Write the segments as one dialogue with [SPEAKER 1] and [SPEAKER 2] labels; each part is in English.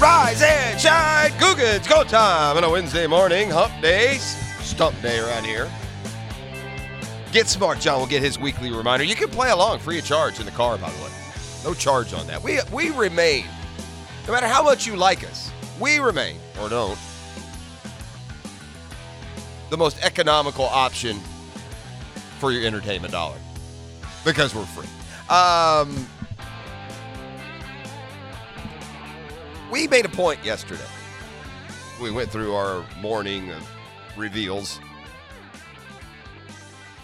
[SPEAKER 1] rise and shine. Googa, it's go time on a Wednesday morning. Hump days, stump day around here. Get smart, John will get his weekly reminder. You can play along free of charge in the car, by the way. No charge on that. We we remain. No matter how much you like us, we remain or don't the most economical option for your entertainment dollar because we're free. Um, we made a point yesterday. We went through our morning of reveals.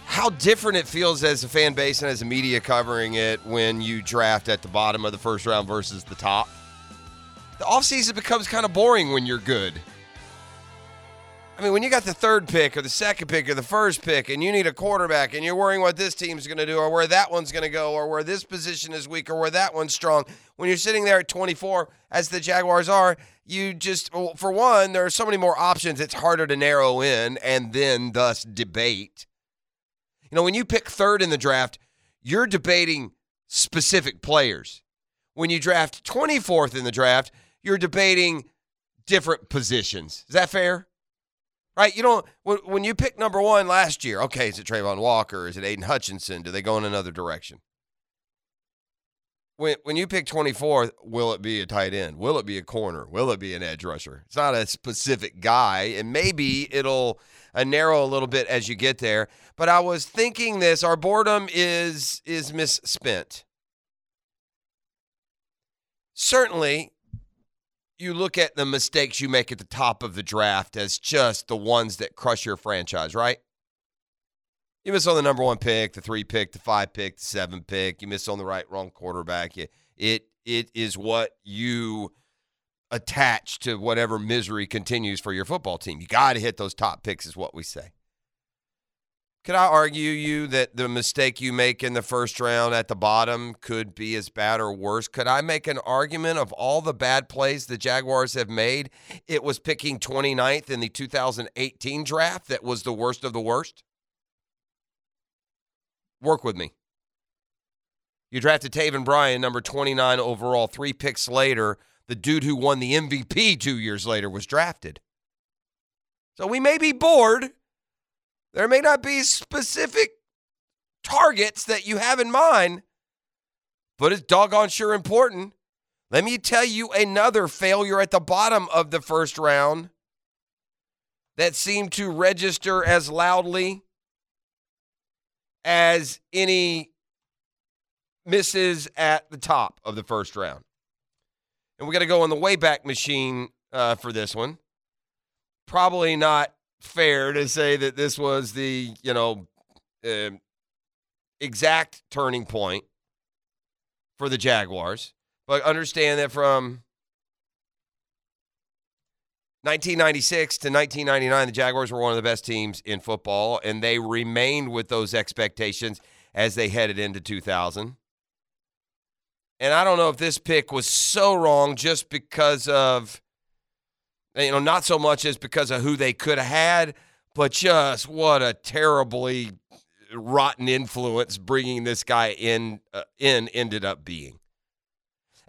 [SPEAKER 1] How different it feels as a fan base and as a media covering it when you draft at the bottom of the first round versus the top. The offseason becomes kind of boring when you're good. I mean, when you got the third pick or the second pick or the first pick and you need a quarterback and you're worrying what this team's going to do or where that one's going to go or where this position is weak or where that one's strong, when you're sitting there at 24, as the Jaguars are, you just, well, for one, there are so many more options, it's harder to narrow in and then thus debate. You know, when you pick third in the draft, you're debating specific players. When you draft 24th in the draft, you're debating different positions. Is that fair? right? You don't when, when you pick number one last year. Okay, is it Trayvon Walker? Is it Aiden Hutchinson? Do they go in another direction? When when you pick twenty fourth, will it be a tight end? Will it be a corner? Will it be an edge rusher? It's not a specific guy, and maybe it'll uh, narrow a little bit as you get there. But I was thinking this: our boredom is is misspent. Certainly, you look at the mistakes you make at the top of the draft as just the ones that crush your franchise, right? You miss on the number one pick, the three pick, the five pick, the seven pick. You miss on the right wrong quarterback. It it, it is what you attach to whatever misery continues for your football team. You got to hit those top picks, is what we say. Could I argue you that the mistake you make in the first round at the bottom could be as bad or worse? Could I make an argument of all the bad plays the Jaguars have made? It was picking 29th in the 2018 draft that was the worst of the worst? Work with me. You drafted Taven Bryan, number 29 overall, three picks later. The dude who won the MVP two years later was drafted. So we may be bored there may not be specific targets that you have in mind, but it's doggone sure important. Let me tell you another failure at the bottom of the first round that seemed to register as loudly as any misses at the top of the first round. And we got to go on the Wayback Machine uh, for this one. Probably not fair to say that this was the you know uh, exact turning point for the Jaguars, but understand that from 1996 to 1999, the Jaguars were one of the best teams in football, and they remained with those expectations as they headed into 2000. And I don't know if this pick was so wrong just because of you know, not so much as because of who they could have had, but just what a terribly rotten influence bringing this guy in uh, in ended up being.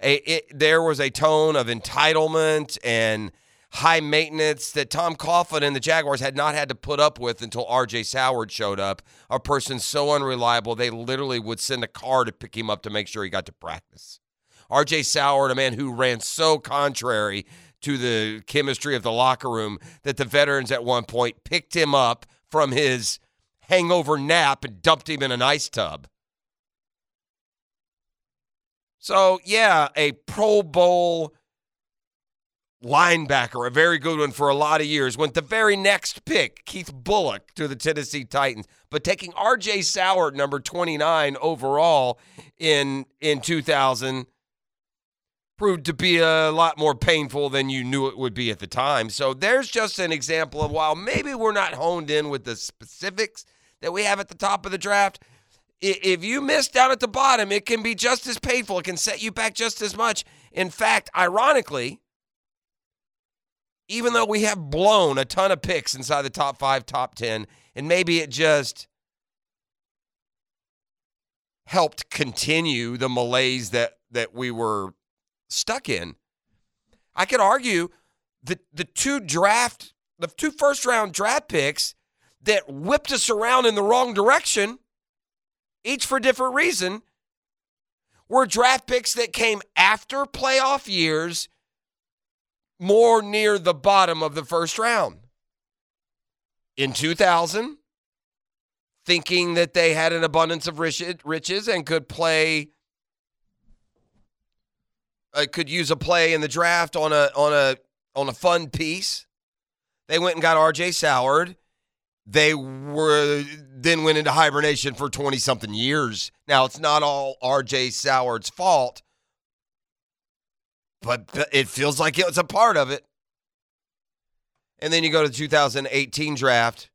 [SPEAKER 1] A, it, there was a tone of entitlement and high maintenance that Tom Coughlin and the Jaguars had not had to put up with until R.J. Soward showed up. A person so unreliable they literally would send a car to pick him up to make sure he got to practice. R.J. Soward, a man who ran so contrary to the chemistry of the locker room that the veterans at one point picked him up from his hangover nap and dumped him in an ice tub. So, yeah, a Pro Bowl linebacker, a very good one for a lot of years, went the very next pick, Keith Bullock, to the Tennessee Titans. But taking RJ Sauer, number 29 overall in, in 2000 proved to be a lot more painful than you knew it would be at the time. So there's just an example of while maybe we're not honed in with the specifics that we have at the top of the draft, if you miss down at the bottom, it can be just as painful. It can set you back just as much. In fact, ironically, even though we have blown a ton of picks inside the top five, top 10, and maybe it just helped continue the malaise that, that we were stuck in. I could argue the the two draft the two first round draft picks that whipped us around in the wrong direction, each for different reason, were draft picks that came after playoff years more near the bottom of the first round. In 2000, thinking that they had an abundance of riches riches and could play uh, could use a play in the draft on a on a on a fun piece. They went and got RJ Soward. They were then went into hibernation for 20 something years. Now it's not all RJ Soward's fault, but it feels like it was a part of it. And then you go to the 2018 draft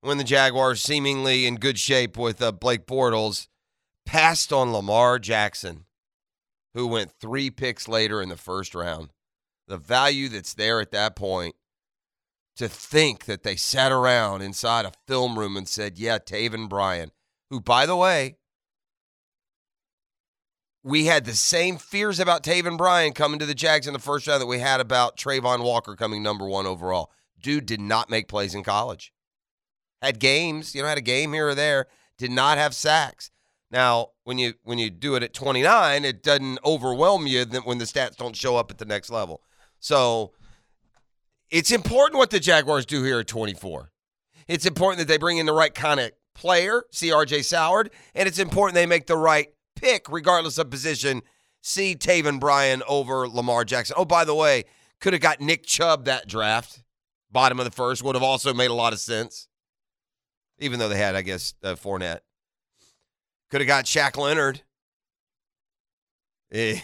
[SPEAKER 1] when the Jaguars seemingly in good shape with uh, Blake Bortles passed on Lamar Jackson who went three picks later in the first round. The value that's there at that point to think that they sat around inside a film room and said, Yeah, Taven Bryan, who, by the way, we had the same fears about Taven Bryan coming to the Jags in the first round that we had about Trayvon Walker coming number one overall. Dude did not make plays in college. Had games, you know, had a game here or there, did not have sacks. Now, when you when you do it at 29, it doesn't overwhelm you when the stats don't show up at the next level. So, it's important what the Jaguars do here at 24. It's important that they bring in the right kind of player, CRJ Soward, and it's important they make the right pick regardless of position. See Taven Bryan over Lamar Jackson. Oh, by the way, could have got Nick Chubb that draft. Bottom of the first would have also made a lot of sense. Even though they had, I guess, uh, Fournette. Could have got Shaq Leonard. Eh,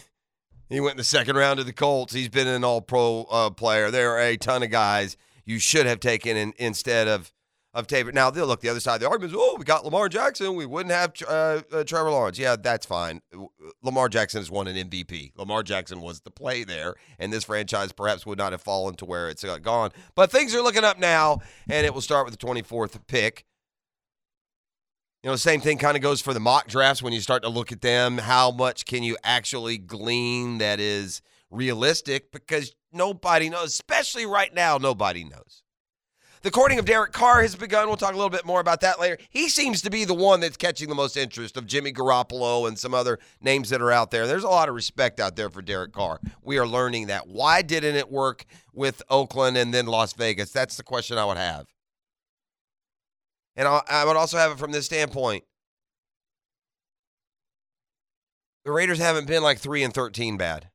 [SPEAKER 1] he went in the second round to the Colts. He's been an all pro uh, player. There are a ton of guys you should have taken in, instead of, of Tabor. Now, look, the other side of the argument is oh, we got Lamar Jackson. We wouldn't have uh, uh, Trevor Lawrence. Yeah, that's fine. Lamar Jackson has won an MVP. Lamar Jackson was the play there, and this franchise perhaps would not have fallen to where it's uh, gone. But things are looking up now, and it will start with the 24th pick. You know, same thing kind of goes for the mock drafts when you start to look at them. How much can you actually glean that is realistic? Because nobody knows, especially right now, nobody knows. The courting of Derek Carr has begun. We'll talk a little bit more about that later. He seems to be the one that's catching the most interest of Jimmy Garoppolo and some other names that are out there. There's a lot of respect out there for Derek Carr. We are learning that. Why didn't it work with Oakland and then Las Vegas? That's the question I would have. And I would also have it from this standpoint. The Raiders haven't been like 3 and 13 bad.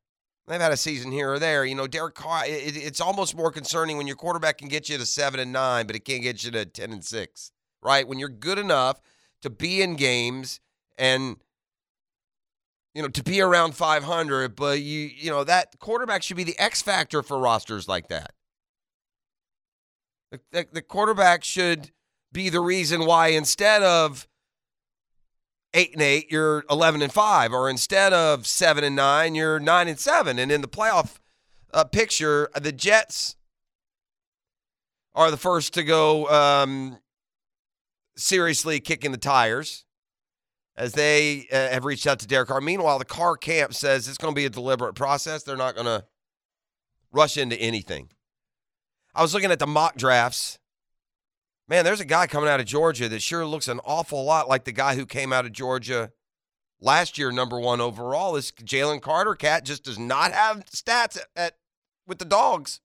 [SPEAKER 1] They've had a season here or there. You know, Derek Carr, it, it's almost more concerning when your quarterback can get you to 7 and 9, but it can't get you to 10 and 6, right? When you're good enough to be in games and you know, to be around 500, but you you know, that quarterback should be the X factor for rosters like that. the, the, the quarterback should be the reason why instead of eight and eight, you're eleven and five, or instead of seven and nine, you're nine and seven. And in the playoff uh, picture, the Jets are the first to go um, seriously kicking the tires as they uh, have reached out to Derek Carr. Meanwhile, the Carr camp says it's going to be a deliberate process. They're not going to rush into anything. I was looking at the mock drafts man, there's a guy coming out of Georgia that sure looks an awful lot like the guy who came out of Georgia last year, number one overall. This Jalen Carter cat just does not have stats at, at with the dogs.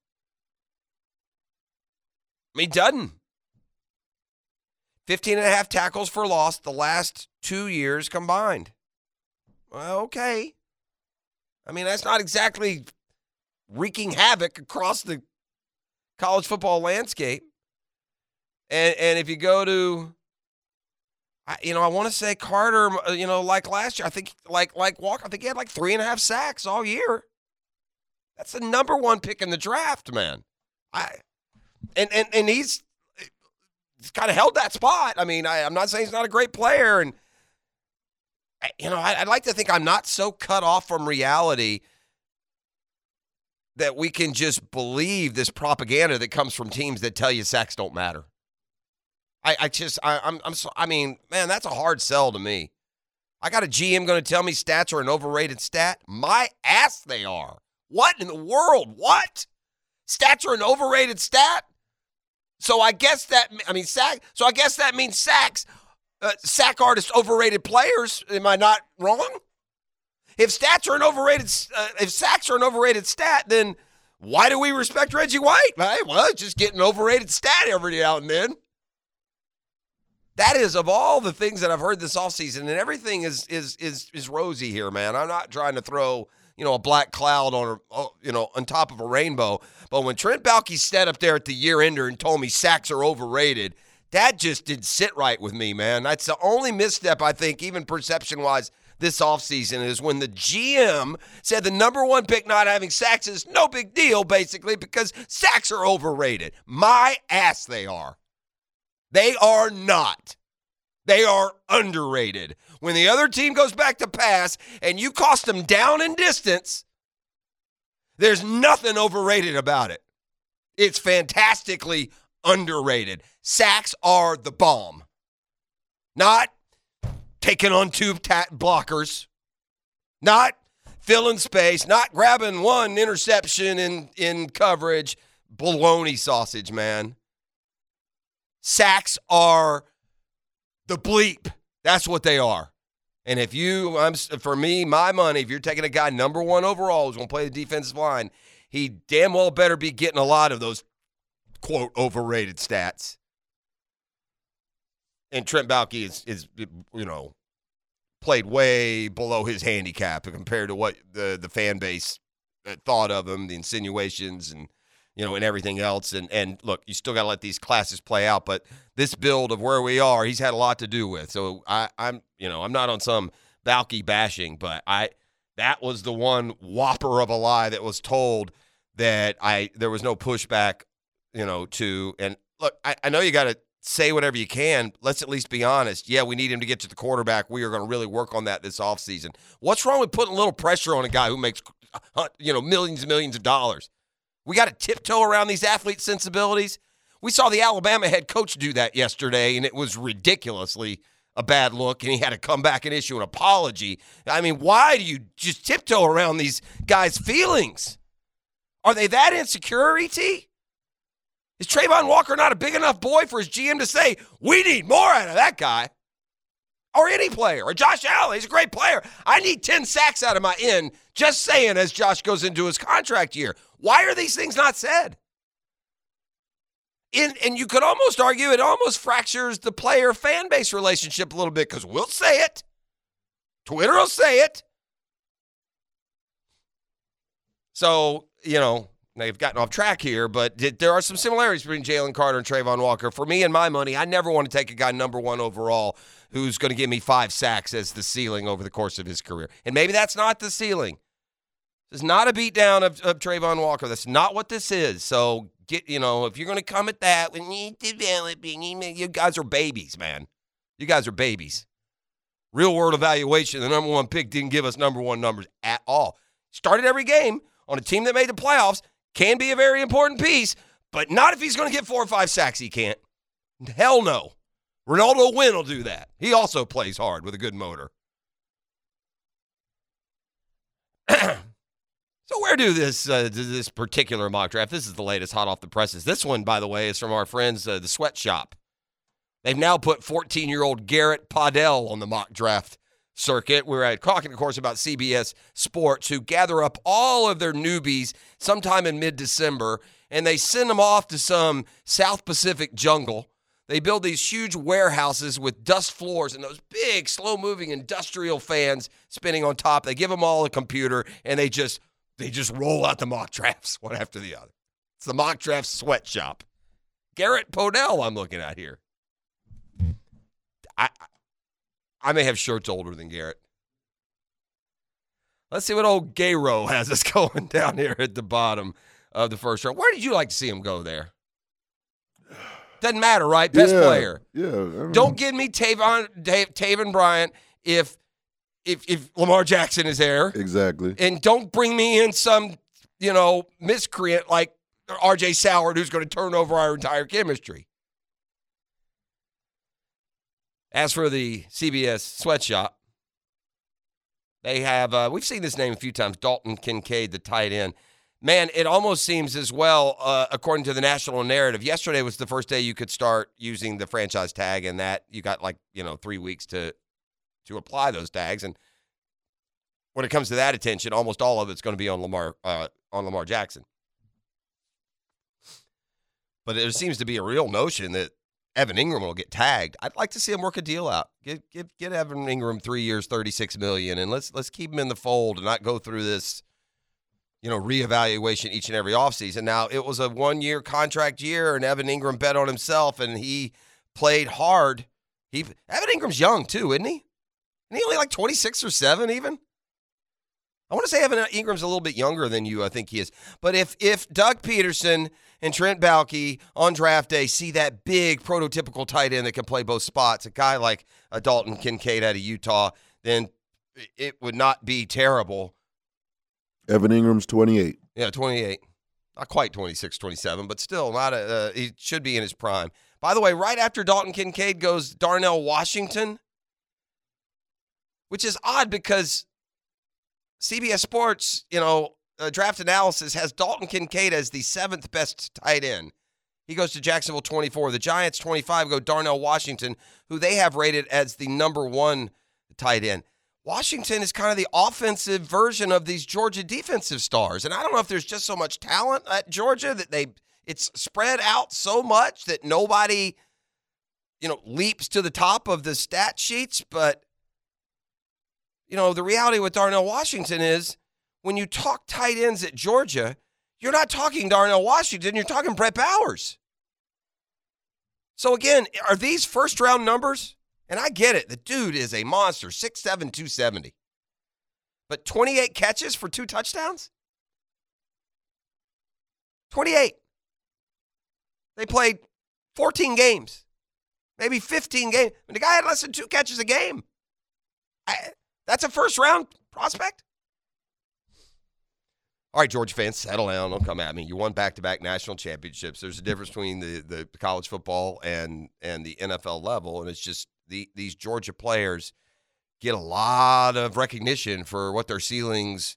[SPEAKER 1] I mean, doesn't. 15 and a half tackles for loss the last two years combined. Well, okay. I mean, that's not exactly wreaking havoc across the college football landscape. And and if you go to, I, you know, I want to say Carter, uh, you know, like last year, I think like like Walker, I think he had like three and a half sacks all year. That's the number one pick in the draft, man. I and and and he's, he's kind of held that spot. I mean, I, am not saying he's not a great player, and I, you know, I, I'd like to think I'm not so cut off from reality that we can just believe this propaganda that comes from teams that tell you sacks don't matter. I, I just I, am I'm, I'm so, I mean, man, that's a hard sell to me. I got a GM going to tell me stats are an overrated stat. My ass, they are. What in the world? What? Stats are an overrated stat. So I guess that I mean sack. So I guess that means sacks. Uh, sack artists overrated players. Am I not wrong? If stats are an overrated, uh, if sacks are an overrated stat, then why do we respect Reggie White? Right? Well, it's just getting overrated stat every now and then. That is of all the things that I've heard this offseason, and everything is is is is rosy here, man. I'm not trying to throw you know a black cloud on a uh, you know on top of a rainbow, but when Trent Baalke sat up there at the year ender and told me sacks are overrated, that just didn't sit right with me, man. That's the only misstep I think, even perception wise, this offseason is when the GM said the number one pick not having sacks is no big deal, basically, because sacks are overrated. My ass, they are. They are not. They are underrated. When the other team goes back to pass and you cost them down in distance, there's nothing overrated about it. It's fantastically underrated. Sacks are the bomb. Not taking on two tat blockers, not filling space, not grabbing one interception in, in coverage. Bologna sausage, man. Sacks are the bleep. That's what they are. And if you, I'm for me, my money. If you're taking a guy number one overall who's going to play the defensive line, he damn well better be getting a lot of those quote overrated stats and Trent Baalke is is you know played way below his handicap compared to what the the fan base uh, thought of him, the insinuations and you know and everything else. And and look, you still got to let these classes play out, but this build of where we are, he's had a lot to do with. So I I'm you know I'm not on some Baalke bashing, but I that was the one whopper of a lie that was told that I there was no pushback, you know, to and look, I, I know you got to say whatever you can. Let's at least be honest. Yeah, we need him to get to the quarterback. We are going to really work on that this offseason. What's wrong with putting a little pressure on a guy who makes uh, you know millions and millions of dollars? We got to tiptoe around these athlete sensibilities. We saw the Alabama head coach do that yesterday, and it was ridiculously a bad look, and he had to come back and issue an apology. I mean, why do you just tiptoe around these guys' feelings? Are they that insecure, ET? Is Trayvon Walker not a big enough boy for his GM to say, we need more out of that guy? Or any player, or Josh Allen, he's a great player. I need 10 sacks out of my end, just saying as Josh goes into his contract year. Why are these things not said? And, and you could almost argue it almost fractures the player fan base relationship a little bit because we'll say it. Twitter will say it. So, you know, now you've gotten off track here, but there are some similarities between Jalen Carter and Trayvon Walker. For me and my money, I never want to take a guy number one overall who's going to give me five sacks as the ceiling over the course of his career. And maybe that's not the ceiling. It's not a beatdown of, of Trayvon Walker. That's not what this is. So get you know if you're going to come at that, when you developing, you guys are babies, man. You guys are babies. Real world evaluation. The number one pick didn't give us number one numbers at all. Started every game on a team that made the playoffs can be a very important piece, but not if he's going to get four or five sacks. He can't. Hell no. Ronaldo Wynn will do that. He also plays hard with a good motor. so where do this uh, this particular mock draft? This is the latest hot off the presses. This one, by the way, is from our friends uh, the Sweatshop. They've now put 14-year-old Garrett Podell on the mock draft circuit. We're at talking, of course, about CBS Sports, who gather up all of their newbies sometime in mid December and they send them off to some South Pacific jungle. They build these huge warehouses with dust floors and those big, slow moving industrial fans spinning on top. They give them all a computer and they just they just roll out the mock drafts one after the other. It's the mock draft sweatshop. Garrett Podell, I'm looking at here. I, I may have shirts older than Garrett. Let's see what old Gayro has us going down here at the bottom of the first round. Where did you like to see him go there? Doesn't matter, right? Best
[SPEAKER 2] Yeah, Mm.
[SPEAKER 1] player.
[SPEAKER 2] Yeah. I mean,
[SPEAKER 1] Don't give me Tavon, Ta- Taven Bryant if, if if Lamar Jackson is there,
[SPEAKER 2] exactly.
[SPEAKER 1] and don't bring me in some you know miscreant like R.J. Soward who's going to turn over our entire chemistry. As for the CBS sweatshop, They have, uh, we've seen this name a few times Dalton Kincaid, the tight end. Man, it almost seems as well, uh, according to the national narrative. Yesterday was the first day you could start using the franchise tag, and that you got like, you know, three weeks to to apply those tags. And when it comes to that attention, almost all of it's going to be on Lamar uh, on Lamar Jackson. But there seems to be a real notion that Evan Ingram will get tagged. I'd like to see him work a deal out. Get get get Evan Ingram three years, thirty six million, and let's let's keep him in the fold and not go through this, you know, reevaluation each and every offseason. Now it was a one year contract year, and Evan Ingram bet on himself and he played hard. He Evan Ingram's young too, isn't he? Isn't he only like twenty six or seven even? I want to say Evan Ingram's a little bit younger than you, I think he is. But if if Doug Peterson and Trent Baalke on draft day see that big prototypical tight end that can play both spots, a guy like a Dalton Kincaid out of Utah, then it would not be terrible.
[SPEAKER 2] Evan Ingram's 28.
[SPEAKER 1] Yeah, 28. Not quite 26, 27, but still not a. Uh, he should be in his prime. By the way, right after Dalton Kincaid goes Darnell Washington, which is odd because CBS Sports, you know, uh, draft analysis has Dalton Kincaid as the seventh best tight end. He goes to Jacksonville 24. The Giants 25 go Darnell Washington, who they have rated as the number one tight end. Washington is kind of the offensive version of these Georgia defensive stars. And I don't know if there's just so much talent at Georgia that they it's spread out so much that nobody, you know, leaps to the top of the stat sheets, but you know, the reality with Darnell Washington is when you talk tight ends at Georgia, you're not talking Darnell Washington, you're talking Brett Bowers. So again, are these first round numbers? And I get it. The dude is a monster, 6'7, 270. But 28 catches for two touchdowns? 28. They played 14 games, maybe 15 games. I mean, the guy had less than two catches a game. I, that's a first round prospect. All right, Georgia fans, settle down. Don't come at me. You won back to back national championships. There's a difference between the, the college football and and the NFL level, and it's just the, these Georgia players get a lot of recognition for what their ceilings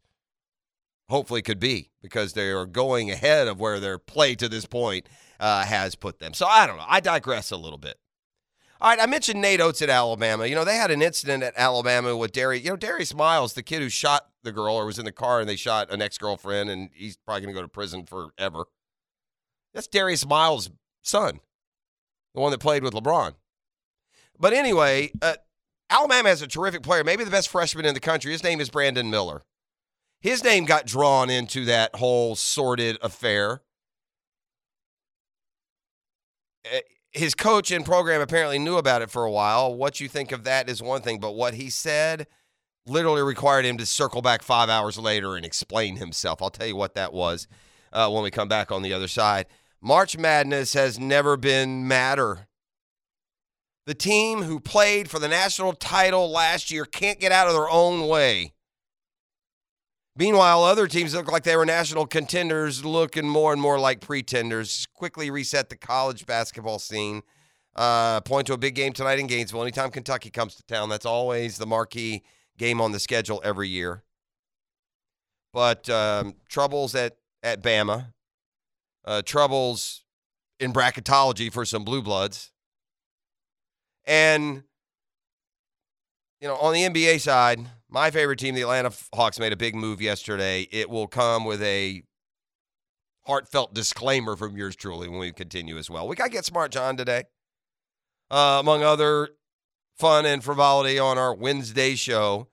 [SPEAKER 1] hopefully could be because they are going ahead of where their play to this point uh, has put them. So I don't know. I digress a little bit. All right, I mentioned Nate Oates at Alabama. You know, they had an incident at Alabama with Darius. You know, Darius Miles, the kid who shot the girl or was in the car and they shot an ex girlfriend, and he's probably going to go to prison forever. That's Darius Miles' son, the one that played with LeBron. But anyway, uh, Alabama has a terrific player, maybe the best freshman in the country. His name is Brandon Miller. His name got drawn into that whole sordid affair. Uh, his coach and program apparently knew about it for a while. What you think of that is one thing, but what he said literally required him to circle back five hours later and explain himself. I'll tell you what that was uh, when we come back on the other side. March Madness has never been madder. The team who played for the national title last year can't get out of their own way. Meanwhile, other teams look like they were national contenders, looking more and more like pretenders. Quickly reset the college basketball scene. Uh, point to a big game tonight in Gainesville. Anytime Kentucky comes to town, that's always the marquee game on the schedule every year. But um, troubles at, at Bama, uh, troubles in bracketology for some blue bloods. And, you know, on the NBA side, my favorite team, the Atlanta Hawks, made a big move yesterday. It will come with a heartfelt disclaimer from yours truly when we continue as well. We got to get smart, John, today. Uh, among other fun and frivolity on our Wednesday show.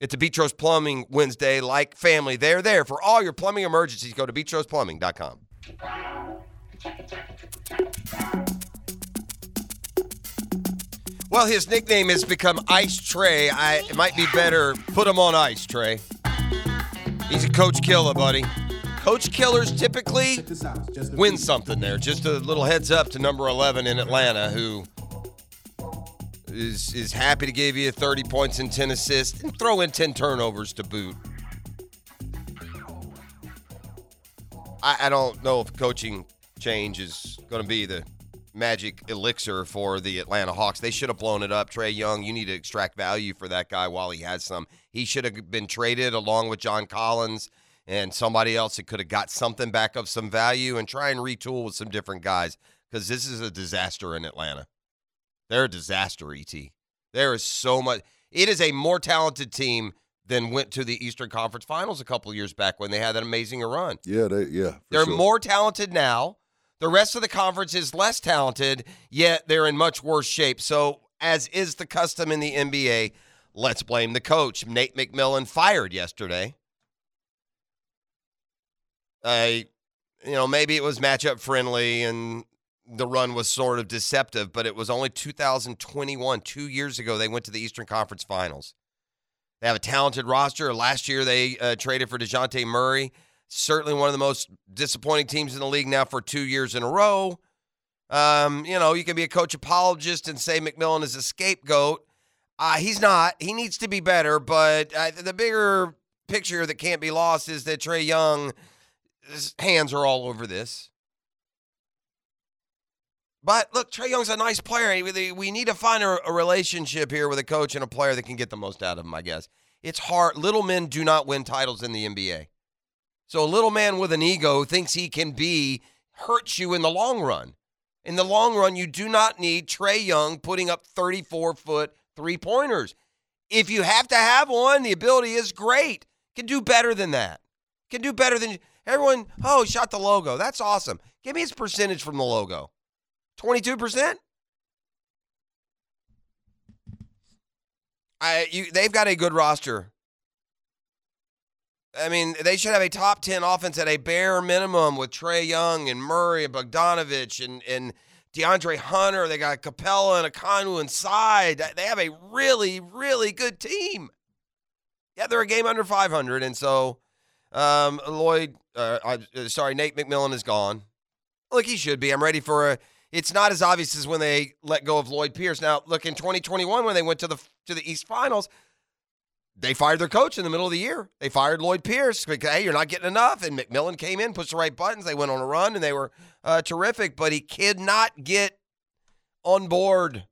[SPEAKER 1] It's a Betros Plumbing Wednesday. Like family, they're there for all your plumbing emergencies. Go to betrosplumbing.com. Well, his nickname has become Ice Tray. I, it might be better put him on ice, Tray. He's a coach killer, buddy. Coach killers typically win something there. Just a little heads up to number 11 in Atlanta, who is, is happy to give you 30 points and 10 assists and throw in 10 turnovers to boot. I, I don't know if coaching change is going to be the magic elixir for the Atlanta Hawks. They should have blown it up. Trey Young, you need to extract value for that guy while he has some. He should have been traded along with John Collins and somebody else that could have got something back of some value and try and retool with some different guys because this is a disaster in Atlanta. They're a disaster, ET. There is so much. It is a more talented team than went to the Eastern Conference Finals a couple years back when they had that amazing run.
[SPEAKER 2] Yeah, they, yeah. for
[SPEAKER 1] They're
[SPEAKER 2] sure.
[SPEAKER 1] more talented now. The rest of the conference is less talented, yet they're in much worse shape. So, as is the custom in the NBA, let's blame the coach. Nate McMillan fired yesterday. I, you know, maybe it was matchup friendly and the run was sort of deceptive, but it was only 2021, two years ago, they went to the Eastern Conference Finals. They have a talented roster. Last year, they uh, traded for DeJounte Murray certainly one of the most disappointing teams in the league now for two years in a row. Um, you know, you can be a coach apologist and say McMillan is a scapegoat. Uh, he's not. He needs to be better, but uh, the bigger picture that can't be lost is that Trey Young's hands are all over this. But look, Trey Young's a nice player. We- We need to find a, a relationship here with a coach and a player that can get the most out of him, I guess. It's hard. Little men do not win titles in the NBA. So a little man with an ego thinks he can be hurts you in the long run. In the long run, you do not need Trey Young putting up 34 foot three pointers. If you have to have one, the ability is great. Can do better than that. Can do better than everyone. Oh, he shot the logo. That's awesome. Give me his percentage from the logo 22%. I, you, they've got a good roster. I mean, they should have a top 10 offense at a bare minimum with Trey Young and Murray and Bogdanovich and, and DeAndre Hunter. They got Capella and Akanu inside. They have a really, really good team. Yeah, they're a game under 500. And so, um, Lloyd, uh, I, uh, sorry, Nate McMillan is gone. Look, he should be. I'm ready for a. It's not as obvious as when they let go of Lloyd Pierce. Now, look in 2021 when they went to the to the East Finals, they fired their coach in the middle of the year. They fired Lloyd Pierce because hey, you're not getting enough. And McMillan came in, pushed the right buttons. They went on a run, and they were uh, terrific. But he could not get on board.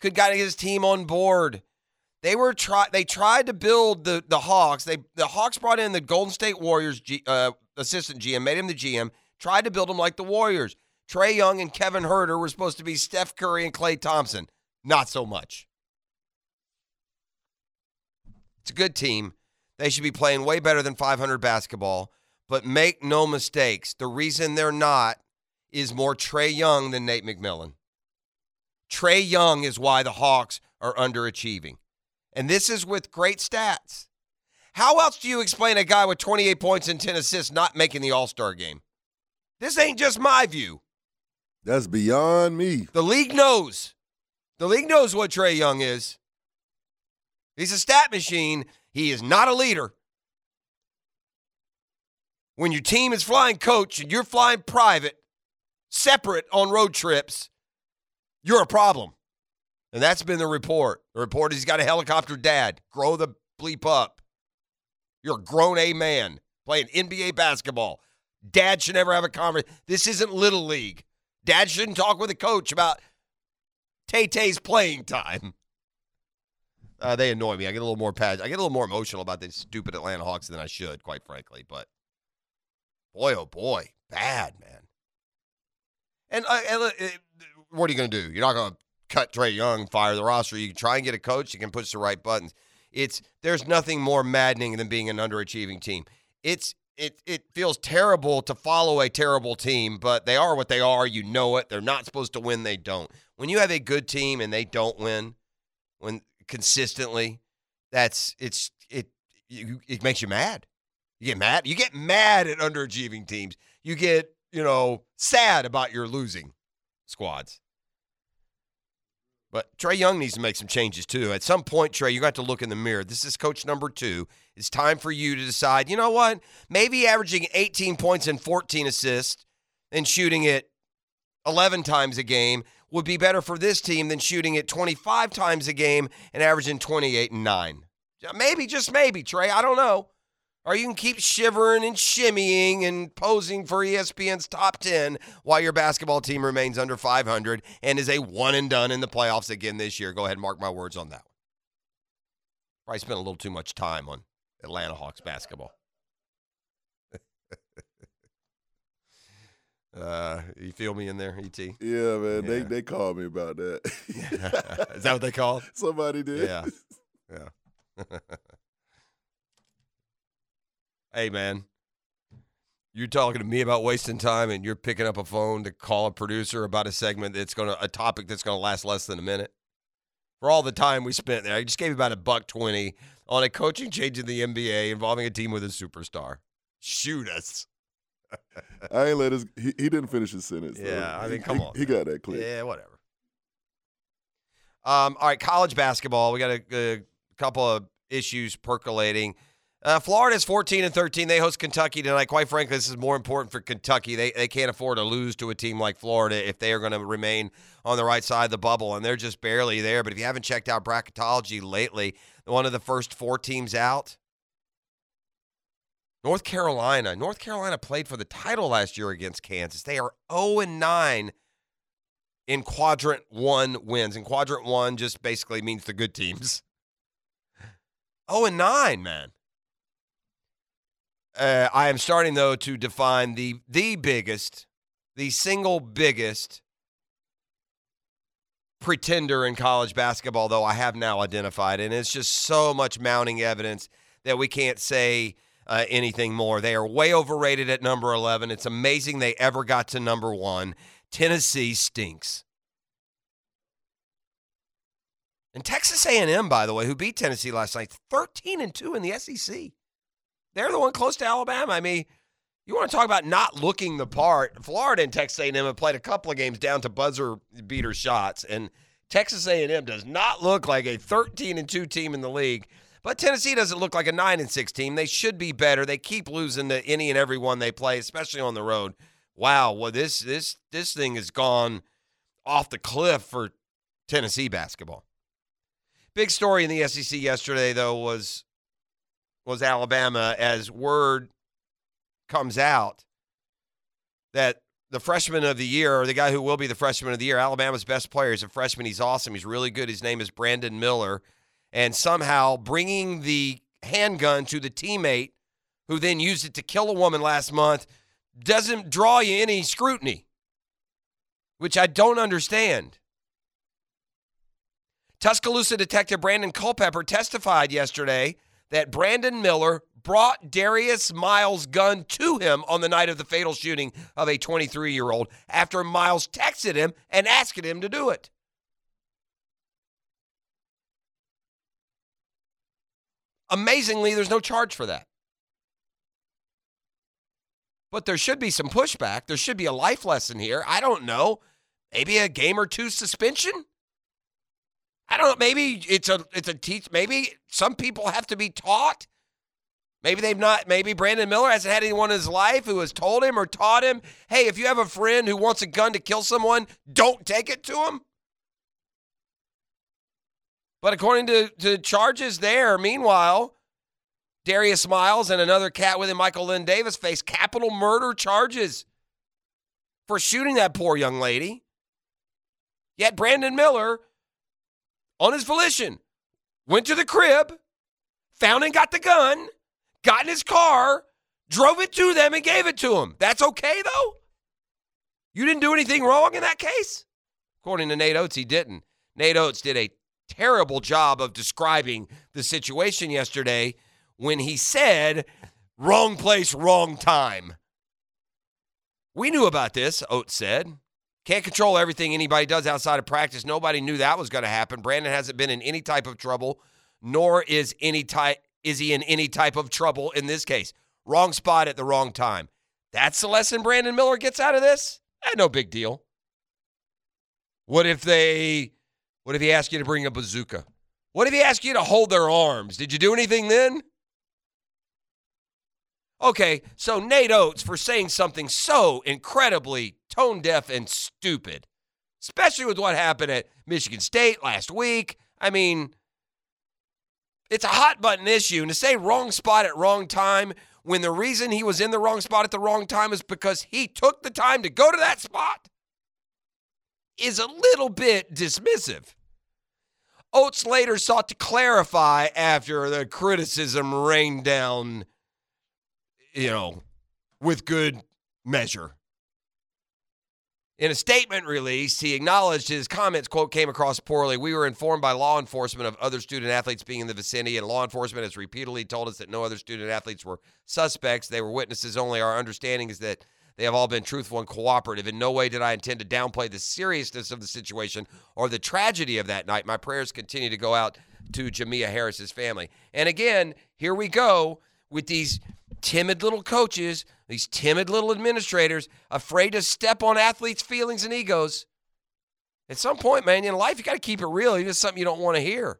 [SPEAKER 1] Could got his team on board. They were try. They tried to build the the Hawks. They the Hawks brought in the Golden State Warriors G, uh, assistant GM, made him the GM. Tried to build him like the Warriors. Trey Young and Kevin Herter were supposed to be Steph Curry and Klay Thompson. Not so much. It's a good team. They should be playing way better than 500 basketball. But make no mistakes, the reason they're not is more Trey Young than Nate McMillan. Trey Young is why the Hawks are underachieving. And this is with great stats. How else do you explain a guy with 28 points and 10 assists not making the All Star game? This ain't just my view.
[SPEAKER 2] That's beyond me.
[SPEAKER 1] The league knows. The league knows what Trey Young is. He's a stat machine. He is not a leader. When your team is flying coach and you're flying private, separate on road trips, you're a problem. And that's been the report. The report is he's got a helicopter dad. Grow the bleep up. You're a grown A man playing NBA basketball. Dad should never have a conversation. This isn't Little League. Dad shouldn't talk with a coach about Tay Tay's playing time. Uh, they annoy me. I get a little more pad. I get a little more emotional about these stupid Atlanta Hawks than I should, quite frankly. But boy, oh boy, bad man. And, uh, and uh, it- what are you going to do? You're not going to cut Trey Young, fire the roster. You can try and get a coach that can push the right buttons. It's there's nothing more maddening than being an underachieving team. It's it it feels terrible to follow a terrible team, but they are what they are. You know it. They're not supposed to win. They don't. When you have a good team and they don't win, when consistently, that's it's it you, it makes you mad. You get mad. You get mad at underachieving teams. You get you know sad about your losing squads. But Trey Young needs to make some changes too. At some point, Trey, you got to look in the mirror. This is coach number two. It's time for you to decide. You know what? Maybe averaging 18 points and 14 assists and shooting it 11 times a game would be better for this team than shooting it 25 times a game and averaging 28 and 9. Maybe, just maybe, Trey. I don't know. Or you can keep shivering and shimmying and posing for E ESPN's top 10 while your basketball team remains under 500 and is a one and done in the playoffs again this year. Go ahead and mark my words on that one. Probably spent a little too much time on Atlanta Hawks basketball. uh, you feel me in there, E ET? is
[SPEAKER 2] Yeah, man. They
[SPEAKER 1] Yeah.
[SPEAKER 2] they called me about that.
[SPEAKER 1] that what they call it?
[SPEAKER 2] Somebody did.
[SPEAKER 1] Yeah. Yeah. hey, man. You're talking to me about wasting time and you're picking up a phone to call a producer about a segment that's going to, a topic that's going to last less than a minute. For all the time we spent there, I just gave you about a buck 20 on a coaching change in the NBA involving a team with a superstar. Shoot us.
[SPEAKER 2] I ain't let his. He, he didn't finish his sentence. though.
[SPEAKER 1] Yeah, I
[SPEAKER 2] He-
[SPEAKER 1] mean, come
[SPEAKER 2] he-
[SPEAKER 1] on,
[SPEAKER 2] He got that clip.
[SPEAKER 1] Yeah, whatever. Um, all right, college basketball. We got a, a couple of issues percolating. Uh, Florida's 14 and 13. They host Kentucky tonight. Quite frankly, this is more important for Kentucky. They, they can't afford to lose to a team like Florida if they are going to remain on the right side of the bubble, and they're just barely there. But if you haven't checked out bracketology lately, one of the first four teams out. North Carolina. North Carolina played for the title last year against Kansas. They are 0 and 9 in quadrant one wins. And quadrant one just basically means the good teams. Oh and nine, man. Uh, I am starting though to define the the biggest, the single biggest pretender in college basketball, though I have now identified, and it's just so much mounting evidence that we can't say uh, anything more. They are way overrated at number eleven. It's amazing they ever got to number one. Tennessee stinks. And Texas A&M, by the way, who beat Tennessee last night, 13 and 2 in the SEC. They're the one close to Alabama. I mean, you want to talk about not looking the part. Florida and Texas A&M have played a couple of games down to buzzer beater shots and Texas A&M does not look like a 13 and 2 team in the league. But Tennessee doesn't look like a 9 and 6 team. They should be better. They keep losing to any and every one they play, especially on the road wow, well this this this thing has gone off the cliff for Tennessee basketball. Big story in the SEC yesterday though was was Alabama as word comes out that the freshman of the year, or the guy who will be the freshman of the year, Alabama's best player is a freshman. He's awesome. He's really good. His name is Brandon Miller. And somehow bringing the handgun to the teammate who then used it to kill a woman last month doesn't draw you any scrutiny, which I don't understand. Tuscaloosa detective Brandon Culpepper testified yesterday that Brandon Miller brought Darius Miles' gun to him on the night of the fatal shooting of a 23 year old after Miles texted him and asked him to do it. Amazingly, there's no charge for that. But there should be some pushback. There should be a life lesson here. I don't know. Maybe a game or two suspension. I don't know. Maybe it's a it's a teach. Maybe some people have to be taught. Maybe they've not. Maybe Brandon Miller hasn't had anyone in his life who has told him or taught him, "Hey, if you have a friend who wants a gun to kill someone, don't take it to him." But according to to charges, there. Meanwhile, Darius Miles and another cat with him, Michael Lynn Davis, face capital murder charges for shooting that poor young lady. Yet Brandon Miller, on his volition, went to the crib, found and got the gun, got in his car, drove it to them, and gave it to him. That's okay, though? You didn't do anything wrong in that case? According to Nate Oates, he didn't. Nate Oates did a terrible job of describing the situation yesterday when he said, wrong place, wrong time. We knew about this, Oates said. Can't control everything anybody does outside of practice. Nobody knew that was going to happen. Brandon hasn't been in any type of trouble, nor is any type is he in any type of trouble in this case. Wrong spot at the wrong time. That's the lesson Brandon Miller gets out of this. Eh, no big deal. What if they what if he asked you to bring a bazooka? What if he asked you to hold their arms? Did you do anything then? Okay, so Nate Oates for saying something so incredibly tone deaf and stupid, especially with what happened at Michigan State last week. I mean, It's a hot button issue. And to say wrong spot at wrong time when the reason he was in the wrong spot at the wrong time is because he took the time to go to that spot is a little bit dismissive. Oates later sought to clarify after the criticism rained down, you know, with good measure. In a statement released, he acknowledged his comments, quote, came across poorly. We were informed by law enforcement of other student athletes being in the vicinity, and law enforcement has repeatedly told us that no other student athletes were suspects. They were witnesses only. Our understanding is that they have all been truthful and cooperative. In no way did I intend to downplay the seriousness of the situation or the tragedy of that night. My prayers continue to go out to Jamia Harris's family. And again, here we go with these timid little coaches, these timid little administrators, afraid to step on athletes' feelings and egos. At some point, man, in life, you got to keep it real. Even if it's something you don't want to hear.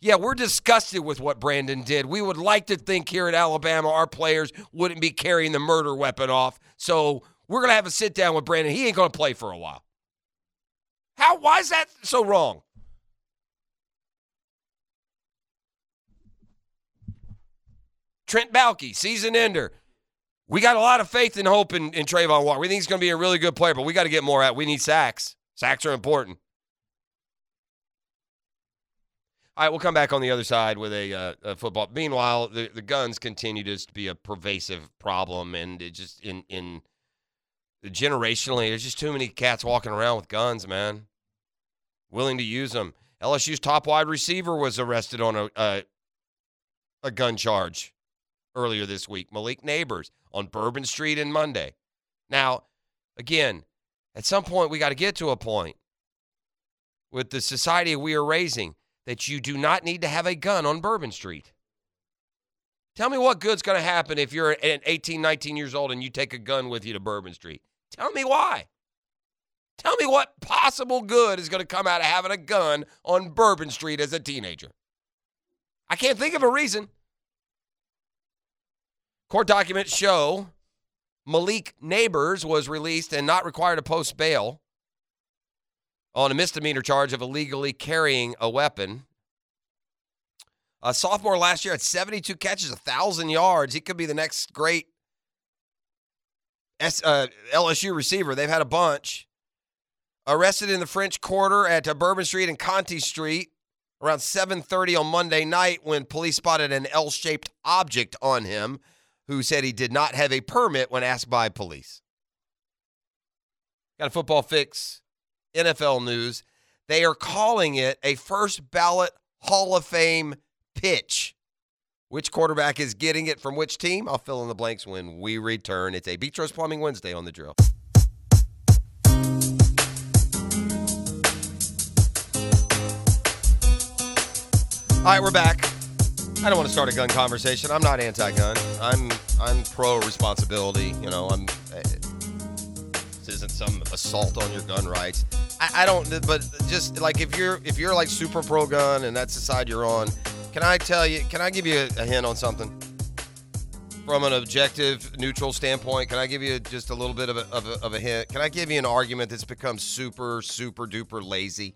[SPEAKER 1] Yeah, we're disgusted with what Brandon did. We would like to think here at Alabama our players wouldn't be carrying the murder weapon off. So we're going to have a sit down with Brandon. He ain't going to play for a while. How? Why is that so wrong? Trent Balky, season ender. We got a lot of faith and hope in, in Trayvon Walker. We think he's going to be a really good player, but we got to get more out. We need sacks. Sacks are important. All right, we'll come back on the other side with a, uh, a football. Meanwhile, the, the guns continue to just be a pervasive problem, and it just in in generationally, there's just too many cats walking around with guns, man, willing to use them. LSU's top wide receiver was arrested on a a, a gun charge earlier this week, Malik Neighbors on Bourbon Street in Monday. Now, again, at some point, we got to get to a point with the society we are raising that you do not need to have a gun on Bourbon Street. Tell me what good's going to happen if you're an 18, 19 years old and you take a gun with you to Bourbon Street. Tell me why. Tell me what possible good is going to come out of having a gun on Bourbon Street as a teenager. I can't think of a reason. Court documents show Malik Neighbors was released and not required to post bail on a misdemeanor charge of illegally carrying a weapon. A sophomore last year had 72 catches, 1,000 yards. He could be the next great S- uh, LSU receiver. They've had a bunch. Arrested in the French Quarter at uh, Bourbon Street and Conti Street around 7:30 on Monday night when police spotted an L-shaped object on him who said he did not have a permit when asked by police. Got a football fix. NFL news. They are calling it a first ballot Hall of Fame pitch. Which quarterback is getting it from which team? I'll fill in the blanks when we return. It's a Beatrice Plumbing Wednesday on the drill. All right, we're back. I don't want to start a gun conversation. I'm not anti-gun. I'm I'm pro responsibility. You know, I'm. uh, this isn't some assault on your gun rights. I, I don't, but just like if you're if you're like super pro gun and that's the side you're on, can I tell you? Can I give you a, a hint on something? From an objective, neutral standpoint, can I give you just a little bit of a, of a, of a hint? Can I give you an argument that's become super, super duper lazy?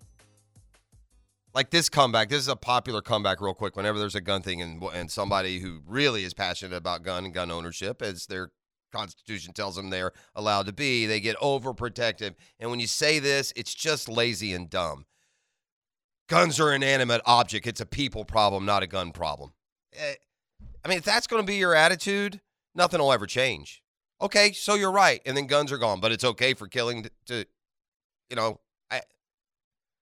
[SPEAKER 1] Like this comeback, this is a popular comeback, real quick. Whenever there's a gun thing and, and somebody who really is passionate about gun and gun ownership, as their Constitution tells them they're allowed to be. They get overprotective. And when you say this, it's just lazy and dumb. Guns are an inanimate object. It's a people problem, not a gun problem. Eh, I mean, if that's going to be your attitude, nothing will ever change. Okay, so you're right. And then guns are gone, but it's okay for killing to, to you know, I,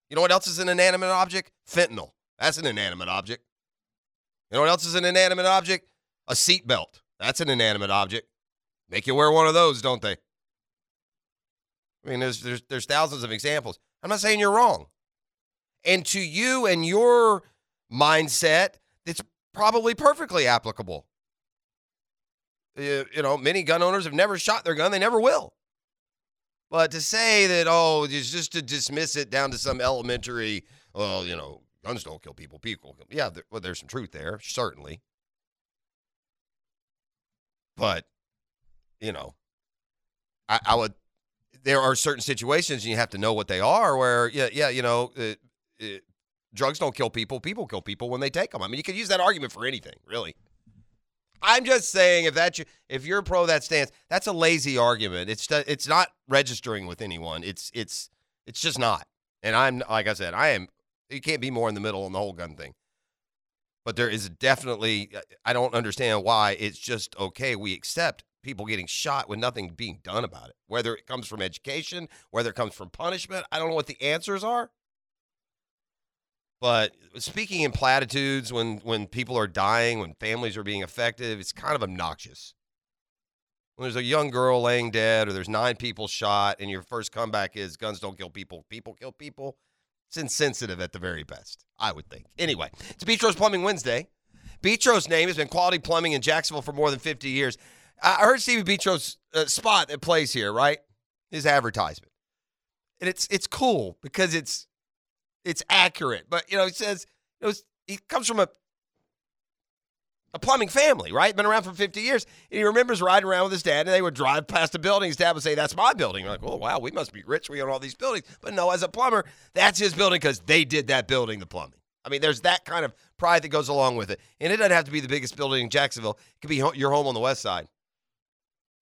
[SPEAKER 1] you know what else is an inanimate object? Fentanyl. That's an inanimate object. You know what else is an inanimate object? A seatbelt. That's an inanimate object. Make you wear one of those, don't they? I mean, there's there's there's thousands of examples. I'm not saying you're wrong. And to you and your mindset, it's probably perfectly applicable. You, you know, many gun owners have never shot their gun, they never will. But to say that, oh, it's just to dismiss it down to some elementary, well, you know, guns don't kill people, people kill. Yeah, there, well, there's some truth there, certainly. But you know, I, I would. There are certain situations and you have to know what they are. Where yeah, yeah, you know, uh, uh, drugs don't kill people. People kill people when they take them. I mean, you could use that argument for anything, really. I'm just saying if that you, if you're pro that stance, that's a lazy argument. It's ju- it's not registering with anyone. It's it's it's just not. And I'm like I said, I am. You can't be more in the middle on the whole gun thing. But there is definitely. I don't understand why it's just okay. We accept people getting shot with nothing being done about it. Whether it comes from education, whether it comes from punishment, I don't know what the answers are. But speaking in platitudes, when when people are dying, when families are being affected, it's kind of obnoxious. When there's a young girl laying dead, or there's nine people shot, and your first comeback is guns don't kill people, people kill people. It's insensitive at the very best, I would think. Anyway, it's Beach Rose Plumbing Wednesday. Beach Rose name has been quality plumbing in Jacksonville for more than 50 years. I I heard Stevie Beach Rose uh, spot that plays here, right? His advertisement, and it's it's cool because it's it's accurate. But you know, he says it was he comes from a a plumbing family, right? Been around for 50 years. And he remembers riding around with his dad, and they would drive past a building. His dad would say, That's my building. You're like, oh wow, we must be rich. We own all these buildings. But no, as a plumber, that's his building because they did that building, the plumbing. I mean, there's that kind of pride that goes along with it. And it doesn't have to be the biggest building in Jacksonville. It could be ho- your home on the west side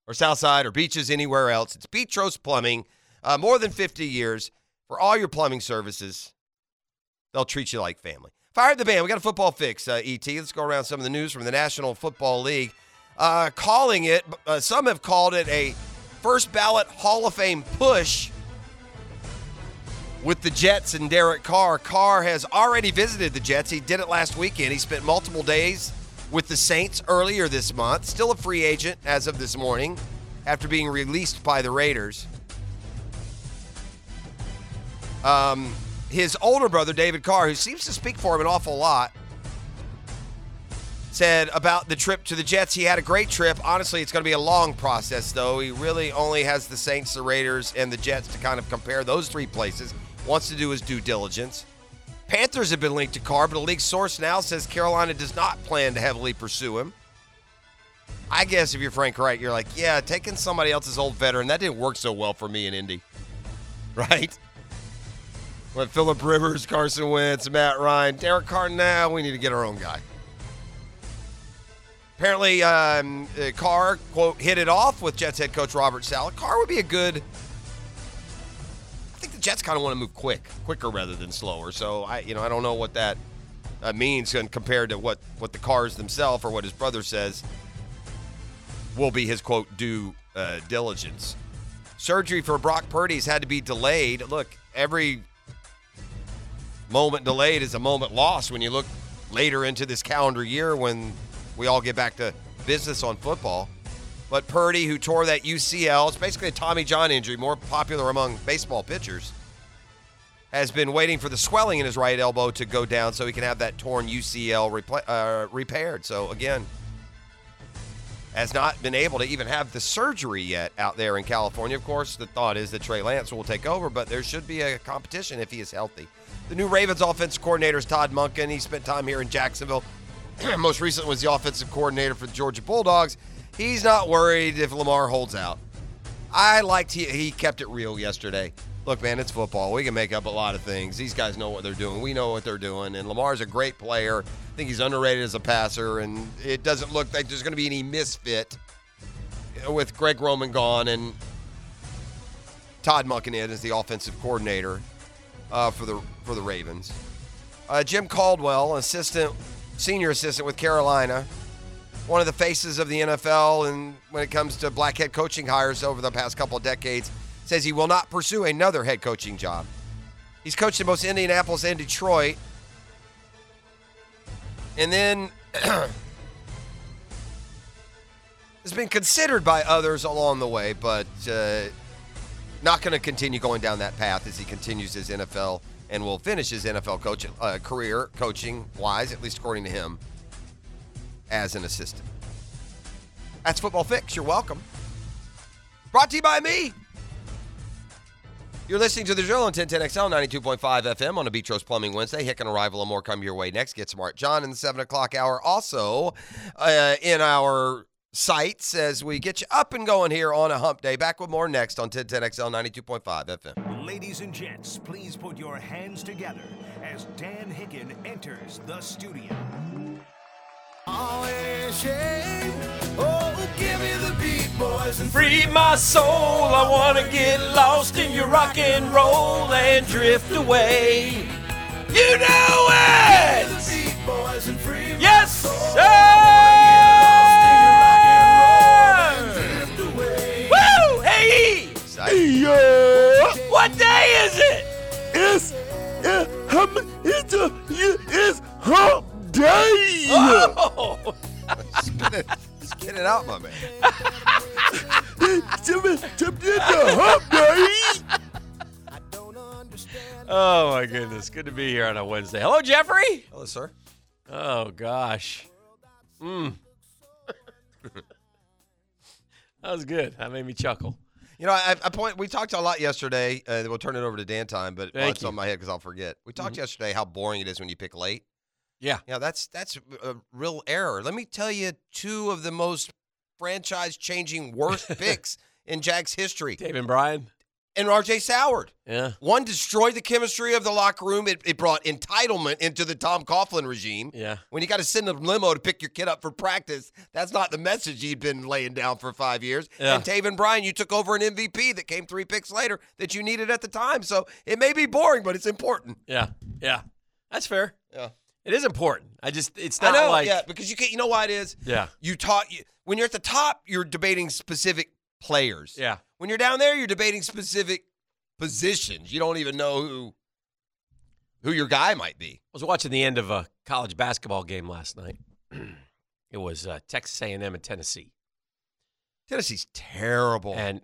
[SPEAKER 1] or south side or beaches anywhere else. It's Beach Rose Plumbing. Uh, more than 50 years for all your plumbing services. They'll treat you like family. Fire the band. We got a football fix, uh, ET. Let's go around some of the news from the National Football League. Uh, calling it, uh, some have called it a first ballot Hall of Fame push with the Jets and Derek Carr. Carr has already visited the Jets. He did it last weekend. He spent multiple days with the Saints earlier this month. Still a free agent as of this morning after being released by the Raiders. Um, his older brother, David Carr, who seems to speak for him an awful lot, said about the trip to the Jets. He had a great trip. Honestly, it's going to be a long process, though. He really only has the Saints, the Raiders, and the Jets to kind of compare those three places. Wants to do his due diligence. Panthers have been linked to Carr, but a league source now says Carolina does not plan to heavily pursue him. I guess if you're Frank Wright, you're like, yeah, taking somebody else's old veteran, that didn't work so well for me in Indy, right? When Philip Rivers, Carson Wentz, Matt Ryan, Derek Carr, now we need to get our own guy. Apparently, um, uh, Carr, quote, hit it off with Jets head coach Robert Sala. Carr would be a good. I think the Jets kind of want to move quick, quicker rather than slower. So I, you know, I don't know what that uh, means when compared to what what the Cars themselves or what his brother says will be his quote due uh, diligence. Surgery for Brock Purdy's had to be delayed. Look, every moment delayed is a moment lost when you look later into this calendar year when we all get back to business on football. But Purdy, who tore that UCL, it's basically a Tommy John injury, more popular among baseball pitchers, has been waiting for the swelling in his right elbow to go down so he can have that torn UCL repla- uh, repaired. So, again, has not been able to even have the surgery yet out there in California. Of course, the thought is that Trey Lance will take over, but there should be a competition if he is healthy. The new Ravens offensive coordinator is Todd Munkin. He spent time here in Jacksonville. Most recently was the offensive coordinator for the Georgia Bulldogs. He's not worried if Lamar holds out. I liked he, he kept it real yesterday. Look, man, it's football. We can make up a lot of things. These guys know what they're doing. We know what they're doing. And Lamar's a great player. I think he's underrated as a passer. And it doesn't look like there's going to be any misfit with Greg Roman gone and Todd Munkin in as the offensive coordinator uh, for the for the Ravens. Uh, Jim Caldwell, assistant, senior assistant with Carolina, one of the faces of the NFL and when it comes to black head coaching hires over the past couple of decades, says he will not pursue another head coaching job. He's coached in both Indianapolis and Detroit. And then has been considered by others along the way, but uh, not going to continue going down that path as he continues his NFL and will finish his NFL coach, uh, career coaching wise, at least according to him, as an assistant. That's Football Fix. You're welcome. Brought to you by me. You're listening to The Drill on 1010XL 92.5 FM on a Beach Rose Plumbing Wednesday. Hick and Arrival and more come your way next. Get Smart John in the 7 o'clock hour. Also, uh, in our sites as we get you up and going here on a hump day. Back with more next on 1010XL 92.5 FM.
[SPEAKER 3] Ladies and gents, please put your hands together as Dan Hicken enters the studio.
[SPEAKER 4] Free my soul, I wanna get lost in your rock and roll and drift away. You know it! Yes, sir! Woo! Hey!
[SPEAKER 1] Excited.
[SPEAKER 2] Yeah,
[SPEAKER 4] What day is it?
[SPEAKER 2] it's it, hum, it's a, it- it's hump day.
[SPEAKER 4] Oh!
[SPEAKER 1] Just get it out, my man.
[SPEAKER 2] It's a- it's a- it's a hump day.
[SPEAKER 4] Oh my goodness, good to be here on a Wednesday. Hello, Jeffrey!
[SPEAKER 1] Hello, sir.
[SPEAKER 4] Oh gosh. Mm. that was good. That made me chuckle.
[SPEAKER 1] You know, I, I point. We talked a lot yesterday. Uh, we'll turn it over to Dan time, but well,
[SPEAKER 4] Thank
[SPEAKER 1] it's
[SPEAKER 4] you.
[SPEAKER 1] on
[SPEAKER 4] Mm-hmm.
[SPEAKER 1] my head because I'll forget. We talked yesterday how boring it is when you pick late.
[SPEAKER 4] Yeah.
[SPEAKER 1] Yeah, that's that's a real error. Let me tell you two of the most franchise-changing worst picks in Jack's history.
[SPEAKER 4] Dave and Brian.
[SPEAKER 1] And R.J. Soward.
[SPEAKER 4] Yeah.
[SPEAKER 1] One destroyed the chemistry of the locker room. It, it brought entitlement into the Tom Coughlin regime.
[SPEAKER 4] Yeah.
[SPEAKER 1] When you got to send a limo to pick your kid up for practice, that's not the message he'd been laying down for five years.
[SPEAKER 4] Yeah.
[SPEAKER 1] And Taven Bryan, you took over an MVP that came three picks later that you needed at the time. So it may be boring, but it's important.
[SPEAKER 4] Yeah. Yeah. That's fair.
[SPEAKER 1] Yeah.
[SPEAKER 4] It is important. I just it's not
[SPEAKER 1] I know,
[SPEAKER 4] like
[SPEAKER 1] yeah, because you can't. You know why it is?
[SPEAKER 4] Yeah.
[SPEAKER 1] You taught you when you're at the top, you're debating specific players.
[SPEAKER 4] Yeah.
[SPEAKER 1] When you're down there, you're debating specific positions. You don't even know who who your guy might be.
[SPEAKER 4] I was watching the end of a college basketball game last night. it was uh, Texas A&M and Tennessee.
[SPEAKER 1] Tennessee's terrible.
[SPEAKER 4] And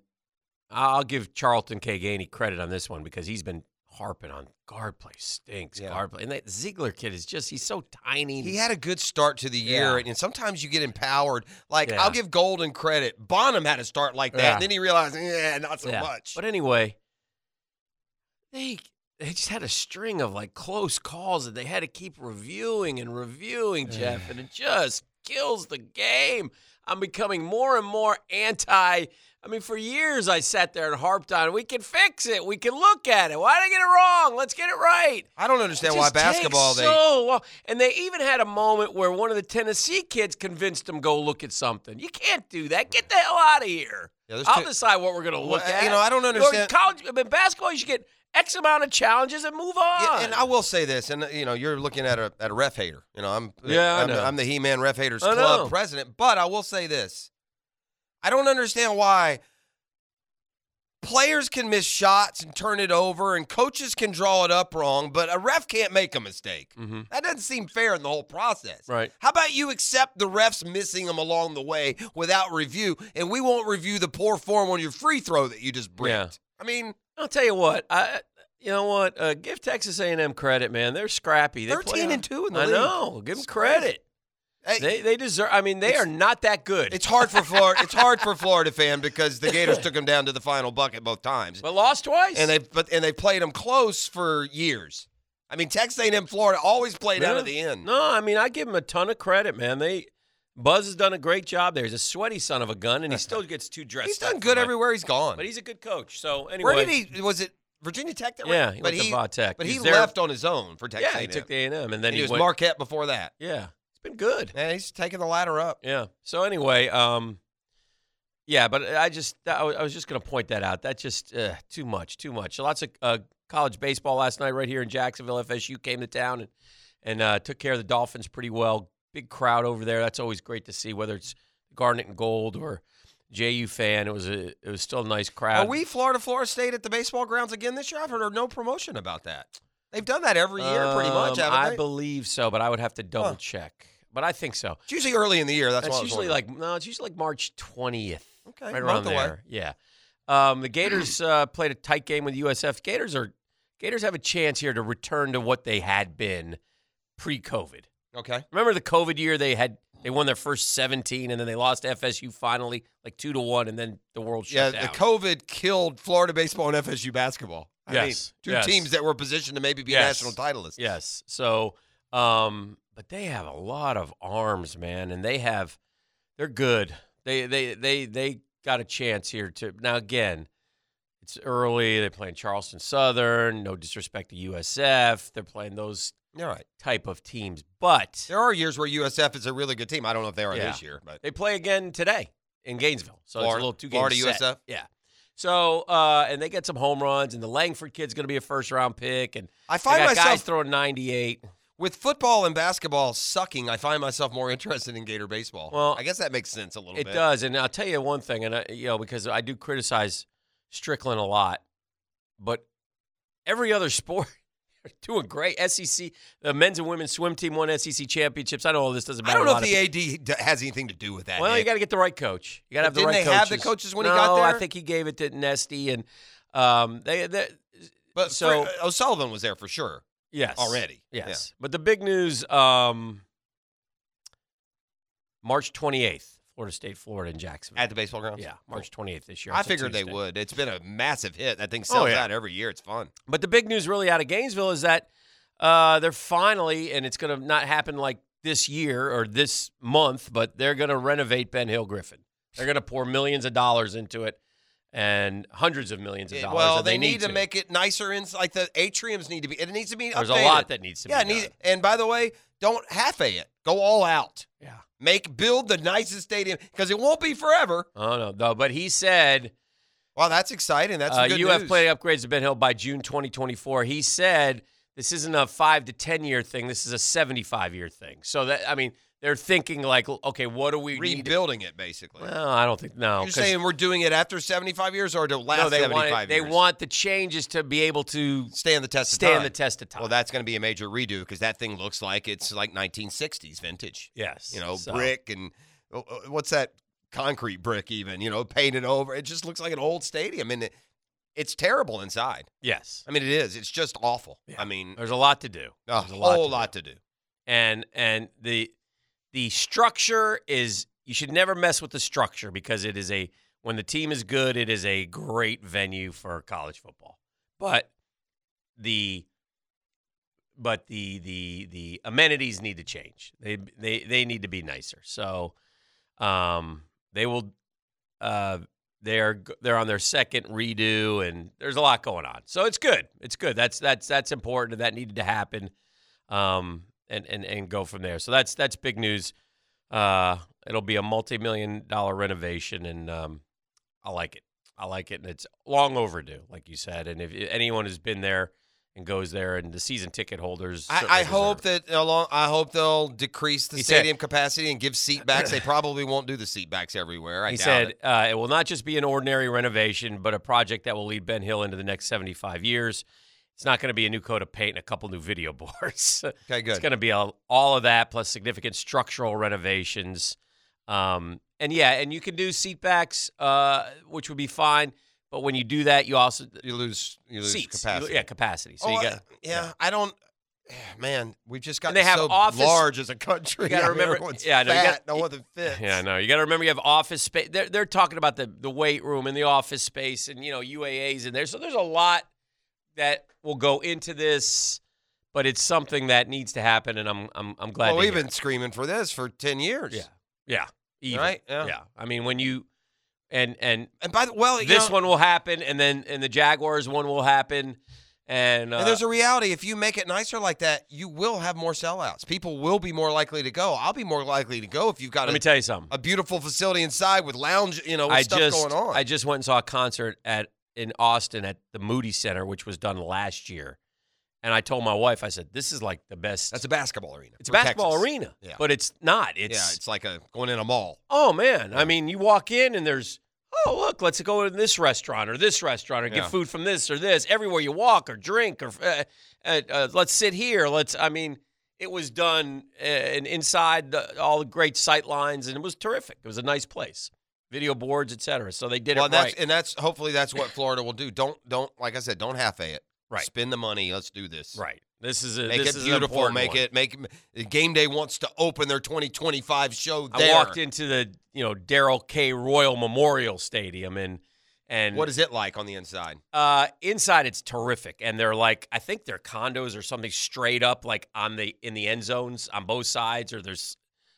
[SPEAKER 4] I'll give Charlton Caganey credit on this one because he's been harping on guard play stinks,
[SPEAKER 1] Yeah.
[SPEAKER 4] guard play. And that Ziegler kid is just he's so tiny. and
[SPEAKER 1] He had a good start to the year,
[SPEAKER 4] Yeah.
[SPEAKER 1] and, and sometimes you get empowered. Like
[SPEAKER 4] Yeah.
[SPEAKER 1] I'll give Golden credit; Bonham had a start like that,
[SPEAKER 4] Yeah.
[SPEAKER 1] and then he realized, yeah, not so much.
[SPEAKER 4] But anyway, they they just had a string of like close calls that they had to keep reviewing and reviewing, Jeff, and it just kills the game. I'm becoming more and more anti. I mean, for years I sat there and harped on, we can fix it, we can look at it. Why did I get it wrong? Let's get it right.
[SPEAKER 1] I don't understand why
[SPEAKER 4] Just takes
[SPEAKER 1] basketball. They
[SPEAKER 4] so long. and they even had a moment where one of the Tennessee kids convinced them go look at something. You can't do that. Get the hell out of here.
[SPEAKER 1] Yeah, there's
[SPEAKER 4] I'll
[SPEAKER 1] two-
[SPEAKER 4] decide what we're going to look
[SPEAKER 1] Well,
[SPEAKER 4] at.
[SPEAKER 1] you know, I don't
[SPEAKER 4] Look, in
[SPEAKER 1] understand-
[SPEAKER 4] college, I mean, basketball, you should get X amount of challenges and move on.
[SPEAKER 1] Yeah, and I will say this, and uh, you know, you're looking at a at a ref hater. You know, I'm
[SPEAKER 4] Yeah, I
[SPEAKER 1] I'm,
[SPEAKER 4] know.
[SPEAKER 1] I'm the He-Man Ref Haters
[SPEAKER 4] I
[SPEAKER 1] Club
[SPEAKER 4] know.
[SPEAKER 1] president, but I will say this: I don't understand why players can miss shots and turn it over, and coaches can draw it up wrong, but a ref can't make a mistake.
[SPEAKER 4] Mhm.
[SPEAKER 1] That doesn't seem fair in the whole process,
[SPEAKER 4] Right.
[SPEAKER 1] How about you accept the refs missing them along the way without review, and we won't review the poor form on your free throw that you just bricked?
[SPEAKER 4] Yeah.
[SPEAKER 1] I mean,
[SPEAKER 4] I'll tell you what. I you know what? Uh, give Texas A&M credit, man. They're scrappy. They play
[SPEAKER 1] 13 and
[SPEAKER 4] hard.
[SPEAKER 1] two in the
[SPEAKER 4] I
[SPEAKER 1] league.
[SPEAKER 4] know. Give them
[SPEAKER 1] It's
[SPEAKER 4] credit.
[SPEAKER 1] hey,
[SPEAKER 4] They they deserve. I mean, they
[SPEAKER 1] It's-
[SPEAKER 4] are not that good.
[SPEAKER 1] It's hard for Florida. It's hard for Florida fan because the Gators took them down to the final bucket both times,
[SPEAKER 4] but lost twice.
[SPEAKER 1] and they but and they played them close for years. I mean, Texas A&M Florida always play down
[SPEAKER 4] Yeah.
[SPEAKER 1] to the end.
[SPEAKER 4] No, I mean I give him a ton of credit, man. They Buzz has done a great job there. He's a sweaty son of a gun, and he still gets too dressed.
[SPEAKER 1] he's
[SPEAKER 4] up
[SPEAKER 1] done
[SPEAKER 4] for
[SPEAKER 1] good
[SPEAKER 4] my-
[SPEAKER 1] everywhere he's gone.
[SPEAKER 4] but he's a good coach. So anyway,
[SPEAKER 1] Where did he? Was it Virginia Tech? That
[SPEAKER 4] Yeah,
[SPEAKER 1] ran-
[SPEAKER 4] he
[SPEAKER 1] but
[SPEAKER 4] went to Va Tech.
[SPEAKER 1] But
[SPEAKER 4] He's
[SPEAKER 1] he
[SPEAKER 4] there-
[SPEAKER 1] left on his own for Texas
[SPEAKER 4] Yeah, he
[SPEAKER 1] A&M.
[SPEAKER 4] took the A and M, and then
[SPEAKER 1] and he was
[SPEAKER 4] went-
[SPEAKER 1] Marquette before that.
[SPEAKER 4] Yeah, it's been good.
[SPEAKER 1] Yeah, he's taking the ladder up.
[SPEAKER 4] Yeah. So anyway, um, yeah, but I just I was I was just gonna point that out. That just uh, too much, too much. Lots of uh, college baseball last night right here in Jacksonville. FSU came to town and and uh, took care of the Dolphins pretty well. Big crowd over there. That's always great to see. Whether it's Garnet and Gold or JU fan, it was a it was still a nice crowd.
[SPEAKER 1] Are we Florida Florida State at the baseball grounds again this year? I've heard no promotion about that. They've done that every year, pretty much.
[SPEAKER 4] Um,
[SPEAKER 1] Haven't
[SPEAKER 4] I
[SPEAKER 1] they?
[SPEAKER 4] believe so, but I would have to double
[SPEAKER 1] Huh.
[SPEAKER 4] check. But I think so.
[SPEAKER 1] it's usually early in the year. That's,
[SPEAKER 4] That's
[SPEAKER 1] why I was
[SPEAKER 4] usually
[SPEAKER 1] wondering.
[SPEAKER 4] like no, it's usually like March twentieth.
[SPEAKER 1] okay,
[SPEAKER 4] right around
[SPEAKER 1] month away.
[SPEAKER 4] there. Yeah. Um, the Gators uh, played a tight game with USF. Gators are Gators have a chance here to return to what they had been pre-COVID.
[SPEAKER 1] Okay.
[SPEAKER 4] Remember the COVID year they had they won their first 17 and then they lost to FSU finally like 2 to 1 and then the world shut
[SPEAKER 1] Yeah,
[SPEAKER 4] down.
[SPEAKER 1] the COVID killed Florida baseball and FSU basketball. I mean,
[SPEAKER 4] Yes,
[SPEAKER 1] two
[SPEAKER 4] yes.
[SPEAKER 1] teams that were positioned to maybe be
[SPEAKER 4] Yes.
[SPEAKER 1] national titleists.
[SPEAKER 4] Yes. So, um, but they have a lot of arms, man, and they have they're good. They they they they got a chance here to now again. It's early. They're playing Charleston Southern. No disrespect to USF. They're playing those
[SPEAKER 1] All right.
[SPEAKER 4] type of teams, but
[SPEAKER 1] There are years where USF is a really good team. I don't know if they are
[SPEAKER 4] Yeah.
[SPEAKER 1] this year, but
[SPEAKER 4] They play again today in Gainesville. So it's a
[SPEAKER 1] Florida-
[SPEAKER 4] little two
[SPEAKER 1] Florida
[SPEAKER 4] games.
[SPEAKER 1] USF?
[SPEAKER 4] Yeah. So uh, and they get some home runs, and the Langford kid's going to be a first round pick, and
[SPEAKER 1] I
[SPEAKER 4] I
[SPEAKER 1] find
[SPEAKER 4] got
[SPEAKER 1] myself
[SPEAKER 4] guys throwing ninety eight.
[SPEAKER 1] with football and basketball sucking. I find myself more interested in Gator baseball.
[SPEAKER 4] Well,
[SPEAKER 1] I guess that makes sense a little
[SPEAKER 4] It
[SPEAKER 1] bit.
[SPEAKER 4] does, and I'll tell you one thing, and I, you know because I do criticize Strickland a lot, but every other sport. they're Doing great. SEC, the men's and women's swim team won SEC championships. I know all this doesn't
[SPEAKER 1] I
[SPEAKER 4] matter.
[SPEAKER 1] don't
[SPEAKER 4] a
[SPEAKER 1] know
[SPEAKER 4] lot
[SPEAKER 1] if
[SPEAKER 4] of
[SPEAKER 1] the AD d- has anything to do with that.
[SPEAKER 4] Well, you
[SPEAKER 1] Nick.
[SPEAKER 4] got to get the right coach. You got to
[SPEAKER 1] But
[SPEAKER 4] have the
[SPEAKER 1] didn't
[SPEAKER 4] right.
[SPEAKER 1] they have the coaches when he got
[SPEAKER 4] No, I
[SPEAKER 1] there?
[SPEAKER 4] think he gave it to Nesty and um, they, they.
[SPEAKER 1] but
[SPEAKER 4] so-
[SPEAKER 1] so O'Sullivan was there for sure
[SPEAKER 4] Yes,
[SPEAKER 1] already.
[SPEAKER 4] Yes,
[SPEAKER 1] Yeah.
[SPEAKER 4] but the big news, um, March twenty eighth, Florida State, Florida, in Jacksonville.
[SPEAKER 1] At the baseball grounds?
[SPEAKER 4] yeah, March twenty eighth this year.
[SPEAKER 1] I
[SPEAKER 4] It's a
[SPEAKER 1] figured they
[SPEAKER 4] Tuesday. Oh,
[SPEAKER 1] would. It's been a massive hit. That thing sells
[SPEAKER 4] yeah.
[SPEAKER 1] out every year. It's fun.
[SPEAKER 4] But the big news really out of Gainesville is that uh, they're finally, and it's going to not happen like this year or this month, but they're going to renovate Ben Hill Griffin. They're going to pour millions of dollars into it and hundreds of millions of
[SPEAKER 1] It-
[SPEAKER 4] dollars.
[SPEAKER 1] well,
[SPEAKER 4] and
[SPEAKER 1] they, need, to, make it nicer. In, like the atriums need to be. It needs to be.
[SPEAKER 4] There's
[SPEAKER 1] updated.
[SPEAKER 4] a lot that needs to
[SPEAKER 1] yeah, it
[SPEAKER 4] be
[SPEAKER 1] needs-
[SPEAKER 4] done.
[SPEAKER 1] and by the way, don't half a it. Go all out.
[SPEAKER 4] Yeah.
[SPEAKER 1] Make build the nicest stadium because it won't be forever.
[SPEAKER 4] Oh no, no, but he said
[SPEAKER 1] Wow, that's exciting. That's some
[SPEAKER 4] uh,
[SPEAKER 1] good
[SPEAKER 4] you have
[SPEAKER 1] news.
[SPEAKER 4] plenty upgrades to Ben Hill by June 2024. He said this isn't a five to ten year thing. This is a 75 year thing. So that I mean, they're thinking like, okay, what do we need? To,
[SPEAKER 1] rebuilding it basically.
[SPEAKER 4] well, I don't think no.
[SPEAKER 1] You're
[SPEAKER 4] 'cause-
[SPEAKER 1] saying we're doing it after 75 years or to last
[SPEAKER 4] no, they
[SPEAKER 1] 75
[SPEAKER 4] want it- they
[SPEAKER 1] years?
[SPEAKER 4] want the changes to be able to
[SPEAKER 1] stand the test. of
[SPEAKER 4] stand
[SPEAKER 1] time.
[SPEAKER 4] the test of time.
[SPEAKER 1] Well, that's going to be a major redo because that thing looks like it's like 1960s vintage.
[SPEAKER 4] yes,
[SPEAKER 1] You know,
[SPEAKER 4] So,
[SPEAKER 1] brick and uh, uh, what's that concrete brick even? You know, painted over. It just looks like an old stadium, and it, it's terrible inside.
[SPEAKER 4] Yes,
[SPEAKER 1] I mean, it is. It's just awful.
[SPEAKER 4] Yeah.
[SPEAKER 1] I mean,
[SPEAKER 4] there's a lot to do.
[SPEAKER 1] a
[SPEAKER 4] There's
[SPEAKER 1] whole
[SPEAKER 4] do.
[SPEAKER 1] lot to do.
[SPEAKER 4] and and the the structure is you should never mess with the structure because it is a when the team is good it is a great venue for college football but the but the the the amenities need to change they they they need to be nicer so um they will uh they're g- they're on their second redo and there's a lot going on so it's good it's good that's that's that's important and that needed to happen um, and, and and go from there. So that's that's big news. Uh, it'll be a multi-million dollar renovation, and um, I like it. I like it, and it's long overdue, like you said. And if anyone has been there and goes there, and the season ticket holders, certainly
[SPEAKER 1] I, I hope
[SPEAKER 4] deserve it.
[SPEAKER 1] that along. I hope they'll decrease the
[SPEAKER 4] He said-
[SPEAKER 1] stadium capacity and give seat backs. They probably won't do the seat backs everywhere. I
[SPEAKER 4] he
[SPEAKER 1] doubt
[SPEAKER 4] said
[SPEAKER 1] it.
[SPEAKER 4] Uh, it will not just be an ordinary renovation, but a project that will lead Ben Hill into the next seventy-five years. It's not going to be a new coat of paint and a couple new video boards.
[SPEAKER 1] Okay, good.
[SPEAKER 4] It's going to be all, all of that plus significant structural renovations. Um, and yeah, and you can do seat backs, uh, which would be fine. But when you do that, you also
[SPEAKER 1] you lose. You lose
[SPEAKER 4] seats, You-
[SPEAKER 1] capacity.
[SPEAKER 4] yeah, capacity. So
[SPEAKER 1] Oh,
[SPEAKER 4] you
[SPEAKER 1] I-
[SPEAKER 4] got
[SPEAKER 1] yeah,
[SPEAKER 4] yeah.
[SPEAKER 1] I don't. Man, we've just got
[SPEAKER 4] they have
[SPEAKER 1] so
[SPEAKER 4] office-
[SPEAKER 1] large as a country.
[SPEAKER 4] You gotta
[SPEAKER 1] I mean,
[SPEAKER 4] remember-
[SPEAKER 1] everyone's
[SPEAKER 4] yeah, I know, you
[SPEAKER 1] fat,
[SPEAKER 4] got-
[SPEAKER 1] no one fits.
[SPEAKER 4] yeah, no, you got to remember you have office space. They're, they're talking about the the weight room and the office space and you know UAAs in there. So there's a lot that will go into this, but it's something that needs to happen, and I'm I'm I'm glad.
[SPEAKER 1] well,
[SPEAKER 4] to
[SPEAKER 1] we've
[SPEAKER 4] hear
[SPEAKER 1] been screaming for this for ten years.
[SPEAKER 4] Yeah. it. yeah, even.
[SPEAKER 1] Right? Yeah.
[SPEAKER 4] yeah. I mean, when you and and
[SPEAKER 1] And by the well, you
[SPEAKER 4] this
[SPEAKER 1] know,
[SPEAKER 4] one will happen, and then and the Jaguars one will happen, and, uh,
[SPEAKER 1] and there's a reality. If you make it nicer like that, you will have more sellouts. People will be more likely to go. I'll be more likely to go if you've got
[SPEAKER 4] let
[SPEAKER 1] a,
[SPEAKER 4] me tell you something.
[SPEAKER 1] a beautiful facility inside with lounge, you know, with
[SPEAKER 4] I
[SPEAKER 1] stuff
[SPEAKER 4] just
[SPEAKER 1] going on.
[SPEAKER 4] I just went and saw a concert at in Austin at the Moody Center, which was done last year, and I told my wife, I said, "This is like the best.
[SPEAKER 1] That's a basketball arena.
[SPEAKER 4] it's a
[SPEAKER 1] for
[SPEAKER 4] basketball
[SPEAKER 1] Texas.
[SPEAKER 4] arena,
[SPEAKER 1] Yeah.
[SPEAKER 4] but it's not. It's,
[SPEAKER 1] yeah, it's like a going in a mall.
[SPEAKER 4] oh man. I mean, you walk in and there's." Oh look! Let's go to this restaurant or this restaurant, or get
[SPEAKER 1] Yeah.
[SPEAKER 4] food from this or this. Everywhere you walk, or drink, or uh, uh, uh, let's sit here. Let's. I mean, it was done uh, and inside the, all the great sight lines, and it was terrific. It was a nice place, video boards, etc. So they did
[SPEAKER 1] well,
[SPEAKER 4] it
[SPEAKER 1] and that's
[SPEAKER 4] right.
[SPEAKER 1] and that's hopefully that's what Florida will do. Don't don't like I said, don't half a it.
[SPEAKER 4] Right.
[SPEAKER 1] Spend the money. Let's do this.
[SPEAKER 4] Right. This is a,
[SPEAKER 1] Make
[SPEAKER 4] this
[SPEAKER 1] it
[SPEAKER 4] is
[SPEAKER 1] beautiful.
[SPEAKER 4] An important
[SPEAKER 1] Make
[SPEAKER 4] one.
[SPEAKER 1] it make game day wants to open their 2025 show
[SPEAKER 4] I
[SPEAKER 1] there.
[SPEAKER 4] walked into the you know Daryl K. Royal Memorial Stadium and and
[SPEAKER 1] What is it like on the inside?
[SPEAKER 4] uh, inside it's terrific and they're like I think they're condos or something straight up like on the in the end zones on both sides or there's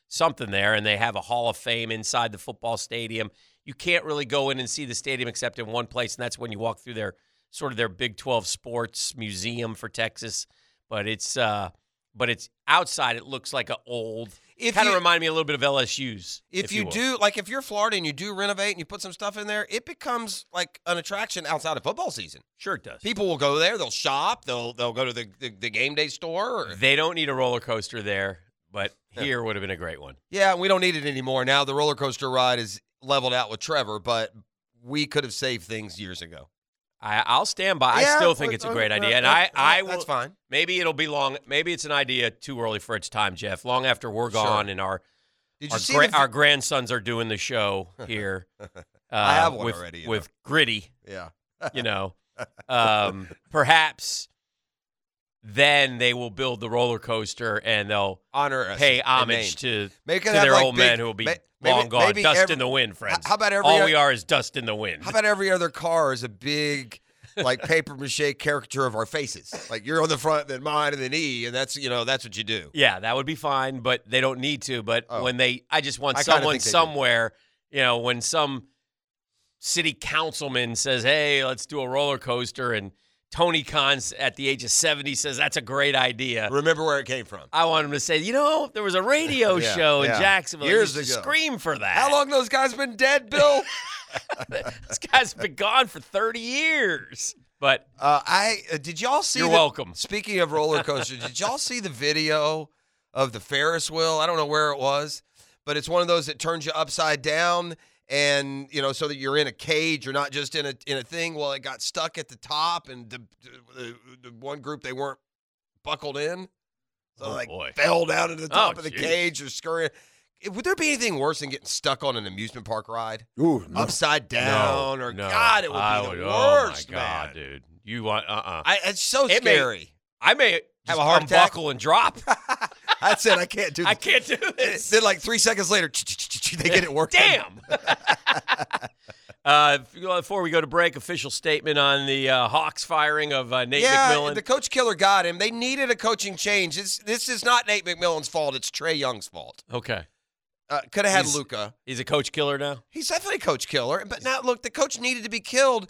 [SPEAKER 4] something there, and they have a Hall of Fame inside the football stadium. You can't really go in and see the stadium except in one place, and that's when you walk through their sort of their Big 12 sports museum for Texas. But it's uh, but it's outside. It looks like an old.
[SPEAKER 1] If
[SPEAKER 4] Kind of
[SPEAKER 1] you-
[SPEAKER 4] remind me a little bit of LSU's.
[SPEAKER 1] If, you,
[SPEAKER 4] will.
[SPEAKER 1] do, like if you're Florida and you do renovate and you put some stuff in there, it becomes like an attraction outside of football season.
[SPEAKER 4] sure it does.
[SPEAKER 1] People will go there, they'll shop, they'll they'll go to the, the, the game day store. Or,
[SPEAKER 4] They don't need a roller coaster there, but here would have been a great one.
[SPEAKER 1] yeah, we don't need it anymore. Now the roller coaster ride is leveled out with Trevor, but we could have saved things years ago.
[SPEAKER 4] I, I'll stand by. I
[SPEAKER 1] Yeah,
[SPEAKER 4] still
[SPEAKER 1] uh,
[SPEAKER 4] think it's a
[SPEAKER 1] uh,
[SPEAKER 4] great
[SPEAKER 1] uh,
[SPEAKER 4] idea, and I,
[SPEAKER 1] that-
[SPEAKER 4] I
[SPEAKER 1] that-
[SPEAKER 4] will.
[SPEAKER 1] That's fine.
[SPEAKER 4] Maybe it'll be long. Maybe it's an idea too early for its time, Jeff. Long after we're
[SPEAKER 1] Sure.
[SPEAKER 4] gone and our
[SPEAKER 1] Did you
[SPEAKER 4] our,
[SPEAKER 1] see
[SPEAKER 4] gra-
[SPEAKER 1] the-
[SPEAKER 4] our grandsons are doing the show here. Uh,
[SPEAKER 1] I have one
[SPEAKER 4] with,
[SPEAKER 1] already, you know.
[SPEAKER 4] with gritty.
[SPEAKER 1] Yeah.
[SPEAKER 4] You know, um, perhaps then they will build the roller coaster and they'll
[SPEAKER 1] Honor us.
[SPEAKER 4] pay
[SPEAKER 1] in
[SPEAKER 4] homage
[SPEAKER 1] name.
[SPEAKER 4] to
[SPEAKER 1] Make it
[SPEAKER 4] to
[SPEAKER 1] have,
[SPEAKER 4] their
[SPEAKER 1] like,
[SPEAKER 4] old
[SPEAKER 1] big-
[SPEAKER 4] men who will be
[SPEAKER 1] ma- maybe-
[SPEAKER 4] long gone.
[SPEAKER 1] maybe
[SPEAKER 4] dust
[SPEAKER 1] every-
[SPEAKER 4] in the wind, friends.
[SPEAKER 1] how about every
[SPEAKER 4] All
[SPEAKER 1] oth-
[SPEAKER 4] we are is dust in the wind.
[SPEAKER 1] How about every other car is a big, like paper mache caricature of our faces? Like you're on the front, then mine, and then E, and that's you know that's what you do.
[SPEAKER 4] yeah, that would be fine, but they don't need to. But
[SPEAKER 1] Oh.
[SPEAKER 4] when they, I just want
[SPEAKER 1] I kinda
[SPEAKER 4] someone
[SPEAKER 1] think they do.
[SPEAKER 4] somewhere, you know, when some city councilman says, "Hey, let's do a roller coaster," and Tony Khan's at the age of seventy says, "That's a great idea."
[SPEAKER 1] Remember where it came from.
[SPEAKER 4] I want him to say, "You know, there was a radio
[SPEAKER 1] Yeah,
[SPEAKER 4] show in
[SPEAKER 1] yeah.
[SPEAKER 4] Jacksonville.
[SPEAKER 1] Years
[SPEAKER 4] Years used to
[SPEAKER 1] ago.
[SPEAKER 4] scream for that.
[SPEAKER 1] How long those guys been dead, Bill?
[SPEAKER 4] this guy's been gone for thirty years." But
[SPEAKER 1] uh, I uh, did y'all see?
[SPEAKER 4] You're
[SPEAKER 1] the-
[SPEAKER 4] welcome.
[SPEAKER 1] Speaking of roller coasters, did y'all see the video of the Ferris wheel? I don't know where it was, but it's one of those that turns you upside down, and you know, so that you're in a cage, you're not just in a in a thing. Well, it got stuck at the top, and the, the, the one group they weren't buckled in, so
[SPEAKER 4] Oh,
[SPEAKER 1] like
[SPEAKER 4] boy.
[SPEAKER 1] fell down to the top
[SPEAKER 4] Oh,
[SPEAKER 1] of the
[SPEAKER 4] geez.
[SPEAKER 1] cage or scurrying. Would there be anything worse than getting stuck on an amusement park ride?
[SPEAKER 2] Ooh, no.
[SPEAKER 1] upside down or
[SPEAKER 4] no,
[SPEAKER 1] God, it would
[SPEAKER 4] I
[SPEAKER 1] be the
[SPEAKER 4] oh my
[SPEAKER 1] worst, man.
[SPEAKER 4] God, dude. You want? Uh, uh
[SPEAKER 1] I, it's so
[SPEAKER 4] It may-
[SPEAKER 1] scary.
[SPEAKER 4] I
[SPEAKER 1] uh-uh.
[SPEAKER 4] may
[SPEAKER 1] Have
[SPEAKER 4] just
[SPEAKER 1] a heart attack?
[SPEAKER 4] unbuckle and drop.
[SPEAKER 1] That's it. I can't do.
[SPEAKER 4] I
[SPEAKER 1] this.
[SPEAKER 4] can't do this.
[SPEAKER 1] Then, like three seconds later, they get it working.
[SPEAKER 4] Damn. uh, before we go to break, official statement on the uh, Hawks firing of uh, Nate
[SPEAKER 1] Yeah,
[SPEAKER 4] McMillan.
[SPEAKER 1] the coach killer got him. They needed a coaching change. This this is not Nate McMillan's fault. It's Trey Young's fault.
[SPEAKER 4] okay,
[SPEAKER 1] Uh, Could have had
[SPEAKER 4] He's-
[SPEAKER 1] Luca.
[SPEAKER 4] he's a coach killer now.
[SPEAKER 1] He's definitely a coach killer. But now, look, the coach needed to be killed.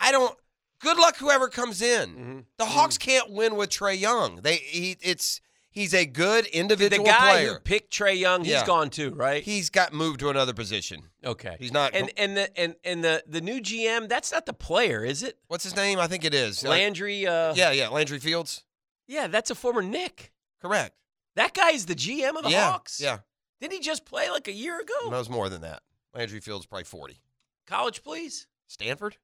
[SPEAKER 1] I don't. Good luck, whoever comes in.
[SPEAKER 4] Mm-hmm.
[SPEAKER 1] The Hawks can't win with Trey Young. They he it's he's a good
[SPEAKER 4] The
[SPEAKER 1] individual
[SPEAKER 4] guy
[SPEAKER 1] player.
[SPEAKER 4] who picked Trey Young, he's
[SPEAKER 1] Yeah.
[SPEAKER 4] gone too, right?
[SPEAKER 1] He's got moved to another position.
[SPEAKER 4] okay,
[SPEAKER 1] He's not.
[SPEAKER 4] And and the and and the the new GM, that's not the player, is it?
[SPEAKER 1] what's his name? I think it is Uh,
[SPEAKER 4] Landry. Uh,
[SPEAKER 1] yeah, yeah, Landry Fields.
[SPEAKER 4] yeah, that's a former Nick.
[SPEAKER 1] Correct.
[SPEAKER 4] That guy is the GM of Oh, the
[SPEAKER 1] yeah,
[SPEAKER 4] Hawks. Oh.
[SPEAKER 1] yeah.
[SPEAKER 4] Didn't he just play like a year ago?
[SPEAKER 1] No, it's more than that. Landry Fields probably forty.
[SPEAKER 4] College, please.
[SPEAKER 1] Stanford.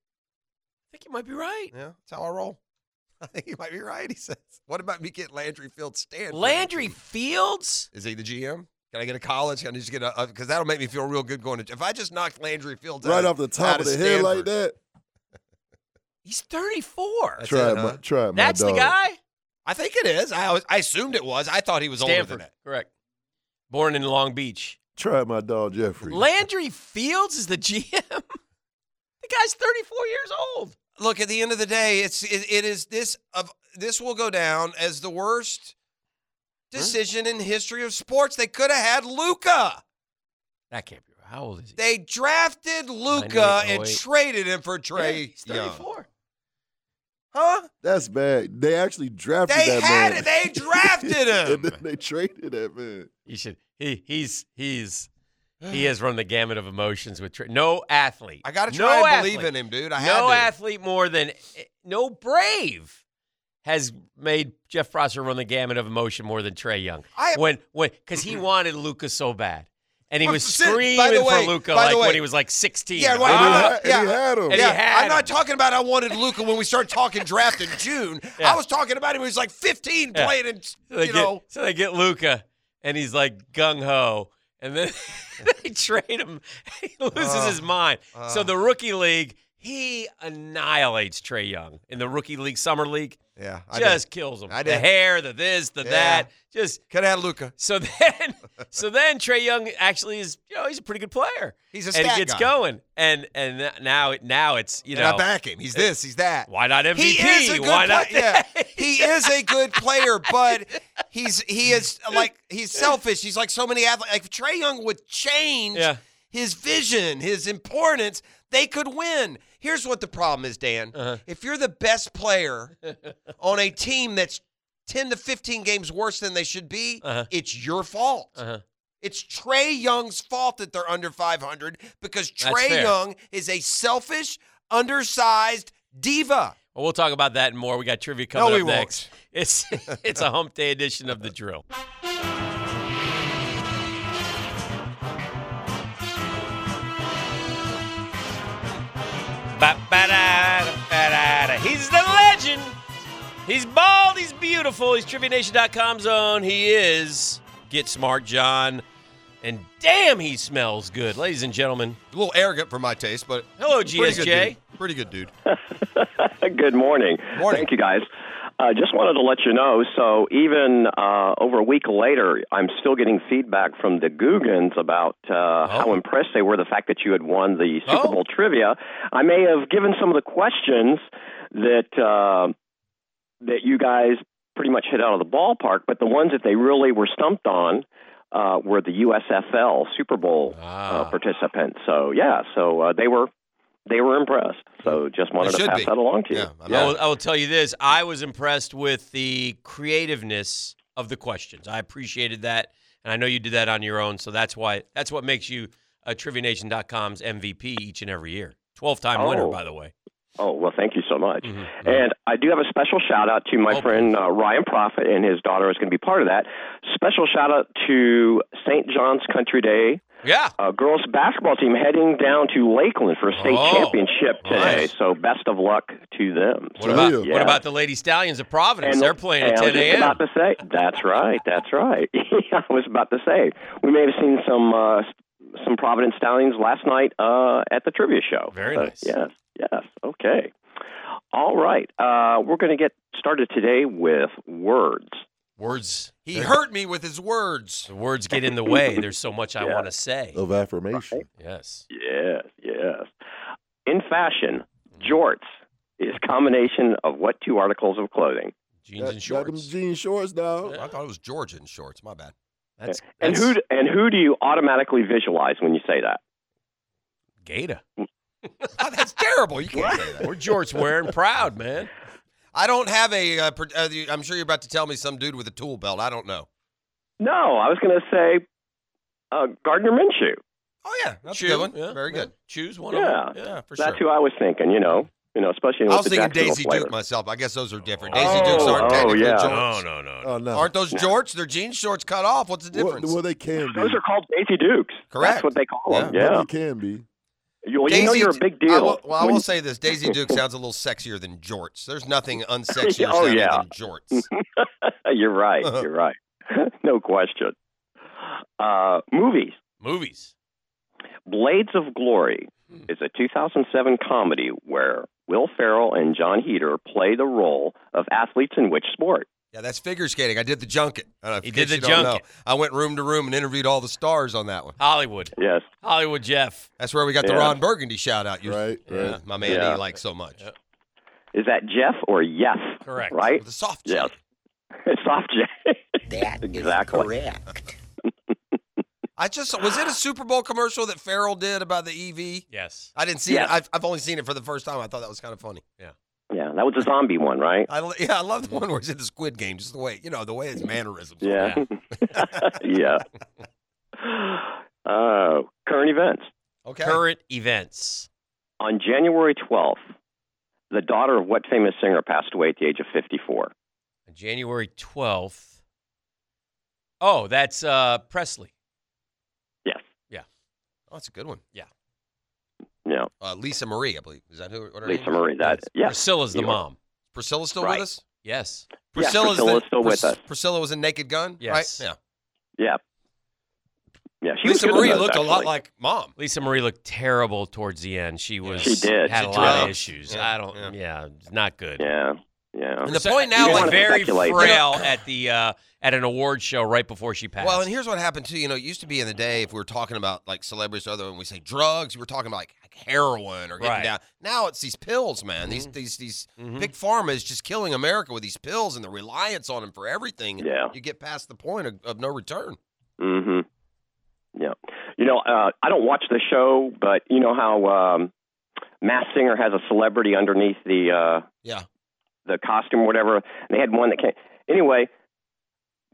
[SPEAKER 4] I think you might be right.
[SPEAKER 1] Yeah, that's how I roll. I think he might be right. He says, "What about me getting Landry Fields Stanford?"
[SPEAKER 4] Landry Fields.
[SPEAKER 1] Is he the GM? Can I get a college? Can I just get a because that'll make me feel real good going to if I just knocked Landry Fields out
[SPEAKER 2] right
[SPEAKER 1] of-
[SPEAKER 2] off the
[SPEAKER 1] out
[SPEAKER 2] top of the head
[SPEAKER 1] Stanford.
[SPEAKER 2] like that.
[SPEAKER 4] He's 34.
[SPEAKER 1] That's
[SPEAKER 2] Try
[SPEAKER 1] it,
[SPEAKER 2] my,
[SPEAKER 1] huh?
[SPEAKER 2] try my
[SPEAKER 4] That's the
[SPEAKER 2] dog.
[SPEAKER 4] guy.
[SPEAKER 1] I think it is. I always, I assumed it was. I thought he was older than
[SPEAKER 4] Stanford,
[SPEAKER 1] that.
[SPEAKER 4] correct. Born in Long Beach.
[SPEAKER 2] Try my dog, Jeffrey.
[SPEAKER 4] Landry Fields is the GM. the guy's 34 years old.
[SPEAKER 1] look at the end of the day it's it, it is this of this will go down as the worst
[SPEAKER 4] Hmm?
[SPEAKER 1] decision in history of sports they could have had luca
[SPEAKER 4] That can't be right. How old is he?
[SPEAKER 1] they drafted luca
[SPEAKER 4] 98,
[SPEAKER 1] and
[SPEAKER 4] 08.
[SPEAKER 1] traded him for
[SPEAKER 4] Yeah,
[SPEAKER 1] trey
[SPEAKER 4] he's
[SPEAKER 1] Young.
[SPEAKER 4] 34.
[SPEAKER 1] huh
[SPEAKER 2] That's bad. They actually drafted
[SPEAKER 1] They
[SPEAKER 2] that man.
[SPEAKER 1] had it. They drafted him.
[SPEAKER 2] and then they traded that man.
[SPEAKER 4] You should. He he's he's he has run the gamut of emotions with tra- no athlete.
[SPEAKER 1] i gotta
[SPEAKER 4] No
[SPEAKER 1] try and
[SPEAKER 4] athlete.
[SPEAKER 1] believe in him dude i had
[SPEAKER 4] No
[SPEAKER 1] to
[SPEAKER 4] athlete more than eh, no brave has made Jeff Prosser run the gamut of emotion more than Trey Young.
[SPEAKER 1] I-
[SPEAKER 4] when when because he wanted Luca so bad, and he
[SPEAKER 1] Well,
[SPEAKER 4] was
[SPEAKER 1] sit- by the
[SPEAKER 4] screaming
[SPEAKER 1] way-
[SPEAKER 4] for Luca
[SPEAKER 1] by the
[SPEAKER 4] like
[SPEAKER 1] way-
[SPEAKER 4] when he was like sixteen.
[SPEAKER 1] Yeah, when-
[SPEAKER 2] And,
[SPEAKER 1] Ah,
[SPEAKER 2] he, had, and he
[SPEAKER 1] yeah.
[SPEAKER 2] had him.
[SPEAKER 4] And he
[SPEAKER 1] yeah,
[SPEAKER 4] had
[SPEAKER 1] I'm not
[SPEAKER 4] him.
[SPEAKER 1] talking about I wanted Luca when we started talking draft in June.
[SPEAKER 4] Yeah.
[SPEAKER 1] I was talking about him. He was like 15
[SPEAKER 4] Yeah.
[SPEAKER 1] playing, in,
[SPEAKER 4] So they
[SPEAKER 1] you
[SPEAKER 4] get,
[SPEAKER 1] know.
[SPEAKER 4] so they get Luca, and he's like gung ho, and then they trade him. He loses
[SPEAKER 1] Uh,
[SPEAKER 4] his mind. so
[SPEAKER 1] uh.
[SPEAKER 4] the rookie league, he annihilates Trey Young in the rookie league, summer league.
[SPEAKER 1] Yeah,
[SPEAKER 4] just kills him.
[SPEAKER 1] I
[SPEAKER 4] The
[SPEAKER 1] did.
[SPEAKER 4] hair, the this, the
[SPEAKER 1] Yeah.
[SPEAKER 4] that, just
[SPEAKER 1] could have had Luca.
[SPEAKER 4] So then so then Trey Young actually is, you know, he's a pretty good player.
[SPEAKER 1] He's a
[SPEAKER 4] and
[SPEAKER 1] stat
[SPEAKER 4] he gets
[SPEAKER 1] guy.
[SPEAKER 4] going, and and now it now it's you
[SPEAKER 1] and
[SPEAKER 4] know eh,
[SPEAKER 1] I back him. He's this. He's that.
[SPEAKER 4] why not MVP?
[SPEAKER 1] He is a good
[SPEAKER 4] why not?
[SPEAKER 1] player. Yeah. He is a good player, but he's he is like he's selfish. He's like so many athletes. Like if Trey Young would change
[SPEAKER 4] Yeah.
[SPEAKER 1] his vision, his importance, they could win. Here's what the problem is, Dan.
[SPEAKER 4] Uh-huh.
[SPEAKER 1] If you're the best player on a team that's 10 to 15 games worse than they should be,
[SPEAKER 4] Uh-huh.
[SPEAKER 1] it's your fault. It's Trey Young's fault that they're under 500 because
[SPEAKER 4] That's
[SPEAKER 1] Trey
[SPEAKER 4] fair.
[SPEAKER 1] Young is a selfish, undersized diva.
[SPEAKER 4] Well, we'll talk about that and more. We got trivia coming
[SPEAKER 1] we
[SPEAKER 4] up
[SPEAKER 1] won't.
[SPEAKER 4] next. It's it's a hump day edition of the drill. Ba-ba-da-da-ba-da-da. He's the legend. He's bald. He's beautiful. He's TriviaNation.com's own. He is Get Smart John. And damn, he smells good. Ladies and gentlemen,
[SPEAKER 1] A little arrogant for my taste, but
[SPEAKER 4] hello,
[SPEAKER 1] pretty good
[SPEAKER 4] GSJ.
[SPEAKER 1] dude. Pretty good dude.
[SPEAKER 5] Good morning.
[SPEAKER 1] Morning.
[SPEAKER 5] Thank you, guys. uh, just wanted to let you know. So even uh, over a week later, I'm still getting feedback from the Googans about uh,
[SPEAKER 1] Oh.
[SPEAKER 5] how impressed they were the fact that you had won the Super
[SPEAKER 4] Oh.
[SPEAKER 5] Bowl trivia. I may have given some of the questions that uh, that you guys pretty much hit out of the ballpark, but the ones that they really were stumped on. Uh, were the USFL Super Bowl
[SPEAKER 4] Ah.
[SPEAKER 5] uh, participants? So yeah, so uh, they were they were impressed. So just wanted
[SPEAKER 1] They
[SPEAKER 5] to
[SPEAKER 1] should
[SPEAKER 5] pass
[SPEAKER 1] be.
[SPEAKER 5] that along to you.
[SPEAKER 1] Yeah, I
[SPEAKER 4] I
[SPEAKER 1] know.
[SPEAKER 4] will, I will tell you this. I was impressed with the creativeness of the questions. I appreciated that. And I know you did that on your own. So that's why that's what makes you uh, TriviaNation.com's MVP each and every year. 12 time winner,
[SPEAKER 5] Oh.
[SPEAKER 4] by the way.
[SPEAKER 5] Oh, well, thank you so much.
[SPEAKER 4] Mhm.
[SPEAKER 5] And I do have a special shout out to my
[SPEAKER 4] Oh,
[SPEAKER 5] friend uh, Ryan Prophet, and his daughter is going to be part of that. Special shout out to St. John's Country Day
[SPEAKER 4] Yeah.
[SPEAKER 5] uh, girls basketball team heading down to Lakeland for a state
[SPEAKER 4] Oh,
[SPEAKER 5] championship today.
[SPEAKER 4] nice.
[SPEAKER 5] So best of luck to them.
[SPEAKER 4] What about,
[SPEAKER 5] yeah.
[SPEAKER 4] what about the Lady Stallions of Providence? They're playing at
[SPEAKER 5] and I
[SPEAKER 4] 10
[SPEAKER 5] was just
[SPEAKER 4] a.m.
[SPEAKER 5] About to say, that's right, that's right. I was about to say we may have seen some uh, s- some Providence Stallions last night uh, at the trivia show.
[SPEAKER 4] Very
[SPEAKER 5] So,
[SPEAKER 4] nice.
[SPEAKER 5] Yes, yes. Okay. All right. Uh, we're going to get started today with words.
[SPEAKER 4] words.
[SPEAKER 1] He hurt me with his words.
[SPEAKER 4] The words get in the way. There's so much I
[SPEAKER 5] Yeah. Oh.
[SPEAKER 4] want to say.
[SPEAKER 2] of affirmation.
[SPEAKER 4] Yes.
[SPEAKER 5] Yes, yes. In fashion, jorts is combination of what two articles of clothing?
[SPEAKER 4] Jeans
[SPEAKER 2] Got-
[SPEAKER 4] and
[SPEAKER 2] got them
[SPEAKER 4] shorts.
[SPEAKER 2] jean shorts, dog.
[SPEAKER 1] I thought it was Georgian shorts. My bad.
[SPEAKER 4] That's,
[SPEAKER 5] And
[SPEAKER 4] that's
[SPEAKER 5] who d- and who do you automatically visualize when you say that?
[SPEAKER 4] Gata.
[SPEAKER 1] Oh, that's terrible. You can't say that.
[SPEAKER 4] We're jorts wearing proud, man.
[SPEAKER 1] I don't have a. Uh, pr- uh, you- I'm sure you're about to tell me some dude with a tool belt. I don't know.
[SPEAKER 5] No, I was going to say uh, Gardner Minshew.
[SPEAKER 1] Oh yeah, that's
[SPEAKER 4] Choose-
[SPEAKER 1] a good one.
[SPEAKER 4] yeah,
[SPEAKER 1] Very
[SPEAKER 4] yeah.
[SPEAKER 1] good.
[SPEAKER 4] Choose one
[SPEAKER 5] Yeah.
[SPEAKER 4] of them.
[SPEAKER 1] Yeah, for
[SPEAKER 5] That's
[SPEAKER 1] sure.
[SPEAKER 5] who I was thinking. You know, you know, especially
[SPEAKER 1] I
[SPEAKER 5] with
[SPEAKER 1] was
[SPEAKER 5] the
[SPEAKER 1] thinking
[SPEAKER 5] Jacksonville
[SPEAKER 1] Daisy
[SPEAKER 5] flavor.
[SPEAKER 1] Duke myself. I guess those are different.
[SPEAKER 4] Oh.
[SPEAKER 1] Daisy Dukes aren't
[SPEAKER 5] Oh,
[SPEAKER 1] technically
[SPEAKER 5] yeah.
[SPEAKER 1] jorts.
[SPEAKER 4] No, no, no.
[SPEAKER 2] Oh no,
[SPEAKER 1] Aren't those jorts? They're jean shorts cut off. What's the
[SPEAKER 2] well,
[SPEAKER 1] difference?
[SPEAKER 2] well, they can be.
[SPEAKER 5] Those are called Daisy Dukes.
[SPEAKER 1] Correct.
[SPEAKER 5] That's what they call them.
[SPEAKER 2] Well,
[SPEAKER 5] Yeah.
[SPEAKER 2] they can be.
[SPEAKER 5] You, well, you know,
[SPEAKER 1] Daisy
[SPEAKER 5] you're a
[SPEAKER 1] D-
[SPEAKER 5] big
[SPEAKER 1] I
[SPEAKER 5] deal.
[SPEAKER 1] will, well, I
[SPEAKER 5] when-
[SPEAKER 1] will say this: Daisy Duke sounds a little sexier than jorts. There's nothing unsexier
[SPEAKER 5] Oh,
[SPEAKER 1] sounding
[SPEAKER 5] yeah.
[SPEAKER 1] than jorts.
[SPEAKER 5] you're right.
[SPEAKER 1] Uh-huh.
[SPEAKER 5] You're right. no question. Uh, movies.
[SPEAKER 4] Movies.
[SPEAKER 5] Blades of Glory
[SPEAKER 1] Hmm.
[SPEAKER 5] is a 2007 comedy where Will Ferrell and John Heater play the role of athletes in which sport?
[SPEAKER 1] Yeah, that's figure skating. I did the junket. I don't know, if-
[SPEAKER 4] He
[SPEAKER 1] in case
[SPEAKER 4] did the
[SPEAKER 1] you don't
[SPEAKER 4] junket.
[SPEAKER 1] know. I went room to room and interviewed all the stars on that one.
[SPEAKER 4] Hollywood.
[SPEAKER 5] Yes.
[SPEAKER 4] Hollywood Jeff.
[SPEAKER 1] That's where we got the
[SPEAKER 5] Yeah.
[SPEAKER 1] Ron Burgundy shout out. You-
[SPEAKER 2] Right,
[SPEAKER 4] Yeah.
[SPEAKER 2] right.
[SPEAKER 1] My man,
[SPEAKER 5] Yeah.
[SPEAKER 1] he likes so much.
[SPEAKER 4] Yeah.
[SPEAKER 5] Is that Jeff or Yes?
[SPEAKER 4] Correct.
[SPEAKER 5] Right?
[SPEAKER 1] With a soft
[SPEAKER 5] Yes.
[SPEAKER 1] J.
[SPEAKER 5] Soft J.
[SPEAKER 6] That is
[SPEAKER 5] Exactly.
[SPEAKER 6] correct.
[SPEAKER 1] I just was it a Super Bowl commercial that Farrell did about the EV?
[SPEAKER 4] Yes.
[SPEAKER 1] I didn't see
[SPEAKER 5] Yes.
[SPEAKER 1] it. I've, I've only seen it for the first time. I thought that was kind of funny.
[SPEAKER 5] Yeah, that was a zombie one, right?
[SPEAKER 1] I l- yeah, I love the one where he's in the Squid Game. Just the way you know the way his mannerisms. are.
[SPEAKER 5] Mm-hmm. Yeah. yeah. Uh, current events.
[SPEAKER 1] Okay.
[SPEAKER 4] Current events.
[SPEAKER 5] On January 12th, the daughter of what famous singer passed away at the age of 54?
[SPEAKER 4] January 12th. Oh, that's uh, Presley.
[SPEAKER 5] Yes.
[SPEAKER 1] Oh, that's a good one.
[SPEAKER 5] Yeah.
[SPEAKER 1] Uh, Lisa Marie, I believe. Is that who? What her name
[SPEAKER 5] Lisa
[SPEAKER 1] is?
[SPEAKER 5] Marie. That. Yes.
[SPEAKER 4] Priscilla's the
[SPEAKER 5] You are-
[SPEAKER 4] mom.
[SPEAKER 1] Priscilla's still
[SPEAKER 5] Right.
[SPEAKER 1] with us.
[SPEAKER 4] Yes.
[SPEAKER 5] Yeah,
[SPEAKER 1] Priscilla's
[SPEAKER 5] Priscilla's
[SPEAKER 1] the-
[SPEAKER 5] still with us.
[SPEAKER 1] Priscilla was in Naked Gun.
[SPEAKER 4] Yes.
[SPEAKER 1] Right. Yeah.
[SPEAKER 5] Yeah. Yeah. She was
[SPEAKER 1] Lisa
[SPEAKER 5] good in
[SPEAKER 1] Marie
[SPEAKER 5] those,
[SPEAKER 1] looked a lot
[SPEAKER 5] actually.
[SPEAKER 1] like mom.
[SPEAKER 4] Lisa Marie looked terrible towards the end. She was
[SPEAKER 5] She did.
[SPEAKER 4] had
[SPEAKER 5] She
[SPEAKER 4] a lot of
[SPEAKER 1] dropped.
[SPEAKER 4] issues.
[SPEAKER 1] Yeah,
[SPEAKER 4] I don't yeah, it's not good.
[SPEAKER 5] Yeah. Yeah.
[SPEAKER 1] And the point now
[SPEAKER 5] You
[SPEAKER 1] is
[SPEAKER 5] wanna
[SPEAKER 4] very
[SPEAKER 5] speculate.
[SPEAKER 4] frail at the uh, at an award show right before she passed.
[SPEAKER 1] Well, and here's what happened too. You know, it used to be in the day if we were talking about like celebrities or other, when we say drugs, we were talking about like heroin or getting
[SPEAKER 4] Right.
[SPEAKER 1] down. Now it's these pills, man. These these these
[SPEAKER 4] Mhm.
[SPEAKER 1] big pharma is just killing America with these pills and the reliance on them for everything.
[SPEAKER 5] Yeah.
[SPEAKER 1] you get past the point of, of no return.
[SPEAKER 5] hmm Yeah. You know, uh, I don't watch the show, but you know how um, Mass Singer has a celebrity underneath the uh,
[SPEAKER 1] Yeah.
[SPEAKER 5] the costume, or whatever. And they had one that came. Anyway,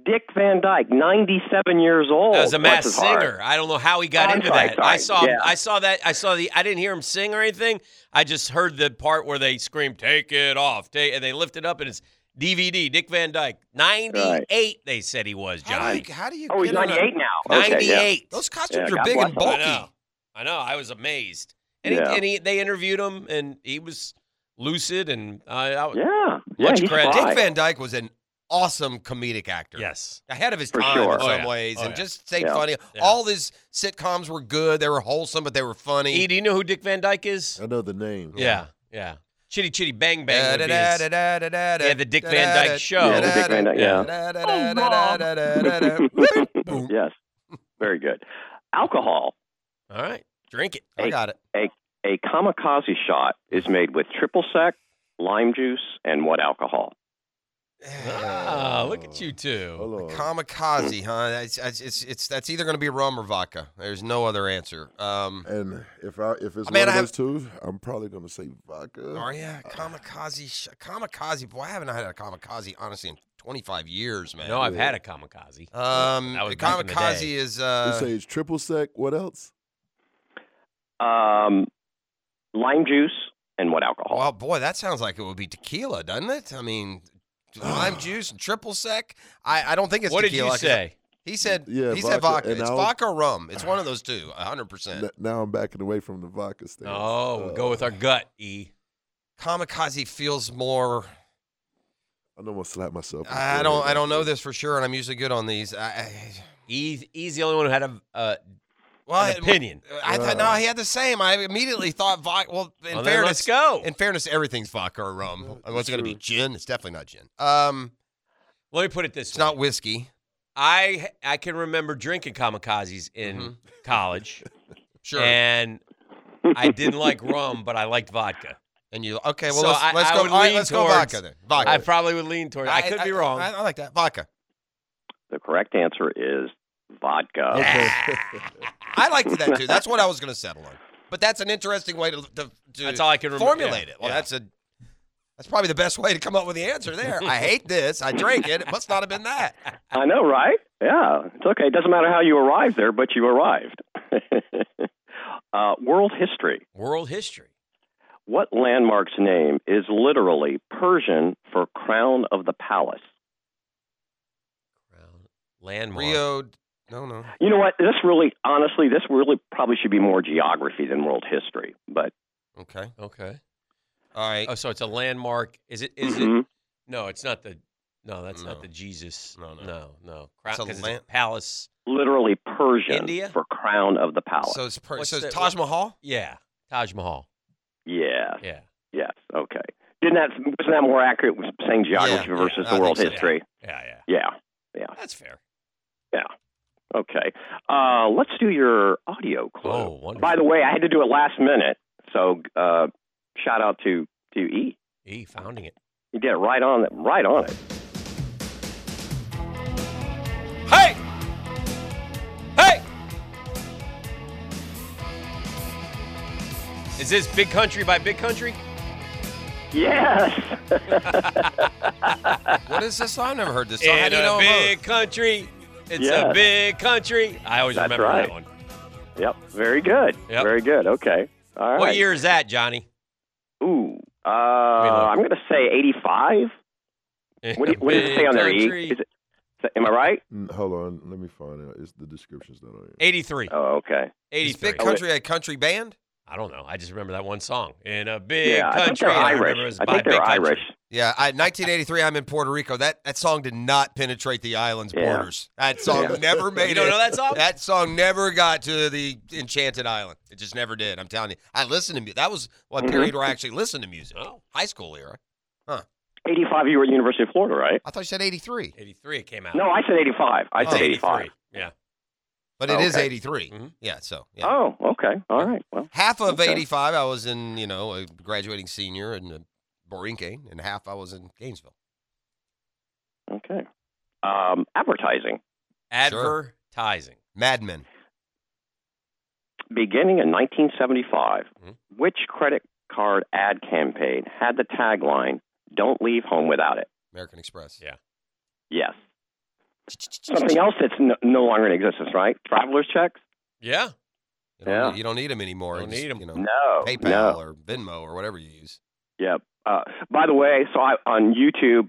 [SPEAKER 5] Dick Van Dyke, ninety-seven years old.
[SPEAKER 4] As a mass
[SPEAKER 5] Oh, Bless his heart.
[SPEAKER 4] singer, I don't know how he got
[SPEAKER 5] I'm
[SPEAKER 4] into
[SPEAKER 5] sorry,
[SPEAKER 4] that. I
[SPEAKER 5] sorry.
[SPEAKER 4] saw,
[SPEAKER 5] Yeah.
[SPEAKER 4] I saw that, I saw the, I didn't hear him sing or anything. I just heard the part where they scream, "Take it off!" Take, and they lift it up, and it's DVD. Dick Van Dyke, ninety-eight. They said he was
[SPEAKER 1] How do
[SPEAKER 4] Johnny.
[SPEAKER 1] you, how do you
[SPEAKER 5] Oh, he's
[SPEAKER 1] get on a-
[SPEAKER 5] ninety-eight now. Okay, yeah.
[SPEAKER 4] Ninety-eight.
[SPEAKER 1] Those costumes
[SPEAKER 5] Yeah,
[SPEAKER 1] are
[SPEAKER 5] God
[SPEAKER 1] big and
[SPEAKER 5] bless
[SPEAKER 4] I
[SPEAKER 1] bulky.
[SPEAKER 4] know. I know. I was amazed, and,
[SPEAKER 5] Yeah.
[SPEAKER 4] he, and he, they interviewed him, and he was lucid, and uh, I,
[SPEAKER 5] Yeah. Yeah.
[SPEAKER 4] Much
[SPEAKER 5] he's
[SPEAKER 4] credit.
[SPEAKER 5] fly.
[SPEAKER 1] Dick Van Dyke was an awesome comedic actor.
[SPEAKER 4] yes,
[SPEAKER 1] ahead of his
[SPEAKER 5] For
[SPEAKER 1] time
[SPEAKER 5] sure.
[SPEAKER 1] in
[SPEAKER 5] Oh,
[SPEAKER 1] some
[SPEAKER 4] yeah.
[SPEAKER 1] ways,
[SPEAKER 4] Oh,
[SPEAKER 1] and
[SPEAKER 4] yeah.
[SPEAKER 1] just stayed
[SPEAKER 5] Yeah.
[SPEAKER 1] funny.
[SPEAKER 4] Yeah.
[SPEAKER 1] All his sitcoms were good; they were wholesome, but they were funny.
[SPEAKER 4] E, do you know who Dick Van Dyke is?
[SPEAKER 2] I know the name.
[SPEAKER 4] Yeah, yeah. Chitty Chitty Bang Bang. would be his-
[SPEAKER 1] Yeah,
[SPEAKER 4] Yeah, the Dick Van Dyke Show. Oh,
[SPEAKER 5] Yeah, the Dick Van Dyke, yeah.
[SPEAKER 1] Boom.
[SPEAKER 5] yes. Very good. Alcohol.
[SPEAKER 4] All right, drink it.
[SPEAKER 1] I got it.
[SPEAKER 5] A kamikaze shot is made with triple sec, lime juice, and what alcohol?
[SPEAKER 4] Ah, look at you
[SPEAKER 2] Oh,
[SPEAKER 4] two.
[SPEAKER 2] Lord.
[SPEAKER 1] Kamikaze, huh? That's it's, it's, it's that's either going to be rum or vodka. There's no other answer. Um,
[SPEAKER 2] And if I if it's
[SPEAKER 1] I
[SPEAKER 2] one
[SPEAKER 1] mean, I
[SPEAKER 2] of
[SPEAKER 1] have-
[SPEAKER 2] those two, I'm probably gonna say vodka.
[SPEAKER 1] oh yeah, kamikaze, sh- kamikaze. Boy, I haven't had a kamikaze honestly in 25 years, man.
[SPEAKER 4] No, I've had a kamikaze.
[SPEAKER 1] um,
[SPEAKER 4] That was back in the
[SPEAKER 1] kamikaze
[SPEAKER 4] day.
[SPEAKER 1] is
[SPEAKER 2] You
[SPEAKER 1] uh,
[SPEAKER 2] say it's triple sec. What else?
[SPEAKER 5] Um, lime juice and what alcohol?
[SPEAKER 1] Well, boy, that sounds like it would be tequila, doesn't it? I mean, lime juice and triple sec. I, I don't think it's
[SPEAKER 4] What did
[SPEAKER 1] tequila.
[SPEAKER 4] you
[SPEAKER 1] 'cause
[SPEAKER 4] say?
[SPEAKER 1] He said
[SPEAKER 2] Yeah,
[SPEAKER 1] he said
[SPEAKER 2] vodka,
[SPEAKER 1] vodka.
[SPEAKER 2] and
[SPEAKER 1] It's
[SPEAKER 2] I'll-
[SPEAKER 1] vodka or rum. It's one of those two, 100%.
[SPEAKER 2] N- now I'm backing away from the vodka Uh, stand.
[SPEAKER 4] Oh, we go with our gut, E.
[SPEAKER 1] Kamikaze feels more
[SPEAKER 2] I don't want to slap myself.
[SPEAKER 1] I don't I don't know this for sure and I'm usually good on these. I, I
[SPEAKER 4] E. E's the only one who had a, uh,
[SPEAKER 1] well, I-
[SPEAKER 4] an opinion.
[SPEAKER 1] I thought no, he had the same. I immediately thought vodka. Well, in
[SPEAKER 4] Well, then
[SPEAKER 1] fairness,
[SPEAKER 4] let's go.
[SPEAKER 1] in fairness, everything's vodka or rum.
[SPEAKER 2] Yeah,
[SPEAKER 1] What's it going to be?
[SPEAKER 2] sure.
[SPEAKER 1] Gin? It's definitely not gin. Um,
[SPEAKER 4] Let me put it this
[SPEAKER 1] it's
[SPEAKER 4] way.
[SPEAKER 1] not whiskey.
[SPEAKER 4] I I can remember drinking kamikazes in
[SPEAKER 1] Mhm.
[SPEAKER 4] college,
[SPEAKER 1] Sure.
[SPEAKER 4] and I didn't like rum, but I liked vodka.
[SPEAKER 1] And you okay? Well,
[SPEAKER 4] So
[SPEAKER 1] let's,
[SPEAKER 4] I-
[SPEAKER 1] let's
[SPEAKER 4] I
[SPEAKER 1] go.
[SPEAKER 4] would
[SPEAKER 1] All right,
[SPEAKER 4] lean
[SPEAKER 1] let's go
[SPEAKER 4] towards-
[SPEAKER 1] vodka then. Vodka.
[SPEAKER 4] I probably would lean toward. I, could be wrong.
[SPEAKER 1] I, I like that vodka.
[SPEAKER 5] The correct answer is vodka.
[SPEAKER 2] Okay.
[SPEAKER 1] I liked that too. That's what I was going to settle on. But that's an interesting way to, to, to
[SPEAKER 4] That's all I can remember.
[SPEAKER 1] formulate
[SPEAKER 4] Yeah,
[SPEAKER 1] it. Well,
[SPEAKER 4] yeah.
[SPEAKER 1] that's a that's probably the best way to come up with the answer there. I hate this. I drank it. It must not have been that.
[SPEAKER 5] I know, right? Yeah, it's okay. It doesn't matter how you arrived there, but you arrived. uh, world history.
[SPEAKER 4] world history.
[SPEAKER 5] What landmark's name is literally Persian for crown of the palace?
[SPEAKER 4] Round- Landmark.
[SPEAKER 1] Rio. No, no.
[SPEAKER 5] You know what? This really, honestly, this really probably should be more geography than world history. But
[SPEAKER 1] Okay.
[SPEAKER 4] Okay.
[SPEAKER 1] All right.
[SPEAKER 4] Oh, so it's a landmark. Is it? is it?
[SPEAKER 5] Mhm.
[SPEAKER 4] No, it's not the. No, that's
[SPEAKER 1] No.
[SPEAKER 4] not the Jesus.
[SPEAKER 1] No, no.
[SPEAKER 4] no, no.
[SPEAKER 1] It's
[SPEAKER 4] Crown,
[SPEAKER 1] a
[SPEAKER 4] 'cause it's a
[SPEAKER 1] land-
[SPEAKER 4] palace.
[SPEAKER 5] literally Persian
[SPEAKER 4] India?
[SPEAKER 5] for crown of the palace.
[SPEAKER 1] So it's per,
[SPEAKER 4] What's
[SPEAKER 1] so it's
[SPEAKER 4] that-
[SPEAKER 1] Taj Mahal.
[SPEAKER 4] Yeah, Taj Mahal.
[SPEAKER 5] yes,
[SPEAKER 4] Yeah,
[SPEAKER 5] yes, okay. Didn't that wasn't that more accurate with saying geography
[SPEAKER 1] Yeah,
[SPEAKER 5] versus
[SPEAKER 1] yeah, I
[SPEAKER 5] the world
[SPEAKER 1] think so.
[SPEAKER 5] history?
[SPEAKER 4] yeah, yeah.
[SPEAKER 5] Yeah.
[SPEAKER 4] That's fair.
[SPEAKER 5] Okay. Uh, let's do your audio clue.
[SPEAKER 4] Oh, wonderful.
[SPEAKER 5] By the way, I had to do it last minute, so uh, shout out to to E.
[SPEAKER 4] E founding it.
[SPEAKER 5] He did it right on right on it.
[SPEAKER 4] Hey, hey. Is this Big Country by Big Country?
[SPEAKER 5] Yes.
[SPEAKER 1] What is this song? I've never heard this song. How
[SPEAKER 4] In
[SPEAKER 1] do you
[SPEAKER 4] a
[SPEAKER 1] know about
[SPEAKER 4] uh, big country, it's
[SPEAKER 5] Yes.
[SPEAKER 4] a big country. I always
[SPEAKER 5] That's
[SPEAKER 4] remember
[SPEAKER 5] right.
[SPEAKER 4] that one.
[SPEAKER 5] yep. Very good.
[SPEAKER 4] Yep.
[SPEAKER 5] Very good. Okay. All right.
[SPEAKER 4] What year is that, Johnny?
[SPEAKER 5] Ooh. Uh,
[SPEAKER 4] me look.
[SPEAKER 5] I'm going to say 85. What do you, what does it say on there, E? Is it, is it- am I right?
[SPEAKER 2] Mm, Hold on, let me find out. It's the description's not on here.
[SPEAKER 4] 83.
[SPEAKER 5] Oh, okay.
[SPEAKER 1] Is
[SPEAKER 4] 83.
[SPEAKER 1] Big Country a country band?
[SPEAKER 4] I don't know. I just remember that one song. In a big
[SPEAKER 5] yeah, I think
[SPEAKER 4] country.
[SPEAKER 5] they're
[SPEAKER 4] and I
[SPEAKER 5] Irish.
[SPEAKER 4] remember it was
[SPEAKER 5] I
[SPEAKER 4] by
[SPEAKER 5] think they're
[SPEAKER 4] Big Country.
[SPEAKER 5] Irish.
[SPEAKER 1] Yeah, I, 1983. I'm in Puerto Rico. That that song did not penetrate the island's
[SPEAKER 5] Yeah.
[SPEAKER 1] borders. That song
[SPEAKER 2] Yeah.
[SPEAKER 1] never made
[SPEAKER 4] You don't
[SPEAKER 1] it.
[SPEAKER 4] know that song?
[SPEAKER 1] That song never got to the Enchanted Island. It just never did. I'm telling you. I listened to music. That was what
[SPEAKER 5] Mhm.
[SPEAKER 1] period where I actually listened to music.
[SPEAKER 4] Oh.
[SPEAKER 1] High school era.
[SPEAKER 5] 85, you were at University of Florida, right?
[SPEAKER 1] I thought you said 83,
[SPEAKER 4] 83 it came out.
[SPEAKER 5] No, I said 85. I said
[SPEAKER 1] Oh,
[SPEAKER 5] 85.
[SPEAKER 4] 83. Yeah.
[SPEAKER 1] but it is
[SPEAKER 5] Oh, Okay.
[SPEAKER 1] 83.
[SPEAKER 4] Mhm.
[SPEAKER 1] Yeah, so yeah.
[SPEAKER 5] Oh, okay. All right. Well,
[SPEAKER 1] half of
[SPEAKER 5] Okay.
[SPEAKER 1] 85 I was in, you know, a graduating senior in uh, Borinque, and half I was in Gainesville.
[SPEAKER 5] okay. Um, advertising.
[SPEAKER 1] Sure.
[SPEAKER 4] Advertising.
[SPEAKER 1] Mad Men.
[SPEAKER 5] Beginning in 1975,
[SPEAKER 4] Mhm.
[SPEAKER 1] Mm-hmm.
[SPEAKER 5] which credit card ad campaign had the tagline, Don't Leave Home Without It?
[SPEAKER 1] American Express.
[SPEAKER 4] Yeah.
[SPEAKER 5] Yes. Something else that's no, no longer in existence, right? Traveler's checks?
[SPEAKER 4] Yeah.
[SPEAKER 1] You don't,
[SPEAKER 5] Yeah.
[SPEAKER 1] need, you don't need 'em anymore.
[SPEAKER 4] Don't
[SPEAKER 1] Just,
[SPEAKER 4] need 'em.
[SPEAKER 1] You know,
[SPEAKER 5] No.
[SPEAKER 1] PayPal
[SPEAKER 5] No.
[SPEAKER 1] or Venmo or whatever you use.
[SPEAKER 5] Yep. Uh, by the way, so I, on YouTube,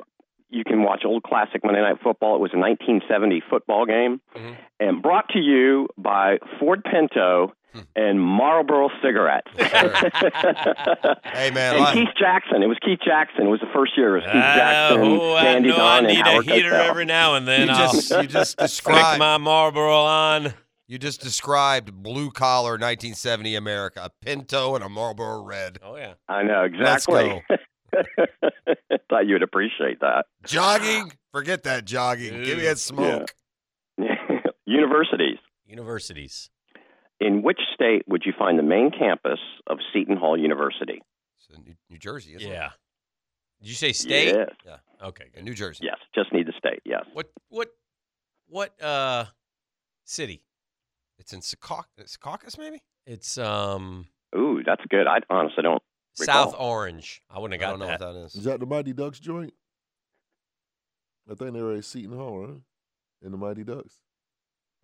[SPEAKER 5] you can watch old classic Monday Night Football. It was a 1970 football game,
[SPEAKER 4] Mhm.
[SPEAKER 5] and brought to you by Ford Pinto
[SPEAKER 1] Hmm.
[SPEAKER 5] and Marlboro cigarettes.
[SPEAKER 1] Hey, man.
[SPEAKER 5] and
[SPEAKER 1] lot-
[SPEAKER 5] Keith Jackson. It was Keith Jackson. It was the first year. It was Keith Jackson,
[SPEAKER 4] Uh, oh, I
[SPEAKER 5] Dandy
[SPEAKER 4] know
[SPEAKER 5] Don,
[SPEAKER 4] I need
[SPEAKER 5] and
[SPEAKER 4] a
[SPEAKER 5] Howard
[SPEAKER 4] heater
[SPEAKER 5] Cosell.
[SPEAKER 4] every now and
[SPEAKER 1] you
[SPEAKER 4] then. I'll
[SPEAKER 1] just, you just
[SPEAKER 4] click
[SPEAKER 1] described
[SPEAKER 4] my Marlboro on.
[SPEAKER 1] you just described blue collar 1970 America, a Pinto and a Marlboro Red,
[SPEAKER 4] Oh, yeah.
[SPEAKER 5] I know
[SPEAKER 1] Let's
[SPEAKER 5] exactly. Thought you'd appreciate that.
[SPEAKER 1] jogging. Forget that jogging. Give me
[SPEAKER 4] Ew.
[SPEAKER 1] that smoke.
[SPEAKER 5] Universities.
[SPEAKER 4] Universities.
[SPEAKER 5] In which state would you find the main campus of Seton Hall University?
[SPEAKER 1] It's in New, New Jersey, isn't
[SPEAKER 4] Yeah. Did you say state?
[SPEAKER 5] Yes.
[SPEAKER 4] Okay.
[SPEAKER 1] it? In
[SPEAKER 4] Good.
[SPEAKER 1] New Jersey.
[SPEAKER 5] Yes, just need the state. Yes.
[SPEAKER 4] What, what, what, uh, city?
[SPEAKER 1] It's in Secau- Secaucus, maybe.
[SPEAKER 4] It's, um,
[SPEAKER 5] Ooh, that's good. I honestly don't. Recall.
[SPEAKER 4] South Orange. I wouldn't
[SPEAKER 1] I
[SPEAKER 4] have
[SPEAKER 1] don't know
[SPEAKER 4] got that.
[SPEAKER 1] what that is.
[SPEAKER 2] Is that the Mighty Ducks joint? I think they were at Seton Hall, right? In the Mighty Ducks.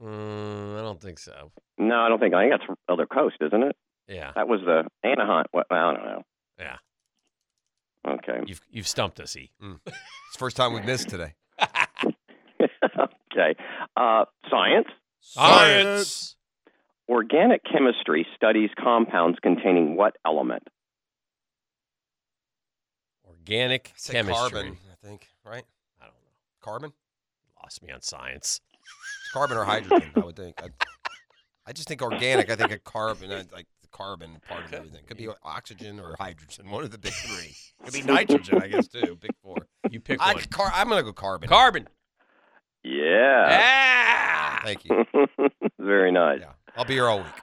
[SPEAKER 4] Mm, I don't think so.
[SPEAKER 5] No, I don't think. I think that's other coast, isn't it?
[SPEAKER 4] Yeah.
[SPEAKER 5] That was the Anaheim. What? I don't know.
[SPEAKER 4] Yeah.
[SPEAKER 5] Okay.
[SPEAKER 4] You've, you've stumped us, E.
[SPEAKER 1] It's the first time we've missed today.
[SPEAKER 5] okay. Uh, science.
[SPEAKER 4] Science.
[SPEAKER 5] Organic chemistry studies compounds containing what element?
[SPEAKER 4] Organic
[SPEAKER 1] I said
[SPEAKER 4] chemistry.
[SPEAKER 1] carbon, I think. Right?
[SPEAKER 4] I don't know.
[SPEAKER 1] Carbon?
[SPEAKER 4] Lost me on science.
[SPEAKER 1] It's carbon or hydrogen? I would think. I, I just think organic. I think a carbon, I like the carbon part of everything. Could be oxygen or hydrogen. One of the big three. Could be nitrogen, I guess too. Big four.
[SPEAKER 4] You pick
[SPEAKER 1] I,
[SPEAKER 4] one.
[SPEAKER 1] car, I'm gonna go carbon.
[SPEAKER 4] Carbon.
[SPEAKER 1] Uh.
[SPEAKER 5] Yeah.
[SPEAKER 4] Ah!
[SPEAKER 1] Thank you.
[SPEAKER 5] Very nice.
[SPEAKER 1] Yeah, I'll be here all week.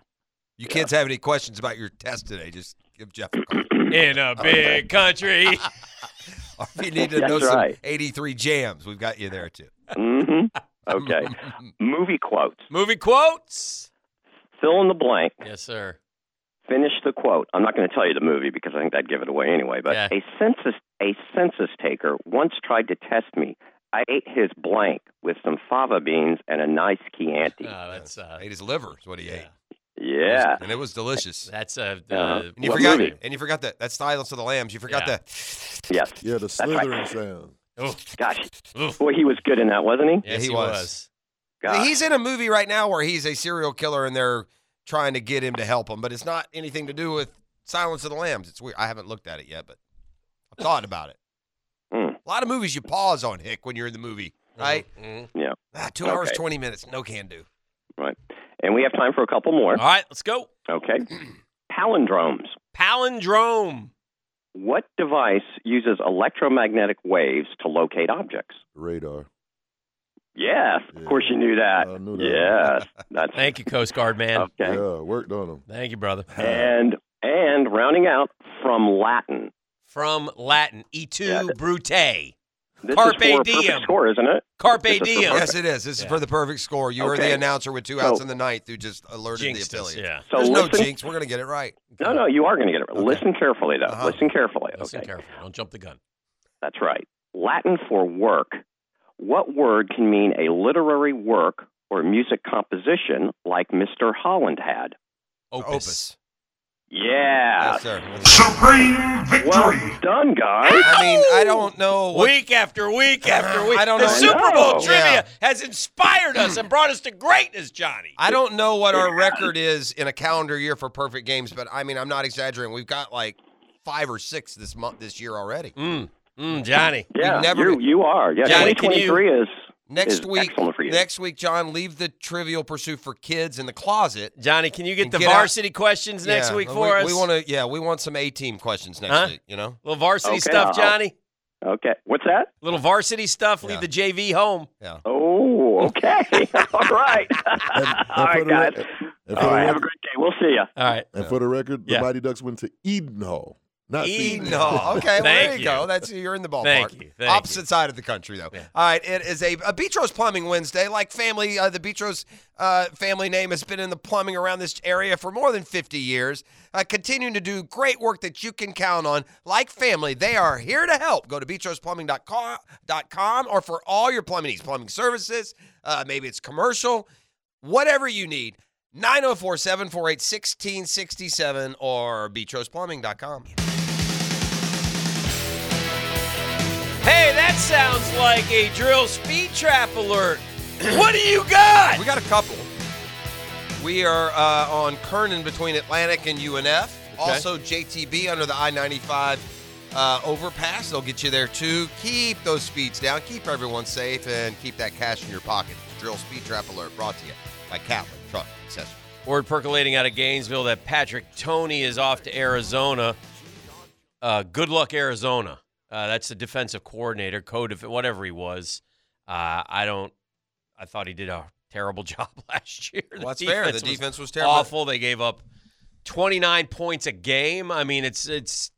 [SPEAKER 1] You kids have any questions about your test today? Just give Jeff a call.
[SPEAKER 4] In a big country.
[SPEAKER 1] Or if you need to
[SPEAKER 5] That's
[SPEAKER 1] know some
[SPEAKER 5] right.
[SPEAKER 1] 83 jams, we've got you there too.
[SPEAKER 5] hmm Okay. Movie quotes.
[SPEAKER 4] Movie quotes.
[SPEAKER 5] Fill in the blank.
[SPEAKER 4] Yes, sir.
[SPEAKER 5] Finish the quote. I'm not going to tell you the movie because I think that'd give it away anyway. But
[SPEAKER 4] Yeah.
[SPEAKER 5] a census a census taker once tried to test me. I ate his blank with some fava beans and a nice Chianti.
[SPEAKER 4] Uh, that's uh,
[SPEAKER 1] ate his liver is what he ate.
[SPEAKER 4] yeah.
[SPEAKER 5] yeah.
[SPEAKER 1] And it was delicious.
[SPEAKER 4] That's a. Uh,
[SPEAKER 5] Uh-huh.
[SPEAKER 1] And you
[SPEAKER 5] What
[SPEAKER 1] forgot
[SPEAKER 5] movie?
[SPEAKER 1] and you forgot that that's Silence of the Lambs. You forgot
[SPEAKER 4] Yeah.
[SPEAKER 1] that.
[SPEAKER 5] Yes.
[SPEAKER 2] Yeah, the
[SPEAKER 5] That's right.
[SPEAKER 2] slithering sound.
[SPEAKER 4] Oh,
[SPEAKER 5] Gosh.
[SPEAKER 4] oof.
[SPEAKER 5] Boy, he was good in that, wasn't he?
[SPEAKER 4] Yes,
[SPEAKER 1] he
[SPEAKER 4] he,
[SPEAKER 1] was.
[SPEAKER 4] was.
[SPEAKER 5] Gosh.
[SPEAKER 1] He's in a movie right now where he's a serial killer and they're trying to get him to help him, but it's not anything to do with Silence of the Lambs. It's weird. I haven't looked at it yet, but I've thought about it.
[SPEAKER 5] Mm.
[SPEAKER 1] A lot of movies you pause on Hick when you're in the movie, right?
[SPEAKER 4] Mhm.
[SPEAKER 1] Ah, two hours
[SPEAKER 5] Okay.
[SPEAKER 1] twenty minutes, no can do.
[SPEAKER 5] and we have time for a couple more.
[SPEAKER 4] All right, let's go.
[SPEAKER 5] Okay. Palindromes.
[SPEAKER 4] Palindrome.
[SPEAKER 5] What device uses electromagnetic waves to locate objects?
[SPEAKER 2] Radar.
[SPEAKER 5] Yes. Of course you knew that.
[SPEAKER 2] I knew that.
[SPEAKER 5] Yes. That's
[SPEAKER 4] Thank you, Coast Guard
[SPEAKER 1] Uh.
[SPEAKER 4] man.
[SPEAKER 5] okay.
[SPEAKER 2] Yeah, worked on them.
[SPEAKER 4] Thank you, brother.
[SPEAKER 5] And and rounding out from Latin.
[SPEAKER 4] From Latin, E2
[SPEAKER 5] Yeah, that-
[SPEAKER 4] Brute.
[SPEAKER 5] This
[SPEAKER 4] Carpe
[SPEAKER 5] is for a
[SPEAKER 4] diem.
[SPEAKER 5] perfect score, isn't it?
[SPEAKER 4] Carpe
[SPEAKER 5] This is for
[SPEAKER 4] diem.
[SPEAKER 5] perfect.
[SPEAKER 1] Yes, it is. This is
[SPEAKER 4] Yeah.
[SPEAKER 1] for the perfect score. You were
[SPEAKER 5] Okay.
[SPEAKER 1] the announcer with two outs
[SPEAKER 5] So-
[SPEAKER 1] in the ninth who just alerted
[SPEAKER 4] Jinxed
[SPEAKER 1] the
[SPEAKER 4] us,
[SPEAKER 1] affiliate.
[SPEAKER 4] yeah.
[SPEAKER 5] So
[SPEAKER 1] There's no
[SPEAKER 5] listen.
[SPEAKER 1] jinx. We're gonna get it right.
[SPEAKER 5] no, no, you are going to get it.
[SPEAKER 1] Okay.
[SPEAKER 5] Listen carefully, though.
[SPEAKER 1] Uh-huh.
[SPEAKER 5] Listen carefully.
[SPEAKER 4] Listen
[SPEAKER 5] okay,
[SPEAKER 4] carefully. Don't jump the gun.
[SPEAKER 5] that's right. Latin for work. What word can mean a literary work or music composition like Mr. Holland had?
[SPEAKER 4] Opus.
[SPEAKER 1] Opus.
[SPEAKER 5] Yeah.
[SPEAKER 1] Yes, sir.
[SPEAKER 6] Supreme
[SPEAKER 5] well
[SPEAKER 6] victory!
[SPEAKER 5] done, guys.
[SPEAKER 4] Ah!
[SPEAKER 1] I mean, I don't know what
[SPEAKER 4] Week after week after week.
[SPEAKER 1] I don't
[SPEAKER 4] the
[SPEAKER 1] know.
[SPEAKER 4] Super Bowl
[SPEAKER 5] No.
[SPEAKER 4] trivia
[SPEAKER 1] Yeah.
[SPEAKER 4] has inspired us and brought us to greatness, Johnny.
[SPEAKER 1] I don't know what our record is in a calendar year for perfect games, but I mean, I'm not exaggerating. We've got like five or six this month, this year already.
[SPEAKER 4] Mm, mm, Johnny.
[SPEAKER 5] Yeah,
[SPEAKER 1] never-
[SPEAKER 5] you you are. Yeah,
[SPEAKER 4] Johnny, can you-
[SPEAKER 5] 2023 is
[SPEAKER 1] Next
[SPEAKER 5] is
[SPEAKER 1] week,
[SPEAKER 5] excellent for you.
[SPEAKER 1] next week, John, leave the Trivial Pursuit for kids in the closet.
[SPEAKER 4] Johnny, can you get
[SPEAKER 1] And
[SPEAKER 4] the
[SPEAKER 1] get out-
[SPEAKER 4] varsity questions next
[SPEAKER 1] Yeah,
[SPEAKER 4] week
[SPEAKER 1] we-
[SPEAKER 4] for us?
[SPEAKER 1] We want to, yeah, we want some A team questions next
[SPEAKER 4] Huh?
[SPEAKER 1] week. You know,
[SPEAKER 4] little varsity
[SPEAKER 5] Okay, Uh-huh.
[SPEAKER 4] stuff,
[SPEAKER 5] I'll-
[SPEAKER 4] Johnny.
[SPEAKER 5] Okay. What's that?
[SPEAKER 4] Little varsity stuff.
[SPEAKER 1] Yeah.
[SPEAKER 4] Leave the JV home.
[SPEAKER 5] Oh, okay. All right. All
[SPEAKER 2] for
[SPEAKER 5] right,
[SPEAKER 2] the
[SPEAKER 5] guys.
[SPEAKER 2] rec- and for
[SPEAKER 5] All
[SPEAKER 2] the
[SPEAKER 5] right. Have a
[SPEAKER 2] rec-
[SPEAKER 5] great day. We'll see you.
[SPEAKER 4] All right.
[SPEAKER 2] and for the record, the
[SPEAKER 4] Yeah.
[SPEAKER 2] Mighty Ducks went to Eden Hall. Not Seton
[SPEAKER 1] Eden
[SPEAKER 2] Hall.
[SPEAKER 1] Hall. Oh, Okay, well, there
[SPEAKER 4] Thank
[SPEAKER 1] you,
[SPEAKER 4] you.
[SPEAKER 1] go. That's you're in the ballpark.
[SPEAKER 4] Thank you. Thank
[SPEAKER 1] Opposite side of the country, though.
[SPEAKER 4] Yeah.
[SPEAKER 1] All right, it is a, a Betros Plumbing Wednesday. Like family, uh, the Betros uh, family name has been in the plumbing around this area for more than 50 years, uh, continuing to do great work that you can count on. Like family, they are here to help. Go to betrosplumbing.com or for all your plumbing needs, plumbing services. Uh, maybe it's commercial, whatever you need. 904 748 1667 or betrosplumbing.com.
[SPEAKER 4] Hey, that sounds like a drill speed trap alert. what do you got?
[SPEAKER 1] We got a couple. We are uh, on Kernan between Atlantic and UNF. Also, JTB under the I 95 uh, overpass. They'll get you there too. Keep those speeds down, keep everyone safe, and keep that cash in your pocket. It's Drill Speed Trap Alert brought to you by Catlin Truck Accessories.
[SPEAKER 4] Word percolating out of Gainesville that Patrick Tony is off to Arizona. Uh, good luck, Arizona. Uh, that's the defensive coordinator, code of whatever he was. Uh, I don't. I thought he did a terrible job last year. The
[SPEAKER 1] Well, that's fair. The
[SPEAKER 4] was
[SPEAKER 1] defense was terrible.
[SPEAKER 4] Awful. They gave up 29 points a game. I mean, it's it's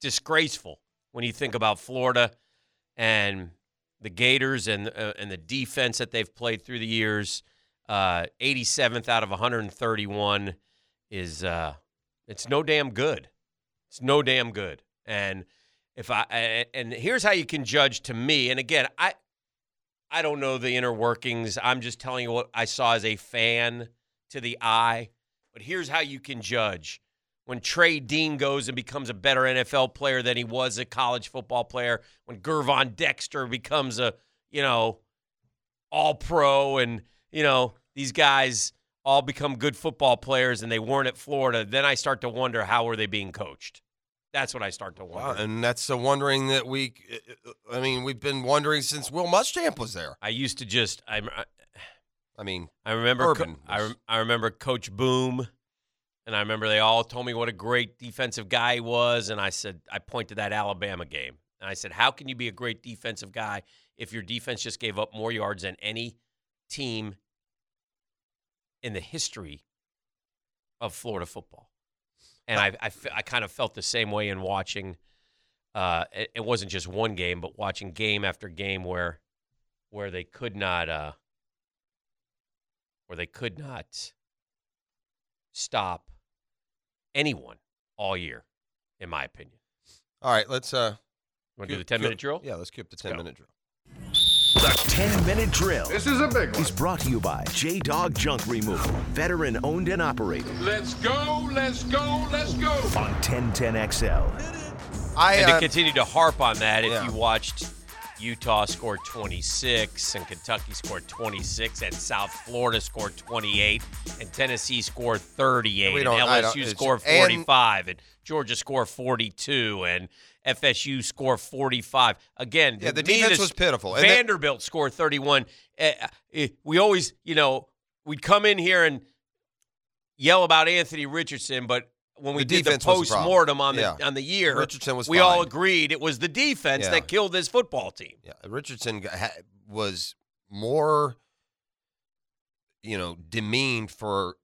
[SPEAKER 4] disgraceful when you think about Florida and the Gators and uh, and the defense that they've played through the years. Uh, 87th out of 131 is uh, it's no damn good. It's no damn good. And if I a- and here's how you can judge to me. And again, I I don't know the inner workings. I'm just telling you what I saw as a fan to the eye. But here's how you can judge when Trey Dean goes and becomes a better NFL player than he was a college football player, when Gervon Dexter becomes a, you know, all pro and, you know, these guys all become good football players and they weren't at Florida, then I start to wonder how were they being coached? That's what I start to
[SPEAKER 1] Wow,
[SPEAKER 4] wonder.
[SPEAKER 1] and that's the wondering that we, uh, I mean, we've been wondering since Will Muschamp was there.
[SPEAKER 4] I used to just I'm- I
[SPEAKER 1] I mean,
[SPEAKER 4] I remember
[SPEAKER 1] Urban
[SPEAKER 4] Co- I,
[SPEAKER 1] was-
[SPEAKER 4] rem- I remember Coach Boom, and I remember they all told me what a great defensive guy he was, and I said I pointed that Alabama game, and I said, how can you be a great defensive guy if your defense just gave up more yards than any team in the history of Florida football? And I I, fe- I kind of felt the same way in watching. Uh, it, it wasn't just one game, but watching game after game where where they could not. Uh, where they could not stop anyone all year, in my opinion.
[SPEAKER 1] all right, let's. uh
[SPEAKER 4] Want to do the
[SPEAKER 1] keep-
[SPEAKER 4] 10 minute
[SPEAKER 1] keep-
[SPEAKER 4] drill?
[SPEAKER 1] Yeah, let's keep the 10 minute drill.
[SPEAKER 3] The 10 minute drill. This is a big one. Is brought to you by J Dog Junk Removal, veteran owned and operated
[SPEAKER 6] Let's go, let's go, let's go.
[SPEAKER 3] on 1010XL.
[SPEAKER 1] I,
[SPEAKER 4] And
[SPEAKER 1] uh,
[SPEAKER 4] to continue to harp on that, if
[SPEAKER 1] yeah.
[SPEAKER 4] you watched Utah score 26 and Kentucky scored 26 and South Florida scored 28 and Tennessee scored 38
[SPEAKER 1] We
[SPEAKER 4] and
[SPEAKER 1] don't- I don't-
[SPEAKER 4] LSU
[SPEAKER 1] it's-
[SPEAKER 4] scored
[SPEAKER 1] and-
[SPEAKER 4] 45 and, Georgia scored 42 and FSU scored 45. Again,
[SPEAKER 1] Yeah,
[SPEAKER 4] to
[SPEAKER 1] the
[SPEAKER 4] me,
[SPEAKER 1] defense
[SPEAKER 4] this-
[SPEAKER 1] was pitiful. And that-
[SPEAKER 4] Vanderbilt scored 31. Eh, eh, We always, you know, we'd come in here and yell about Anthony Richardson, but when we
[SPEAKER 1] The
[SPEAKER 4] did the
[SPEAKER 1] defense was
[SPEAKER 4] post
[SPEAKER 1] the problem.
[SPEAKER 4] mortem on the
[SPEAKER 1] Yeah.
[SPEAKER 4] on the year,
[SPEAKER 1] Richardson was
[SPEAKER 4] we all
[SPEAKER 1] fine.
[SPEAKER 4] agreed it was the defense
[SPEAKER 1] Yeah.
[SPEAKER 4] that killed this football team.
[SPEAKER 1] Yeah, Richardson g- ha- was more, you know, demeaned for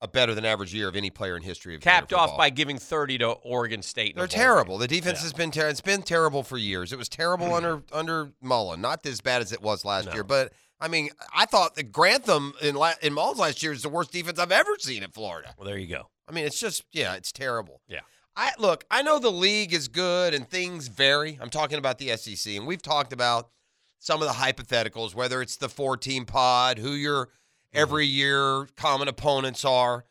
[SPEAKER 1] a better than average year of any player in history of Gator
[SPEAKER 4] Capped off
[SPEAKER 1] football.
[SPEAKER 4] by giving 30 to Oregon State. in
[SPEAKER 1] They're
[SPEAKER 4] a bowl game.
[SPEAKER 1] terrible. The defense
[SPEAKER 4] Yeah. Mm.
[SPEAKER 1] has been ter- it's been terrible for years. It was terrible under under Mullen, not as bad as it was last
[SPEAKER 4] No.
[SPEAKER 1] year, but I mean, I thought that Grantham in la- in Mullins last year is the worst defense I've ever seen at Florida.
[SPEAKER 4] Well, there you go.
[SPEAKER 1] I mean, it's just yeah, it's terrible.
[SPEAKER 4] Yeah.
[SPEAKER 1] I look, I know the league is good and things vary. I'm talking about the SEC, and we've talked about some of the hypotheticals, whether it's the four team pod, who your every year common opponents are.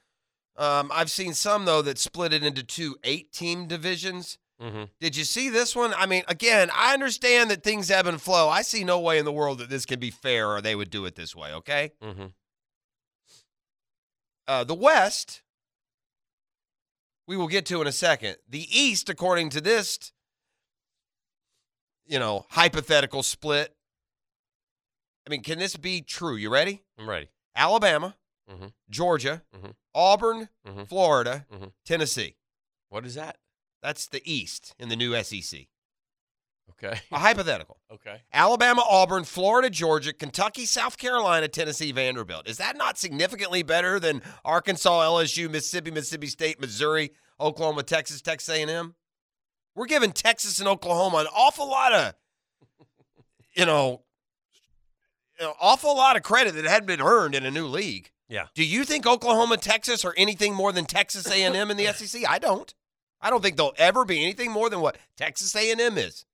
[SPEAKER 1] Um, I've seen some though that split it into two eight team divisions.
[SPEAKER 4] Mhm.
[SPEAKER 1] Did you see this one? I mean, again, I understand that things ebb and flow. I see no way in the world that this can be fair or they would do it this way, okay?
[SPEAKER 4] Mm-hmm.
[SPEAKER 1] Uh, the West, we will get to in a second. The East, according to this, you know, hypothetical split. I mean, can this be true? You ready?
[SPEAKER 4] I'm ready.
[SPEAKER 1] Alabama,
[SPEAKER 4] Mhm.
[SPEAKER 1] Georgia,
[SPEAKER 4] Mhm.
[SPEAKER 1] Auburn,
[SPEAKER 4] Mhm.
[SPEAKER 1] Florida,
[SPEAKER 4] Mhm.
[SPEAKER 1] Tennessee.
[SPEAKER 4] What is that?
[SPEAKER 1] That's the East in the new SEC. E
[SPEAKER 4] Okay.
[SPEAKER 1] A hypothetical.
[SPEAKER 4] Okay.
[SPEAKER 1] Alabama, Auburn, Florida, Georgia, Kentucky, South Carolina, Tennessee, Vanderbilt. Is that not significantly better than Arkansas, LSU, Mississippi, Mississippi State, Missouri, Oklahoma, Texas, Texas A&M? We're giving Texas and Oklahoma an awful lot of, you know, an awful lot of credit that hadn't been earned in a new league.
[SPEAKER 4] Yeah.
[SPEAKER 1] Do you think Oklahoma, Texas are anything more than Texas A&M in the SEC? I don't. I don't think they'll ever be anything more than what Texas A&M is,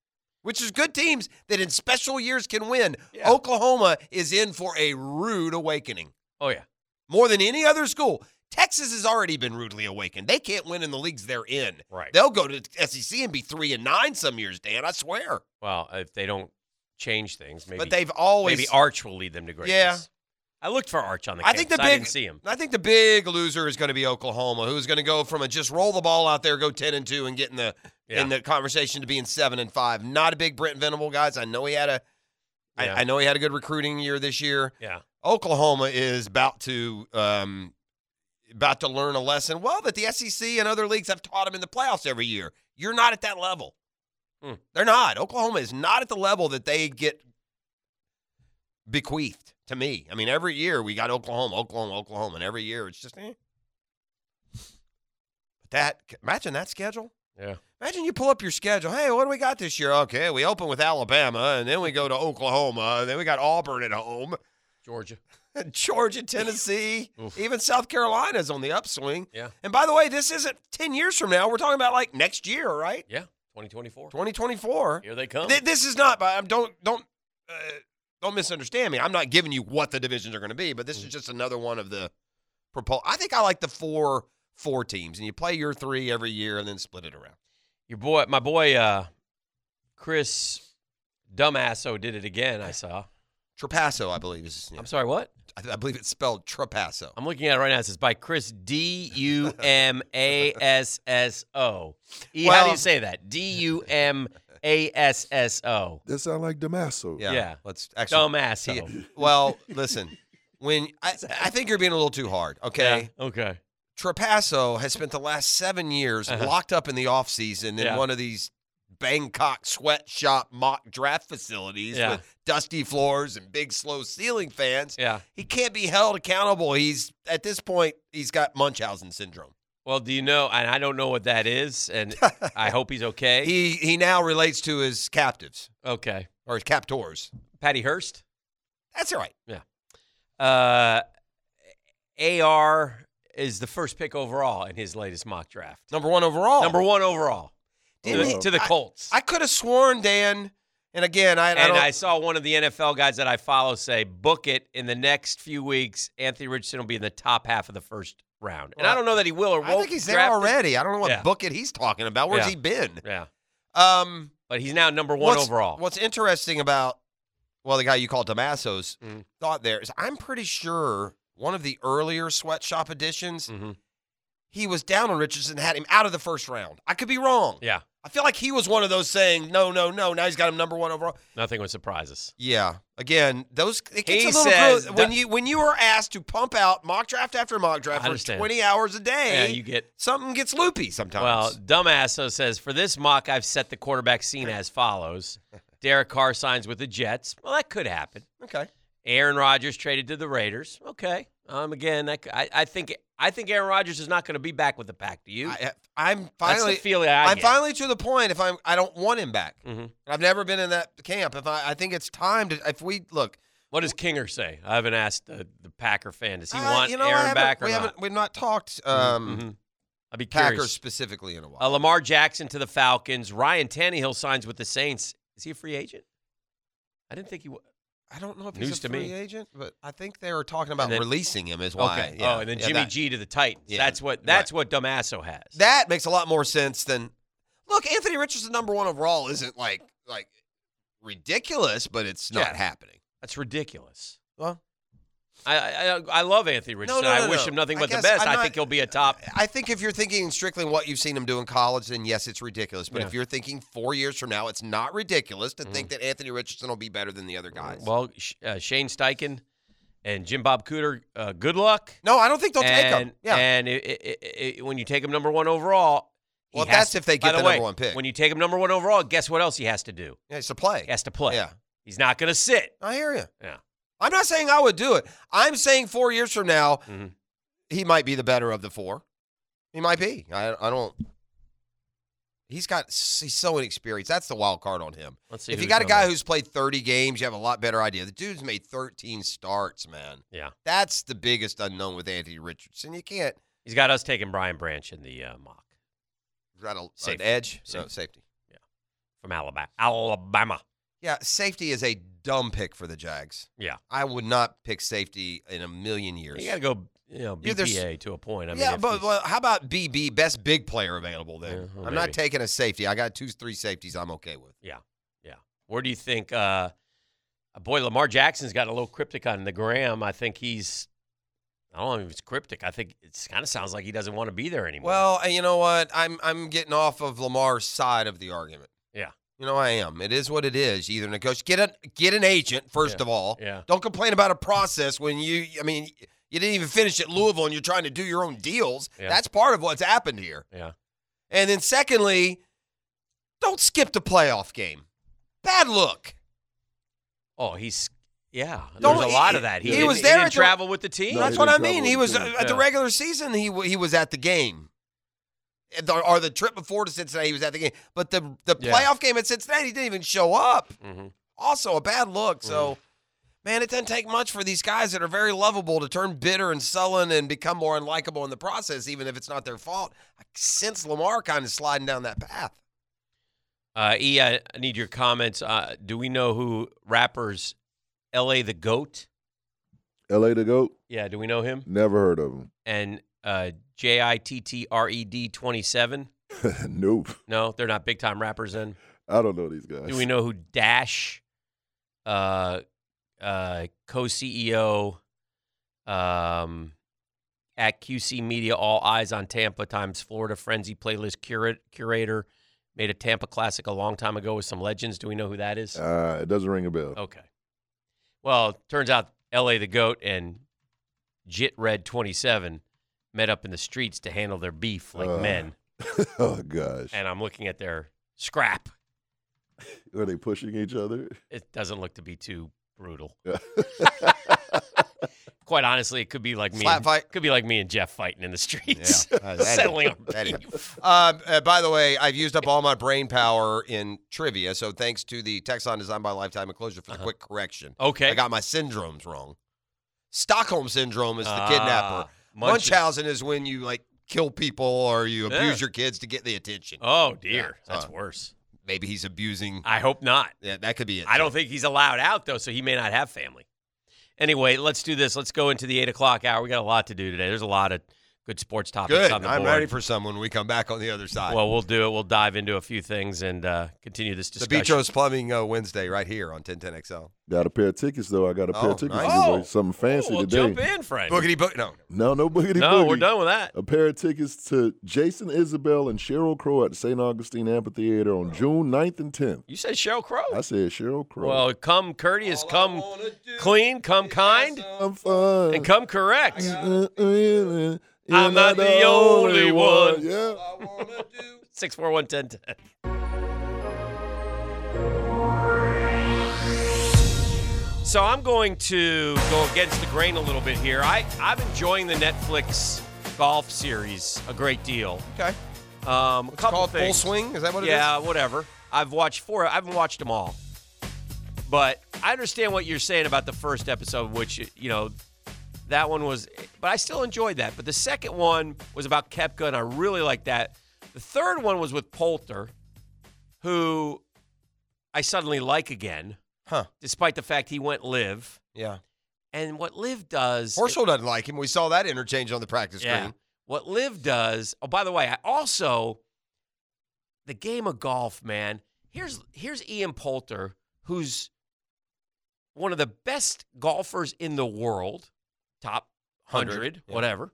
[SPEAKER 1] which is good teams that in special years can win.
[SPEAKER 4] Yeah.
[SPEAKER 1] Oklahoma is in for a rude awakening
[SPEAKER 4] Oh yeah.
[SPEAKER 1] more than any other school. Texas has already been rudely awakened. They can't win in the leagues they're in.
[SPEAKER 4] Right.
[SPEAKER 1] They'll go to SEC and be three and nine some years, Dan. I swear.
[SPEAKER 4] Well, if they don't change things, maybe
[SPEAKER 1] but they've always
[SPEAKER 4] maybe Arch will lead them to greatness.
[SPEAKER 1] Yeah.
[SPEAKER 4] I looked for Arch on the.
[SPEAKER 1] I think the big
[SPEAKER 4] campus. I didn't see him.
[SPEAKER 1] I think the big loser is going to be Oklahoma, who's going to go from a just roll the ball out there, go ten and two, and get in the
[SPEAKER 4] Yeah.
[SPEAKER 1] in the conversation to being seven and five. Not a big Brent Venable guys. I know he had a, I
[SPEAKER 4] Yeah.
[SPEAKER 1] I know he had a good recruiting year this year.
[SPEAKER 4] Yeah.
[SPEAKER 1] Oklahoma is about to um, about to learn a lesson. Well, that the SEC and other leagues have taught them in the playoffs every year. You're not at that level.
[SPEAKER 4] Hmm.
[SPEAKER 1] They're not. Oklahoma is not at the level that they get bequeathed to me. I mean, every year we got Oklahoma, Oklahoma, Oklahoma, and every year it's just eh. But that imagine that schedule.
[SPEAKER 4] Yeah.
[SPEAKER 1] Imagine you pull up your schedule. Hey, what do we got this year? Okay, we open with Alabama, and then we go to Oklahoma, and then we got Auburn at home.
[SPEAKER 4] Georgia.
[SPEAKER 1] Georgia, Tennessee,
[SPEAKER 4] Oof.
[SPEAKER 1] even South Carolina's on the upswing.
[SPEAKER 4] Yeah.
[SPEAKER 1] And by the way, this isn't 10 years from now. We're talking about like next year, right?
[SPEAKER 4] Yeah. 2024.
[SPEAKER 1] 2024.
[SPEAKER 4] Here they come.
[SPEAKER 1] Th- this is not by I'm don't don't uh, don't misunderstand me. I'm not giving you what the divisions are going to be, but this is just another one of the propos I think I like the four four teams and you play your three every year and then split it around.
[SPEAKER 4] Your boy, my boy, uh, Chris Dumbasso did it again. I saw.
[SPEAKER 1] Trapasso, I believe is his name.
[SPEAKER 4] I'm sorry. What?
[SPEAKER 1] I, I believe it's spelled Trapasso.
[SPEAKER 4] I'm looking at it right now. It says by Chris D U M A S S O. E. How do
[SPEAKER 1] Well-
[SPEAKER 4] you say that? D U M A S S O.
[SPEAKER 2] That sound like Damaso.
[SPEAKER 1] Yeah.
[SPEAKER 4] Yeah. Um,
[SPEAKER 1] Let's actually
[SPEAKER 4] Dumbasso.
[SPEAKER 1] Yeah. Well, listen, when I, I think you're being a little too hard, okay?
[SPEAKER 4] Yeah, Okay.
[SPEAKER 1] Trapasso has spent the last seven years
[SPEAKER 4] Uh-huh.
[SPEAKER 1] locked up in the offseason in
[SPEAKER 4] Yeah.
[SPEAKER 1] one of these Bangkok sweatshop mock draft facilities
[SPEAKER 4] Yeah.
[SPEAKER 1] with dusty floors and big, slow ceiling fans.
[SPEAKER 4] Yeah.
[SPEAKER 1] He can't be held accountable. He's, at this point, he's got Munchausen syndrome.
[SPEAKER 4] Well, do you know? And I don't know what that is, and I hope he's okay.
[SPEAKER 1] He, he now relates to his captives
[SPEAKER 4] okay.
[SPEAKER 1] or his captors.
[SPEAKER 4] Patty Hurst.
[SPEAKER 1] That's all right.
[SPEAKER 4] Uh, AR is the first pick overall in his latest mock draft.
[SPEAKER 1] Number one overall.
[SPEAKER 4] Number one overall to,
[SPEAKER 1] Didn't
[SPEAKER 4] the-
[SPEAKER 1] he-
[SPEAKER 4] to the
[SPEAKER 1] I-
[SPEAKER 4] Colts.
[SPEAKER 1] I could have sworn, Dan, and again, I, I
[SPEAKER 4] and
[SPEAKER 1] don't.
[SPEAKER 4] I saw one of the NFL guys that I follow say, book it in the next few weeks. Anthony Richardson will be in the top half of the first round. And I
[SPEAKER 1] Well,
[SPEAKER 4] don't know that he will or won't.
[SPEAKER 1] I think he's there
[SPEAKER 4] draft it.
[SPEAKER 1] already. I don't know what
[SPEAKER 4] Yeah.
[SPEAKER 1] bucket he's talking about. Where's
[SPEAKER 4] Yeah.
[SPEAKER 1] he been?
[SPEAKER 4] Yeah.
[SPEAKER 1] Um,
[SPEAKER 4] But he's now number one
[SPEAKER 1] what's,
[SPEAKER 4] overall.
[SPEAKER 1] What's interesting about well, the guy you call Damaso's
[SPEAKER 4] Mhm.
[SPEAKER 1] thought there is I'm pretty sure one of the earlier sweatshop editions,
[SPEAKER 4] Mhm.
[SPEAKER 1] he was down on Richardson, had him out of the first round. I could be wrong.
[SPEAKER 4] Yeah.
[SPEAKER 1] I feel like he was one of those saying, no, no, no. Now he's got him number one overall.
[SPEAKER 4] Nothing would surprise us.
[SPEAKER 1] Yeah. Again, those it gets
[SPEAKER 4] He
[SPEAKER 1] a little
[SPEAKER 4] says
[SPEAKER 1] gro- when
[SPEAKER 4] the-
[SPEAKER 1] you when you are asked to pump out mock draft after mock draft
[SPEAKER 4] I
[SPEAKER 1] for
[SPEAKER 4] understand.
[SPEAKER 1] 20 hours a
[SPEAKER 4] Yeah,
[SPEAKER 1] day,
[SPEAKER 4] you get
[SPEAKER 1] something gets loopy sometimes.
[SPEAKER 4] Well, dumbasso says for this mock, I've set the quarterback scene as follows: Derek Carr signs with the Jets. Well, that could happen.
[SPEAKER 1] okay.
[SPEAKER 4] Aaron Rodgers traded to the Raiders. Okay. Um. Again, that, c- I, I think I think Aaron Rodgers is not going to be back with the pack. Do you?
[SPEAKER 1] I, I'm
[SPEAKER 4] That's
[SPEAKER 1] finally
[SPEAKER 4] the feeling I
[SPEAKER 1] I'm
[SPEAKER 4] get.
[SPEAKER 1] finally to the point. If I'm, I don't want him back.
[SPEAKER 4] Mhm.
[SPEAKER 1] I've never been in that camp. If I, I think it's time to. If we look,
[SPEAKER 4] What does Kinger say? I haven't asked the, the Packer fan. Does he
[SPEAKER 1] I-
[SPEAKER 4] want
[SPEAKER 1] Uh, you know, I
[SPEAKER 4] Aaron
[SPEAKER 1] haven't-
[SPEAKER 4] back or
[SPEAKER 1] we
[SPEAKER 4] not?
[SPEAKER 1] haven't. We've not talked um,
[SPEAKER 4] Mhm. I'd be
[SPEAKER 1] Packers
[SPEAKER 4] curious.
[SPEAKER 1] specifically in a while.
[SPEAKER 4] Uh, Lamar Jackson to the Falcons. Ryan Tannehill signs with the Saints. Is he a free agent? I didn't think he was.
[SPEAKER 1] I don't know if
[SPEAKER 4] news
[SPEAKER 1] he's a
[SPEAKER 4] to
[SPEAKER 1] free
[SPEAKER 4] me.
[SPEAKER 1] agent, but I think they were talking about
[SPEAKER 4] then-
[SPEAKER 1] releasing him. Is why.
[SPEAKER 4] Okay.
[SPEAKER 1] Yeah.
[SPEAKER 4] Oh, and then
[SPEAKER 1] Yeah,
[SPEAKER 4] Jimmy
[SPEAKER 1] that,
[SPEAKER 4] G to the Titans.
[SPEAKER 1] Yeah.
[SPEAKER 4] That's what that's what Damaso has.
[SPEAKER 1] That makes a lot more sense than. Look, Anthony Richardson, number one overall, isn't like like ridiculous, but it's not
[SPEAKER 4] Yeah.
[SPEAKER 1] happening.
[SPEAKER 4] that's ridiculous.
[SPEAKER 1] Well-
[SPEAKER 4] I I, I love Anthony Richardson.
[SPEAKER 1] no,
[SPEAKER 4] I
[SPEAKER 1] no,
[SPEAKER 4] wish
[SPEAKER 1] no.
[SPEAKER 4] him nothing
[SPEAKER 1] I
[SPEAKER 4] but the
[SPEAKER 1] guess
[SPEAKER 4] best.
[SPEAKER 1] I'm
[SPEAKER 4] I
[SPEAKER 1] not- Uh,
[SPEAKER 4] think he'll be a top.
[SPEAKER 1] I think if you're thinking strictly what you've seen him do in college, then yes, it's ridiculous. But
[SPEAKER 4] Yeah. Mm.
[SPEAKER 1] if you're thinking four years from now, it's not ridiculous to think that Anthony Richardson will be better than the other guys.
[SPEAKER 4] Well, Sh- uh, Shane Steichen and Jim Bob Cooter. Uh, good luck.
[SPEAKER 1] no, I don't think they'll
[SPEAKER 4] and,
[SPEAKER 1] take him. Yeah,
[SPEAKER 4] And i i i i when you take him number one overall,
[SPEAKER 1] Well,
[SPEAKER 4] has
[SPEAKER 1] that's
[SPEAKER 4] to-
[SPEAKER 1] if they
[SPEAKER 4] by
[SPEAKER 1] get
[SPEAKER 4] the
[SPEAKER 1] the
[SPEAKER 4] way,
[SPEAKER 1] number one pick.
[SPEAKER 4] When you take him number one overall, guess what else he has to do?
[SPEAKER 1] Yeah, it's a play.
[SPEAKER 4] He has to play.
[SPEAKER 1] Yeah.
[SPEAKER 4] He's not going to sit.
[SPEAKER 1] I hear you.
[SPEAKER 4] Yeah.
[SPEAKER 1] I'm not saying I would do it. I'm saying four years from now,
[SPEAKER 4] Mhm.
[SPEAKER 1] he might be the better of the four. He might be. I, I don't. He's got he's so inexperienced. That's the wild card on him.
[SPEAKER 4] Let's see
[SPEAKER 1] if you
[SPEAKER 4] who's
[SPEAKER 1] got a
[SPEAKER 4] number
[SPEAKER 1] guy
[SPEAKER 4] one.
[SPEAKER 1] who's played 30 games, you have a lot better idea. The dude's made 13 starts, man.
[SPEAKER 4] Yeah.
[SPEAKER 1] That's the biggest unknown with Anthony Richardson. You can't.
[SPEAKER 4] He's got us taking Brian Branch in the uh, mock
[SPEAKER 1] Is that a, an
[SPEAKER 4] Safety.
[SPEAKER 1] edge? No,
[SPEAKER 4] Safety.
[SPEAKER 1] safety.
[SPEAKER 4] from Alabama. Alabama.
[SPEAKER 1] Yeah, safety is a dumb pick for the Jags.
[SPEAKER 4] Yeah.
[SPEAKER 1] I would not pick safety in a million years.
[SPEAKER 4] You got to go, you know,
[SPEAKER 1] Yeah, there's-
[SPEAKER 4] BPA to a point. I mean,
[SPEAKER 1] yeah,
[SPEAKER 4] if
[SPEAKER 1] but
[SPEAKER 4] he's-
[SPEAKER 1] well, how about BB, best big player available then?
[SPEAKER 4] Yeah, well,
[SPEAKER 1] I'm not
[SPEAKER 4] maybe.
[SPEAKER 1] taking a safety. I got two, three safeties I'm okay with.
[SPEAKER 4] where do you think? Uh, boy, Lamar Jackson's got a little cryptic on the gram. I think he's. I don't know if it's cryptic. I think it kind of sounds like he doesn't want to be there anymore.
[SPEAKER 1] Well, and you know what? I'm I'm getting off of Lamar's side of the argument.
[SPEAKER 4] Yeah.
[SPEAKER 1] You know I am. It is what it is. Either negotiate get an get an agent first
[SPEAKER 4] Yeah.
[SPEAKER 1] of all.
[SPEAKER 4] yeah,
[SPEAKER 1] Don't complain about a process when you I mean you didn't even finish at Louisville and you're trying to do your own deals.
[SPEAKER 4] Yeah.
[SPEAKER 1] That's part of what's happened here.
[SPEAKER 4] yeah.
[SPEAKER 1] And then secondly, don't skip the playoff game. Bad look.
[SPEAKER 4] Oh, he's yeah.
[SPEAKER 1] Don't-
[SPEAKER 4] There's a lot
[SPEAKER 1] he-
[SPEAKER 4] of that.
[SPEAKER 1] he
[SPEAKER 4] didn't-
[SPEAKER 1] was there
[SPEAKER 4] He
[SPEAKER 1] at
[SPEAKER 4] didn't
[SPEAKER 1] the-
[SPEAKER 4] travel with the team.
[SPEAKER 2] No,
[SPEAKER 1] That's
[SPEAKER 2] he
[SPEAKER 1] what I
[SPEAKER 2] didn't
[SPEAKER 1] mean.
[SPEAKER 2] travel
[SPEAKER 1] He
[SPEAKER 2] with
[SPEAKER 1] was
[SPEAKER 2] the
[SPEAKER 1] uh,
[SPEAKER 2] team.
[SPEAKER 1] at the
[SPEAKER 4] Yeah.
[SPEAKER 1] regular season. He wa- he was at the game, At the- or the trip before to Cincinnati. He was at the game, but the the
[SPEAKER 4] Yeah.
[SPEAKER 1] playoff game at Cincinnati he didn't even show up.
[SPEAKER 4] hmm
[SPEAKER 1] Also, a bad look.
[SPEAKER 2] Mm.
[SPEAKER 1] So, man, it doesn't take much for these guys that are very lovable to turn bitter and sullen and become more unlikable in the process, even if it's not their fault. I sense Lamar kind of sliding down that path.
[SPEAKER 4] Uh, e, I I need your comments. Uh, do we know who rappers L.A. the Goat?
[SPEAKER 2] LA to go?
[SPEAKER 4] Yeah, do we know him?
[SPEAKER 2] Never heard of him.
[SPEAKER 4] And uh, J I T T R E D twenty seven.
[SPEAKER 2] nope.
[SPEAKER 4] No, they're not big time rappers. Then
[SPEAKER 2] I don't know these guys.
[SPEAKER 4] do we know who Dash, uh, uh, co CEO, um, at QC Media, All Eyes on Tampa times Florida Frenzy playlist curate, curator, made a Tampa classic a long time ago with some legends. Do we know who that is?
[SPEAKER 2] Uh, it doesn't ring a bell.
[SPEAKER 4] Okay. Well, turns out L.A. the Goat and Jit Red 27 met up in the streets to handle their beef like
[SPEAKER 2] Uh.
[SPEAKER 4] men.
[SPEAKER 2] oh gosh.
[SPEAKER 4] And I'm looking at their scrap.
[SPEAKER 2] Are they pushing each other?
[SPEAKER 4] It doesn't look to be too brutal.
[SPEAKER 2] Yeah.
[SPEAKER 4] Quite honestly, it could be like me.
[SPEAKER 1] Slap
[SPEAKER 4] and-
[SPEAKER 1] fight.
[SPEAKER 4] Could be like me and Jeff fighting in the streets,
[SPEAKER 1] Yeah.
[SPEAKER 4] settling our
[SPEAKER 1] That is-
[SPEAKER 4] beef.
[SPEAKER 1] Um, uh, by the way, I've used up all my brain power in trivia, so thanks to the Texon Design by Lifetime Enclosure for the
[SPEAKER 4] Uh-huh.
[SPEAKER 1] quick correction.
[SPEAKER 4] Okay.
[SPEAKER 1] I got my syndromes wrong. Stockholm syndrome is the kidnapper.
[SPEAKER 4] Ah, Munchausen.
[SPEAKER 1] Munchausen is when you like kill people or you abuse
[SPEAKER 4] Yeah.
[SPEAKER 1] your kids to get the attention.
[SPEAKER 4] Oh dear,
[SPEAKER 1] Yeah.
[SPEAKER 4] that's
[SPEAKER 1] Uh,
[SPEAKER 4] worse.
[SPEAKER 1] Maybe he's abusing.
[SPEAKER 4] I hope not.
[SPEAKER 1] yeah, that could be it.
[SPEAKER 4] I don't think he's allowed out though, so he may not have family. Anyway, let's do this. Let's go into the eight o'clock hour. We got a lot to do today. There's a lot of good sports topics
[SPEAKER 1] Good.
[SPEAKER 4] on the
[SPEAKER 1] I'm
[SPEAKER 4] board.
[SPEAKER 1] ready for some when we come back on the other side.
[SPEAKER 4] well, we'll do it. We'll dive into a few things and uh, continue this
[SPEAKER 1] the
[SPEAKER 4] discussion.
[SPEAKER 1] Beatros Plumbing uh, Wednesday right here on 1010XL.
[SPEAKER 2] Got a pair of tickets though. I got a pair
[SPEAKER 1] Oh,
[SPEAKER 2] of tickets.
[SPEAKER 1] nice.
[SPEAKER 2] to give away.
[SPEAKER 4] Oh.
[SPEAKER 2] Something fancy
[SPEAKER 4] Ooh, we'll
[SPEAKER 2] today.
[SPEAKER 4] jump in, Frank.
[SPEAKER 1] Boogity book. No.
[SPEAKER 2] No, no boogity
[SPEAKER 4] no,
[SPEAKER 2] boogie.
[SPEAKER 4] we're done with that.
[SPEAKER 2] A pair of tickets to Jason Isabel and Cheryl Crow at the St. Augustine Amphitheater on June 9th and 10th.
[SPEAKER 4] You said Cheryl Crow.
[SPEAKER 2] I said Cheryl Crow.
[SPEAKER 4] Well, come courteous, come clean, come kind,
[SPEAKER 2] I'm fine. Uh,
[SPEAKER 4] and come correct.
[SPEAKER 2] I'm
[SPEAKER 4] I'm not the only one.
[SPEAKER 2] Yeah.
[SPEAKER 4] Six four one ten ten. So I'm going to go against the grain a little bit here. I I'm enjoying the Netflix golf series a great deal.
[SPEAKER 1] Okay.
[SPEAKER 4] Um, a couple
[SPEAKER 1] Called Full
[SPEAKER 4] things.
[SPEAKER 1] Swing? Is that what it is?
[SPEAKER 4] yeah, whatever. I've watched four. I haven't watched them all, but I understand what you're saying about the first episode, which you know that one was. But I still enjoyed that. But the second one was about Kepka, and I really liked that. The third one was with Poulter, who I suddenly like again,
[SPEAKER 1] Huh.
[SPEAKER 4] despite the fact he went live.
[SPEAKER 1] Yeah.
[SPEAKER 4] And what live does
[SPEAKER 1] Horschel doesn't like him. We saw that interchange on the practice screen.
[SPEAKER 4] What Liv does. Oh, by the way, I also the game of golf, man. Here's here's Ian Poulter, who's one of the best golfers in the world, top 100,
[SPEAKER 1] 100, yeah.
[SPEAKER 4] whatever,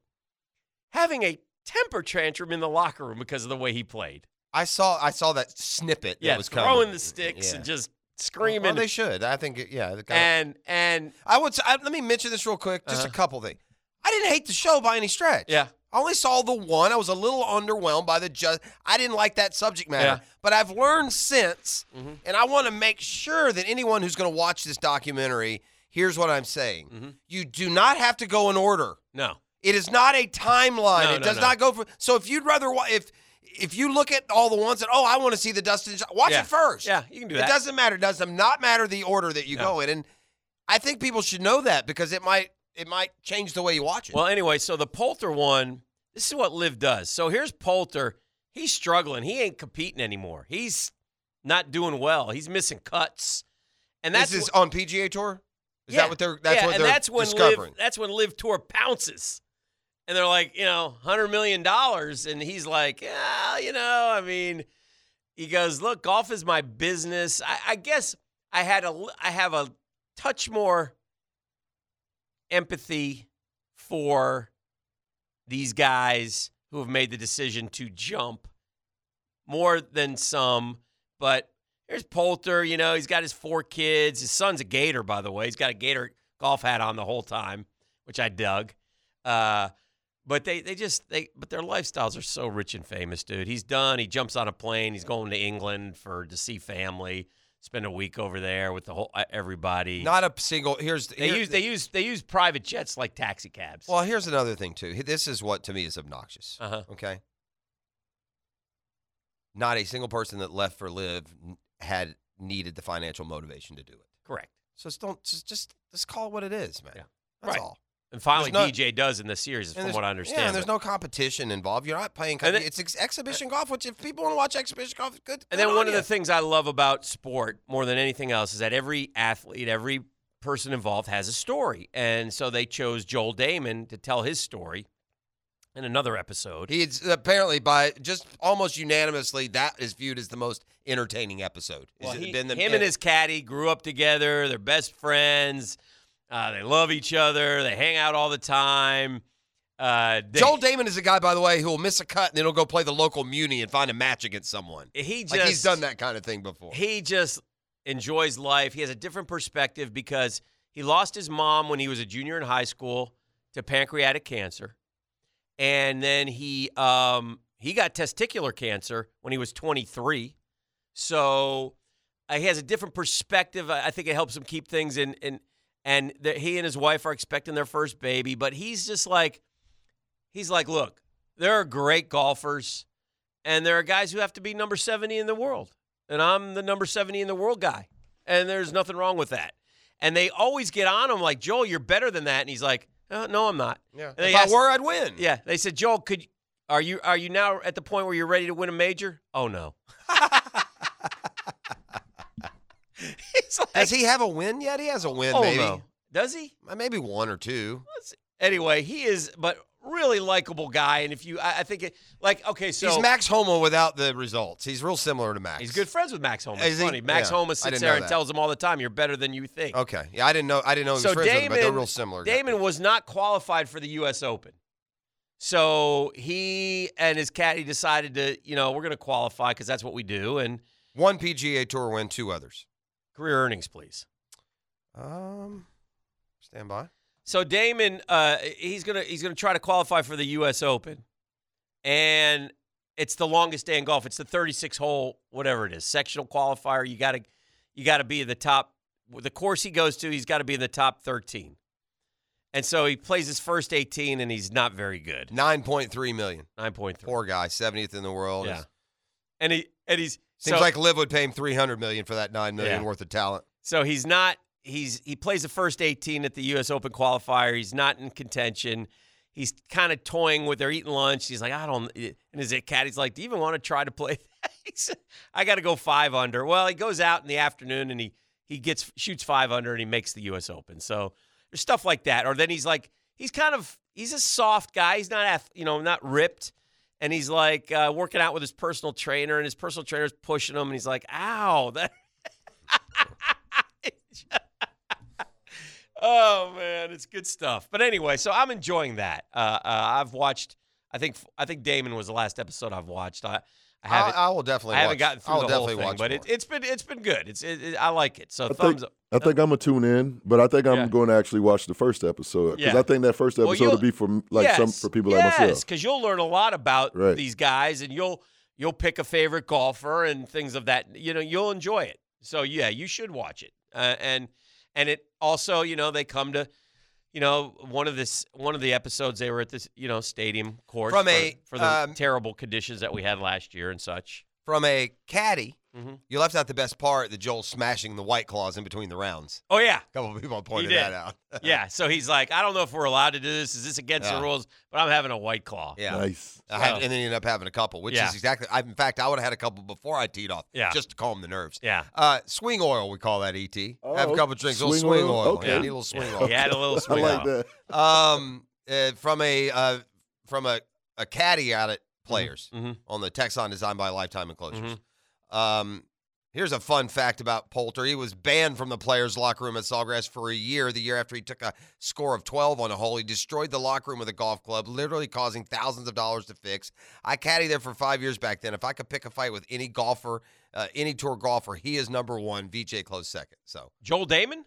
[SPEAKER 4] having a temper tantrum in the locker room because of the way he played.
[SPEAKER 1] I saw I saw that snippet
[SPEAKER 4] Yeah,
[SPEAKER 1] that was
[SPEAKER 4] throwing
[SPEAKER 1] coming.
[SPEAKER 4] the sticks
[SPEAKER 1] Yeah.
[SPEAKER 4] and just
[SPEAKER 1] Well,
[SPEAKER 4] screaming.
[SPEAKER 1] they should. I think. it- Yeah. it kinda-
[SPEAKER 4] and and
[SPEAKER 1] I would. s I let me mention this real quick. Just
[SPEAKER 4] Uh-huh.
[SPEAKER 1] a couple things. I didn't hate the show by any stretch.
[SPEAKER 4] yeah,
[SPEAKER 1] I only saw the one. I was a little underwhelmed by the judge. I didn't like that subject matter.
[SPEAKER 4] Yeah. Mm-hmm.
[SPEAKER 1] But I've learned since, and I want to make sure that anyone who's going to watch this documentary hears what I'm saying.
[SPEAKER 4] Mm-hmm.
[SPEAKER 1] You do not have to go in order.
[SPEAKER 4] No.
[SPEAKER 1] It is not a timeline.
[SPEAKER 4] No,
[SPEAKER 1] it
[SPEAKER 4] no,
[SPEAKER 1] does
[SPEAKER 4] no.
[SPEAKER 1] not go for. So if you'd rather wa- if if you look at all the ones that oh I want to see the Dustin Jo- watch
[SPEAKER 4] Yeah.
[SPEAKER 1] it first.
[SPEAKER 4] Yeah, you can do
[SPEAKER 1] It
[SPEAKER 4] that.
[SPEAKER 1] doesn't matter. It does not matter the order that you
[SPEAKER 4] No.
[SPEAKER 1] go in. And I think people should know that because it might it might change the way you watch it.
[SPEAKER 4] Well, anyway, so the Poulter one, this is what Liv does. So here's Poulter. He's struggling. He ain't competing anymore. He's not doing well. He's missing cuts. And that's
[SPEAKER 1] this is
[SPEAKER 4] wh-
[SPEAKER 1] on PGA Tour. Is that
[SPEAKER 4] Yeah.
[SPEAKER 1] what they're? That's
[SPEAKER 4] yeah,
[SPEAKER 1] what
[SPEAKER 4] and
[SPEAKER 1] they're
[SPEAKER 4] that's when
[SPEAKER 1] discovering.
[SPEAKER 4] Liv, that's when Liv Tour pounces, and they're like, you know, hundred million dollars, and he's like, yeah, you know, I mean, he goes, look, golf is my business. I, I guess I had a, l- I have a touch more empathy for these guys who have made the decision to jump more than some, but Here's Poulter. You know, he's got his four kids. His son's a Gator, by the way. He's got a Gator golf hat on the whole time, which I dug. Uh, but they, they just they but their lifestyles are so rich and famous, dude. He's done. He jumps on a plane. He's going to England for to see family. Spend a week over there with the whole uh, everybody.
[SPEAKER 1] Not a single. Here's
[SPEAKER 4] they
[SPEAKER 1] here-
[SPEAKER 4] use they use they use private jets like taxi cabs.
[SPEAKER 1] Well, here's another thing too. This is what to me is obnoxious.
[SPEAKER 4] Uh-huh.
[SPEAKER 1] Okay. Not a single person that left for live n- had needed the financial motivation to do it.
[SPEAKER 4] Correct.
[SPEAKER 1] So just don't just just, just call it what it is, man.
[SPEAKER 4] Yeah.
[SPEAKER 1] That's
[SPEAKER 4] Right.
[SPEAKER 1] all.
[SPEAKER 4] And finally,
[SPEAKER 1] There's no-
[SPEAKER 4] DJ does in the series,
[SPEAKER 1] And
[SPEAKER 4] from
[SPEAKER 1] there's-
[SPEAKER 4] what I understand.
[SPEAKER 1] Yeah, and there's
[SPEAKER 4] but-
[SPEAKER 1] no competition involved. You're not paying. co-
[SPEAKER 4] And then-
[SPEAKER 1] it's ex- exhibition golf. Which if people want to watch exhibition golf, good.
[SPEAKER 4] And
[SPEAKER 1] good
[SPEAKER 4] then
[SPEAKER 1] on
[SPEAKER 4] one of
[SPEAKER 1] ya.
[SPEAKER 4] the things I love about sport more than anything else is that every athlete, every person involved has a story. And so they chose Joel Damon to tell his story in another episode.
[SPEAKER 1] He is apparently by just almost unanimously that is viewed as the most entertaining episode. Is
[SPEAKER 4] Well,
[SPEAKER 1] it
[SPEAKER 4] he-
[SPEAKER 1] been the- eh,
[SPEAKER 4] him and his caddy grew up together. They're best friends. Uh, they love each other. They hang out all the time. Uh, they-
[SPEAKER 1] Joel Damon is a guy, by the way, who will miss a cut and then he'll go play the local muni and find a match against someone.
[SPEAKER 4] he just
[SPEAKER 1] like he's done that kind of thing before.
[SPEAKER 4] He just enjoys life. He has a different perspective because he lost his mom when he was a junior in high school to pancreatic cancer, and then he um, he got testicular cancer when he was 23. So uh, he has a different perspective. I I think it helps him keep things in. in and that he and his wife are expecting their first baby, but he's just like, he's like, look, there are great golfers, and there are guys who have to be number 70 in the world and I'm the number 70 in the world guy. And there's nothing wrong with that. And they always get on him like, Joel, you're better than that. And he's like, uh, no, I'm not.
[SPEAKER 1] yeah.
[SPEAKER 4] they
[SPEAKER 1] If I
[SPEAKER 4] asked-
[SPEAKER 1] were, I'd win.
[SPEAKER 4] Yeah. They said, Joel, could are you are you now at the point where you're ready to win a major? Oh no. he's like,
[SPEAKER 1] Does he have a win yet? He has a win,
[SPEAKER 4] oh
[SPEAKER 1] maybe.
[SPEAKER 4] no. Does he?
[SPEAKER 1] Uh, Maybe one or two.
[SPEAKER 4] Anyway, he is, but really likable guy. And if you, I, I think, it, like, okay, so
[SPEAKER 1] he's Max Homa without the results. He's real similar to Max.
[SPEAKER 4] he's good friends with Max Homa. It's
[SPEAKER 1] Is he?
[SPEAKER 4] funny. Max
[SPEAKER 1] Yeah. I
[SPEAKER 4] Homa sits
[SPEAKER 1] didn't
[SPEAKER 4] there
[SPEAKER 1] know
[SPEAKER 4] and
[SPEAKER 1] that.
[SPEAKER 4] tells him all the time, "You're better than you think."
[SPEAKER 1] Okay. Yeah, I didn't know. I didn't know he was
[SPEAKER 4] so
[SPEAKER 1] friends with him,
[SPEAKER 4] Damon,
[SPEAKER 1] but they're real similar. guys.
[SPEAKER 4] Damon was not qualified for the U.S. Open, so he and his caddy decided to, you know, we're going to qualify because that's what we do. And
[SPEAKER 1] one PGA Tour win, two others.
[SPEAKER 4] career earnings, please.
[SPEAKER 1] Um, stand by.
[SPEAKER 4] So Damon, uh, he's gonna he's gonna try to qualify for the U.S. Open, and it's the longest day in golf. It's the 36 hole, whatever it is, sectional qualifier. You gotta you gotta be in the top. The course he goes to, he's got to be in the top 13. And so he plays his first 18, and he's not very good.
[SPEAKER 1] Nine point three million.
[SPEAKER 4] Nine point three.
[SPEAKER 1] Poor guy, seventieth in the world.
[SPEAKER 4] Yeah. And he and he's
[SPEAKER 1] Seems
[SPEAKER 4] so,
[SPEAKER 1] like Liv would pay him three hundred million for that nine million
[SPEAKER 4] Yeah.
[SPEAKER 1] worth of talent.
[SPEAKER 4] so he's not he's he plays the first 18 at the US Open qualifier. He's not in contention. He's kind of toying with they're eating lunch. He's like, I don't and his caddy's like, Do you even want to try to play? He said, I gotta go five under. Well, he goes out in the afternoon and he he gets shoots five under and he makes the US Open. So there's stuff like that. Or then he's like, he's kind of he's a soft guy. He's not ath- you know, not ripped. And he's like uh, working out with his personal trainer, and his personal trainer's pushing him, and he's like, "Ow, that oh man, it's good stuff. But anyway, so I'm enjoying that. Uh, uh, I've watched. I think I think Damon was the last episode I've watched. I I haven't.
[SPEAKER 1] I, I will definitely.
[SPEAKER 4] I haven't
[SPEAKER 1] watch-
[SPEAKER 4] gotten through
[SPEAKER 1] I'll
[SPEAKER 4] the whole
[SPEAKER 1] definitely
[SPEAKER 4] thing,
[SPEAKER 1] watch
[SPEAKER 4] but
[SPEAKER 1] more.
[SPEAKER 4] it, it's been it's been good. It's it, it- I like it. So
[SPEAKER 2] I
[SPEAKER 4] thumbs
[SPEAKER 2] think,
[SPEAKER 4] up.
[SPEAKER 2] I think I'm gonna tune in, but I think I'm
[SPEAKER 4] Yeah.
[SPEAKER 2] going to actually watch the first episode because
[SPEAKER 4] Yeah.
[SPEAKER 2] I think that first
[SPEAKER 4] Well,
[SPEAKER 2] episode
[SPEAKER 4] you'll-
[SPEAKER 2] will be for m- like some
[SPEAKER 4] Yes,
[SPEAKER 2] for people
[SPEAKER 4] yes,
[SPEAKER 2] like myself.
[SPEAKER 4] because you'll learn a lot about
[SPEAKER 2] Right.
[SPEAKER 4] these guys, and you'll you'll pick a favorite golfer and things of that. You know, you'll enjoy it. So yeah, you should watch it. Uh, and and it also, you know, they come to, you know, one of this one of the episodes they were at this, you know, stadium course
[SPEAKER 1] From
[SPEAKER 4] for,
[SPEAKER 1] a,
[SPEAKER 4] for the
[SPEAKER 1] um,
[SPEAKER 4] terrible conditions that we had last year and such.
[SPEAKER 1] From a caddy,
[SPEAKER 4] Mhm.
[SPEAKER 1] you left out the best part: the Joel smashing the white claws in between the rounds.
[SPEAKER 4] Oh yeah,
[SPEAKER 1] A couple of people pointed
[SPEAKER 4] did.
[SPEAKER 1] that out.
[SPEAKER 4] yeah. So he's like, I don't know if we're allowed to do this. Is this against
[SPEAKER 1] Yeah.
[SPEAKER 4] the rules? But I'm having a white claw.
[SPEAKER 1] Yeah.
[SPEAKER 2] Nice.
[SPEAKER 1] I had,
[SPEAKER 4] Yeah.
[SPEAKER 1] and then you end up having a couple, which
[SPEAKER 4] Yeah.
[SPEAKER 1] is exactly. I, in fact, I would have had a couple before I teed off,
[SPEAKER 4] Yeah.
[SPEAKER 1] just to calm the nerves.
[SPEAKER 4] yeah.
[SPEAKER 1] Uh, swing oil, we call that ET.
[SPEAKER 2] Oh,
[SPEAKER 1] have a couple drinks, a little
[SPEAKER 2] swing
[SPEAKER 1] swing
[SPEAKER 2] oil?
[SPEAKER 1] oil.
[SPEAKER 2] Okay.
[SPEAKER 1] Yeah, need a little swing
[SPEAKER 4] Yeah.
[SPEAKER 1] oil.
[SPEAKER 4] He had a little
[SPEAKER 2] I
[SPEAKER 4] swing.
[SPEAKER 2] like
[SPEAKER 4] out.
[SPEAKER 2] that.
[SPEAKER 1] um, uh, from a uh, from a, a caddy out at players
[SPEAKER 4] mhm.
[SPEAKER 1] on the Texon designed by Lifetime Enclosures.
[SPEAKER 4] Mhm.
[SPEAKER 1] Um, here's a fun fact about Poulter: he was banned from the players' locker room at Sawgrass for a year. The year after he took a score of 12 on a hole, he destroyed the locker room with a golf club, literally causing thousands of dollars to fix. I caddied there for five years back then. If I could pick a fight with any golfer, uh, any tour golfer, he is number one. VJ close second. So
[SPEAKER 4] Joel Damon?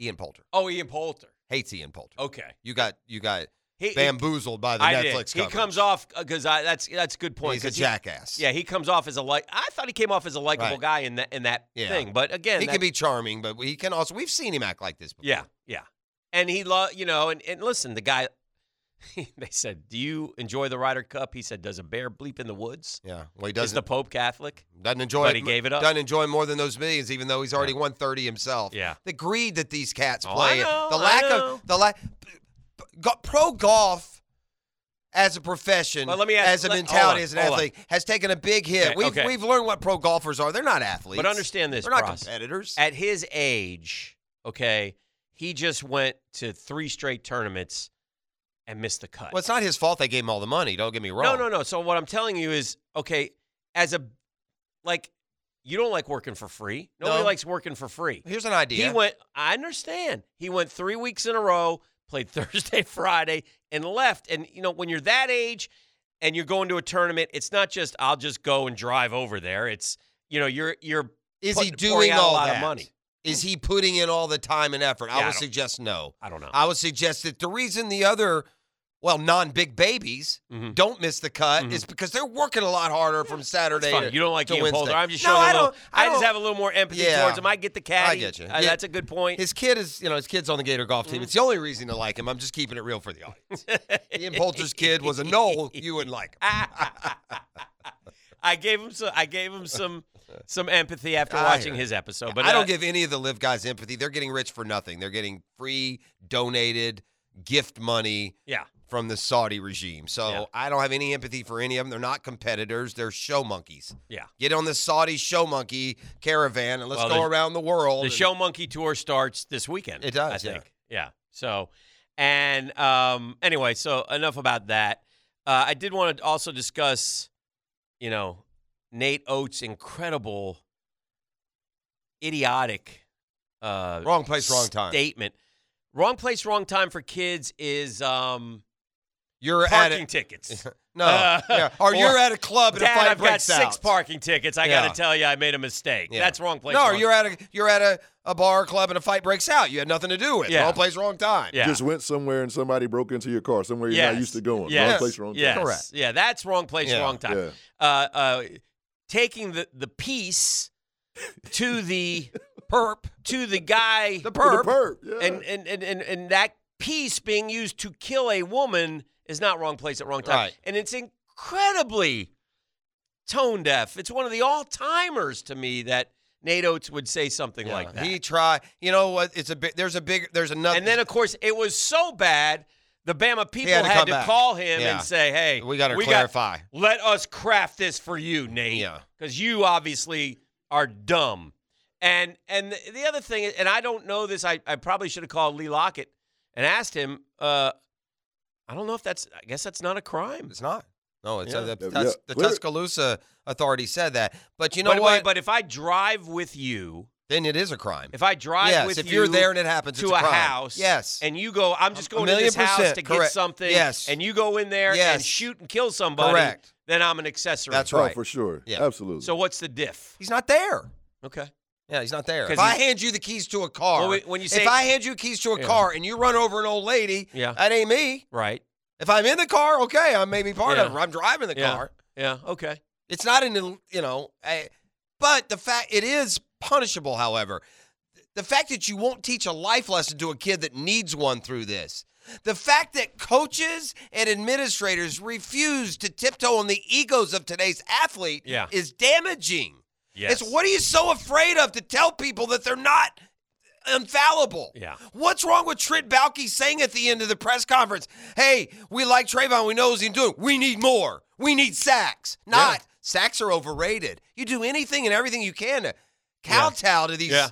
[SPEAKER 1] Ian Poulter
[SPEAKER 4] Oh, Ian Poulter.
[SPEAKER 1] hates Ian Poulter.
[SPEAKER 4] Okay.
[SPEAKER 1] You got you got
[SPEAKER 4] He,
[SPEAKER 1] bamboozled by the
[SPEAKER 4] I did.
[SPEAKER 1] Netflix
[SPEAKER 4] He
[SPEAKER 1] cover.
[SPEAKER 4] comes off because I that's that's a good point.
[SPEAKER 1] He's a
[SPEAKER 4] 'cause he-
[SPEAKER 1] jackass.
[SPEAKER 4] yeah, he comes off as a like. I thought he came off as a likable
[SPEAKER 1] Right.
[SPEAKER 4] guy in that in that
[SPEAKER 1] Yeah.
[SPEAKER 4] thing, but again,
[SPEAKER 1] he
[SPEAKER 4] that-
[SPEAKER 1] can be charming, but he can also. We've seen him act like this before.
[SPEAKER 4] Yeah, yeah. And he love you know, and, and listen, the guy. they said, "Do you enjoy the Ryder Cup?" He said, "Does a bear bleep in the woods?"
[SPEAKER 1] yeah. Well, he
[SPEAKER 4] Is
[SPEAKER 1] doesn't
[SPEAKER 4] the Pope Catholic?
[SPEAKER 1] doesn't enjoy.
[SPEAKER 4] but he gave it up.
[SPEAKER 1] Doesn't enjoy more than those millions, even though he's already won thirty himself.
[SPEAKER 4] Yeah.
[SPEAKER 1] The greed that these cats
[SPEAKER 4] Oh, I
[SPEAKER 1] play.
[SPEAKER 4] know,
[SPEAKER 1] the
[SPEAKER 4] I
[SPEAKER 1] lack
[SPEAKER 4] know.
[SPEAKER 1] of the lack. go- Pro golf. As a profession,
[SPEAKER 4] Well, let me ask-
[SPEAKER 1] as a
[SPEAKER 4] let- hold
[SPEAKER 1] mentality,
[SPEAKER 4] on,
[SPEAKER 1] as an
[SPEAKER 4] hold on.
[SPEAKER 1] athlete, has taken a big hit.
[SPEAKER 4] Okay,
[SPEAKER 1] we've,
[SPEAKER 4] okay.
[SPEAKER 1] we've learned what pro golfers are. They're not athletes.
[SPEAKER 4] But understand this,
[SPEAKER 1] They're not
[SPEAKER 4] Ross.
[SPEAKER 1] competitors.
[SPEAKER 4] At his age, okay, he just went to three straight tournaments and missed the cut.
[SPEAKER 1] well, it's not his fault they gave him all the money. Don't get me wrong.
[SPEAKER 4] No, no, no. So what I'm telling you is, okay, as a like, you don't like working for free. Nobody
[SPEAKER 1] No.
[SPEAKER 4] likes working for free.
[SPEAKER 1] Here's an idea.
[SPEAKER 4] He went. I understand. He went three weeks in a row, played Thursday, Friday, and left. And you know, when you're that age, and you're going to a tournament, it's not just I'll just go and drive over there. It's you know, you're you're
[SPEAKER 1] Is
[SPEAKER 4] put-
[SPEAKER 1] he
[SPEAKER 4] pouring
[SPEAKER 1] doing
[SPEAKER 4] out a
[SPEAKER 1] all
[SPEAKER 4] lot of
[SPEAKER 1] that?
[SPEAKER 4] money.
[SPEAKER 1] Is he putting in all the time and effort?
[SPEAKER 4] Yeah, I
[SPEAKER 1] I would
[SPEAKER 4] don't-
[SPEAKER 1] suggest no.
[SPEAKER 4] I don't know.
[SPEAKER 1] I would suggest that the reason the other, well, non-big babies
[SPEAKER 4] Mhm.
[SPEAKER 1] don't miss the cut
[SPEAKER 4] Mhm.
[SPEAKER 1] is because they're working a lot harder from
[SPEAKER 4] It's
[SPEAKER 1] Saturday.
[SPEAKER 4] fine.
[SPEAKER 1] to-
[SPEAKER 4] You don't like
[SPEAKER 1] to
[SPEAKER 4] Ian
[SPEAKER 1] Wednesday.
[SPEAKER 4] Poulter. I'm just
[SPEAKER 1] no,
[SPEAKER 4] showing. a
[SPEAKER 1] I
[SPEAKER 4] little-
[SPEAKER 1] don't. I,
[SPEAKER 4] just
[SPEAKER 1] don't-
[SPEAKER 4] have a little more empathy
[SPEAKER 1] Yeah.
[SPEAKER 4] towards him. I get the caddy.
[SPEAKER 1] get you. Yeah.
[SPEAKER 4] Uh, That's a good point.
[SPEAKER 1] His kid is, you know, his kid's on the Gator golf
[SPEAKER 4] Mm-hmm.
[SPEAKER 1] team. It's the only reason to like him. I'm just keeping it real for the audience. Ian Poulter's kid was a no. You wouldn't like him.
[SPEAKER 4] I gave him some. I gave him some some empathy after
[SPEAKER 1] I
[SPEAKER 4] watching
[SPEAKER 1] hear
[SPEAKER 4] his episode. But
[SPEAKER 1] I don't
[SPEAKER 4] uh,
[SPEAKER 1] give any of the live guys empathy. They're getting rich for nothing. They're getting free, donated gift money.
[SPEAKER 4] Yeah,
[SPEAKER 1] from the Saudi regime. So
[SPEAKER 4] Yeah.
[SPEAKER 1] I don't have any empathy for any of them. They're not competitors. They're show monkeys.
[SPEAKER 4] yeah.
[SPEAKER 1] Get on the Saudi show monkey caravan and let's
[SPEAKER 4] Well,
[SPEAKER 1] go
[SPEAKER 4] the-
[SPEAKER 1] around the world.
[SPEAKER 4] The
[SPEAKER 1] and-
[SPEAKER 4] Show Monkey tour starts this weekend.
[SPEAKER 1] It does,
[SPEAKER 4] I
[SPEAKER 1] yeah.
[SPEAKER 4] think. Yeah. So, and um, anyway, so enough about that. Uh, I did want to also discuss, you know, Nate Oates' incredible, idiotic, uh,
[SPEAKER 1] Wrong place, wrong time.
[SPEAKER 4] statement. Wrong place, wrong time for kids is um,
[SPEAKER 1] You're at
[SPEAKER 4] parking
[SPEAKER 1] it.
[SPEAKER 4] tickets.
[SPEAKER 1] No.
[SPEAKER 4] Uh,
[SPEAKER 1] yeah. Or,
[SPEAKER 4] or,
[SPEAKER 1] you're at a club and
[SPEAKER 4] Dad,
[SPEAKER 1] a fight
[SPEAKER 4] I've got
[SPEAKER 1] breaks
[SPEAKER 4] six
[SPEAKER 1] out.
[SPEAKER 4] parking tickets. I
[SPEAKER 1] Yeah.
[SPEAKER 4] got to tell you, I made a mistake.
[SPEAKER 1] Yeah.
[SPEAKER 4] That's wrong place.
[SPEAKER 1] no,
[SPEAKER 4] wrong
[SPEAKER 1] or you're at a you're at a, a bar or club and a fight breaks out. You had nothing to do with.
[SPEAKER 4] Yeah.
[SPEAKER 1] Wrong place, wrong time.
[SPEAKER 4] Yeah.
[SPEAKER 2] Just went somewhere and somebody broke into your car somewhere you're
[SPEAKER 4] Yes.
[SPEAKER 2] not used to going.
[SPEAKER 4] Yes.
[SPEAKER 2] Wrong place, wrong
[SPEAKER 4] Yes.
[SPEAKER 2] time.
[SPEAKER 1] Correct.
[SPEAKER 4] Yeah, that's wrong place,
[SPEAKER 1] Yeah.
[SPEAKER 4] wrong time.
[SPEAKER 2] Yeah.
[SPEAKER 4] Uh, uh, taking the the piece to the perp to the guy
[SPEAKER 1] The
[SPEAKER 2] The
[SPEAKER 1] perp.
[SPEAKER 2] perp. Yeah. Oh,
[SPEAKER 4] and, and and and and that piece being used to kill a woman is not wrong place at wrong time,
[SPEAKER 1] Right.
[SPEAKER 4] and it's incredibly tone deaf. It's one of the all timers to me that Nate Oates would say something
[SPEAKER 1] Yeah.
[SPEAKER 4] like that.
[SPEAKER 1] He try. You know what? It's a big. There's a big. There's another.
[SPEAKER 4] and then of course it was so bad. The Bama people
[SPEAKER 1] had
[SPEAKER 4] had
[SPEAKER 1] to
[SPEAKER 4] to,
[SPEAKER 1] come back.
[SPEAKER 4] call him
[SPEAKER 1] Yeah.
[SPEAKER 4] and say, "Hey,
[SPEAKER 1] we got to
[SPEAKER 4] got-
[SPEAKER 1] clarify.
[SPEAKER 4] let us craft this for you, Nate.
[SPEAKER 1] Yeah.
[SPEAKER 4] Because you obviously are dumb. And and the- the other thing, and I don't know this, I, I probably should have called Lee Lockett and asked him, uh, I don't know if that's, I guess that's not a crime.
[SPEAKER 1] It's not. No, it's uh,
[SPEAKER 4] Yeah.
[SPEAKER 1] the,
[SPEAKER 2] Yeah,
[SPEAKER 1] Tus- the
[SPEAKER 2] clear.
[SPEAKER 1] Tuscaloosa authority said that. But you know
[SPEAKER 4] but,
[SPEAKER 1] what?
[SPEAKER 4] but if I drive with you
[SPEAKER 1] Then it is a crime.
[SPEAKER 4] If I drive
[SPEAKER 1] Yes,
[SPEAKER 4] with
[SPEAKER 1] if
[SPEAKER 4] you
[SPEAKER 1] you're there and it happens,
[SPEAKER 4] to
[SPEAKER 1] it's a crime.
[SPEAKER 4] house,
[SPEAKER 1] Yes.
[SPEAKER 4] and you go, I'm just
[SPEAKER 1] A
[SPEAKER 4] going to
[SPEAKER 1] million
[SPEAKER 4] this house
[SPEAKER 1] percent,
[SPEAKER 4] to get
[SPEAKER 1] correct.
[SPEAKER 4] something,
[SPEAKER 1] Yes.
[SPEAKER 4] and you go in there and
[SPEAKER 1] Yes.
[SPEAKER 4] shoot and kill somebody,
[SPEAKER 1] Correct.
[SPEAKER 4] then I'm an accessory.
[SPEAKER 1] That's
[SPEAKER 2] Oh,
[SPEAKER 1] right.
[SPEAKER 2] for sure.
[SPEAKER 1] Yeah.
[SPEAKER 2] Absolutely.
[SPEAKER 4] So what's the diff?
[SPEAKER 1] He's not there.
[SPEAKER 4] Okay.
[SPEAKER 1] Yeah, he's not there.
[SPEAKER 4] 'Cause
[SPEAKER 1] If I
[SPEAKER 4] he's-
[SPEAKER 1] hand you the keys to a car,
[SPEAKER 4] Well, wait, when you say-
[SPEAKER 1] if I hand you keys to a
[SPEAKER 4] Yeah.
[SPEAKER 1] car and you run over an old lady,
[SPEAKER 4] Yeah.
[SPEAKER 1] that ain't me.
[SPEAKER 4] Right.
[SPEAKER 1] If I'm in the car, okay, I may be part of
[SPEAKER 4] Yeah.
[SPEAKER 1] it. I'm driving the
[SPEAKER 4] Yeah.
[SPEAKER 1] car.
[SPEAKER 4] Yeah. Okay.
[SPEAKER 1] It's not an ill- you know, I, but the fact it is punishable. However, the fact that you won't teach a life lesson to a kid that needs one through this, the fact that coaches and administrators refuse to tiptoe on the egos of today's athlete
[SPEAKER 4] Yeah.
[SPEAKER 1] is damaging. It's what are you so afraid of to tell people that they're not infallible?
[SPEAKER 4] Yeah.
[SPEAKER 1] What's wrong with Trent Baalke saying at the end of the press conference, hey, we like Trayvon, we know what he's doing. We need more. We need sacks. Not sacks are overrated. You do anything and everything you can to kowtow to these
[SPEAKER 4] Yeah.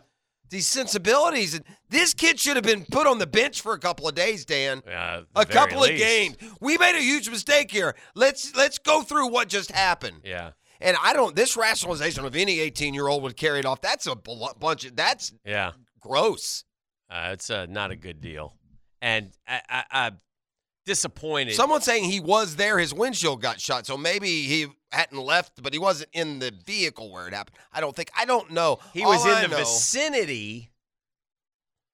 [SPEAKER 1] these sensibilities. And this kid should have been put on the bench for a couple of days, Dan.
[SPEAKER 4] Uh,
[SPEAKER 1] a couple of games. We made a huge mistake here. Let's let's go through what just happened.
[SPEAKER 4] Yeah.
[SPEAKER 1] And I don't. This rationalization of any eighteen-year-old would carry it off. That's a bl- bunch of. That's
[SPEAKER 4] Yeah.
[SPEAKER 1] gross.
[SPEAKER 4] Uh, it's uh, not a good deal, and I, I, I'm disappointed.
[SPEAKER 1] Someone saying he was there. His windshield got shot, so maybe he hadn't left, but he wasn't in the vehicle where it happened. I don't think. I don't know.
[SPEAKER 4] he
[SPEAKER 1] All
[SPEAKER 4] was in
[SPEAKER 1] I
[SPEAKER 4] the
[SPEAKER 1] know-
[SPEAKER 4] vicinity,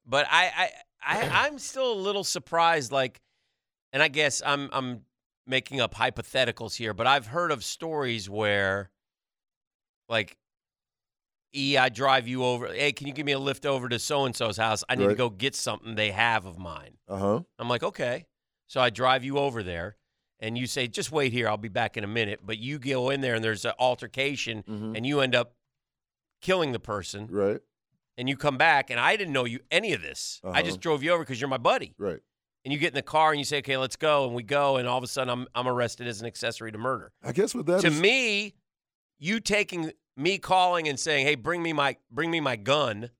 [SPEAKER 4] but I, I, I, I'm still a little surprised. Like, and I guess I'm, I'm making up hypotheticals here, but I've heard of stories where, like, E, I drive you over. Hey, can you give me a lift over to so and so's house? I need to
[SPEAKER 2] Right.
[SPEAKER 4] go get something they have of mine.
[SPEAKER 2] uh huh.
[SPEAKER 4] I'm like, okay. So I drive you over there, and you say, just wait here. I'll be back in a minute. But you go in there, and there's an altercation,
[SPEAKER 2] Mhm.
[SPEAKER 4] and you end up killing the person,
[SPEAKER 2] Right.
[SPEAKER 4] and you come back, and I didn't know you any of this. I
[SPEAKER 2] Uh-huh.
[SPEAKER 4] just drove you over because you're my buddy.
[SPEAKER 2] Right.
[SPEAKER 4] And you get in the car, and you say, okay, let's go, and we go, and all of a sudden, I'm I'm arrested as an accessory to murder.
[SPEAKER 2] I guess with that
[SPEAKER 4] to
[SPEAKER 2] is-
[SPEAKER 4] me, you taking me calling and saying, hey, bring me my bring me my gun.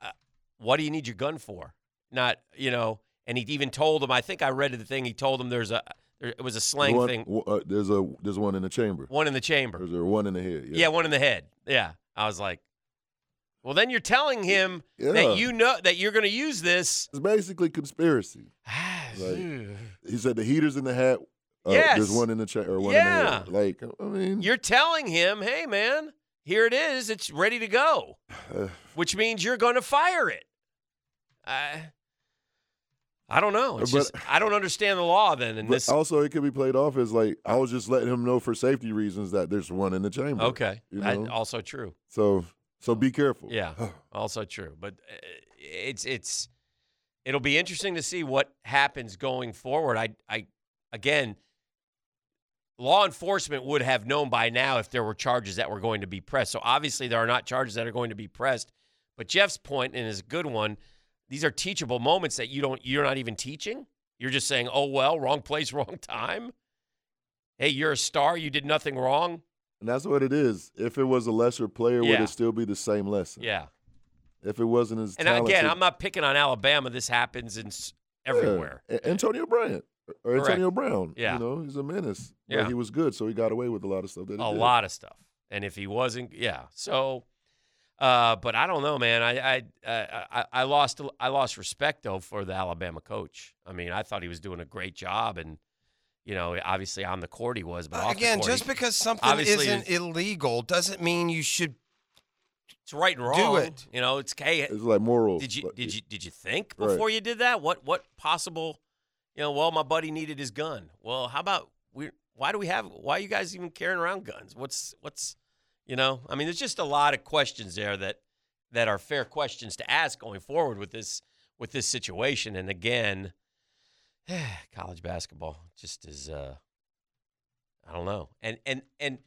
[SPEAKER 4] uh, What do you need your gun for? not you know and he even told him i think i read the thing he told him there's a there, it was a slang
[SPEAKER 2] one,
[SPEAKER 4] thing
[SPEAKER 2] w- uh, there's a there's one in the chamber.
[SPEAKER 4] one in the chamber
[SPEAKER 2] There's a one in the head.
[SPEAKER 4] yeah. one in the head yeah i was like well then you're telling him
[SPEAKER 2] Yeah.
[SPEAKER 4] that you know that you're going to use this
[SPEAKER 2] It's basically conspiracy. Like- He said the heater's in the hat. Uh,
[SPEAKER 4] Yes.
[SPEAKER 2] There's one in the chair or one
[SPEAKER 4] Yeah.
[SPEAKER 2] in the head. Like I mean,
[SPEAKER 4] you're telling him hey man here it is it's ready to go
[SPEAKER 2] Uh.
[SPEAKER 4] which means you're going to fire it i i don't know it's
[SPEAKER 2] But-
[SPEAKER 4] just i don't understand the law then and
[SPEAKER 2] but oh,
[SPEAKER 4] this
[SPEAKER 2] also it could be played off as like I was just letting him know for safety reasons that there's one in the chamber.
[SPEAKER 4] okay
[SPEAKER 2] you
[SPEAKER 4] That-
[SPEAKER 2] know?
[SPEAKER 4] also true
[SPEAKER 2] So so be careful. Oh,
[SPEAKER 4] Yeah, also true. But uh, it's it's it'll be interesting to see what happens going forward. I I again, law enforcement would have known by now if there were charges that were going to be pressed. So obviously there are not charges that are going to be pressed. But Jeff's point and is a good one. These are teachable moments that you don't you're not even teaching. You're just saying, "Oh well, wrong place, wrong time." Hey, you're a star. You did nothing wrong.
[SPEAKER 2] And that's what it is. If it was a lesser player, would
[SPEAKER 4] Yeah.
[SPEAKER 2] it still be the same lesson?
[SPEAKER 4] Yeah.
[SPEAKER 2] If it wasn't as
[SPEAKER 4] And
[SPEAKER 2] talented,
[SPEAKER 4] again, I'm not picking on Alabama. This happens in s-
[SPEAKER 2] Yeah.
[SPEAKER 4] everywhere.
[SPEAKER 2] A- Antonio Bryant or
[SPEAKER 4] Correct.
[SPEAKER 2] Antonio Brown.
[SPEAKER 4] Yeah.
[SPEAKER 2] You know, he's a menace. But
[SPEAKER 4] Yeah.
[SPEAKER 2] he was good, so he got away with a lot of stuff. That he
[SPEAKER 4] a
[SPEAKER 2] did.
[SPEAKER 4] lot of stuff. And if he wasn't, yeah. So, uh, but I don't know, man. I I, uh, I I lost I lost respect though for the Alabama coach. I mean, I thought he was doing a great job, and you know, obviously on the court he was, but
[SPEAKER 1] Uh,
[SPEAKER 4] off the
[SPEAKER 1] again,
[SPEAKER 4] court,
[SPEAKER 1] just
[SPEAKER 4] he-
[SPEAKER 1] because something
[SPEAKER 4] obviously
[SPEAKER 1] isn't illegal doesn't mean you should.
[SPEAKER 4] it's right and wrong.
[SPEAKER 1] it.
[SPEAKER 4] You know, it's hey,
[SPEAKER 2] It's like moral.
[SPEAKER 4] did you
[SPEAKER 2] Like,
[SPEAKER 4] did you did you think
[SPEAKER 2] Right.
[SPEAKER 4] before you did that? What what possible? You know, well, my buddy needed his gun. Well, how about we? Why do we have? Why are you guys even carrying around guns? What's what's? You know, I mean, there's just a lot of questions there that that are fair questions to ask going forward with this with this situation. And again, college basketball just is. uh I don't know. And and and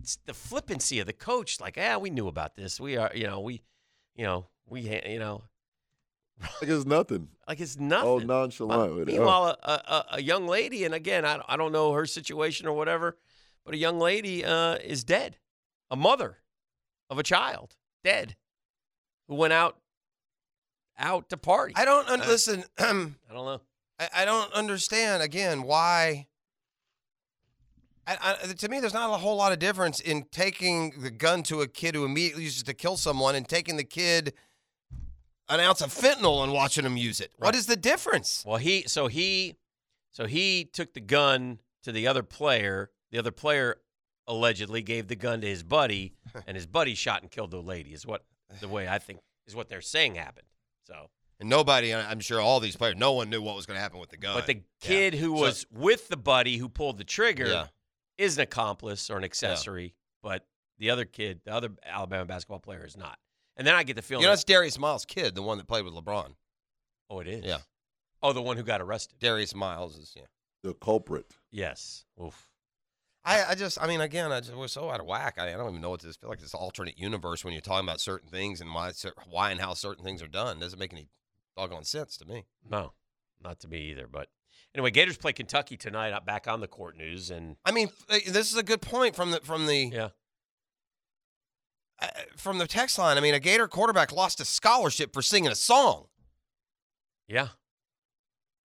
[SPEAKER 4] it's the flippancy of the coach. Like, yeah, we knew about this. We are, you know, we, you know, we, ha- you know,
[SPEAKER 2] Like it's nothing.
[SPEAKER 4] like it's nothing. Uh,
[SPEAKER 2] All nonchalant with it. Oh.
[SPEAKER 4] Meanwhile, a, a, a young lady, and again, I, I don't know her situation or whatever, but a young lady uh, is dead. A mother of a child, dead, who went out out to party.
[SPEAKER 1] I don't un-
[SPEAKER 4] Uh,
[SPEAKER 1] listen. I,
[SPEAKER 4] I don't know.
[SPEAKER 1] I don't understand again why I, I, uh, to me, there's not a whole lot of difference in taking the gun to a kid who immediately uses it to kill someone and taking the kid an ounce of fentanyl and watching him use it. What is the difference?
[SPEAKER 4] Well, he so he so he took the gun to the other player. The other player allegedly gave the gun to his buddy, and his buddy shot and killed the lady. Is what the way I think is what they're saying happened. So,
[SPEAKER 1] And nobody, I- I'm sure all these players, no one knew what was going to happen with the gun.
[SPEAKER 4] but the
[SPEAKER 1] Yeah.
[SPEAKER 4] kid who
[SPEAKER 1] So-
[SPEAKER 4] was with the buddy who pulled the trigger
[SPEAKER 1] Yeah.
[SPEAKER 4] is an accomplice or an accessory, but the other kid, the other Alabama basketball player, is not. And then I get the
[SPEAKER 1] you
[SPEAKER 4] feeling,
[SPEAKER 1] know, that's Darius Miles' kid, the one that played with LeBron.
[SPEAKER 4] oh, it is,
[SPEAKER 1] Yeah.
[SPEAKER 4] oh, the one who got arrested,
[SPEAKER 1] Darius Miles is, yeah.
[SPEAKER 2] Oh, The culprit.
[SPEAKER 4] yes, oof.
[SPEAKER 1] I, I just, I mean, again, I just, we're so out of whack. I, I don't even know what this. Feel like this alternate universe when you're talking about certain things and why, cer- why and how certain things are done doesn't make any doggone sense to me.
[SPEAKER 4] No, not to me either. But anyway, Gators play Kentucky tonight. uh, Back on the court news, and
[SPEAKER 1] I mean, f- this is a good point from the from the
[SPEAKER 4] Yeah.
[SPEAKER 1] uh, from the text line. I mean, a Gator quarterback lost a scholarship for singing a song,
[SPEAKER 4] yeah,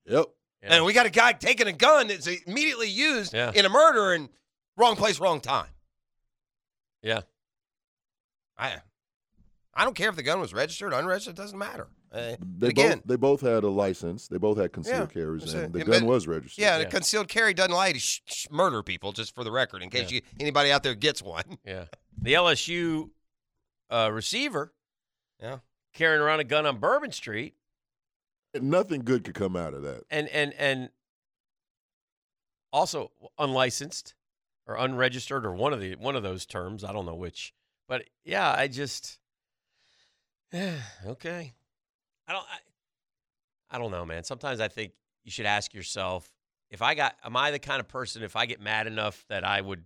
[SPEAKER 2] Yep.
[SPEAKER 4] Yeah.
[SPEAKER 1] and we got a guy taking a gun that's immediately used
[SPEAKER 4] Yeah.
[SPEAKER 1] in a murder and wrong place, wrong time.
[SPEAKER 4] yeah,
[SPEAKER 1] I I don't care if the gun was registered, unregistered, it doesn't matter. Uh,
[SPEAKER 2] They
[SPEAKER 1] again,
[SPEAKER 2] both they both had a license. They both had concealed
[SPEAKER 1] Yeah,
[SPEAKER 2] carries,
[SPEAKER 1] that's
[SPEAKER 2] and
[SPEAKER 1] it.
[SPEAKER 2] the
[SPEAKER 1] Yeah,
[SPEAKER 2] gun
[SPEAKER 1] but-
[SPEAKER 2] was registered.
[SPEAKER 1] Yeah, and
[SPEAKER 4] Yeah.
[SPEAKER 1] a concealed carry doesn't allow you to sh- sh- murder people, just for the record, in case you anybody out there gets one.
[SPEAKER 4] yeah. The LSU uh, receiver,
[SPEAKER 1] Yeah.
[SPEAKER 4] carrying around a gun on Bourbon Street,
[SPEAKER 2] And nothing good could come out of that.
[SPEAKER 4] and and and also unlicensed or unregistered or one of the one of those terms. I don't know which, but yeah, I just okay. I don't. I, I don't know, man. Sometimes I think you should ask yourself if I got. Am I the kind of person if I get mad enough that I would,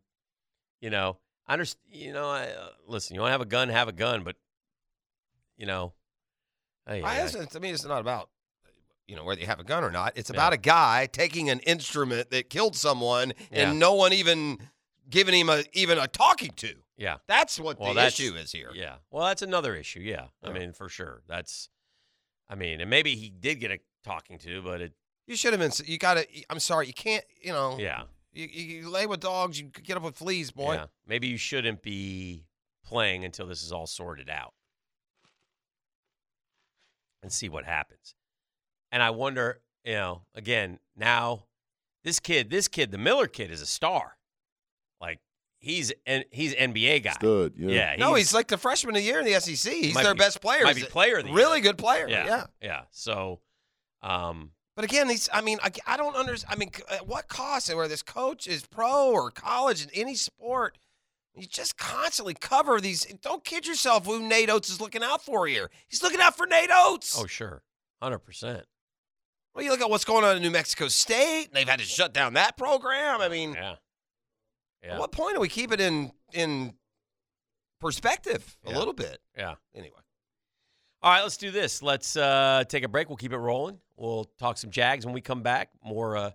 [SPEAKER 4] you know, I understand. You know, I, uh, listen. You want to have a gun, have a gun, but you know, ay,
[SPEAKER 1] I,
[SPEAKER 4] ay, ay.
[SPEAKER 1] it's- to me, it's not about you know whether you have a gun or not. It's
[SPEAKER 4] Yeah.
[SPEAKER 1] about a guy taking an instrument that killed someone
[SPEAKER 4] Yeah.
[SPEAKER 1] and no one even giving him a even a talking to.
[SPEAKER 4] yeah.
[SPEAKER 1] That's what
[SPEAKER 4] Well,
[SPEAKER 1] the
[SPEAKER 4] that's-
[SPEAKER 1] issue is here.
[SPEAKER 4] Yeah. Well, that's another issue. Yeah. I
[SPEAKER 1] Yeah.
[SPEAKER 4] mean, for sure. That's, I mean, and maybe he did get a talking to, but it,
[SPEAKER 1] You should have been. You got to. I'm sorry. You can't. You know.
[SPEAKER 4] yeah.
[SPEAKER 1] You, you you lay with dogs. You get up with fleas, Oh, boy.
[SPEAKER 4] Yeah. Maybe you shouldn't be playing until this is all sorted out and see what happens. And I wonder, you know, again, now this kid, this kid, the Miller kid is a star. Like, he's, and he's NBA guy.
[SPEAKER 2] Stud. Yeah.
[SPEAKER 4] Yeah.
[SPEAKER 1] no, he's like the freshman of the year in the SEC. He's
[SPEAKER 4] might
[SPEAKER 1] their
[SPEAKER 4] be-
[SPEAKER 1] best player.
[SPEAKER 4] might
[SPEAKER 1] He's
[SPEAKER 4] be player of the
[SPEAKER 1] a
[SPEAKER 4] year.
[SPEAKER 1] really good player. yeah.
[SPEAKER 4] Yeah. Yeah. So, um,
[SPEAKER 1] But again, these, I mean, I, I don't understand. I mean, c- at what cost, whether this coach is pro or college in any sport, you just constantly cover these. Don't kid yourself who Nate Oates is looking out for here. He's looking out for Nate Oates.
[SPEAKER 4] oh, sure. 100%.
[SPEAKER 1] Well, you look at what's going on in New Mexico State, and they've had to shut down that program. I mean,
[SPEAKER 4] Yeah. Yeah.
[SPEAKER 1] at what point do we keep it in in perspective a
[SPEAKER 4] Yeah.
[SPEAKER 1] little bit?
[SPEAKER 4] Yeah.
[SPEAKER 1] Anyway,
[SPEAKER 4] All right, let's do this. Let's uh, take a break. We'll keep it rolling. We'll talk some Jags when we come back. More uh,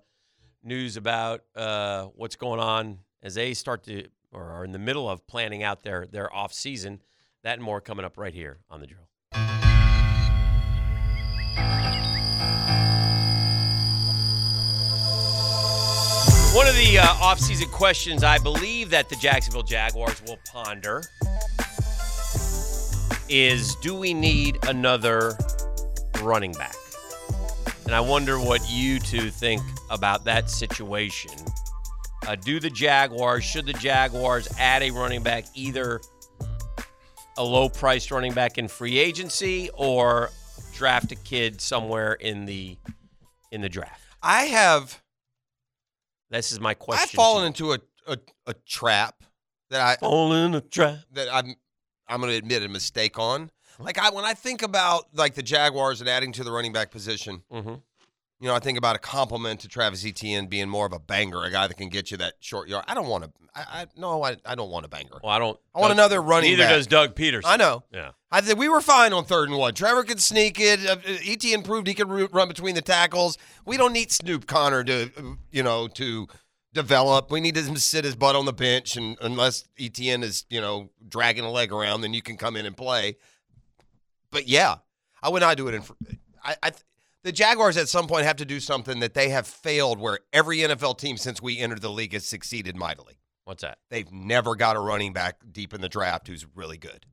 [SPEAKER 4] news about uh, what's going on as they start to or are in the middle of planning out their their off season. That and more coming up right here on the drill. One of the uh, off-season questions I believe that the Jacksonville Jaguars will ponder is do we need another running back? And I wonder what you two think about that situation. Uh, do the Jaguars, should the Jaguars add a running back, either a low priced running back in free agency or draft a kid somewhere in the in the draft?
[SPEAKER 1] I have
[SPEAKER 4] This is my question.
[SPEAKER 1] I've fallen
[SPEAKER 4] to
[SPEAKER 1] into a, a a trap that I
[SPEAKER 4] you. fallen in a trap.
[SPEAKER 1] that I'm I'm going to admit a mistake on. Like I when I think about like the Jaguars and adding to the running back position,
[SPEAKER 4] Mm-hmm.
[SPEAKER 1] you know, I think about a compliment to Travis Etienne being more of a banger, a guy that can get you that short yard. I don't want to. I, I no, I, I don't want a banger.
[SPEAKER 4] Well, I don't.
[SPEAKER 1] I want another running
[SPEAKER 4] Neither
[SPEAKER 1] back.
[SPEAKER 4] does Doug Peterson.
[SPEAKER 1] I know.
[SPEAKER 4] Yeah.
[SPEAKER 1] I think we were fine on third and one. Trevor could sneak it. Uh, Etienne proved he could ru- run between the tackles. We don't need Snoop Connor to, uh, you know, to develop. We need him to sit his butt on the bench, and unless Etienne is, you know, dragging a leg around, then you can come in and play. But yeah, I would not do it in. Fr- I, I th- the Jaguars at some point have to do something that they have failed where every NFL team since we entered the league has succeeded mightily.
[SPEAKER 4] What's that?
[SPEAKER 1] They've never got a running back deep in the draft who's really good.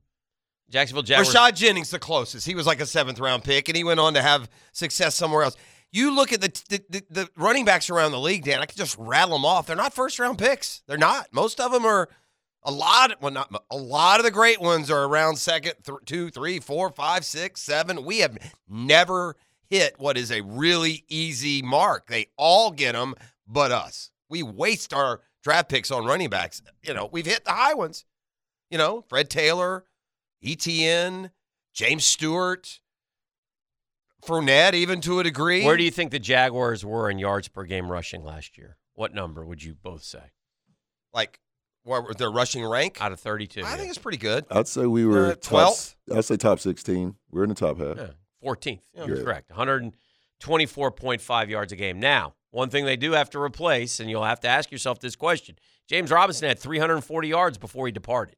[SPEAKER 4] Jacksonville Jaguars.
[SPEAKER 1] Rashad Jennings the closest. He was like a seventh round pick, and he went on to have success somewhere else. You look at the the, the, the running backs around the league, Dan. I could just rattle them off. They're not first round picks. They're not. Most of them are a lot. Well, not mo- a lot of the great ones are around second, th- two, three, four, five, six, seven. We have never hit what is a really easy mark. They all get them, but us. We waste our draft picks on running backs. You know, we've hit the high ones. You know, Fred Taylor, ETN, James Stewart, Fournette, even to a degree.
[SPEAKER 4] Where do you think the Jaguars were in yards per game rushing last year? What number would you both say?
[SPEAKER 1] like where were their rushing rank? I,
[SPEAKER 4] Out of 32. yeah.
[SPEAKER 1] think it's pretty good.
[SPEAKER 2] I'd say we were
[SPEAKER 1] Uh,
[SPEAKER 2] top
[SPEAKER 1] 12th?
[SPEAKER 2] s- I'd say top 16. We're in the top half.
[SPEAKER 4] Yeah, 14th. Yeah,
[SPEAKER 2] You're-
[SPEAKER 4] correct. 124.5 yards a game. Now, one thing they do have to replace, and you'll have to ask yourself this question James Robinson had 340 yards before he departed.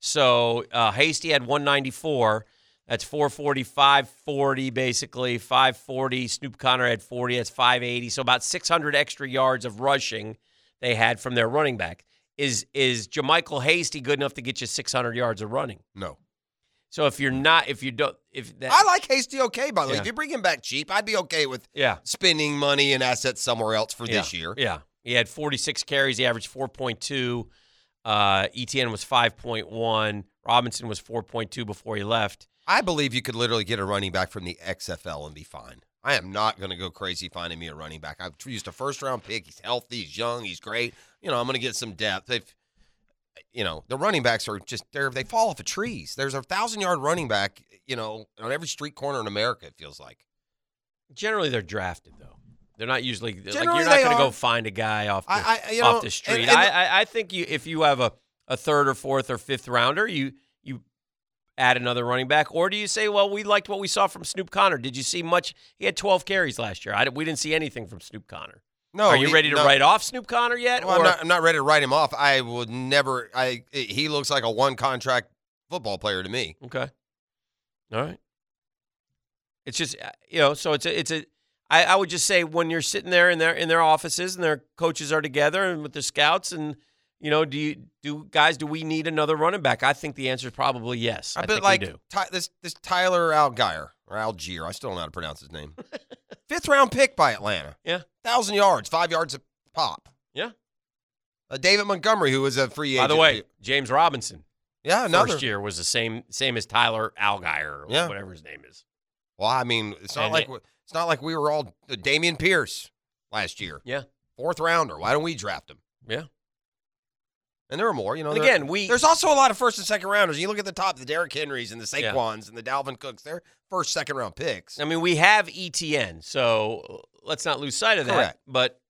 [SPEAKER 4] So uh, Hasty had 194. That's 440, 540, basically. 540. Snoop Connor had 40. That's 580. So about 600 extra yards of rushing they had from their running back. Is is Jamichael Hasty good enough to get you 600 yards of running?
[SPEAKER 1] No.
[SPEAKER 4] So if you're not, if you don't, if that,
[SPEAKER 1] I like Hasty okay, by the way.
[SPEAKER 4] Yeah.
[SPEAKER 1] If you bring him back cheap, I'd be okay with
[SPEAKER 4] yeah,
[SPEAKER 1] spending money and assets somewhere else for this
[SPEAKER 4] Yeah,
[SPEAKER 1] year.
[SPEAKER 4] Yeah. He had 46 carries. He averaged 4.2. Uh, ETN was 5.1. Robinson was 4.2 before he left.
[SPEAKER 1] I believe you could literally get a running back from the XFL and be fine. I am not going to go crazy finding me a running back. I've used a first round pick. He's healthy. He's young. He's great. You know, I'm going to get some depth. If you know, the running backs are just they are they fall off of trees. There's a thousand yard running back. You know, on every street corner in America, it feels like.
[SPEAKER 4] Generally, they're drafted, though. They're not usually, like,
[SPEAKER 1] Generally,
[SPEAKER 4] you're not
[SPEAKER 1] they
[SPEAKER 4] going to go
[SPEAKER 1] are.
[SPEAKER 4] find a guy off the,
[SPEAKER 1] I, I you know,
[SPEAKER 4] off the street.
[SPEAKER 1] and- and-
[SPEAKER 4] I, I, I think you, if you have a, a third or fourth or fifth rounder, you, you add another running back. Or do you say, well, we liked what we saw from Snoop Connor? Did you see much? He had 12 carries last year. I, di- we didn't see anything from Snoop Connor.
[SPEAKER 1] no,
[SPEAKER 4] Are you
[SPEAKER 1] he-
[SPEAKER 4] ready to
[SPEAKER 1] no,
[SPEAKER 4] write off Snoop Connor yet?
[SPEAKER 1] Well, I'm
[SPEAKER 4] or-
[SPEAKER 1] not, I'm not ready to write him off. I would never. I he looks like a one contract football player to me.
[SPEAKER 4] Okay. All right. It's just uh, you know, so it's a it's a I, I would just say when you're sitting there in their in their offices and their coaches are together and with their scouts and you know, do you do guys do we need another running back? I think the answer is probably yes. I,
[SPEAKER 1] I
[SPEAKER 4] think
[SPEAKER 1] bet like
[SPEAKER 4] we do.
[SPEAKER 1] Ty, this this Tyler Algier or Algier. I still don't know how to pronounce his name. Fifth round pick by Atlanta.
[SPEAKER 4] Yeah.
[SPEAKER 1] thousand yards, five yards a pop.
[SPEAKER 4] Yeah.
[SPEAKER 1] Uh, David Montgomery, who was a free
[SPEAKER 4] By
[SPEAKER 1] agent.
[SPEAKER 4] the way, James Robinson
[SPEAKER 1] yeah, another.
[SPEAKER 4] first year was the same same as Tyler Algier or
[SPEAKER 1] Yeah.
[SPEAKER 4] whatever his name is.
[SPEAKER 1] Well, I mean, it's not
[SPEAKER 4] And
[SPEAKER 1] like
[SPEAKER 4] it-
[SPEAKER 1] we- it's not like we were all uh, Damian Pierce last year.
[SPEAKER 4] Yeah.
[SPEAKER 1] fourth rounder. Why don't we draft him?
[SPEAKER 4] Yeah.
[SPEAKER 1] And there are more, you know.
[SPEAKER 4] And
[SPEAKER 1] there-
[SPEAKER 4] again, we
[SPEAKER 1] There's also a lot of first and second rounders. You look at the top, the Derrick Henrys and the
[SPEAKER 4] Yeah.
[SPEAKER 1] Saquons and the Dalvin Cooks. They're first, second round picks.
[SPEAKER 4] I mean, we have ETN, so uh, let's not lose sight of that.
[SPEAKER 1] Correct.
[SPEAKER 4] But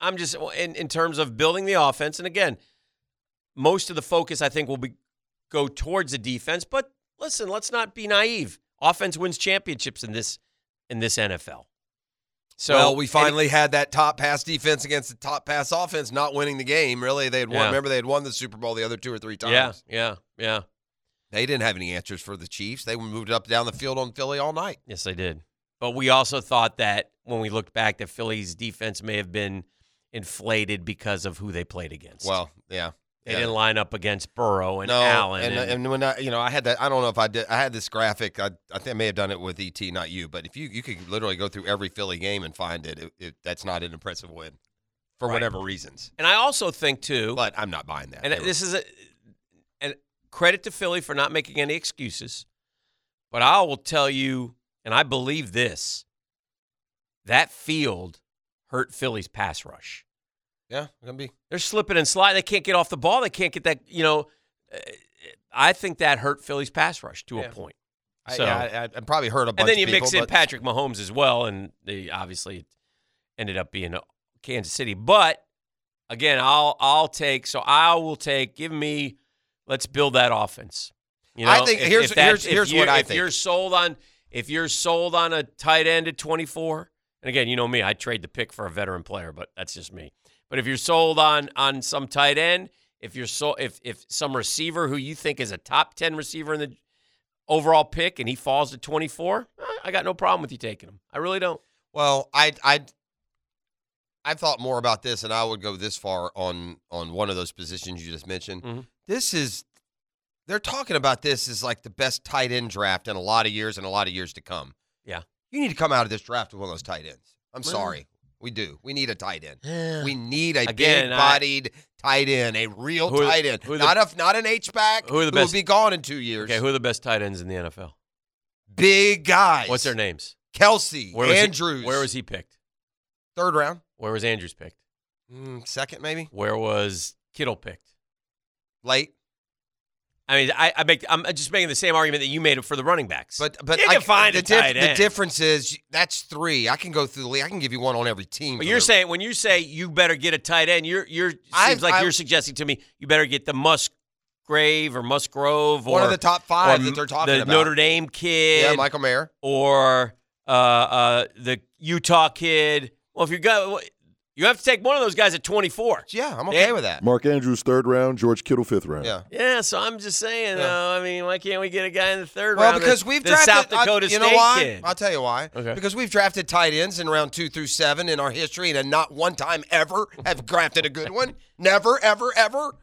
[SPEAKER 4] I'm just in, in terms of building the offense, and again, most of the focus I think will be go towards the defense. But listen, let's not be naive. Offense wins championships in this in this NFL. So
[SPEAKER 1] well, we finally had that top pass defense against the top pass offense, not winning the game. Really, they had won.
[SPEAKER 4] Yeah.
[SPEAKER 1] Remember, they had won the Super Bowl the other two or three times.
[SPEAKER 4] yeah, yeah, yeah.
[SPEAKER 1] They didn't have any answers for the Chiefs. They moved it up and down the field on Philly all night.
[SPEAKER 4] Yes, they did. But we also thought that when we looked back, that Philly's defense may have been inflated because of who they played against.
[SPEAKER 1] Well, yeah.
[SPEAKER 4] they
[SPEAKER 1] yeah.
[SPEAKER 4] didn't line up against Burrow and Allen.
[SPEAKER 1] And, and, when I, you know, I had that. I don't know if I did. I had this graphic. I, I think I may have done it with ET, not you. But if you, you could literally go through every Philly game and find it. it, it that's not an impressive win for
[SPEAKER 4] Right.
[SPEAKER 1] whatever reasons.
[SPEAKER 4] And I also think too,
[SPEAKER 1] But I'm not buying that.
[SPEAKER 4] and
[SPEAKER 1] They were-
[SPEAKER 4] this is a and credit to Philly for not making any excuses. But I will tell you, and I believe this, that field hurt Philly's pass rush.
[SPEAKER 1] yeah, gonna be.
[SPEAKER 4] They're slipping and sliding. They can't get off the ball. They can't get that. You know, uh, I think that hurt Philly's pass rush to a
[SPEAKER 1] Yeah.
[SPEAKER 4] point.
[SPEAKER 1] I,
[SPEAKER 4] So-
[SPEAKER 1] yeah, I, I probably heard a bunch.
[SPEAKER 4] And then you
[SPEAKER 1] of people,
[SPEAKER 4] mix in
[SPEAKER 1] but-
[SPEAKER 4] Patrick Mahomes as well, and they obviously ended up being Kansas City. But again, I'll I'll take so I will take. Give me, let's build that offense. You know,
[SPEAKER 1] I think- here's- here's-
[SPEAKER 4] if
[SPEAKER 1] here's
[SPEAKER 4] you're-
[SPEAKER 1] what I
[SPEAKER 4] if
[SPEAKER 1] think.
[SPEAKER 4] you're sold on if you're sold on a tight end at 24, and again, you know me, I trade the pick for a veteran player, but that's just me. But if you're sold on on some tight end, if you're so if if some receiver who you think is a top 10 receiver in the overall pick and he falls to 24, eh, I got no problem with you taking him. I really don't.
[SPEAKER 1] Well, I I I thought more about this, and I would go this far on on one of those positions you just mentioned.
[SPEAKER 4] Mhm.
[SPEAKER 1] This is they're talking about this as like the best tight end draft in a lot of years and a lot of years to come.
[SPEAKER 4] Yeah.
[SPEAKER 1] you need to come out of this draft with one of those tight ends. I'm
[SPEAKER 4] Well-
[SPEAKER 1] sorry, we do. We need a tight end. We need a
[SPEAKER 4] Again, I-
[SPEAKER 1] big-bodied tight end, a real
[SPEAKER 4] Who are the-
[SPEAKER 1] tight end,
[SPEAKER 4] who are the-
[SPEAKER 1] not a not an H back
[SPEAKER 4] who are the
[SPEAKER 1] will
[SPEAKER 4] best-
[SPEAKER 1] be gone in two years.
[SPEAKER 4] Okay, who are the best tight ends in the NFL?
[SPEAKER 1] big guys.
[SPEAKER 4] What's their names?
[SPEAKER 1] Kelsey,
[SPEAKER 4] Where was he-
[SPEAKER 1] Andrews.
[SPEAKER 4] where was he picked?
[SPEAKER 1] Third round,
[SPEAKER 4] Where was Andrews picked?
[SPEAKER 1] Mm, second maybe,
[SPEAKER 4] Where was Kittle picked?
[SPEAKER 1] late.
[SPEAKER 4] I mean, I, I make I'm just making the same argument that you made for the running backs.
[SPEAKER 1] But but
[SPEAKER 4] You
[SPEAKER 1] I,
[SPEAKER 4] can find
[SPEAKER 1] the,
[SPEAKER 4] a tight
[SPEAKER 1] the
[SPEAKER 4] end.
[SPEAKER 1] difference is that's three. I can go through the league. I can give you one on every team.
[SPEAKER 4] But
[SPEAKER 1] for
[SPEAKER 4] you're
[SPEAKER 1] the-
[SPEAKER 4] saying when you say you better get a tight end, you're you're seems
[SPEAKER 1] I-
[SPEAKER 4] like
[SPEAKER 1] I-
[SPEAKER 4] you're suggesting to me you better get the Musgrave or Musgrove or
[SPEAKER 1] one of the top five
[SPEAKER 4] or
[SPEAKER 1] that they're talking
[SPEAKER 4] the
[SPEAKER 1] about.
[SPEAKER 4] Notre Dame kid,
[SPEAKER 1] yeah, Michael Mayer.
[SPEAKER 4] or uh, uh, the Utah kid. Well, if you're go, you have to take one of those guys at 24.
[SPEAKER 1] Yeah, I'm okay
[SPEAKER 4] Yeah.
[SPEAKER 1] with that.
[SPEAKER 2] Mark Andrews third round, George Kittle fifth round.
[SPEAKER 1] Yeah.
[SPEAKER 4] Yeah, so I'm just saying.
[SPEAKER 1] Yeah.
[SPEAKER 4] though, I mean, why can't we get a guy in the third
[SPEAKER 1] Well,
[SPEAKER 4] round?
[SPEAKER 1] because
[SPEAKER 4] the-
[SPEAKER 1] we've
[SPEAKER 4] the
[SPEAKER 1] drafted
[SPEAKER 4] South
[SPEAKER 1] I-
[SPEAKER 4] Dakota
[SPEAKER 1] you know
[SPEAKER 4] State
[SPEAKER 1] why?
[SPEAKER 4] kid.
[SPEAKER 1] I'll tell you why.
[SPEAKER 4] Okay.
[SPEAKER 1] Because we've drafted tight ends in round two through seven in our history, and not one time ever have drafted a good one. Never, ever, ever.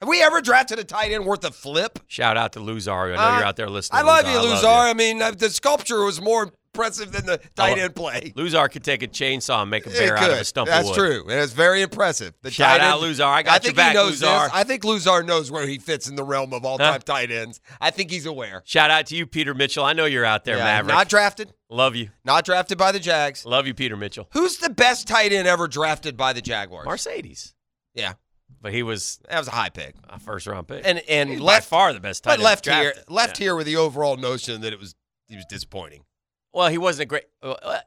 [SPEAKER 1] Have we ever drafted a tight end worth a flip?
[SPEAKER 4] Shout out to Luzario. I know
[SPEAKER 1] Uh,
[SPEAKER 4] you're out there listening.
[SPEAKER 1] I love you,
[SPEAKER 4] love
[SPEAKER 1] Luzar. I mean, uh, the sculpture was more impressive than the tight
[SPEAKER 4] lo-
[SPEAKER 1] end play.
[SPEAKER 4] Luzar could take a chainsaw and make a
[SPEAKER 1] It
[SPEAKER 4] bear out of a
[SPEAKER 1] could.
[SPEAKER 4] stump
[SPEAKER 1] That's
[SPEAKER 4] of wood.
[SPEAKER 1] true. And it's very impressive. The
[SPEAKER 4] Shout
[SPEAKER 1] tight
[SPEAKER 4] out,
[SPEAKER 1] end-
[SPEAKER 4] Luzar. I got your
[SPEAKER 1] think
[SPEAKER 4] back,
[SPEAKER 1] he knows
[SPEAKER 4] Luzar.
[SPEAKER 1] this. I think Luzar knows where he fits in the realm of all-time
[SPEAKER 4] Huh?
[SPEAKER 1] tight ends. I think he's aware.
[SPEAKER 4] Shout out to you, Peter Mitchell. I know you're out there,
[SPEAKER 1] Yeah,
[SPEAKER 4] Maverick.
[SPEAKER 1] Not drafted.
[SPEAKER 4] Love you.
[SPEAKER 1] Not drafted by the Jags.
[SPEAKER 4] Love you, Peter Mitchell.
[SPEAKER 1] Who's the best tight end ever drafted by the Jaguars?
[SPEAKER 4] Mercedes.
[SPEAKER 1] Yeah,
[SPEAKER 4] But he was
[SPEAKER 1] that was a high pick.
[SPEAKER 4] a first round pick.
[SPEAKER 1] And and
[SPEAKER 4] He's
[SPEAKER 1] left,
[SPEAKER 4] by far the best tight
[SPEAKER 1] but
[SPEAKER 4] end
[SPEAKER 1] left
[SPEAKER 4] drafted.
[SPEAKER 1] here, left
[SPEAKER 4] Yeah.
[SPEAKER 1] here with the overall notion that it was he was disappointing.
[SPEAKER 4] Well, he wasn't a great. Uh, uh,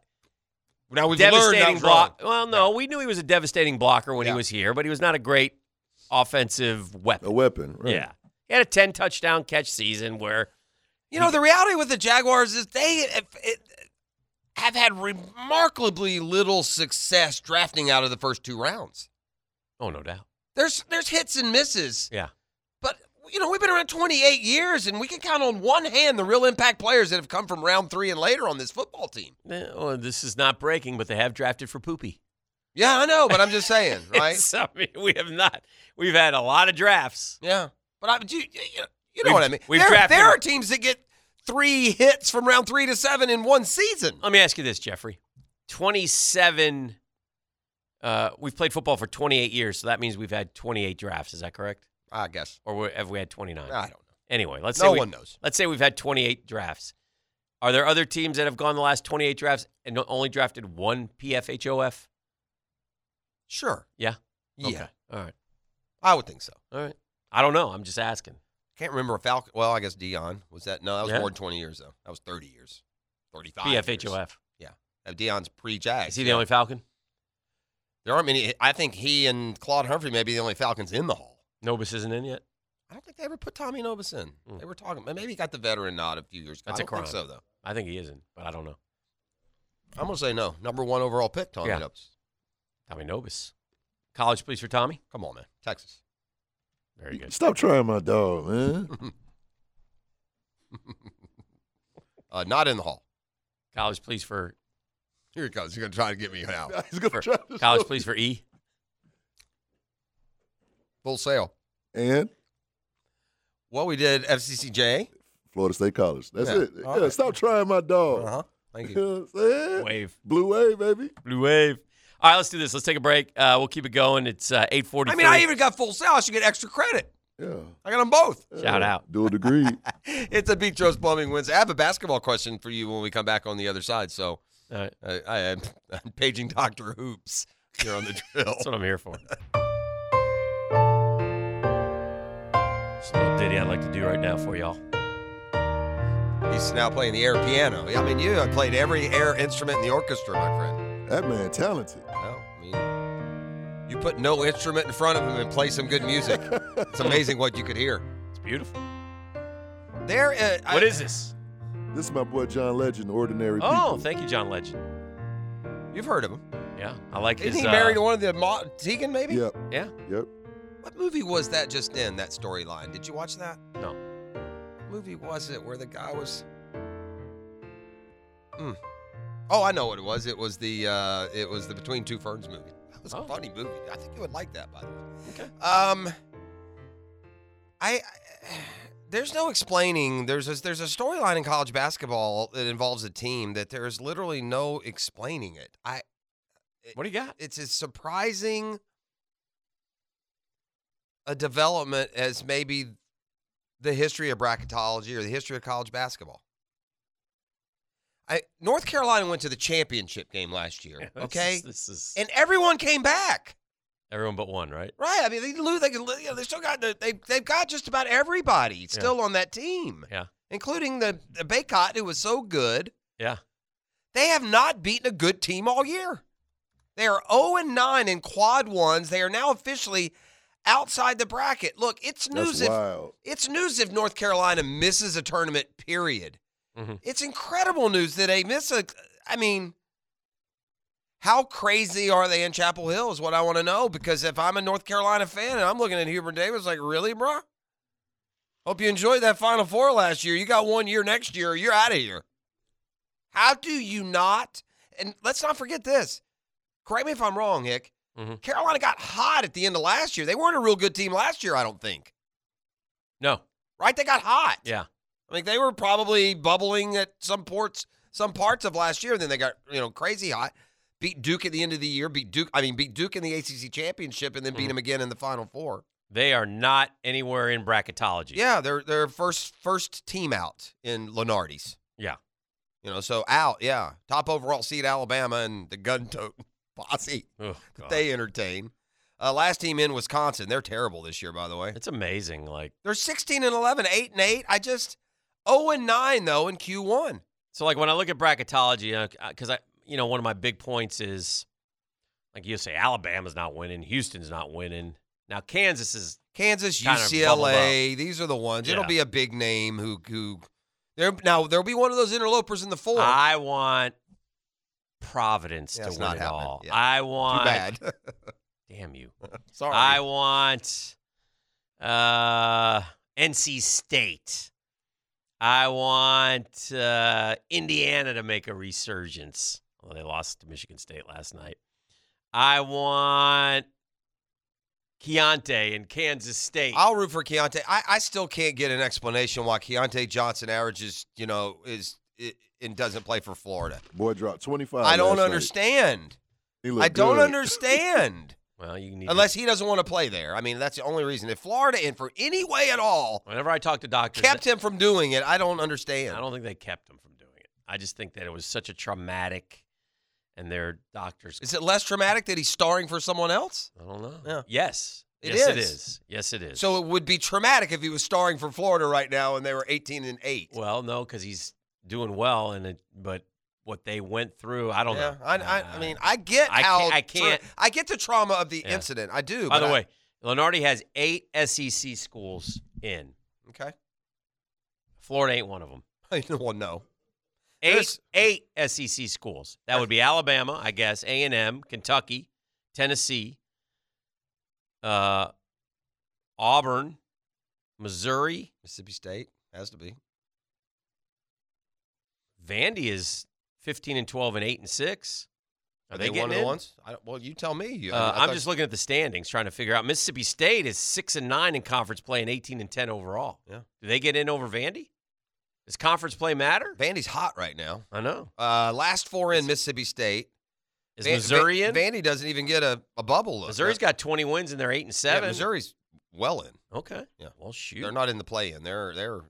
[SPEAKER 1] Now we've learned that
[SPEAKER 4] devastating
[SPEAKER 1] was wrong.
[SPEAKER 4] block. Well, no, we knew he was a devastating blocker when
[SPEAKER 1] Yeah.
[SPEAKER 4] he was here, but he was not a great offensive
[SPEAKER 2] A
[SPEAKER 4] weapon.
[SPEAKER 1] Oh,
[SPEAKER 2] weapon. Right.
[SPEAKER 4] Yeah. He had a 10 touchdown catch season where
[SPEAKER 1] You know, the reality with the Jaguars is they have, it, have had remarkably little success drafting out of the first two rounds.
[SPEAKER 4] Oh, no doubt.
[SPEAKER 1] There's there's hits and misses,
[SPEAKER 4] Yeah.
[SPEAKER 1] but you know we've been around 28 years, and we can count on one hand the real impact players that have come from round three and later on this football team.
[SPEAKER 4] Eh, Well, this is not breaking, but they have drafted for Poopy.
[SPEAKER 1] Yeah, I know, but I'm just saying, right?
[SPEAKER 4] It's- I mean, we have not. We've had a lot of drafts.
[SPEAKER 1] yeah, but I, do you, you know- you know
[SPEAKER 4] We've-
[SPEAKER 1] what I mean.
[SPEAKER 4] we've
[SPEAKER 1] there,
[SPEAKER 4] drafted-
[SPEAKER 1] there are teams that get three hits from round three to seven in one season.
[SPEAKER 4] Let me ask you this, Jeffrey. 27. Uh, we've played football for 28 years, so that means we've had 28 drafts. Is that correct?
[SPEAKER 1] I guess
[SPEAKER 4] Or we- have we had 29?
[SPEAKER 1] I don't know.
[SPEAKER 4] Anyway, let's
[SPEAKER 1] No
[SPEAKER 4] say we,
[SPEAKER 1] one knows.
[SPEAKER 4] Let's say we've had 28 drafts. Are there other teams that have gone the last 28 drafts and no- only drafted one PFHOF?
[SPEAKER 1] Sure.
[SPEAKER 4] Yeah.
[SPEAKER 1] Yeah,
[SPEAKER 4] Okay. All right.
[SPEAKER 1] I would think so.
[SPEAKER 4] All right. I don't know. I'm just asking.
[SPEAKER 1] Can't remember if Falcon. Well, I guess Dion was that. No, that was
[SPEAKER 4] Yeah.
[SPEAKER 1] more than twenty years though. That was thirty years, thirty-five. years.
[SPEAKER 4] PFHOF.
[SPEAKER 1] Uh, Dion's pre-Jag.
[SPEAKER 4] Is he the only Falcon?
[SPEAKER 1] There aren't many. I think he and Claude Humphrey may be the only Falcons in the hall.
[SPEAKER 4] Nobis isn't in yet.
[SPEAKER 1] I don't think they ever put Tommy Novus in.
[SPEAKER 4] Mm.
[SPEAKER 1] They were talking. Maybe he got the veteran nod a few years ago.
[SPEAKER 4] That's
[SPEAKER 1] I
[SPEAKER 4] a
[SPEAKER 1] don't think so
[SPEAKER 4] crime.
[SPEAKER 1] though.
[SPEAKER 4] I think he isn't, but I don't know.
[SPEAKER 1] I'm gonna say no. Number one overall pick, Tommy
[SPEAKER 4] Yeah.
[SPEAKER 1] Novus.
[SPEAKER 4] Tommy Nobis. College please for Tommy.
[SPEAKER 1] Come on, man. Texas.
[SPEAKER 4] Very good.
[SPEAKER 2] Stop trying my dog, man.
[SPEAKER 1] Uh, not in the hall.
[SPEAKER 4] College please for
[SPEAKER 1] Here he comes. He's gonna try to get me out.
[SPEAKER 2] He's gonna try to
[SPEAKER 4] college
[SPEAKER 2] stop-
[SPEAKER 4] please for E.
[SPEAKER 1] Full sale.
[SPEAKER 2] And
[SPEAKER 1] Well, we did FCCJ.
[SPEAKER 2] Florida State College. That's
[SPEAKER 1] Yeah.
[SPEAKER 2] it. Yeah,
[SPEAKER 1] All right.
[SPEAKER 2] Stop trying my dog.
[SPEAKER 1] Uh huh. Thank
[SPEAKER 2] You
[SPEAKER 1] you.
[SPEAKER 2] know what I'm saying?
[SPEAKER 4] Wave.
[SPEAKER 2] Blue wave, baby.
[SPEAKER 4] Blue wave. All right, let's do this. Let's take a break. Uh, we'll keep it going. It's uh, 843.
[SPEAKER 1] I mean, I even got full sale. I should get extra credit.
[SPEAKER 2] Yeah.
[SPEAKER 1] I got them both.
[SPEAKER 4] Shout
[SPEAKER 2] Yeah.
[SPEAKER 4] out.
[SPEAKER 2] Dual degree.
[SPEAKER 1] It's a Beach Rose Plumbing Wednesday. I have a basketball question for you when we come back on the other side. So
[SPEAKER 4] All right.
[SPEAKER 1] uh, I am I'm paging Dr. Hoops here on the drill.
[SPEAKER 4] That's what I'm here for. Just a little ditty I'd like to do right now for y'all.
[SPEAKER 1] He's now playing the air piano. I mean, you have played every air instrument in the orchestra, my friend.
[SPEAKER 2] that man talented.
[SPEAKER 1] Well, I mean, you put no instrument in front of him and play some good music. it's amazing what you could hear.
[SPEAKER 4] It's beautiful.
[SPEAKER 1] There, uh, I-
[SPEAKER 4] What is this?
[SPEAKER 2] This is my boy John Legend, Ordinary
[SPEAKER 4] Oh,
[SPEAKER 2] People.
[SPEAKER 4] thank you, John Legend.
[SPEAKER 1] You've heard of him.
[SPEAKER 4] Yeah, I like
[SPEAKER 1] Isn't
[SPEAKER 4] his.
[SPEAKER 1] he
[SPEAKER 4] uh,
[SPEAKER 1] married to one of the Mo- Tegan? Maybe.
[SPEAKER 2] Yep,
[SPEAKER 4] Yeah,
[SPEAKER 2] yep.
[SPEAKER 1] What movie was that just in that storyline? Did you watch that?
[SPEAKER 4] No.
[SPEAKER 1] movie was it where the guy was? Mm. Oh, I know what it was. It was the uh, it was the Between Two Ferns movie. That was
[SPEAKER 4] Oh.
[SPEAKER 1] a funny movie. I think you would like that, by the way. Um, I, I there's no explaining. There's a, there's a storyline in college basketball that involves a team that there is literally no explaining it. I
[SPEAKER 4] What do you got?
[SPEAKER 1] it's as surprising a development as maybe the history of bracketology or the history of college basketball. I North Carolina went to the championship game last year, okay?
[SPEAKER 4] This is,
[SPEAKER 1] and everyone came back.
[SPEAKER 4] everyone but one, right?
[SPEAKER 1] Right. I mean, they lose. They, could lo- you know, they still got. the- They they've got just about everybody still on that team.
[SPEAKER 4] Yeah.
[SPEAKER 1] Including the the Baycott, who was so good.
[SPEAKER 4] Yeah.
[SPEAKER 1] They have not beaten a good team all year. They are 0 and 9 in quad ones. They are now officially outside the bracket. Look, it's news
[SPEAKER 2] That's
[SPEAKER 1] if
[SPEAKER 2] wild.
[SPEAKER 1] it's news if North Carolina misses a tournament. Period.
[SPEAKER 4] Mhm.
[SPEAKER 1] It's incredible news that they miss a. I mean, how crazy are they in Chapel Hill is what I want to know because if I'm a North Carolina fan and I'm looking at Hubert Davis like, really, bro? Hope you enjoyed that Final Four last year. You got one year next year. You're out of here. How do you not? And let's not forget this. Correct me if I'm wrong, Hick.
[SPEAKER 4] Mhm.
[SPEAKER 1] Carolina got hot at the end of last year. They weren't a real good team last year, I don't think.
[SPEAKER 4] No.
[SPEAKER 1] Right? They got hot.
[SPEAKER 4] Yeah.
[SPEAKER 1] I think they were probably bubbling at some ports, some parts of last year. And then they got you know crazy hot. Beat Duke at the end of the year. Beat Duke. I mean, beat Duke in the ACC championship, and then
[SPEAKER 4] Mm-hmm.
[SPEAKER 1] beat them again in the Final Four.
[SPEAKER 4] They are not anywhere in bracketology.
[SPEAKER 1] Yeah, they're their first first team out in Lenardi's.
[SPEAKER 4] Yeah.
[SPEAKER 1] You know, so out. Yeah, top overall seed Alabama and the gun tote posse
[SPEAKER 4] Ugh,
[SPEAKER 1] that
[SPEAKER 4] God.
[SPEAKER 1] they entertain. Uh, last team in Wisconsin. They're terrible this year, by the way.
[SPEAKER 4] it's amazing. Like
[SPEAKER 1] They're 16 and 11, 8 and 8. I just 0 and 9 though in Q1.
[SPEAKER 4] So, like when I look at bracketology, uh, because I, you know, one of my big points is, like you say, Alabama's not winning, Houston's not winning. Now Kansas is,
[SPEAKER 1] Kansas,
[SPEAKER 4] Kind of bubble
[SPEAKER 1] UCLA. These are the ones. It'll
[SPEAKER 4] Yeah.
[SPEAKER 1] be a big name who who. There now there'll be one of those interlopers in the four.
[SPEAKER 4] I want Providence
[SPEAKER 1] Yeah,
[SPEAKER 4] to
[SPEAKER 1] it's
[SPEAKER 4] win
[SPEAKER 1] not
[SPEAKER 4] it
[SPEAKER 1] happening.
[SPEAKER 4] all.
[SPEAKER 1] Yeah.
[SPEAKER 4] I
[SPEAKER 1] Too
[SPEAKER 4] want,
[SPEAKER 1] bad.
[SPEAKER 4] damn you,
[SPEAKER 1] Sorry.
[SPEAKER 4] I want, uh, NC State. I want uh, Indiana to make a resurgence. Well, they lost to Michigan State last night. I want Keontae in Kansas State.
[SPEAKER 1] I'll root for Keontae. I, I still can't get an explanation why Keontae Johnson averages, you know, is i and doesn't play for Florida.
[SPEAKER 2] Boy dropped 25.
[SPEAKER 1] I don't
[SPEAKER 2] last night.
[SPEAKER 1] understand.
[SPEAKER 2] He
[SPEAKER 1] I
[SPEAKER 2] looked
[SPEAKER 1] don't
[SPEAKER 2] good.
[SPEAKER 1] understand.
[SPEAKER 4] well, you need
[SPEAKER 1] Unless he doesn't want to play there. I mean, that's the only reason. If Florida, in for any way at all,
[SPEAKER 4] whenever I talk to doctors,
[SPEAKER 1] kept him from doing it, I don't
[SPEAKER 4] I
[SPEAKER 1] understand.
[SPEAKER 4] don't think they kept him from doing it. I just think that it was such a traumatic, and their doctors.
[SPEAKER 1] Is it less traumatic that he's starring for someone else?
[SPEAKER 4] I don't know.
[SPEAKER 1] Yeah.
[SPEAKER 4] Yes,
[SPEAKER 1] It
[SPEAKER 4] yes, it
[SPEAKER 1] is.
[SPEAKER 4] is. Yes, it is.
[SPEAKER 1] So it would be traumatic if he was starring for Florida right now and they were 18 and 8.
[SPEAKER 4] Well, no, because he's doing well, and it, but what they went through, I don't
[SPEAKER 1] yeah,
[SPEAKER 4] know.
[SPEAKER 1] I, I, I
[SPEAKER 4] Uh,
[SPEAKER 1] mean, I get
[SPEAKER 4] I
[SPEAKER 1] how
[SPEAKER 4] can't- I
[SPEAKER 1] tra-
[SPEAKER 4] can't-
[SPEAKER 1] I get the trauma of the
[SPEAKER 4] Yeah.
[SPEAKER 1] incident. I do.
[SPEAKER 4] by
[SPEAKER 1] but I-
[SPEAKER 4] the way, Lenardi has eight SEC schools in.
[SPEAKER 1] okay.
[SPEAKER 4] Florida ain't one of them.
[SPEAKER 1] well, no.
[SPEAKER 4] Eight,
[SPEAKER 1] There's-
[SPEAKER 4] eight SEC schools. That would be Alabama, I guess, A and M, Kentucky, Tennessee, uh, Auburn, Missouri.
[SPEAKER 1] Mississippi State has to be.
[SPEAKER 4] Vandy is fifteen and twelve and eight and six. Are, they, getting
[SPEAKER 1] one of
[SPEAKER 4] in?
[SPEAKER 1] the ones? I don't, well, you tell me. You- I mean,
[SPEAKER 4] Uh,
[SPEAKER 1] I
[SPEAKER 4] I'm
[SPEAKER 1] thought-
[SPEAKER 4] just looking at the standings, trying to figure out. Mississippi State is six and nine in conference play and 18 and 10 overall.
[SPEAKER 1] Yeah.
[SPEAKER 4] Do they get in over Vandy? Does conference play matter?
[SPEAKER 1] Vandy's hot right now.
[SPEAKER 4] I know.
[SPEAKER 1] Uh, last four in Mississippi State.
[SPEAKER 4] Is
[SPEAKER 1] Van-
[SPEAKER 4] Missouri
[SPEAKER 1] Van-
[SPEAKER 4] in?
[SPEAKER 1] Vandy doesn't even get a, a bubble. Look.
[SPEAKER 4] Missouri's got 20 wins and they're eight and
[SPEAKER 1] Yeah,
[SPEAKER 4] seven.
[SPEAKER 1] Missouri's well in.
[SPEAKER 4] Okay.
[SPEAKER 1] Yeah.
[SPEAKER 4] Well, shoot.
[SPEAKER 1] They're not in the play in. They're they're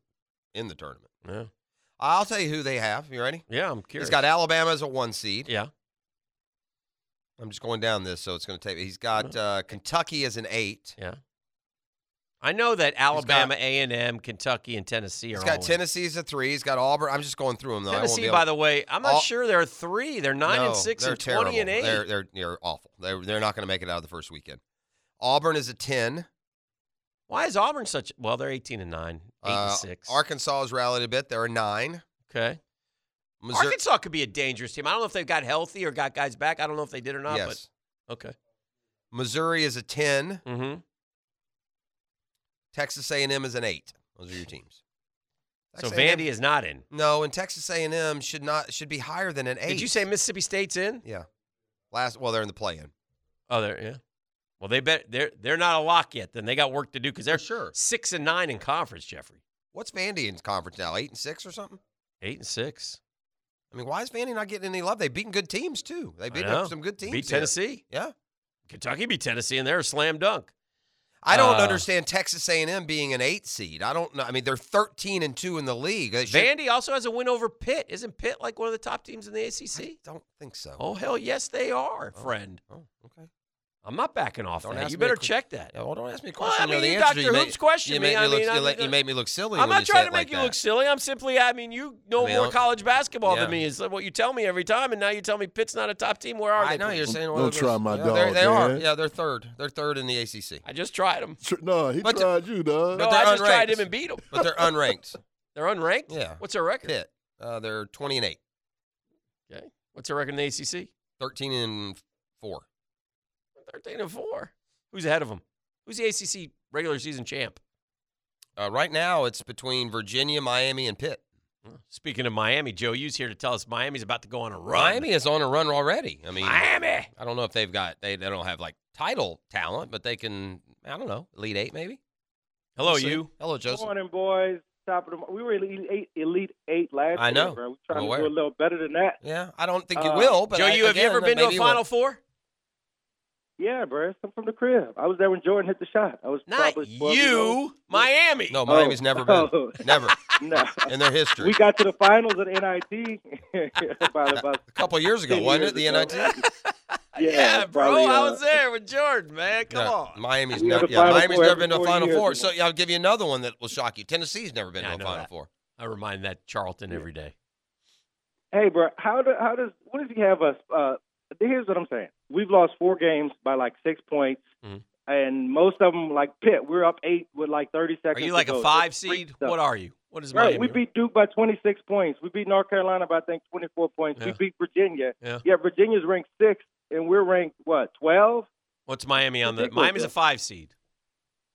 [SPEAKER 1] in the tournament.
[SPEAKER 4] Yeah.
[SPEAKER 1] I'll tell you who they have. You ready?
[SPEAKER 4] Yeah, I'm curious.
[SPEAKER 1] He's got Alabama as a one seed.
[SPEAKER 4] yeah.
[SPEAKER 1] I'm just going down this, so it's going to take. He's got uh, Kentucky as an eight.
[SPEAKER 4] Yeah. I know that Alabama, A and M, Kentucky, and Tennessee are.
[SPEAKER 1] He's
[SPEAKER 4] all
[SPEAKER 1] got
[SPEAKER 4] in.
[SPEAKER 1] Tennessee as a three. He's got Auburn. I'm just going through them though.
[SPEAKER 4] Tennessee, by the way, I'm not
[SPEAKER 1] All-
[SPEAKER 4] sure they're three. They're nine and
[SPEAKER 1] No,
[SPEAKER 4] six
[SPEAKER 1] they're
[SPEAKER 4] and 20 and
[SPEAKER 1] terrible.
[SPEAKER 4] 8
[SPEAKER 1] They're they're, they're awful. They're they're not going to make it out of the first weekend. Auburn is a ten.
[SPEAKER 4] Why is Auburn such? Well, they're 18 and nine, eight
[SPEAKER 1] Uh,
[SPEAKER 4] and six.
[SPEAKER 1] Arkansas has rallied a bit. They're a nine.
[SPEAKER 4] okay.
[SPEAKER 1] Missouri,
[SPEAKER 4] Arkansas could be a dangerous team. I don't know if they've got healthy or got guys back. I don't know if they did or not.
[SPEAKER 1] yes.
[SPEAKER 4] But okay.
[SPEAKER 1] Missouri is a ten.
[SPEAKER 4] Mm-hmm.
[SPEAKER 1] Texas A&M is an eight. Those are your teams.
[SPEAKER 4] So
[SPEAKER 1] Texas A&M
[SPEAKER 4] Vandy is not in.
[SPEAKER 1] No, and Texas A&M should not should be higher than an eight.
[SPEAKER 4] Did you say Mississippi State's in?
[SPEAKER 1] Yeah. Last, well, they're in the play-in.
[SPEAKER 4] Oh, they're yeah. Well, they bet they're they're not a lock yet. Then they got work to do because they're
[SPEAKER 1] Sure.
[SPEAKER 4] six and nine in conference. Jeffrey,
[SPEAKER 1] What's Vandy in conference now? Eight and six or something?
[SPEAKER 4] eight and six.
[SPEAKER 1] I mean, why is Vandy not getting any love? They've beaten good teams too. They
[SPEAKER 4] I
[SPEAKER 1] beat
[SPEAKER 4] know.
[SPEAKER 1] up some good teams.
[SPEAKER 4] Beat
[SPEAKER 1] here.
[SPEAKER 4] Tennessee.
[SPEAKER 1] Yeah.
[SPEAKER 4] Kentucky beat Tennessee, and they're a slam dunk.
[SPEAKER 1] I don't
[SPEAKER 4] Uh,
[SPEAKER 1] understand Texas A&M being an eight seed. I don't know. I mean, they're thirteen and two in the league. They should-
[SPEAKER 4] Vandy also has a win over Pitt. Isn't Pitt like one of the top teams in the ACC?
[SPEAKER 1] don't think so.
[SPEAKER 4] Oh hell yes, they are,
[SPEAKER 1] Oh.
[SPEAKER 4] friend.
[SPEAKER 1] Oh, okay.
[SPEAKER 4] I'm not backing off
[SPEAKER 1] Don't
[SPEAKER 4] that.
[SPEAKER 1] ask
[SPEAKER 4] You
[SPEAKER 1] me a
[SPEAKER 4] better
[SPEAKER 1] que-
[SPEAKER 4] check that.
[SPEAKER 1] Yeah, well, don't ask me a
[SPEAKER 4] Well,
[SPEAKER 1] question.
[SPEAKER 4] I
[SPEAKER 1] you know
[SPEAKER 4] mean,
[SPEAKER 1] the
[SPEAKER 4] you
[SPEAKER 1] answer. You
[SPEAKER 4] Dr.
[SPEAKER 1] make-
[SPEAKER 4] Hoops question
[SPEAKER 1] You
[SPEAKER 4] me.
[SPEAKER 1] make
[SPEAKER 4] I
[SPEAKER 1] me look.
[SPEAKER 4] mean, I
[SPEAKER 1] you, let-
[SPEAKER 4] mean,
[SPEAKER 1] you make me look silly.
[SPEAKER 4] I'm
[SPEAKER 1] when
[SPEAKER 4] not
[SPEAKER 1] say
[SPEAKER 4] trying
[SPEAKER 1] it
[SPEAKER 4] to make
[SPEAKER 1] like
[SPEAKER 4] you
[SPEAKER 1] that.
[SPEAKER 4] look silly. I'm simply, I mean, you know
[SPEAKER 1] I mean,
[SPEAKER 4] more
[SPEAKER 1] I'll-
[SPEAKER 4] college basketball
[SPEAKER 1] Yeah.
[SPEAKER 4] than me. It's like what you tell me every time, and now you tell me Pitt's not a top team. Where are
[SPEAKER 1] I
[SPEAKER 4] they?
[SPEAKER 1] know
[SPEAKER 4] please?
[SPEAKER 1] you're saying. Well,
[SPEAKER 2] Don't
[SPEAKER 1] they're-
[SPEAKER 2] try my
[SPEAKER 1] yeah, they're-
[SPEAKER 2] dog,
[SPEAKER 1] They are.
[SPEAKER 2] man.
[SPEAKER 1] Yeah, they're third. They're third in the ACC,
[SPEAKER 4] I just tried them.
[SPEAKER 2] Tr- No, he
[SPEAKER 1] But the-
[SPEAKER 2] tried you, dog.
[SPEAKER 4] No,
[SPEAKER 1] they're
[SPEAKER 4] I just tried
[SPEAKER 1] unranked.
[SPEAKER 4] him and beat him.
[SPEAKER 1] but they're unranked.
[SPEAKER 4] They're unranked.
[SPEAKER 1] Yeah.
[SPEAKER 4] What's their record?
[SPEAKER 1] Pitt. Uh, they're twenty and eight.
[SPEAKER 4] Okay. What's their record in the ACC?
[SPEAKER 1] 13 and four.
[SPEAKER 4] Thirteen and four. Who's ahead of them? Who's the ACC regular season champ?
[SPEAKER 1] Uh, right now, it's between Virginia, Miami, and Pitt.
[SPEAKER 4] Speaking of Miami, Joe U's here to tell us Miami's about to go on a run.
[SPEAKER 1] Miami is on a run already. I mean,
[SPEAKER 4] Miami.
[SPEAKER 1] I don't know if they've got they, they don't have like title talent, but they can. I don't know, lead eight maybe.
[SPEAKER 4] Hello,
[SPEAKER 1] We'll see.
[SPEAKER 4] you.
[SPEAKER 1] Hello, Joseph.
[SPEAKER 7] Morning, boys. Top of the mo- we were elite eight, elite eight last
[SPEAKER 1] I know.
[SPEAKER 7] year, bro. We're
[SPEAKER 1] I'm
[SPEAKER 7] trying
[SPEAKER 1] aware.
[SPEAKER 7] to do a little better than that.
[SPEAKER 1] Yeah, I don't think you
[SPEAKER 7] Uh,
[SPEAKER 1] will. But
[SPEAKER 4] Joe,
[SPEAKER 1] I-
[SPEAKER 4] you have
[SPEAKER 1] again,
[SPEAKER 4] you ever been to a
[SPEAKER 1] maybe you
[SPEAKER 4] Final
[SPEAKER 1] will.
[SPEAKER 4] Four?
[SPEAKER 7] Yeah, bro. I'm from the crib. I was there when Jordan hit the shot. I was
[SPEAKER 4] Not
[SPEAKER 7] probably 12 years old.
[SPEAKER 4] you, Miami.
[SPEAKER 1] No, Miami's
[SPEAKER 7] Oh.
[SPEAKER 1] never been.
[SPEAKER 7] Oh.
[SPEAKER 1] Never
[SPEAKER 7] No.
[SPEAKER 1] in their history.
[SPEAKER 7] we got to the finals of the NIT about about
[SPEAKER 1] a couple years ago,
[SPEAKER 7] 10
[SPEAKER 1] wasn't
[SPEAKER 7] years
[SPEAKER 1] it? The
[SPEAKER 7] ago.
[SPEAKER 1] NIT.
[SPEAKER 7] Yeah,
[SPEAKER 4] yeah, bro,
[SPEAKER 7] probably,
[SPEAKER 4] I
[SPEAKER 7] uh,
[SPEAKER 4] was there with Jordan, man. Come
[SPEAKER 1] No,
[SPEAKER 4] on.
[SPEAKER 1] Miami's
[SPEAKER 7] We have
[SPEAKER 1] never.
[SPEAKER 7] a
[SPEAKER 1] Yeah,
[SPEAKER 7] Final
[SPEAKER 1] Miami's
[SPEAKER 7] Four
[SPEAKER 1] never
[SPEAKER 7] every
[SPEAKER 1] been to a
[SPEAKER 7] four
[SPEAKER 1] Final
[SPEAKER 7] years.
[SPEAKER 1] Four. So yeah, I'll give you another one that will shock you. Tennessee's never been
[SPEAKER 4] Yeah,
[SPEAKER 1] to
[SPEAKER 4] I
[SPEAKER 1] a
[SPEAKER 4] know
[SPEAKER 1] Final
[SPEAKER 4] that.
[SPEAKER 1] Four.
[SPEAKER 4] I remind that Charlton every day.
[SPEAKER 7] Hey, bro, how do how does what does he have us? Uh, here's what I'm saying: we've lost four games by like six points,
[SPEAKER 4] Mhm.
[SPEAKER 7] and most of them like Pitt. We're up eight with like 30
[SPEAKER 4] Are
[SPEAKER 7] seconds.
[SPEAKER 4] you
[SPEAKER 7] to
[SPEAKER 4] like
[SPEAKER 7] go.
[SPEAKER 4] a
[SPEAKER 7] It's
[SPEAKER 4] five
[SPEAKER 7] freak
[SPEAKER 4] seed?
[SPEAKER 7] stuff.
[SPEAKER 4] What are you? What is Miami?
[SPEAKER 7] Right, we beat Duke by 26 points. We beat North Carolina by I think 24 points. We
[SPEAKER 4] Yeah.
[SPEAKER 7] beat Virginia.
[SPEAKER 4] Yeah.
[SPEAKER 7] Virginia's ranked sixth, and we're ranked what 12?
[SPEAKER 4] What's Miami on the?
[SPEAKER 7] Ridiculous,
[SPEAKER 4] Miami's a
[SPEAKER 7] yeah.
[SPEAKER 4] five seed.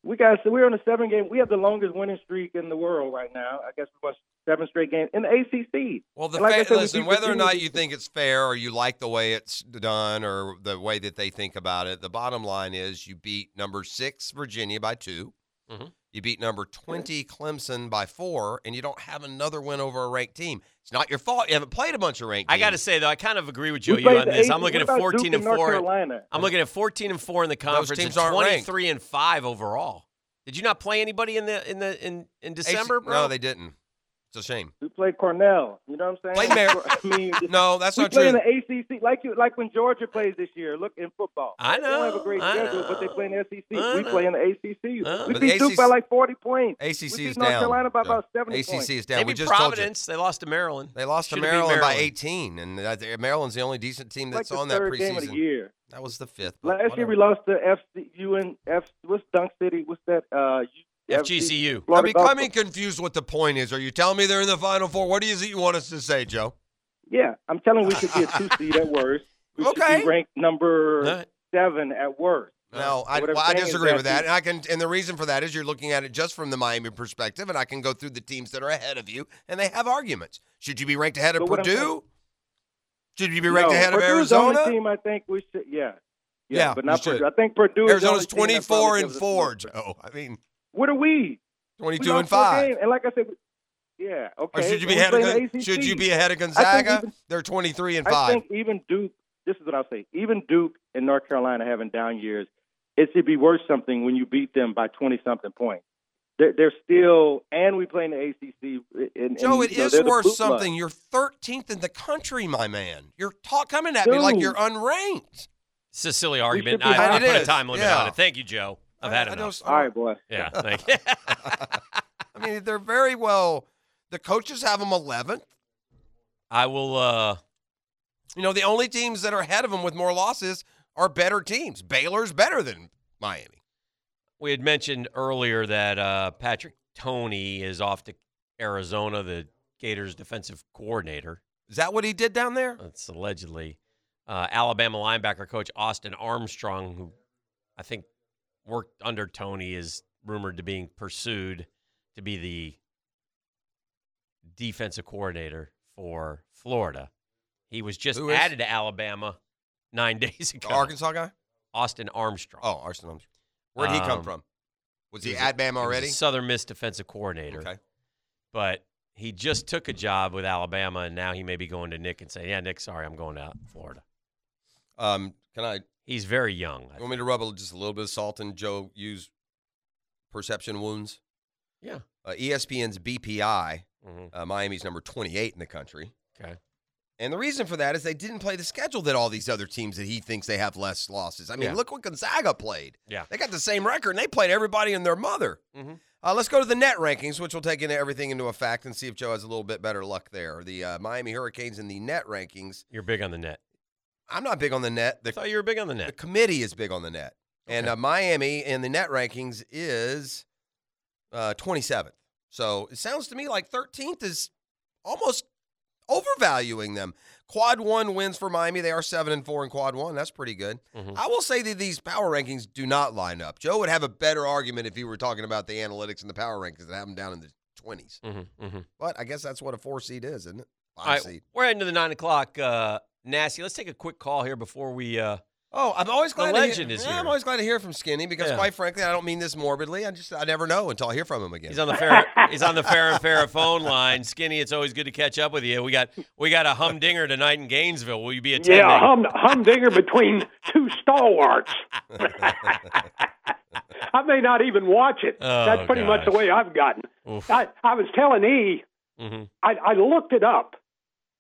[SPEAKER 7] We got so we're on a seven game. We have the longest winning streak in the world right now. I guess we lost seven straight games in the ACC.
[SPEAKER 1] Well, the
[SPEAKER 7] And like I
[SPEAKER 1] fa-
[SPEAKER 7] said, we
[SPEAKER 1] listen,
[SPEAKER 7] beat
[SPEAKER 1] whether or not
[SPEAKER 7] Virginia.
[SPEAKER 1] you think it's fair or you like the way it's done or the way that they think about it, the bottom line is you beat number six Virginia by 2
[SPEAKER 4] Mhm.
[SPEAKER 1] You beat number 20 Clemson by four, and you don't have another win over a ranked team. It's not your fault. You haven't played a bunch of ranked
[SPEAKER 4] I got to
[SPEAKER 1] teams.
[SPEAKER 4] say though, I kind of agree with Joe.
[SPEAKER 7] We
[SPEAKER 4] You
[SPEAKER 7] played
[SPEAKER 4] on
[SPEAKER 7] the
[SPEAKER 4] this?
[SPEAKER 7] eight-
[SPEAKER 4] I'm looking
[SPEAKER 7] what
[SPEAKER 4] at
[SPEAKER 7] about Duke
[SPEAKER 4] 14 and
[SPEAKER 7] and North
[SPEAKER 4] four.
[SPEAKER 7] Carolina.
[SPEAKER 4] I'm looking at 14 and four in the conference
[SPEAKER 1] teams
[SPEAKER 4] and
[SPEAKER 1] aren't ranked.
[SPEAKER 4] 23 and five overall. Did you not play anybody in the in the in in
[SPEAKER 1] AC
[SPEAKER 4] December, bro?
[SPEAKER 1] No, they didn't. It's a shame.
[SPEAKER 7] We played Cornell. You know what I'm saying?
[SPEAKER 1] Played Mar-
[SPEAKER 7] I mean,
[SPEAKER 1] No, that's
[SPEAKER 7] we
[SPEAKER 1] not
[SPEAKER 7] play
[SPEAKER 1] true.
[SPEAKER 7] in the ACC like you like when Georgia plays this year. Look in football,
[SPEAKER 4] I
[SPEAKER 7] they don't have
[SPEAKER 4] know,
[SPEAKER 7] a great
[SPEAKER 4] I
[SPEAKER 7] schedule, but they
[SPEAKER 4] know,
[SPEAKER 7] play in the SEC.
[SPEAKER 4] I
[SPEAKER 7] we
[SPEAKER 4] know.
[SPEAKER 7] play in the ACC.
[SPEAKER 4] Uh,
[SPEAKER 7] we
[SPEAKER 1] but the
[SPEAKER 7] beat Duke by
[SPEAKER 1] ACC
[SPEAKER 7] like 40 points.
[SPEAKER 1] ACC
[SPEAKER 7] we beat
[SPEAKER 1] is
[SPEAKER 7] North
[SPEAKER 1] down.
[SPEAKER 7] Carolina by
[SPEAKER 1] Yeah.
[SPEAKER 7] about 70
[SPEAKER 1] ACC
[SPEAKER 7] points.
[SPEAKER 1] is down.
[SPEAKER 4] They
[SPEAKER 1] we
[SPEAKER 4] beat
[SPEAKER 1] just told you.
[SPEAKER 4] Providence. They lost to Maryland.
[SPEAKER 1] They lost to
[SPEAKER 4] Should've beat
[SPEAKER 1] Maryland, by
[SPEAKER 4] Maryland.
[SPEAKER 1] 18, and that- Maryland's the only decent team
[SPEAKER 7] Like
[SPEAKER 1] that's
[SPEAKER 7] the
[SPEAKER 1] on that
[SPEAKER 7] third game of the
[SPEAKER 1] preseason.
[SPEAKER 7] year.
[SPEAKER 1] That was the fifth. but
[SPEAKER 7] Last year we
[SPEAKER 1] whatever.
[SPEAKER 7] lost to FC UN F. What's Dunk City? What's that? Uh, U-
[SPEAKER 4] FGCU.
[SPEAKER 1] I'm
[SPEAKER 7] Florida
[SPEAKER 1] becoming
[SPEAKER 7] Gulf.
[SPEAKER 1] confused what the point is. Are you telling me they're in the Final Four? What is it you want us to say, Joe?
[SPEAKER 7] Yeah, I'm telling you, we should be a two seed at worst. We should
[SPEAKER 1] Okay.
[SPEAKER 7] be ranked number
[SPEAKER 4] Huh?
[SPEAKER 7] seven at worst.
[SPEAKER 1] No, I,
[SPEAKER 7] What I'm
[SPEAKER 1] well, I
[SPEAKER 7] saying is
[SPEAKER 1] disagree
[SPEAKER 7] that
[SPEAKER 1] with that.
[SPEAKER 7] you-
[SPEAKER 1] And I can, and the reason for that is you're looking at it just from the Miami perspective, and I can go through the teams that are ahead of you, and they have arguments. Should you be ranked ahead of
[SPEAKER 7] But what I'm
[SPEAKER 1] Purdue? Should you be ranked
[SPEAKER 7] no,
[SPEAKER 1] ahead of
[SPEAKER 7] Purdue's the
[SPEAKER 1] Arizona?
[SPEAKER 7] Only team I think we should. Yeah. Yeah,
[SPEAKER 1] Yeah,
[SPEAKER 7] but
[SPEAKER 1] we
[SPEAKER 7] not
[SPEAKER 1] should.
[SPEAKER 7] Purdue. I think Purdue. is the
[SPEAKER 1] Arizona's
[SPEAKER 7] only team that
[SPEAKER 1] 24
[SPEAKER 7] probably
[SPEAKER 1] and
[SPEAKER 7] gives us-
[SPEAKER 1] four, Joe. I mean,
[SPEAKER 7] What are we? We
[SPEAKER 1] 22
[SPEAKER 7] lost
[SPEAKER 1] and
[SPEAKER 7] four
[SPEAKER 1] five.
[SPEAKER 7] games. And like I said, we- yeah. Okay.
[SPEAKER 1] Or should you
[SPEAKER 7] so
[SPEAKER 1] be
[SPEAKER 7] we
[SPEAKER 1] ahead of
[SPEAKER 7] play
[SPEAKER 1] Gon-
[SPEAKER 7] the ACC.
[SPEAKER 1] should you be ahead of Gonzaga?
[SPEAKER 7] even-
[SPEAKER 1] They're 23 and
[SPEAKER 7] I
[SPEAKER 1] five.
[SPEAKER 7] think even Duke. This is what I'll say. Even Duke and North Carolina having down years, it should be worth something when you beat them by twenty something points. They're, they're still, and we play in the ACC. And,
[SPEAKER 1] Joe,
[SPEAKER 7] and,
[SPEAKER 1] it
[SPEAKER 7] you know,
[SPEAKER 1] is
[SPEAKER 7] they're the
[SPEAKER 1] worth
[SPEAKER 7] boot blood.
[SPEAKER 1] something. You're 13th in the country, my man. You're ta- coming at me like
[SPEAKER 7] Dude.
[SPEAKER 1] you're unranked.
[SPEAKER 4] It's a silly argument.
[SPEAKER 7] should
[SPEAKER 4] I, I
[SPEAKER 7] be
[SPEAKER 1] higher.
[SPEAKER 4] put
[SPEAKER 1] It
[SPEAKER 4] a
[SPEAKER 1] is,
[SPEAKER 4] time limit
[SPEAKER 1] yeah.
[SPEAKER 4] on it. Thank you, Joe. I've had
[SPEAKER 1] I, I
[SPEAKER 4] enough.
[SPEAKER 1] don't-
[SPEAKER 7] All right, boy.
[SPEAKER 4] Yeah, thank you.
[SPEAKER 1] I mean, they're very well. The coaches have them 11th.
[SPEAKER 4] I will. uh
[SPEAKER 1] You know, the only teams that are ahead of them with more losses are better teams. Baylor's better than Miami.
[SPEAKER 4] We had mentioned earlier that uh, Patrick Tony is off to Arizona, the Gators' defensive coordinator.
[SPEAKER 1] Is that what he did down there?
[SPEAKER 4] That's allegedly uh, Alabama linebacker coach Austin Armstrong, who I think worked under Tony, is rumored to being pursued to be the defensive coordinator for Florida. He was just
[SPEAKER 1] Who is?
[SPEAKER 4] added to Alabama nine days ago.
[SPEAKER 1] The Arkansas guy?
[SPEAKER 4] Austin Armstrong.
[SPEAKER 1] Oh, Arson Armstrong. Where'd he come
[SPEAKER 4] Um,
[SPEAKER 1] from? Was
[SPEAKER 4] he
[SPEAKER 1] he
[SPEAKER 4] was a-
[SPEAKER 1] at Bama
[SPEAKER 4] He was
[SPEAKER 1] already?
[SPEAKER 4] a Southern Miss defensive coordinator.
[SPEAKER 1] Okay.
[SPEAKER 4] But he just took a job with Alabama, and now he may be going to Nick and saying, "Yeah, Nick, sorry, I'm going to Florida."
[SPEAKER 1] Um, can I? You
[SPEAKER 4] He's very young. I
[SPEAKER 1] want me to rub a- just a little bit of salt in Joe U's perception wounds?
[SPEAKER 4] Yeah.
[SPEAKER 1] Uh, ESPN's BPI,
[SPEAKER 4] think. Mhm.
[SPEAKER 1] uh, Miami's number 28 in the country.
[SPEAKER 4] Okay.
[SPEAKER 1] And the reason for that is they didn't play the schedule that all these other teams that he thinks they have less losses. I mean,
[SPEAKER 4] Yeah.
[SPEAKER 1] look what Gonzaga played.
[SPEAKER 4] Yeah.
[SPEAKER 1] They got the same record and they played everybody and their mother.
[SPEAKER 4] Mhm.
[SPEAKER 1] Uh, let's go to the net rankings, which will take into everything into a fact and see if Joe has a little bit better luck there. The uh, Miami Hurricanes in the net rankings.
[SPEAKER 4] You're big on the net.
[SPEAKER 1] I'm not big on the net.
[SPEAKER 4] I
[SPEAKER 1] The,
[SPEAKER 4] thought you were big on the
[SPEAKER 1] the
[SPEAKER 4] net.
[SPEAKER 1] committee is big on the net. And
[SPEAKER 4] Okay.
[SPEAKER 1] uh, Miami in the net rankings is uh, 27th. So it sounds to me like 13th is almost overvaluing them. Quad one wins for Miami. They are seven and four in quad one. That's pretty good.
[SPEAKER 4] Mhm.
[SPEAKER 1] I will say that these power rankings do not line up. Joe would have a better argument if he were talking about the analytics and the power rankings that have them down in the 20s.
[SPEAKER 4] Mm-hmm, mm-hmm.
[SPEAKER 1] But I guess that's what a four seed is, isn't it? Five
[SPEAKER 4] All right,
[SPEAKER 1] seed.
[SPEAKER 4] we're heading to the nine o'clock. Uh, Nasty, let's take a quick call here before we. Uh,
[SPEAKER 1] Oh, I'm always glad.
[SPEAKER 4] The
[SPEAKER 1] to hear-
[SPEAKER 4] legend is
[SPEAKER 1] Yeah, I'm
[SPEAKER 4] here.
[SPEAKER 1] always glad to hear from Skinny because,
[SPEAKER 4] Yeah.
[SPEAKER 1] quite frankly, I don't mean this morbidly. I just I never know until I hear from him again.
[SPEAKER 4] He's on the fair. he's on the fair and fair phone line. Skinny, it's always good to catch up with you. We got we got a humdinger tonight in Gainesville. Will you be attending?
[SPEAKER 8] Yeah, hum, humdinger between two stalwarts. I may not even watch it.
[SPEAKER 4] Oh,
[SPEAKER 8] That's pretty much the
[SPEAKER 4] gosh.
[SPEAKER 8] way I've gotten.
[SPEAKER 4] Oof.
[SPEAKER 8] I, I was telling E,
[SPEAKER 4] Mhm.
[SPEAKER 8] I, I looked it up,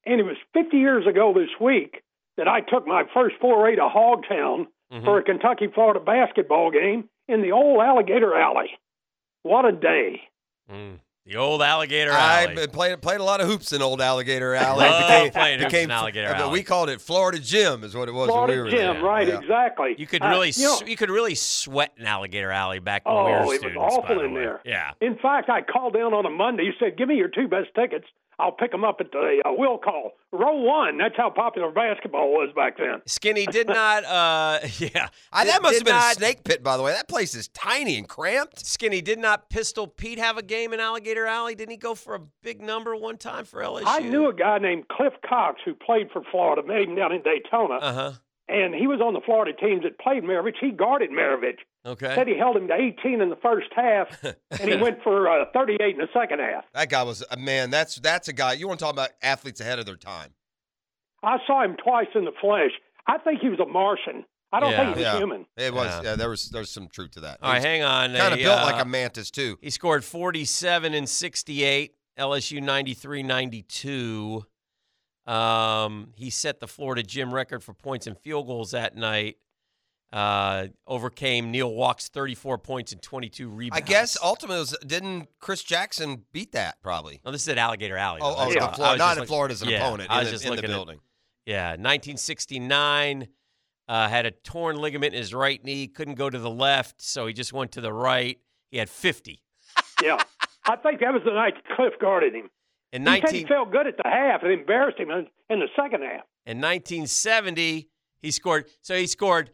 [SPEAKER 8] and it was 50 years ago this week that I took my first foray to Hogtown
[SPEAKER 4] Mm-hmm.
[SPEAKER 8] for a Kentucky Florida basketball game in the old Alligator Alley. What a day!
[SPEAKER 4] Mm. The old alligator
[SPEAKER 1] I
[SPEAKER 4] alley.
[SPEAKER 1] b- played played a lot of hoops in old Alligator Alley.
[SPEAKER 4] Love playing hoops in Alligator
[SPEAKER 1] but
[SPEAKER 4] Alley.
[SPEAKER 1] uh, We called it Florida Gym, is what it was. when we
[SPEAKER 8] Florida
[SPEAKER 1] were
[SPEAKER 8] Jim,
[SPEAKER 1] there.
[SPEAKER 8] right?
[SPEAKER 1] Yeah.
[SPEAKER 8] Exactly.
[SPEAKER 4] you could
[SPEAKER 8] Uh,
[SPEAKER 4] really
[SPEAKER 8] you know-
[SPEAKER 4] s you could really sweat in alligator alley back when
[SPEAKER 8] Oh,
[SPEAKER 4] we were
[SPEAKER 8] it was
[SPEAKER 4] students.
[SPEAKER 8] awful
[SPEAKER 4] by the
[SPEAKER 8] in
[SPEAKER 4] way.
[SPEAKER 8] there.
[SPEAKER 4] Yeah.
[SPEAKER 8] In fact, I called down on a Monday. He said, "Give me your two best tickets. I'll pick them up at the uh, will call row one." That's how popular basketball was back then.
[SPEAKER 4] Skinny did not. Uh, yeah.
[SPEAKER 1] Ah, that
[SPEAKER 4] Did-
[SPEAKER 1] must
[SPEAKER 4] did
[SPEAKER 1] have been
[SPEAKER 4] not-
[SPEAKER 1] a snake pit, by the way. That place is tiny and cramped.
[SPEAKER 4] Skinny did not. Pistol Pete have a game in Alligator Alley? Didn't he go for a big number one time for LSU?
[SPEAKER 8] I knew a guy named Cliff Cox who played for Florida, met him down in Daytona,
[SPEAKER 4] Uh huh.
[SPEAKER 8] and he was on the Florida teams that played Maravich. He guarded Maravich.
[SPEAKER 4] Okay.
[SPEAKER 8] Said he held him to 18 in the first half, and he went for uh, 38 in the second half.
[SPEAKER 1] That guy was a man. That's that's a guy. You want to talk about athletes ahead of their time?
[SPEAKER 8] I saw him twice in the flesh. I think he was a Martian. I don't
[SPEAKER 4] Yeah.
[SPEAKER 8] think he was
[SPEAKER 1] Yeah.
[SPEAKER 8] human.
[SPEAKER 1] It was.
[SPEAKER 4] Yeah.
[SPEAKER 1] Yeah, there was there's some truth to that.
[SPEAKER 4] All right, hang on.
[SPEAKER 1] Kind of
[SPEAKER 4] They,
[SPEAKER 1] built
[SPEAKER 4] uh,
[SPEAKER 1] like a mantis too.
[SPEAKER 4] He scored 47 and 68, LSU 93 92. Um, he set the Florida gym record for points and field goals that night. Uh, overcame Neil Walk's 34 points and 22
[SPEAKER 1] I
[SPEAKER 4] rebounds.
[SPEAKER 1] guess ultimately it was, didn't Chris Jackson beat that probably.
[SPEAKER 4] No, this is at Alligator Alley.
[SPEAKER 1] Oh,
[SPEAKER 4] though.
[SPEAKER 1] oh
[SPEAKER 4] That's
[SPEAKER 1] yeah.
[SPEAKER 4] why- I
[SPEAKER 1] not
[SPEAKER 4] was just
[SPEAKER 1] in
[SPEAKER 4] look-
[SPEAKER 1] Florida as an
[SPEAKER 4] yeah,
[SPEAKER 1] opponent
[SPEAKER 4] I
[SPEAKER 1] in
[SPEAKER 4] was
[SPEAKER 1] the,
[SPEAKER 4] just
[SPEAKER 1] in the
[SPEAKER 4] looking at-
[SPEAKER 1] building.
[SPEAKER 4] yeah, 1969. Uh, had a torn ligament in his right knee, couldn't go to the left, so he just went to the right. He had 50.
[SPEAKER 8] Yeah. I think that was the night Cliff guarded him.
[SPEAKER 4] In
[SPEAKER 8] He said he
[SPEAKER 4] 19,
[SPEAKER 8] felt good at the half. It embarrassed him in, in the second half.
[SPEAKER 4] In 1970, he scored. So he scored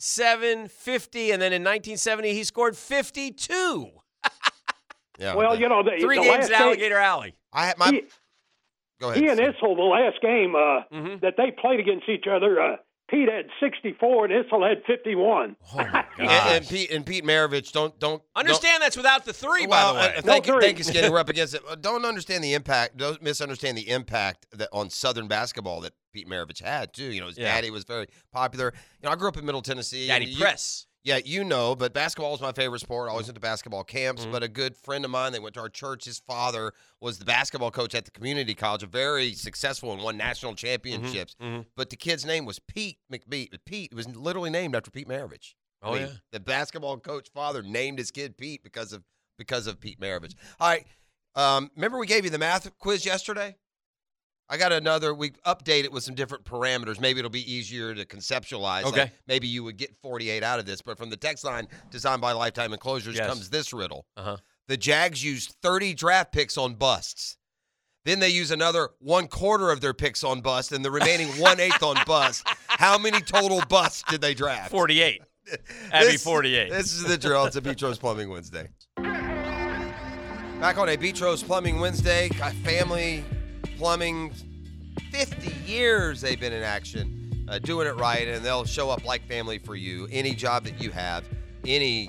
[SPEAKER 4] 47, 50, and then in 1970 he scored 52.
[SPEAKER 1] yeah.
[SPEAKER 8] well, you know, the,
[SPEAKER 4] Three
[SPEAKER 8] the
[SPEAKER 4] games
[SPEAKER 8] last
[SPEAKER 4] at
[SPEAKER 8] game-
[SPEAKER 4] Alligator Alley.
[SPEAKER 1] I had my.
[SPEAKER 8] he-
[SPEAKER 1] go ahead.
[SPEAKER 8] He and
[SPEAKER 1] Steve.
[SPEAKER 8] Issel, the last game uh,
[SPEAKER 4] Mhm.
[SPEAKER 8] that they played against each other, uh, Pete had 64 and Issel had 51.
[SPEAKER 4] Oh my
[SPEAKER 1] And, and Pete and Pete Maravich don't don't don't-
[SPEAKER 4] Understand that's without the three,
[SPEAKER 1] Well,
[SPEAKER 4] by the
[SPEAKER 1] uh,
[SPEAKER 4] way.
[SPEAKER 1] thank,
[SPEAKER 8] No,
[SPEAKER 1] you,
[SPEAKER 8] three.
[SPEAKER 1] thank you, Skinny. We're up against it. Uh, Don't understand the impact. Don't misunderstand the impact that on Southern basketball that Pete Maravich had too. You know, his
[SPEAKER 4] Yeah.
[SPEAKER 1] daddy was very popular. You know, I grew up in Middle Tennessee.
[SPEAKER 4] Daddy
[SPEAKER 1] and you-
[SPEAKER 4] Press.
[SPEAKER 1] Yeah, you know, but basketball was my favorite sport. I always went to basketball camps. But a good friend of mine that went to our church, his father was the basketball coach at the community college, a very successful and won national championships.
[SPEAKER 4] mhm.
[SPEAKER 1] But the kid's name was Pete McBeat. Pete was literally named after Pete Maravich. I
[SPEAKER 4] Oh,
[SPEAKER 1] mean,
[SPEAKER 4] yeah.
[SPEAKER 1] The basketball coach father named his kid Pete because of because of Pete Maravich. All right. Um, remember we gave you the math quiz yesterday? I got another. We update it with some different parameters. Maybe it'll be easier to conceptualize.
[SPEAKER 4] Okay.
[SPEAKER 1] maybe you would get 48 out of this. But from the text line designed by Lifetime Enclosures
[SPEAKER 4] Yes.
[SPEAKER 1] comes this riddle.
[SPEAKER 4] Uh-huh.
[SPEAKER 1] The Jags used 30 draft picks on busts. Then they use another one quarter of their picks on bust and the remaining one eighth on bust. How many total busts did they draft?
[SPEAKER 4] 48. That'd be
[SPEAKER 1] This-
[SPEAKER 4] 48.
[SPEAKER 1] This is the drill. It's a Petros Plumbing Wednesday. Back on a Beach Rose Plumbing Wednesday, got family plumbing. 50 years they've been in action, uh, doing it right, and they'll show up like family for you. Any job that you have, any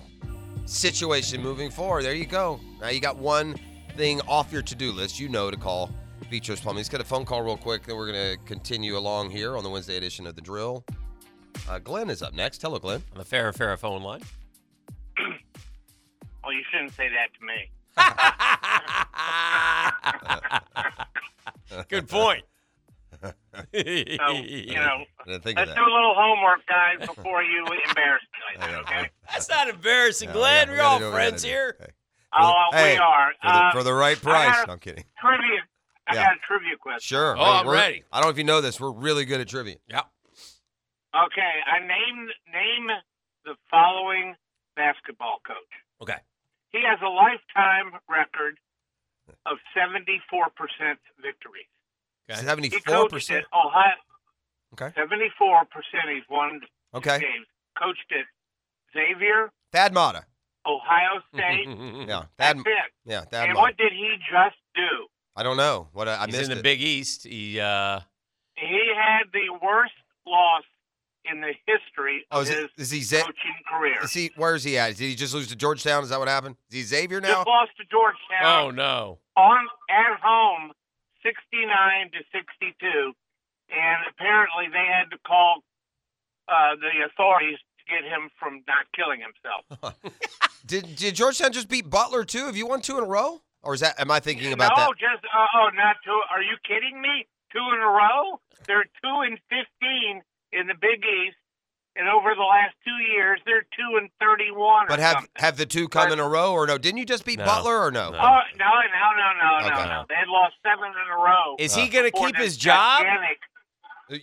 [SPEAKER 1] situation moving forward. There you go. Now you got one thing off your to-do list. You know to call Beach Rose Plumbing. Let's get a phone call real quick. Then we're gonna continue along here on the Wednesday edition of the Drill. Uh, Glenn is up next. Hello, Glenn.
[SPEAKER 4] On the Farrah Farrah phone line.
[SPEAKER 9] Well, you shouldn't say that to me.
[SPEAKER 4] Good point.
[SPEAKER 9] So, you know,
[SPEAKER 1] I didn't think of that.
[SPEAKER 9] let's do a little homework, guys, before you embarrass me like that, okay?
[SPEAKER 4] That's not embarrassing,
[SPEAKER 1] Yeah, we
[SPEAKER 4] Glenn.
[SPEAKER 1] got- we
[SPEAKER 4] We're
[SPEAKER 1] gotta
[SPEAKER 4] all
[SPEAKER 1] do what we
[SPEAKER 4] friends
[SPEAKER 1] gotta do.
[SPEAKER 4] here.
[SPEAKER 1] Hey.
[SPEAKER 9] Oh,
[SPEAKER 1] Hey,
[SPEAKER 9] we are.
[SPEAKER 1] For the,
[SPEAKER 9] Uh,
[SPEAKER 1] for the right price.
[SPEAKER 9] gotta-
[SPEAKER 1] no, I'm kidding.
[SPEAKER 9] trivia. I
[SPEAKER 1] Yeah.
[SPEAKER 9] got a trivia question.
[SPEAKER 1] Sure.
[SPEAKER 4] Oh,
[SPEAKER 1] We're-
[SPEAKER 4] I'm
[SPEAKER 1] we're-
[SPEAKER 4] ready.
[SPEAKER 1] I don't know if you know this. We're really good at trivia.
[SPEAKER 4] Yeah.
[SPEAKER 9] Okay, I named name the following basketball coach.
[SPEAKER 4] Okay.
[SPEAKER 9] He has a lifetime record of seventy-four percent victories.
[SPEAKER 4] Okay.
[SPEAKER 9] He
[SPEAKER 1] Seventy-four
[SPEAKER 9] coached at
[SPEAKER 1] percent.
[SPEAKER 9] Ohio.
[SPEAKER 1] Okay.
[SPEAKER 9] Seventy-four percent. He's won
[SPEAKER 1] Okay.
[SPEAKER 9] games. Coached at Xavier,
[SPEAKER 1] Thad Mata.
[SPEAKER 9] Ohio State.
[SPEAKER 4] Hmm.
[SPEAKER 1] Yeah. Thad.
[SPEAKER 9] That's it.
[SPEAKER 1] Yeah. Thad
[SPEAKER 9] And
[SPEAKER 1] Mata.
[SPEAKER 9] what did he just do?
[SPEAKER 1] I don't know what I, I
[SPEAKER 4] He's
[SPEAKER 1] missed.
[SPEAKER 4] in
[SPEAKER 1] it.
[SPEAKER 4] the Big East. He uh,
[SPEAKER 9] He had the worst loss in the history
[SPEAKER 1] Oh,
[SPEAKER 9] of
[SPEAKER 1] is,
[SPEAKER 9] his
[SPEAKER 1] it, is he? Za-
[SPEAKER 9] coaching career.
[SPEAKER 1] Is he? Where is he at? Did he just lose to Georgetown? Is that what happened? Is he Xavier now?
[SPEAKER 9] Just lost to Georgetown.
[SPEAKER 4] oh no.
[SPEAKER 9] on at home, sixty nine to sixty two, and apparently they had to call uh, the authorities to get him from not killing himself.
[SPEAKER 1] Did Did Georgetown just beat Butler too? Have you won two in a row? Or is that? Am I thinking about
[SPEAKER 9] no,
[SPEAKER 1] that?
[SPEAKER 9] just uh, oh, not two. Are you kidding me? Two in a row? They're two and fifteen in the Big East, and over the last two years, they're two and thirty one.
[SPEAKER 1] But have have the two come in a row or no? Didn't you just beat
[SPEAKER 4] No.
[SPEAKER 1] Butler or no? Uh,
[SPEAKER 4] No.
[SPEAKER 9] Oh no no no no
[SPEAKER 1] Okay.
[SPEAKER 9] no no! They had lost seven in a row.
[SPEAKER 4] Is
[SPEAKER 1] Uh,
[SPEAKER 4] he going to
[SPEAKER 9] before
[SPEAKER 4] keep
[SPEAKER 9] this
[SPEAKER 4] his job?
[SPEAKER 9] gigantic-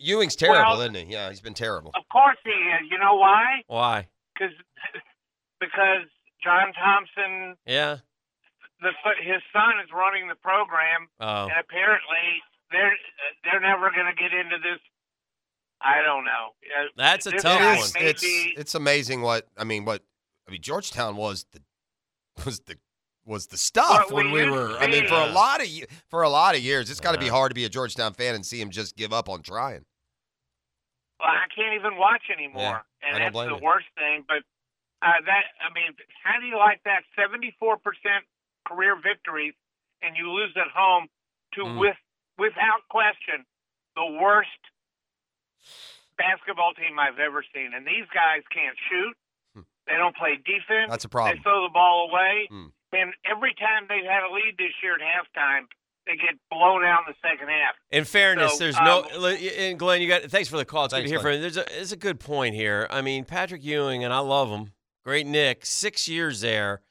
[SPEAKER 1] Ewing's terrible,
[SPEAKER 9] Well- uh,
[SPEAKER 1] isn't he? Yeah, he's been terrible.
[SPEAKER 9] Of course he is. You know why?
[SPEAKER 4] Why?
[SPEAKER 9] because because John Thompson,
[SPEAKER 4] Yeah.
[SPEAKER 9] the his son is running the program,
[SPEAKER 4] Oh.
[SPEAKER 9] and apparently they're they're never going to get into this. I don't know. Uh,
[SPEAKER 4] That's a
[SPEAKER 9] this
[SPEAKER 4] tough
[SPEAKER 9] guy
[SPEAKER 4] one.
[SPEAKER 9] may
[SPEAKER 1] It's
[SPEAKER 9] be-
[SPEAKER 1] it's amazing what I mean. What I mean, Georgetown was the was the was the stuff
[SPEAKER 9] What
[SPEAKER 1] when we
[SPEAKER 9] we used
[SPEAKER 1] were.
[SPEAKER 9] to
[SPEAKER 1] I mean, for a
[SPEAKER 4] be.
[SPEAKER 1] lot of ye- for a lot of years, it's got to be
[SPEAKER 4] Yeah.
[SPEAKER 1] hard to be a Georgetown fan and see him just give up on trying.
[SPEAKER 9] well, I can't even watch anymore,
[SPEAKER 1] Yeah, I
[SPEAKER 9] and
[SPEAKER 1] don't
[SPEAKER 9] that's
[SPEAKER 1] blame
[SPEAKER 9] the
[SPEAKER 1] you.
[SPEAKER 9] worst thing. But uh, that I mean, how do you like that? Seventy four percent career victories, and you lose at home to
[SPEAKER 4] Mm.
[SPEAKER 9] with without question the worst basketball team I've ever seen. And these guys can't shoot. They don't play defense.
[SPEAKER 1] Hmm. That's a problem.
[SPEAKER 9] They throw the ball away.
[SPEAKER 1] Hmm.
[SPEAKER 9] And every time they've had a lead this year at halftime, they get blown out in the second half.
[SPEAKER 4] In fairness,
[SPEAKER 9] So,
[SPEAKER 4] there's
[SPEAKER 9] um,
[SPEAKER 4] no li- and Glenn, you got thanks for the call. It's good to
[SPEAKER 1] Thanks,
[SPEAKER 4] hear
[SPEAKER 1] Glenn.
[SPEAKER 4] from you. There's a it's a good point here. I mean, Patrick Ewing and I love him. Great Nick, six years there,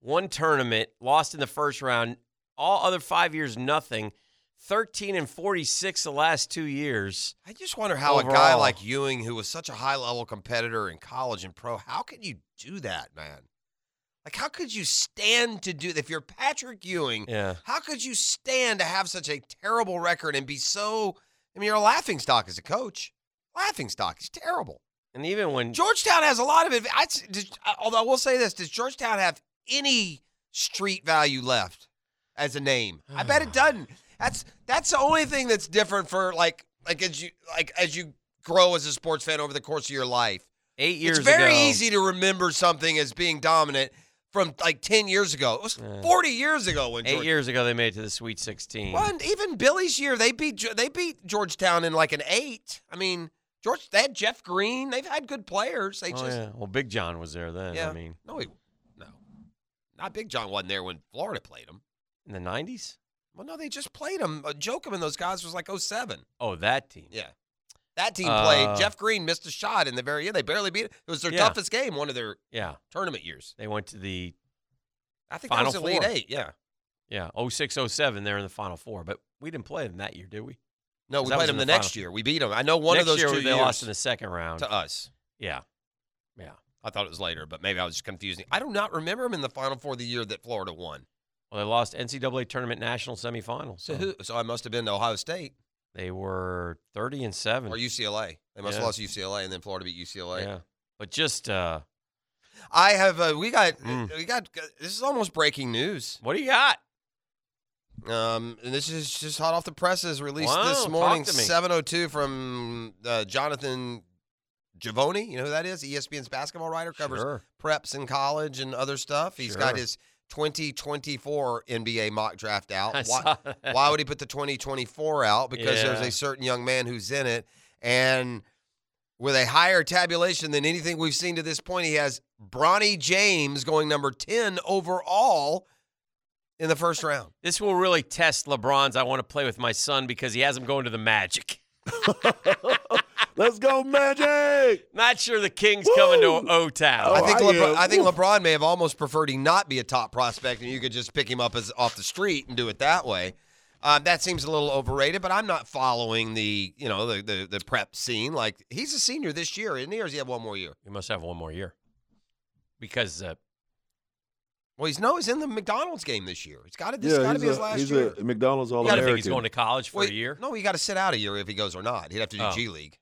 [SPEAKER 4] one tournament, lost in the first round. All other five years, nothing. Thirteen and forty six the last two years.
[SPEAKER 1] I just wonder how a guy
[SPEAKER 4] Overall.
[SPEAKER 1] like Ewing, who was such a high level competitor in college and pro, how can you do that, man? Like, how could you stand to do if you're Patrick Ewing?
[SPEAKER 4] Yeah,
[SPEAKER 1] How could you stand to have such a terrible record and be so? I mean, you're a laughing stock as a coach. Laughing stock. He's terrible.
[SPEAKER 4] and even when
[SPEAKER 1] Georgetown has a lot of it. I, did, although I will say this: Does Georgetown have any street value left as a name? I bet it doesn't. That's that's the only thing that's different for like like as you like as you grow as a sports fan over the course of your life.
[SPEAKER 4] eight years
[SPEAKER 1] it's very
[SPEAKER 4] ago,
[SPEAKER 1] easy to remember something as being dominant from like ten years ago. It was
[SPEAKER 4] Yeah.
[SPEAKER 1] forty years ago when
[SPEAKER 4] eight
[SPEAKER 1] Georgetown.
[SPEAKER 4] years ago they made it to the Sweet Sixteen.
[SPEAKER 1] Well, and even Billy's year, they beat Ge- they beat Georgetown in like an eight. I mean, George, they had Jeff Green. They've had good players. They
[SPEAKER 4] Oh,
[SPEAKER 1] just
[SPEAKER 4] yeah. Well, Big John was there then.
[SPEAKER 1] Yeah.
[SPEAKER 4] I mean,
[SPEAKER 1] No, he no. Not Big John wasn't there when Florida played him.
[SPEAKER 4] in the nineties.
[SPEAKER 1] Well, no, they just played him. Uh, Jokum and those guys was like 07.
[SPEAKER 4] Oh, that team.
[SPEAKER 1] Yeah. That team
[SPEAKER 4] Uh,
[SPEAKER 1] played. Jeff Green missed a shot in the very end. They barely beat it. It was their
[SPEAKER 4] Yeah.
[SPEAKER 1] toughest game, one of their
[SPEAKER 4] yeah.
[SPEAKER 1] tournament years.
[SPEAKER 4] They went to the
[SPEAKER 1] I think
[SPEAKER 4] Final
[SPEAKER 1] that was Elite
[SPEAKER 4] Four.
[SPEAKER 1] Eight. Yeah.
[SPEAKER 4] Yeah, oh, 06, 07, they're in the Final Four, but we didn't play them that year, did we?
[SPEAKER 1] No, we
[SPEAKER 4] That
[SPEAKER 1] played
[SPEAKER 4] was
[SPEAKER 1] them
[SPEAKER 4] in
[SPEAKER 1] the,
[SPEAKER 4] the
[SPEAKER 1] next
[SPEAKER 4] final.
[SPEAKER 1] year. We beat them. I know one
[SPEAKER 4] Next
[SPEAKER 1] of those
[SPEAKER 4] year,
[SPEAKER 1] two
[SPEAKER 4] they
[SPEAKER 1] years
[SPEAKER 4] lost in the second round.
[SPEAKER 1] to us.
[SPEAKER 4] yeah, yeah.
[SPEAKER 1] I thought it was later, but maybe I was just confusing. I do not remember him in the Final Four the year that Florida won.
[SPEAKER 4] Well, they lost NCAA tournament national semifinals.
[SPEAKER 1] So,
[SPEAKER 4] So
[SPEAKER 1] who, so I must have been to Ohio State
[SPEAKER 4] they were thirty and seven.
[SPEAKER 1] or UCLA. They must have
[SPEAKER 4] Yeah.
[SPEAKER 1] lost UCLA, and then Florida beat UCLA.
[SPEAKER 4] yeah, but just uh,
[SPEAKER 1] I have. Uh, we got.
[SPEAKER 4] Mm.
[SPEAKER 1] We got. uh, This is almost breaking news.
[SPEAKER 4] What do you got?
[SPEAKER 1] Um, and this is just hot off the presses, released
[SPEAKER 4] Wow,
[SPEAKER 1] this
[SPEAKER 4] talk
[SPEAKER 1] morning,
[SPEAKER 4] to me.
[SPEAKER 1] seven oh two from uh, Jonathan Javoni. You know who that is? E ESPN's basketball writer, covers
[SPEAKER 4] Sure.
[SPEAKER 1] preps in college and other stuff. He's
[SPEAKER 4] Sure.
[SPEAKER 1] got his 2024 NBA mock draft out.
[SPEAKER 4] I
[SPEAKER 1] why,
[SPEAKER 4] saw that.
[SPEAKER 1] why would he put the 2024 out? Because there's
[SPEAKER 4] Yeah.
[SPEAKER 1] a certain young man who's in it, and with a higher tabulation than anything we've seen to this point, he has Bronny James going number 10 overall in the first round.
[SPEAKER 4] This will really test LeBron's I want to play with my son because he has him going to the Magic.
[SPEAKER 2] Let's go, Magic!
[SPEAKER 4] Not sure the King's coming to O Town.
[SPEAKER 1] I think
[SPEAKER 2] I,
[SPEAKER 1] LeBron,
[SPEAKER 2] uh,
[SPEAKER 1] I think
[SPEAKER 2] oof.
[SPEAKER 1] LeBron may have almost preferred he not be a top prospect, and you could just pick him up as off the street and do it that way. Um, that seems a little overrated, but I'm not following the you know the, the the prep scene. Like he's a senior this year, isn't he? Or does he have one more year?
[SPEAKER 4] You must have one more year because uh,
[SPEAKER 1] Well, he's no, he's in the McDonald's game this year. It's got to this
[SPEAKER 2] Yeah,
[SPEAKER 1] got to
[SPEAKER 2] he's
[SPEAKER 1] be his
[SPEAKER 2] a-
[SPEAKER 1] last
[SPEAKER 2] he's
[SPEAKER 1] year.
[SPEAKER 2] a McDonald's
[SPEAKER 4] you
[SPEAKER 2] All
[SPEAKER 4] got to think he's
[SPEAKER 2] American.
[SPEAKER 4] going to college for
[SPEAKER 1] Well,
[SPEAKER 4] a year.
[SPEAKER 1] No, he got to sit out a year if he goes or not. He'd have to do
[SPEAKER 4] Oh.
[SPEAKER 1] G League.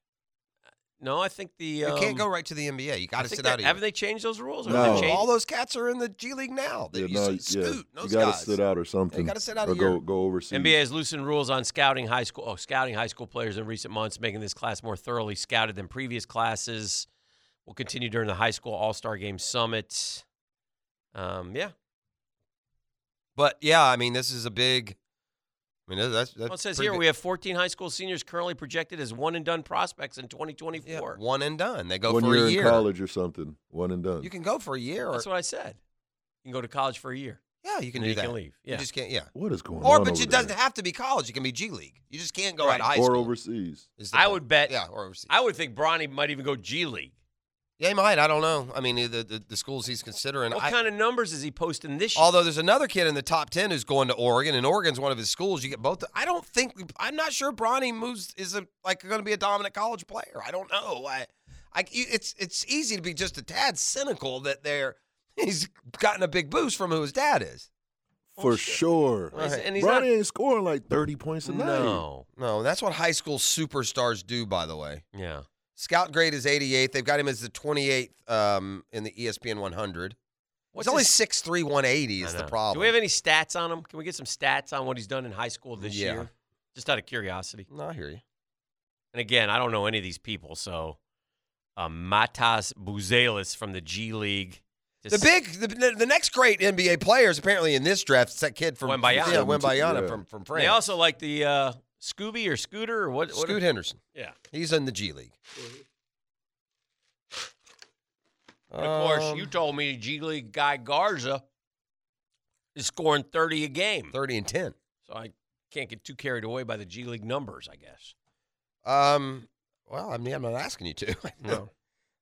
[SPEAKER 4] No, I think the
[SPEAKER 1] You
[SPEAKER 4] um,
[SPEAKER 1] can't go right to the NBA. You
[SPEAKER 4] I
[SPEAKER 1] got to
[SPEAKER 4] think
[SPEAKER 1] sit
[SPEAKER 4] that-
[SPEAKER 1] out a year.
[SPEAKER 4] Haven't they changed those rules? Or
[SPEAKER 2] No.
[SPEAKER 4] they changed-
[SPEAKER 1] All those cats are in the G League now. They
[SPEAKER 2] yeah,
[SPEAKER 1] used
[SPEAKER 2] no,
[SPEAKER 1] to
[SPEAKER 2] yeah,
[SPEAKER 1] scoot.
[SPEAKER 2] you
[SPEAKER 1] Those
[SPEAKER 2] got to
[SPEAKER 1] guys.
[SPEAKER 2] sit out or something.
[SPEAKER 1] gotta sit out a
[SPEAKER 2] or
[SPEAKER 1] year.
[SPEAKER 2] go go overseas.
[SPEAKER 4] NBA has loosened rules on scouting high school oh, scouting high school players in recent months, making this class more thoroughly scouted than previous classes. Will continue during the high school All Star Game Summit. Um, yeah,
[SPEAKER 1] But yeah, I mean, this is a big. I mean, that's that's.
[SPEAKER 4] well, it says
[SPEAKER 1] pretty
[SPEAKER 4] here
[SPEAKER 1] big-
[SPEAKER 4] we have 14 high school seniors currently projected as one and done prospects in 2024.
[SPEAKER 1] one and done. They go
[SPEAKER 2] when
[SPEAKER 1] for
[SPEAKER 2] you're
[SPEAKER 1] a year.
[SPEAKER 2] in college or something, one and done.
[SPEAKER 1] You can go for a year. Or,
[SPEAKER 4] That's what I said. You can go to college for a year.
[SPEAKER 1] yeah, you can
[SPEAKER 4] And
[SPEAKER 1] do
[SPEAKER 4] you
[SPEAKER 1] that.
[SPEAKER 4] can leave.
[SPEAKER 1] You
[SPEAKER 4] Yeah.
[SPEAKER 1] just can't. Yeah.
[SPEAKER 2] what is going
[SPEAKER 1] Or,
[SPEAKER 2] on?
[SPEAKER 1] but
[SPEAKER 2] over
[SPEAKER 1] it doesn't
[SPEAKER 2] there?
[SPEAKER 1] have to be college. It can be G League. You just can't go out of high
[SPEAKER 2] Or
[SPEAKER 1] school.
[SPEAKER 2] overseas.
[SPEAKER 1] is the
[SPEAKER 4] I
[SPEAKER 1] point.
[SPEAKER 4] would bet.
[SPEAKER 1] Yeah, or overseas.
[SPEAKER 4] I would think Bronny might even go G League.
[SPEAKER 1] yeah, he might. I don't know. I mean, the the, the schools he's considering.
[SPEAKER 4] What
[SPEAKER 1] I,
[SPEAKER 4] kind of numbers is he posting this year?
[SPEAKER 1] although there's another kid in the top ten who's going to Oregon, and Oregon's one of his schools. You get both. I don't think. I'm not sure Bronny moves is a, like going to be a dominant college player. I don't know. I, I, it's it's easy to be just a tad cynical that they're he's gotten a big boost from who his dad is. Oh,
[SPEAKER 2] For sure.
[SPEAKER 4] Well, he's- and
[SPEAKER 2] Bronny
[SPEAKER 4] he's not-
[SPEAKER 2] ain't scoring like 30 points a night.
[SPEAKER 4] no.
[SPEAKER 1] No, that's what high school superstars do, by the way.
[SPEAKER 4] Yeah.
[SPEAKER 1] Scout grade is 88. They've got him as the 28th um, in the ESPN 100.
[SPEAKER 4] What's
[SPEAKER 1] it's only
[SPEAKER 4] his-
[SPEAKER 1] six three one eighty is
[SPEAKER 4] I
[SPEAKER 1] the
[SPEAKER 4] know.
[SPEAKER 1] problem.
[SPEAKER 4] Do we have any stats on him? Can we get some stats on what he's done in high school this
[SPEAKER 1] Yeah.
[SPEAKER 4] year? Just out of curiosity.
[SPEAKER 1] no, I hear you.
[SPEAKER 4] And again, I don't know any of these people, so uh, Matas Buzelis from the G League.
[SPEAKER 1] The big, the, the next great NBA player is apparently in this draft. It's that kid from
[SPEAKER 4] Wembayana.
[SPEAKER 1] Yeah, Wembayana
[SPEAKER 2] Yeah.
[SPEAKER 1] from from
[SPEAKER 4] And
[SPEAKER 1] France.
[SPEAKER 4] They also like the uh, Scooby or Scooter or what? what
[SPEAKER 1] Scoot Henderson.
[SPEAKER 4] yeah.
[SPEAKER 1] He's in the G League.
[SPEAKER 4] And of course,
[SPEAKER 1] Um,
[SPEAKER 4] you told me G League guy Garza is scoring 30 a game.
[SPEAKER 1] thirty and ten.
[SPEAKER 4] So I can't get too carried away by the G League numbers, I guess.
[SPEAKER 1] Um, well, I mean, I'm not asking you to.
[SPEAKER 4] No.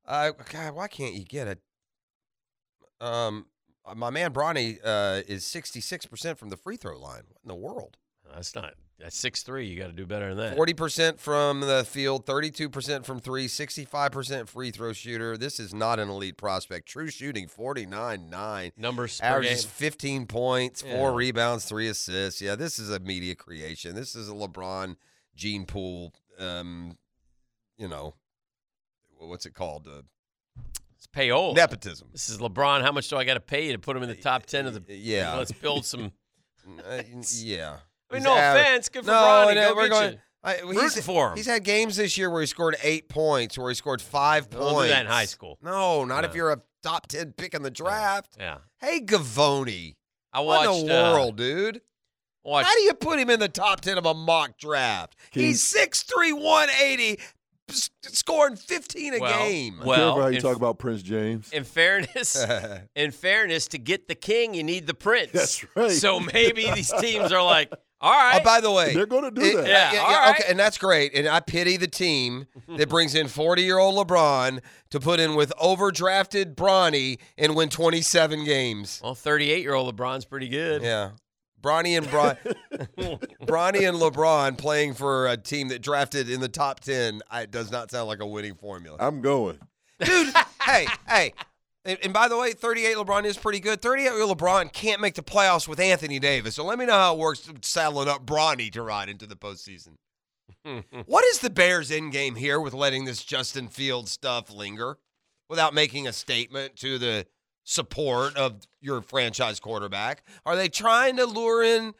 [SPEAKER 1] Uh, God, why can't you get a? Um, my man Bronny uh, is 66 percent from the free throw line. What in the world?
[SPEAKER 4] That's not, that's 6'3. You got to do better than that.
[SPEAKER 1] 40 percent from the field, 32 percent from three, 65 percent free throw shooter. This is not an elite prospect. True shooting 49 nine.
[SPEAKER 4] numbers per
[SPEAKER 1] Averages
[SPEAKER 4] game.
[SPEAKER 1] 15 points, four
[SPEAKER 4] Yeah.
[SPEAKER 1] rebounds, three assists. Yeah, this is a media creation. This is a LeBron gene pool. Um, you know, what's it called? Uh,
[SPEAKER 4] It's payola.
[SPEAKER 1] nepotism.
[SPEAKER 4] This is LeBron. How much do I got to pay you to put him in the top ten of the?
[SPEAKER 1] Yeah.
[SPEAKER 4] Let's build some.
[SPEAKER 1] Uh, yeah.
[SPEAKER 4] I mean,
[SPEAKER 1] He's
[SPEAKER 4] no
[SPEAKER 1] aver-
[SPEAKER 4] offense. Good for
[SPEAKER 1] No,
[SPEAKER 4] Bronny.
[SPEAKER 1] no,
[SPEAKER 4] Go
[SPEAKER 1] we're
[SPEAKER 4] get
[SPEAKER 1] going-
[SPEAKER 4] you.
[SPEAKER 1] I, well,
[SPEAKER 4] Rooting
[SPEAKER 1] he's-
[SPEAKER 4] for him.
[SPEAKER 1] He's had games this year where he scored eight points, where he scored 5
[SPEAKER 4] Don't
[SPEAKER 1] points.
[SPEAKER 4] do that in high school.
[SPEAKER 1] No, not if
[SPEAKER 4] No.
[SPEAKER 1] you're a top ten pick in the draft.
[SPEAKER 4] Yeah.
[SPEAKER 1] Hey, Gavoni,
[SPEAKER 4] I
[SPEAKER 1] what
[SPEAKER 4] watched.
[SPEAKER 1] in the
[SPEAKER 4] uh,
[SPEAKER 1] world, dude?
[SPEAKER 4] watched-
[SPEAKER 1] How do you put him in the top 10 of a mock draft?
[SPEAKER 2] Can-
[SPEAKER 1] He's 6'3, 180, s- scoring 15 a
[SPEAKER 4] well,
[SPEAKER 1] game.
[SPEAKER 2] I care
[SPEAKER 4] Well,
[SPEAKER 2] about how you
[SPEAKER 4] in,
[SPEAKER 2] talk about Prince James.
[SPEAKER 4] in fairness, in fairness, to get the king, you need the prince.
[SPEAKER 2] That's right.
[SPEAKER 4] So maybe these teams are like, all right,
[SPEAKER 1] Oh, by the way,
[SPEAKER 2] They're going to do
[SPEAKER 1] it-
[SPEAKER 2] that.
[SPEAKER 4] Yeah, all right.
[SPEAKER 1] okay, and that's great. And I pity the team that brings in 40 year old LeBron to put in with overdrafted Bronny and win 27 games.
[SPEAKER 4] well, thirty-eight-year-old LeBron's pretty good.
[SPEAKER 1] Yeah. Bronny and Bron- Bronny and LeBron playing for a team that drafted in the top 10 I, does not sound like a winning formula.
[SPEAKER 2] I'm going.
[SPEAKER 1] dude. hey, hey. And, and by the way, 38 LeBron is pretty good. 38 year old LeBron can't make the playoffs with Anthony Davis. So let me know how it works saddling up Bronny to ride into the postseason. what is the Bears' end game here with letting this Justin Fields stuff linger? without making a statement to the support of your franchise quarterback? Are they trying to lure in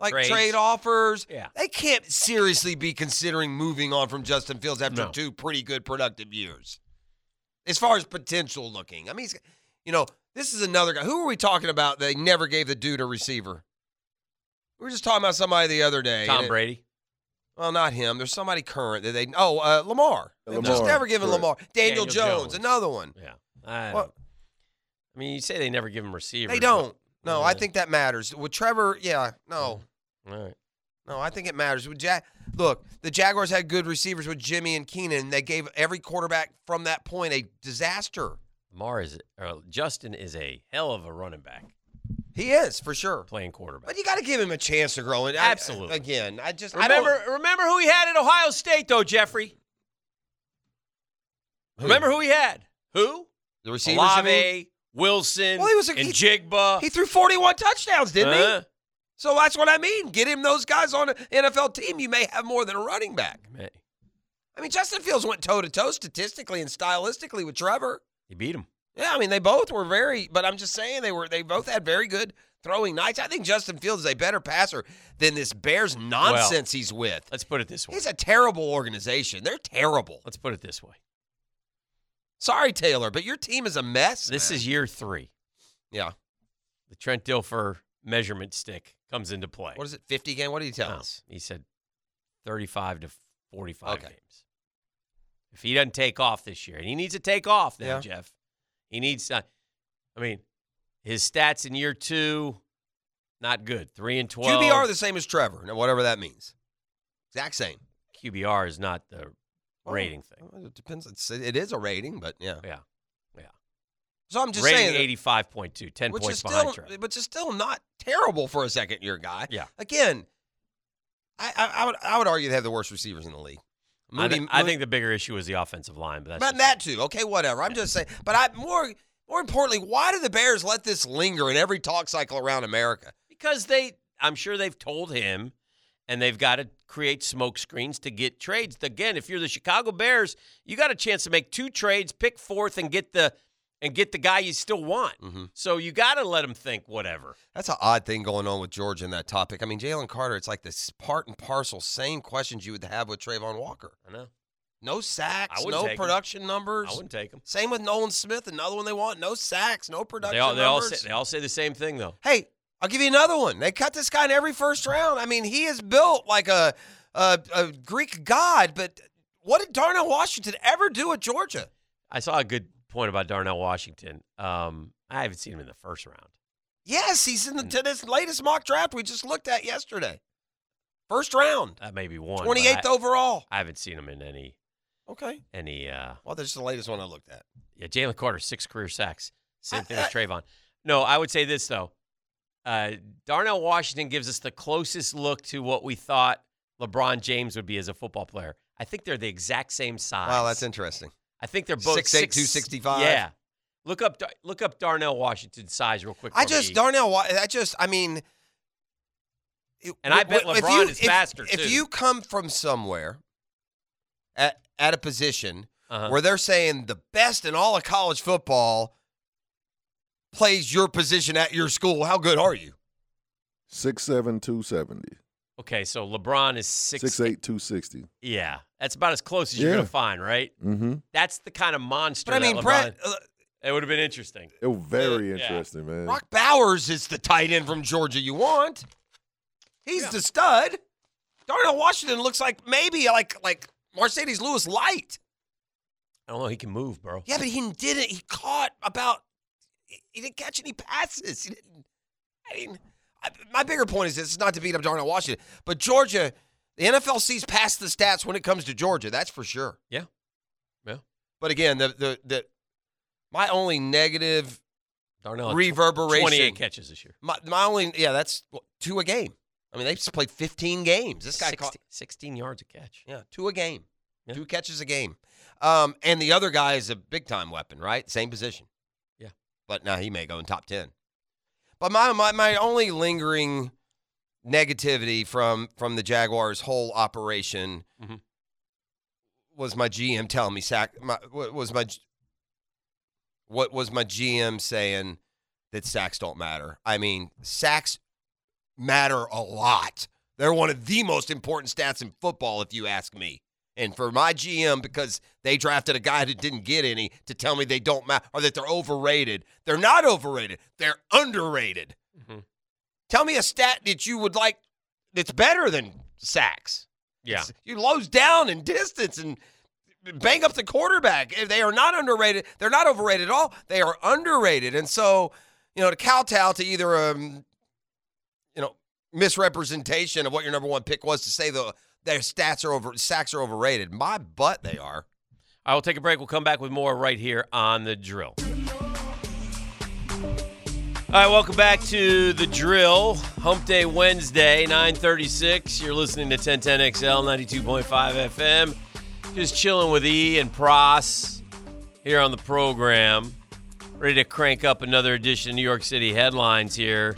[SPEAKER 1] like
[SPEAKER 4] Trades.
[SPEAKER 1] trade offers?
[SPEAKER 4] Yeah.
[SPEAKER 1] They can't seriously be considering moving on from Justin Fields after
[SPEAKER 4] No.
[SPEAKER 1] two pretty good productive years. As far as potential looking, I mean, he's, you know, this is another guy. Who are we talking about? They never gave the dude a receiver. We were just talking about somebody the other day. and
[SPEAKER 4] Tom
[SPEAKER 1] it-
[SPEAKER 4] Brady.
[SPEAKER 1] well, not him. There's somebody current that they. Oh, uh, Lamar. They've
[SPEAKER 2] Lamar,
[SPEAKER 1] Just never given
[SPEAKER 2] correct.
[SPEAKER 1] Lamar. Daniel,
[SPEAKER 4] Daniel
[SPEAKER 1] Jones,
[SPEAKER 4] Jones.
[SPEAKER 1] another one.
[SPEAKER 4] Yeah. I,
[SPEAKER 1] Well-
[SPEAKER 4] don't- I mean, you say they never give him receivers.
[SPEAKER 1] They
[SPEAKER 4] but-
[SPEAKER 1] don't. No, I
[SPEAKER 4] Yeah.
[SPEAKER 1] think that matters. With Trevor, yeah, no,
[SPEAKER 4] All right.
[SPEAKER 1] no, I think it matters. With Jack, look, the Jaguars had good receivers with Jimmy and Keenan. and They gave every quarterback from that point a disaster.
[SPEAKER 4] Lamar is uh, Justin is a hell of a running back
[SPEAKER 1] He is for sure,
[SPEAKER 4] playing quarterback.
[SPEAKER 1] but you got to give him a chance to grow. And I-
[SPEAKER 4] Absolutely.
[SPEAKER 1] again, I just I don't-
[SPEAKER 4] remember, remember who he had at Ohio State though, Jeffrey. Remember who he had? Who?
[SPEAKER 1] the receivers. I mean,
[SPEAKER 4] Olave, Wilson,
[SPEAKER 1] Well, he was a- he-
[SPEAKER 4] and Jigba.
[SPEAKER 1] he threw 41 touchdowns, didn't he?
[SPEAKER 4] Huh?
[SPEAKER 1] So that's what I mean. Get him those guys on an NFL team. You may have more than a running back.
[SPEAKER 4] Man,
[SPEAKER 1] I mean, Justin Fields went toe to toe statistically and stylistically with Trevor.
[SPEAKER 4] He beat him.
[SPEAKER 1] Yeah, I mean, they both were very. But I'm just saying they were. They both had very good throwing nights. I think Justin Fields is a better passer than this Bears nonsense he's with.
[SPEAKER 4] Let's put it this way.
[SPEAKER 1] He's a terrible organization. They're terrible.
[SPEAKER 4] Let's put it this way.
[SPEAKER 1] Sorry, Taylor, but your team is a mess.
[SPEAKER 4] This
[SPEAKER 1] man.
[SPEAKER 4] is year three.
[SPEAKER 1] yeah.
[SPEAKER 4] The Trent Dilfer measurement stick comes into play.
[SPEAKER 1] What is it? 50 game? What do you tell
[SPEAKER 4] No,
[SPEAKER 1] us?
[SPEAKER 4] He said 35 to 45
[SPEAKER 1] Okay.
[SPEAKER 4] games. If he doesn't take off this year, and he needs to take off now,
[SPEAKER 1] Yeah.
[SPEAKER 4] Jeff. He needs to. I mean, his stats in year two, not good. Three and 12.
[SPEAKER 1] QBR the same as Trevor, no, whatever that means. Exact same.
[SPEAKER 4] QBR is not the
[SPEAKER 1] Oh,
[SPEAKER 4] rating thing.
[SPEAKER 1] Well, it depends. It's, it is a rating, but yeah.
[SPEAKER 4] Yeah.
[SPEAKER 1] So I'm just
[SPEAKER 4] rating
[SPEAKER 1] saying, that-
[SPEAKER 4] 85.2, 10
[SPEAKER 1] which
[SPEAKER 4] points
[SPEAKER 1] is
[SPEAKER 4] behind
[SPEAKER 1] still,
[SPEAKER 4] Trevor.
[SPEAKER 1] which is still not terrible for a second year guy.
[SPEAKER 4] Yeah.
[SPEAKER 1] Again, I, I, I would I would argue they have the worst receivers in the league.
[SPEAKER 4] I,
[SPEAKER 1] Moody-
[SPEAKER 4] thi- I
[SPEAKER 1] Moody-
[SPEAKER 4] think the bigger issue is the offensive line, but that's
[SPEAKER 1] but
[SPEAKER 4] just-
[SPEAKER 1] that too. Okay, whatever. I'm just saying. But I more more importantly, why do the Bears let this linger in every talk cycle around America?
[SPEAKER 4] because they i'm sure they've told him and they've got to create smoke screens to get trades again if you're the chicago bears you got a chance to make two trades pick fourth and get the and get the guy you still want
[SPEAKER 1] Mhm.
[SPEAKER 4] so you got to let him think whatever
[SPEAKER 1] That's an odd thing going on with Georgia in that topic. I mean, Jalen Carter. It's like this part and parcel same questions you would have with Trayvon Walker.
[SPEAKER 4] i know
[SPEAKER 1] No sacks,
[SPEAKER 4] I wouldn't
[SPEAKER 1] no
[SPEAKER 4] take him.
[SPEAKER 1] production numbers.
[SPEAKER 4] i wouldn't take him
[SPEAKER 1] Same with Nolan Smith, another one they want. No sacks, no production
[SPEAKER 4] they all, they, all
[SPEAKER 1] numbers.
[SPEAKER 4] say, they all say the same thing though
[SPEAKER 1] hey, I'll give you another one. They cut this guy in every first round. I mean, he is built like a a, a Greek god, but what did Darnell Washington ever do at Georgia?
[SPEAKER 4] i saw a good point about darnell washington um, i haven't seen him in the first round
[SPEAKER 1] Yes, he's
[SPEAKER 4] Hmm.
[SPEAKER 1] in the to this latest mock draft we just looked at yesterday. First round,
[SPEAKER 4] that may be one but
[SPEAKER 1] 28th
[SPEAKER 4] I,
[SPEAKER 1] overall.
[SPEAKER 4] I haven't seen him in any
[SPEAKER 1] Okay.
[SPEAKER 4] any uh
[SPEAKER 1] Well, that's the latest one I looked at.
[SPEAKER 4] Yeah, Jalen Carter, six career sacks. Same thing
[SPEAKER 1] I-
[SPEAKER 4] as Trayvon. No, I would say this though. Uh, Darnell Washington gives us the closest look to what we thought LeBron James would be as a football player. I think they're the exact same size.
[SPEAKER 1] Wow, that's interesting.
[SPEAKER 4] I think they're both
[SPEAKER 1] 6'8",
[SPEAKER 4] six-
[SPEAKER 1] 265.
[SPEAKER 4] Yeah. Look up Dar- look up Darnell Washington's size real quick.
[SPEAKER 1] I
[SPEAKER 4] for me.
[SPEAKER 1] just Darnell. Wa- I just. I mean. it-
[SPEAKER 4] And I bet
[SPEAKER 1] if
[SPEAKER 4] LeBron is faster,
[SPEAKER 1] If
[SPEAKER 4] too.
[SPEAKER 1] you come from somewhere at at a position
[SPEAKER 4] Uh-huh.
[SPEAKER 1] where they're saying the best in all of college football plays your position at your school, how good are you?
[SPEAKER 2] Six seven two seventy.
[SPEAKER 4] okay, so LeBron is six,
[SPEAKER 2] Six eight two sixty.
[SPEAKER 4] Yeah, that's about as close as you're
[SPEAKER 2] Yeah.
[SPEAKER 4] gonna find, right?
[SPEAKER 2] Mm-hmm.
[SPEAKER 4] That's the kind of monster.
[SPEAKER 1] But I
[SPEAKER 4] that
[SPEAKER 1] mean,
[SPEAKER 4] LeBron,
[SPEAKER 1] Brett uh,
[SPEAKER 4] It would have been interesting.
[SPEAKER 2] It was very
[SPEAKER 4] Yeah.
[SPEAKER 2] interesting, man.
[SPEAKER 1] Brock Bowers is the tight end from Georgia you want. He's the stud. Darnell Washington looks like maybe like like Mercedes Lewis light.
[SPEAKER 4] I don't know. He can move, bro.
[SPEAKER 1] Yeah, but he didn't. He caught about. He he didn't catch any passes. He didn't. I mean, I, my bigger point is this: it's not to beat up Darnell Washington, but Georgia, the NFL sees past the stats when it comes to Georgia. That's for sure.
[SPEAKER 4] Yeah. Yeah.
[SPEAKER 1] But again, the the the my only negative
[SPEAKER 4] Darnell had
[SPEAKER 1] reverberation.
[SPEAKER 4] 28 catches this year.
[SPEAKER 1] My, my only yeah, that's what, two a game. I mean, they just played 15 games. This guy caught
[SPEAKER 4] 16, 16 yards a catch.
[SPEAKER 1] yeah two a game,
[SPEAKER 4] Yeah.
[SPEAKER 1] two catches a game. Um, and the other guy is a big time weapon, right? Same position.
[SPEAKER 4] Yeah.
[SPEAKER 1] But now he may go in top ten. But my my my only lingering negativity from from the Jaguars' whole operation
[SPEAKER 4] Mhm.
[SPEAKER 1] was my GM telling me sack my, wa- was my What was my GM saying that sacks don't matter? I mean, sacks matter a lot. They're one of the most important stats in football, if you ask me. And for my GM, because they drafted a guy that didn't get any, to tell me they don't matter or that they're overrated. They're not overrated. They're underrated. Tell me a stat that you would like that's better than sacks.
[SPEAKER 4] Yeah.
[SPEAKER 1] It's- you lows down and distance and bang up the quarterback. If They are not underrated. They're not overrated at all. They are underrated. And so, you know, to kowtow to either um, you know, misrepresentation of what your number one pick was to say the their stats are over sacks are overrated. My butt, they are.
[SPEAKER 4] I will take a break. We'll come back with more right here on the drill. All right, welcome back to the drill. Hump Day Wednesday, 936. You're listening to 1010XL 92.5 FM. Just chilling with E and Pross here on the program. Ready to crank up another edition of New York City headlines here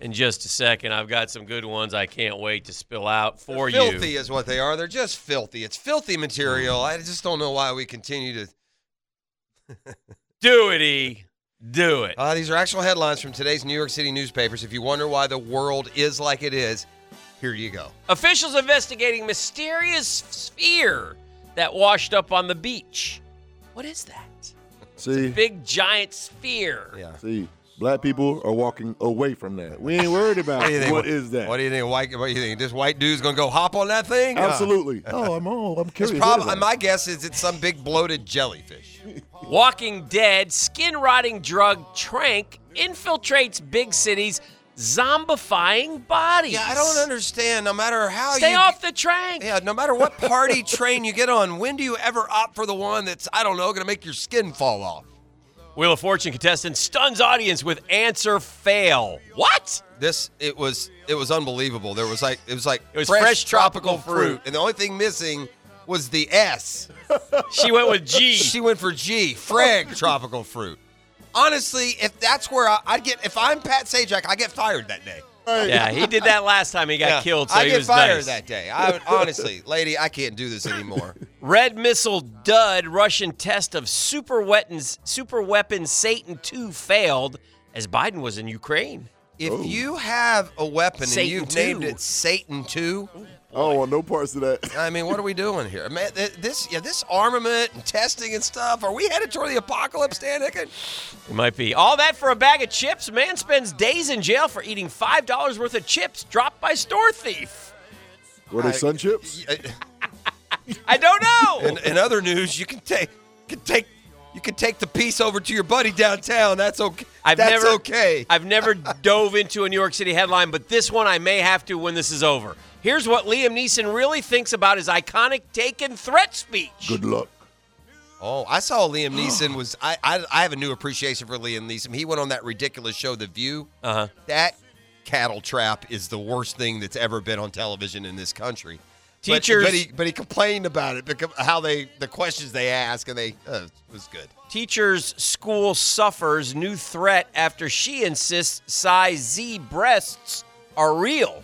[SPEAKER 4] in just a second. I've got some good ones I can't wait to spill out for you.
[SPEAKER 1] filthy is what they are. They're just filthy. It's filthy material.
[SPEAKER 4] Mm-hmm.
[SPEAKER 1] I just don't know why we continue to
[SPEAKER 4] Do it, E. Do it.
[SPEAKER 1] Uh, these are actual headlines from today's New York City newspapers. If you wonder why the world is like it is, here you go.
[SPEAKER 4] Officials investigating mysterious sphere that washed up on the beach. What is that?
[SPEAKER 2] See,
[SPEAKER 4] Big giant sphere.
[SPEAKER 1] Yeah.
[SPEAKER 2] see, black people are walking away from that. We ain't worried about
[SPEAKER 1] think?
[SPEAKER 2] what is that.
[SPEAKER 1] What do you think? White, what do you think? This white dude's gonna go hop on that thing? Uh,
[SPEAKER 2] Absolutely. oh, I'm on. I'm
[SPEAKER 1] It's
[SPEAKER 2] curious. What is
[SPEAKER 1] prob-
[SPEAKER 2] that?
[SPEAKER 1] my guess is it's some big bloated jellyfish.
[SPEAKER 4] Walking Dead skin rotting drug Trank infiltrates big cities, zombifying bodies.
[SPEAKER 1] Yeah, I don't understand. No matter how
[SPEAKER 4] Stay
[SPEAKER 1] you,
[SPEAKER 4] off the Trank.
[SPEAKER 1] yeah, no matter what party train you get on, when do you ever opt for the one that's I don't know gonna make your skin fall off?
[SPEAKER 4] Wheel of Fortune contestant stuns audience with answer fail. What?
[SPEAKER 1] This it was it was unbelievable. There was like it was like
[SPEAKER 4] It was fresh tropical fruit.
[SPEAKER 1] and the only thing missing was the S.
[SPEAKER 4] She went with G.
[SPEAKER 1] She went for G, Frag tropical fruit. Honestly, if that's where I, I'd get, if I'm Pat Sajak, I get fired that day.
[SPEAKER 4] yeah, he did that last time he got killed, so
[SPEAKER 1] I
[SPEAKER 4] he
[SPEAKER 1] get
[SPEAKER 4] was
[SPEAKER 1] fired
[SPEAKER 4] nice.
[SPEAKER 1] that day. I would, honestly, lady, I can't do this anymore.
[SPEAKER 4] Red missile dud Russian test of super weapons super weapon Satan 2 failed as Biden was in Ukraine.
[SPEAKER 1] If you have a weapon
[SPEAKER 4] Oh. Satan
[SPEAKER 1] and you've
[SPEAKER 4] two.
[SPEAKER 1] named it Satan Two,
[SPEAKER 2] I don't want no parts of that.
[SPEAKER 1] I mean, what are we doing here? Man, th- this yeah, this armament and testing and stuff. Are we headed toward the apocalypse, Dan Hicken?
[SPEAKER 4] It might be. All that for a bag of chips. Man spends days in jail for eating $5 worth of chips dropped by store thief.
[SPEAKER 2] Were they sun chips?
[SPEAKER 4] I don't know.
[SPEAKER 1] uh, In, in other news, you can take can take you can take the piece over to your buddy downtown. That's okay.
[SPEAKER 4] I've
[SPEAKER 1] that's
[SPEAKER 4] never
[SPEAKER 1] okay.
[SPEAKER 4] I've never dove into a New York City headline, but this one I may have to when this is over. Here's what Liam Neeson really thinks about his iconic Taken threat speech.
[SPEAKER 2] Good luck.
[SPEAKER 1] Oh, I saw Liam Neeson was. I, I I have a new appreciation for Liam Neeson. He went on that ridiculous show, The View.
[SPEAKER 4] Uh-huh.
[SPEAKER 1] That cattle trap is the worst thing that's ever been on television in this country. But-
[SPEAKER 4] Teachers-
[SPEAKER 1] but, he but he complained about it because how they the questions they ask and they uh, it was good.
[SPEAKER 4] Teacher's school suffers new threat after she insists size Z breasts are real.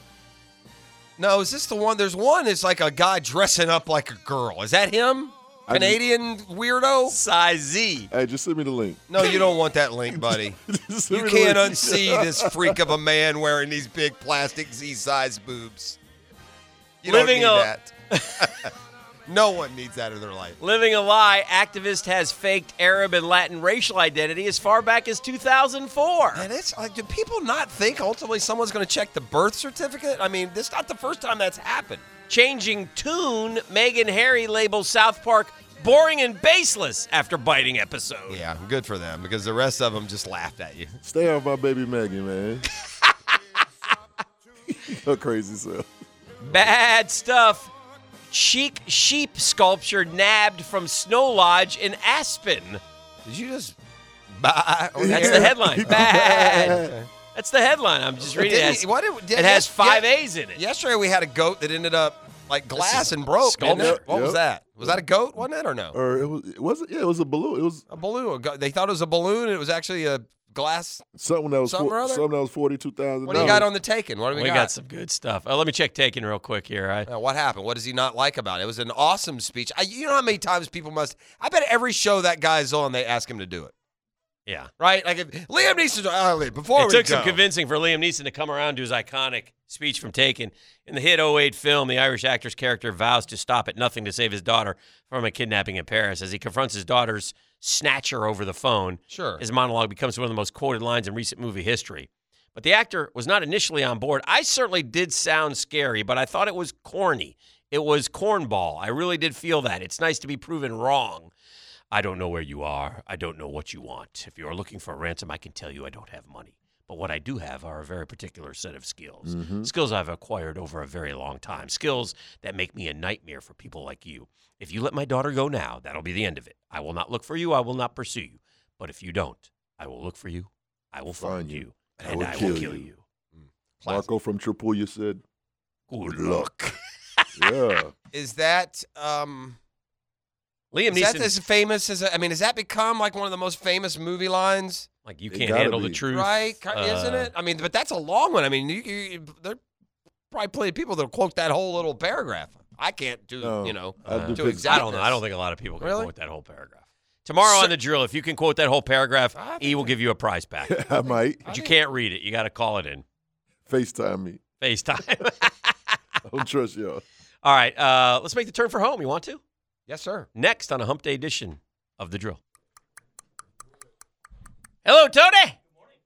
[SPEAKER 1] No, is this the one? There's one. It's like a guy dressing up like a girl. Is that him?
[SPEAKER 2] I just-
[SPEAKER 1] Canadian weirdo?
[SPEAKER 4] Size Z.
[SPEAKER 2] Hey, just send me the link.
[SPEAKER 1] No, you don't want that link, buddy.
[SPEAKER 2] Just send
[SPEAKER 1] You
[SPEAKER 2] me the
[SPEAKER 1] can't
[SPEAKER 2] link.
[SPEAKER 1] unsee this freak of a man wearing these big plastic Z-sized boobs. You
[SPEAKER 4] Living
[SPEAKER 1] don't need
[SPEAKER 4] a-
[SPEAKER 1] that. no one needs that in their life.
[SPEAKER 4] Living a lie, activist has faked Arab and Latin racial identity as far back as 2004.
[SPEAKER 1] And it's like, do people not think ultimately someone's going to check the birth certificate? I mean, this is not the first time that's happened.
[SPEAKER 4] Changing tune, Megan Harry labels South Park boring and baseless after biting episode.
[SPEAKER 1] Yeah, good for them because the rest of them just laughed at you.
[SPEAKER 2] Stay off my baby Maggie, man. Her crazy self.
[SPEAKER 4] Bad stuff. Chic sheep sculpture nabbed from Snow Lodge in Aspen. Oh,
[SPEAKER 1] Did you just buy? or
[SPEAKER 4] That's the
[SPEAKER 1] air?
[SPEAKER 4] headline. Bad. That's the headline. I'm just reading
[SPEAKER 1] Didn't
[SPEAKER 4] it.
[SPEAKER 1] you- why did-
[SPEAKER 4] it
[SPEAKER 1] did-
[SPEAKER 4] has
[SPEAKER 1] yes-
[SPEAKER 4] five
[SPEAKER 1] yeah.
[SPEAKER 4] A's in it.
[SPEAKER 1] Yesterday we had a goat that ended up like glass and broke. didn't
[SPEAKER 4] sculpture.
[SPEAKER 1] it? What was
[SPEAKER 2] Yep.
[SPEAKER 1] that? Was that a goat? Wasn't it or no?
[SPEAKER 2] Or it was, it was it? Yeah, it was a balloon. It was
[SPEAKER 1] a balloon. A go- They thought it was a balloon, and it was actually a glass.
[SPEAKER 2] something that was
[SPEAKER 1] Something or
[SPEAKER 2] four,
[SPEAKER 1] other?
[SPEAKER 2] something that was forty two thousand.
[SPEAKER 1] What do you got on the taken? What do
[SPEAKER 4] We,
[SPEAKER 1] we,
[SPEAKER 4] got, some good stuff. Oh, let me check Taken real quick here. I,
[SPEAKER 1] Uh, what happened? What does he not like about it? It was an awesome speech. I, you know how many times people must. I bet every show that guy's on, they ask him to do it.
[SPEAKER 4] Yeah.
[SPEAKER 1] Right? Like if Liam Neeson's uh, before
[SPEAKER 4] it
[SPEAKER 1] we
[SPEAKER 4] took
[SPEAKER 1] go,
[SPEAKER 4] some convincing for Liam Neeson to come around to his iconic speech from Taken. In the hit 08 film, the Irish actor's character vows to stop at nothing to save his daughter from a kidnapping in Paris. As he confronts his daughter's snatcher over the phone,
[SPEAKER 1] Sure.
[SPEAKER 4] his monologue becomes one of the most quoted lines in recent movie history. But the actor was not initially on board. I certainly did sound scary, but I thought it was corny. It was cornball. I really did feel that. It's nice to be proven wrong. I don't know where you are. I don't know what you want. If you are looking for a ransom, I can tell you I don't have money. But what I do have are a very particular set of skills.
[SPEAKER 2] Mm-hmm.
[SPEAKER 4] Skills I've acquired over a very long time. Skills that make me a nightmare for people like you. If you let my daughter go now, that'll be the end of it. I will not look for you. I will not pursue you. But if you don't, I will look for you. I will find, you.
[SPEAKER 2] I
[SPEAKER 4] And
[SPEAKER 2] will
[SPEAKER 4] I will
[SPEAKER 2] kill
[SPEAKER 4] kill
[SPEAKER 2] you.
[SPEAKER 4] you.
[SPEAKER 2] Marco from Tripulia said,
[SPEAKER 4] Good
[SPEAKER 2] luck. yeah.
[SPEAKER 1] Is that um
[SPEAKER 4] Liam
[SPEAKER 1] is that
[SPEAKER 4] Neeson,
[SPEAKER 1] as famous as I mean, has that become like one of the most famous movie lines?
[SPEAKER 4] like you
[SPEAKER 2] It
[SPEAKER 4] can't
[SPEAKER 2] gotta
[SPEAKER 4] handle the
[SPEAKER 2] be.
[SPEAKER 4] truth,
[SPEAKER 1] Right? Ki- Isn't
[SPEAKER 4] Uh,
[SPEAKER 1] it? I mean, but that's a long one. I mean, you, you there probably plenty of people that'll quote that whole little paragraph. I can't do,
[SPEAKER 2] No.
[SPEAKER 1] you know.
[SPEAKER 2] I
[SPEAKER 4] Uh,
[SPEAKER 2] depict-
[SPEAKER 1] to exact-
[SPEAKER 4] I don't know. I don't think a lot of people can
[SPEAKER 1] Really?
[SPEAKER 4] quote that whole paragraph. Tomorrow
[SPEAKER 1] Sir-
[SPEAKER 4] on the drill, if you can quote that whole paragraph,
[SPEAKER 1] I think
[SPEAKER 4] E will give you a prize back.
[SPEAKER 2] I might
[SPEAKER 4] But you
[SPEAKER 1] think-
[SPEAKER 4] can't read it. You got to call it in.
[SPEAKER 2] FaceTime me.
[SPEAKER 4] FaceTime.
[SPEAKER 2] I don't trust y'all.
[SPEAKER 4] All right. Uh, let's make the turn for home. You want to?
[SPEAKER 1] Yes, sir.
[SPEAKER 4] Next on a hump day edition of the drill. Hello, Tony.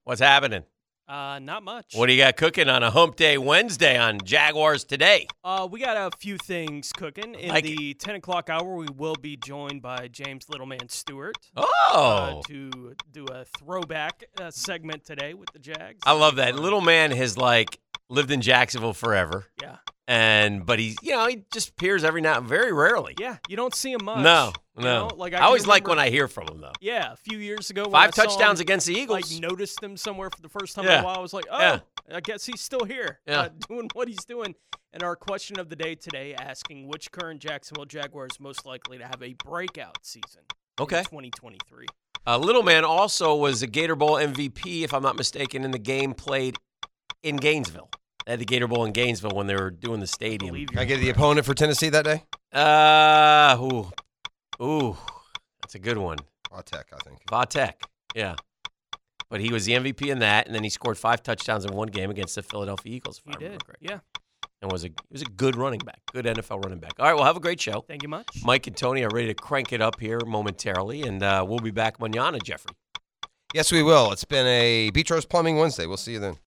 [SPEAKER 4] What's happening?
[SPEAKER 10] Uh, not much.
[SPEAKER 4] What do you got cooking on a hump day Wednesday on Jaguars today?
[SPEAKER 10] Uh, we got a few things cooking. In
[SPEAKER 4] Like-
[SPEAKER 10] the 10 o'clock hour, we will be joined by James Littleman Stewart
[SPEAKER 4] Oh,
[SPEAKER 10] uh, to do a throwback uh, segment today with the Jags.
[SPEAKER 4] I love that. Little man has like lived in Jacksonville forever.
[SPEAKER 10] Yeah.
[SPEAKER 4] and but he's you know he just appears every now very rarely.
[SPEAKER 10] Yeah, you don't see him much.
[SPEAKER 4] no,
[SPEAKER 10] you
[SPEAKER 4] no.
[SPEAKER 10] know? Like,
[SPEAKER 4] I,
[SPEAKER 10] can
[SPEAKER 4] always like when
[SPEAKER 10] remember-
[SPEAKER 4] I hear from him though.
[SPEAKER 10] Yeah, a few years ago. when
[SPEAKER 4] Five
[SPEAKER 10] I saw
[SPEAKER 4] touchdowns
[SPEAKER 10] him,
[SPEAKER 4] against the Eagles.
[SPEAKER 10] Like, noticed him somewhere for the first time in
[SPEAKER 4] Yeah.
[SPEAKER 10] a while. I was like, oh,
[SPEAKER 4] Yeah.
[SPEAKER 10] I guess he's still here
[SPEAKER 4] Yeah.
[SPEAKER 10] uh, doing what he's doing. And our question of the day today asking which current Jacksonville Jaguar is most likely to have a breakout season
[SPEAKER 4] Okay.
[SPEAKER 10] in 2023.
[SPEAKER 4] Uh, Little man also was a Gator Bowl MVP, if I'm not mistaken, in the game played in Gainesville. They had the Gator Bowl in Gainesville when they were doing the stadium.
[SPEAKER 10] believe
[SPEAKER 1] Can I
[SPEAKER 10] you're
[SPEAKER 1] get the
[SPEAKER 10] correct.
[SPEAKER 1] opponent for Tennessee that day?
[SPEAKER 4] Uh, ooh, ooh, that's a good one.
[SPEAKER 1] I'll tech, I think.
[SPEAKER 4] Vatek, yeah. But he was the MVP in that, and then he scored five touchdowns in one game against the Philadelphia Eagles. If I
[SPEAKER 10] We
[SPEAKER 4] remember
[SPEAKER 10] did.
[SPEAKER 4] correctly.
[SPEAKER 10] Yeah.
[SPEAKER 4] and was a he was a good running back, good NFL running back. All right, well, have a great show.
[SPEAKER 10] Thank you much.
[SPEAKER 4] Mike and Tony are ready to crank it up here momentarily, and uh, we'll be back manana, Jeffrey.
[SPEAKER 1] Yes, we will. It's been a Beach Rose Plumbing Wednesday. We'll see you then.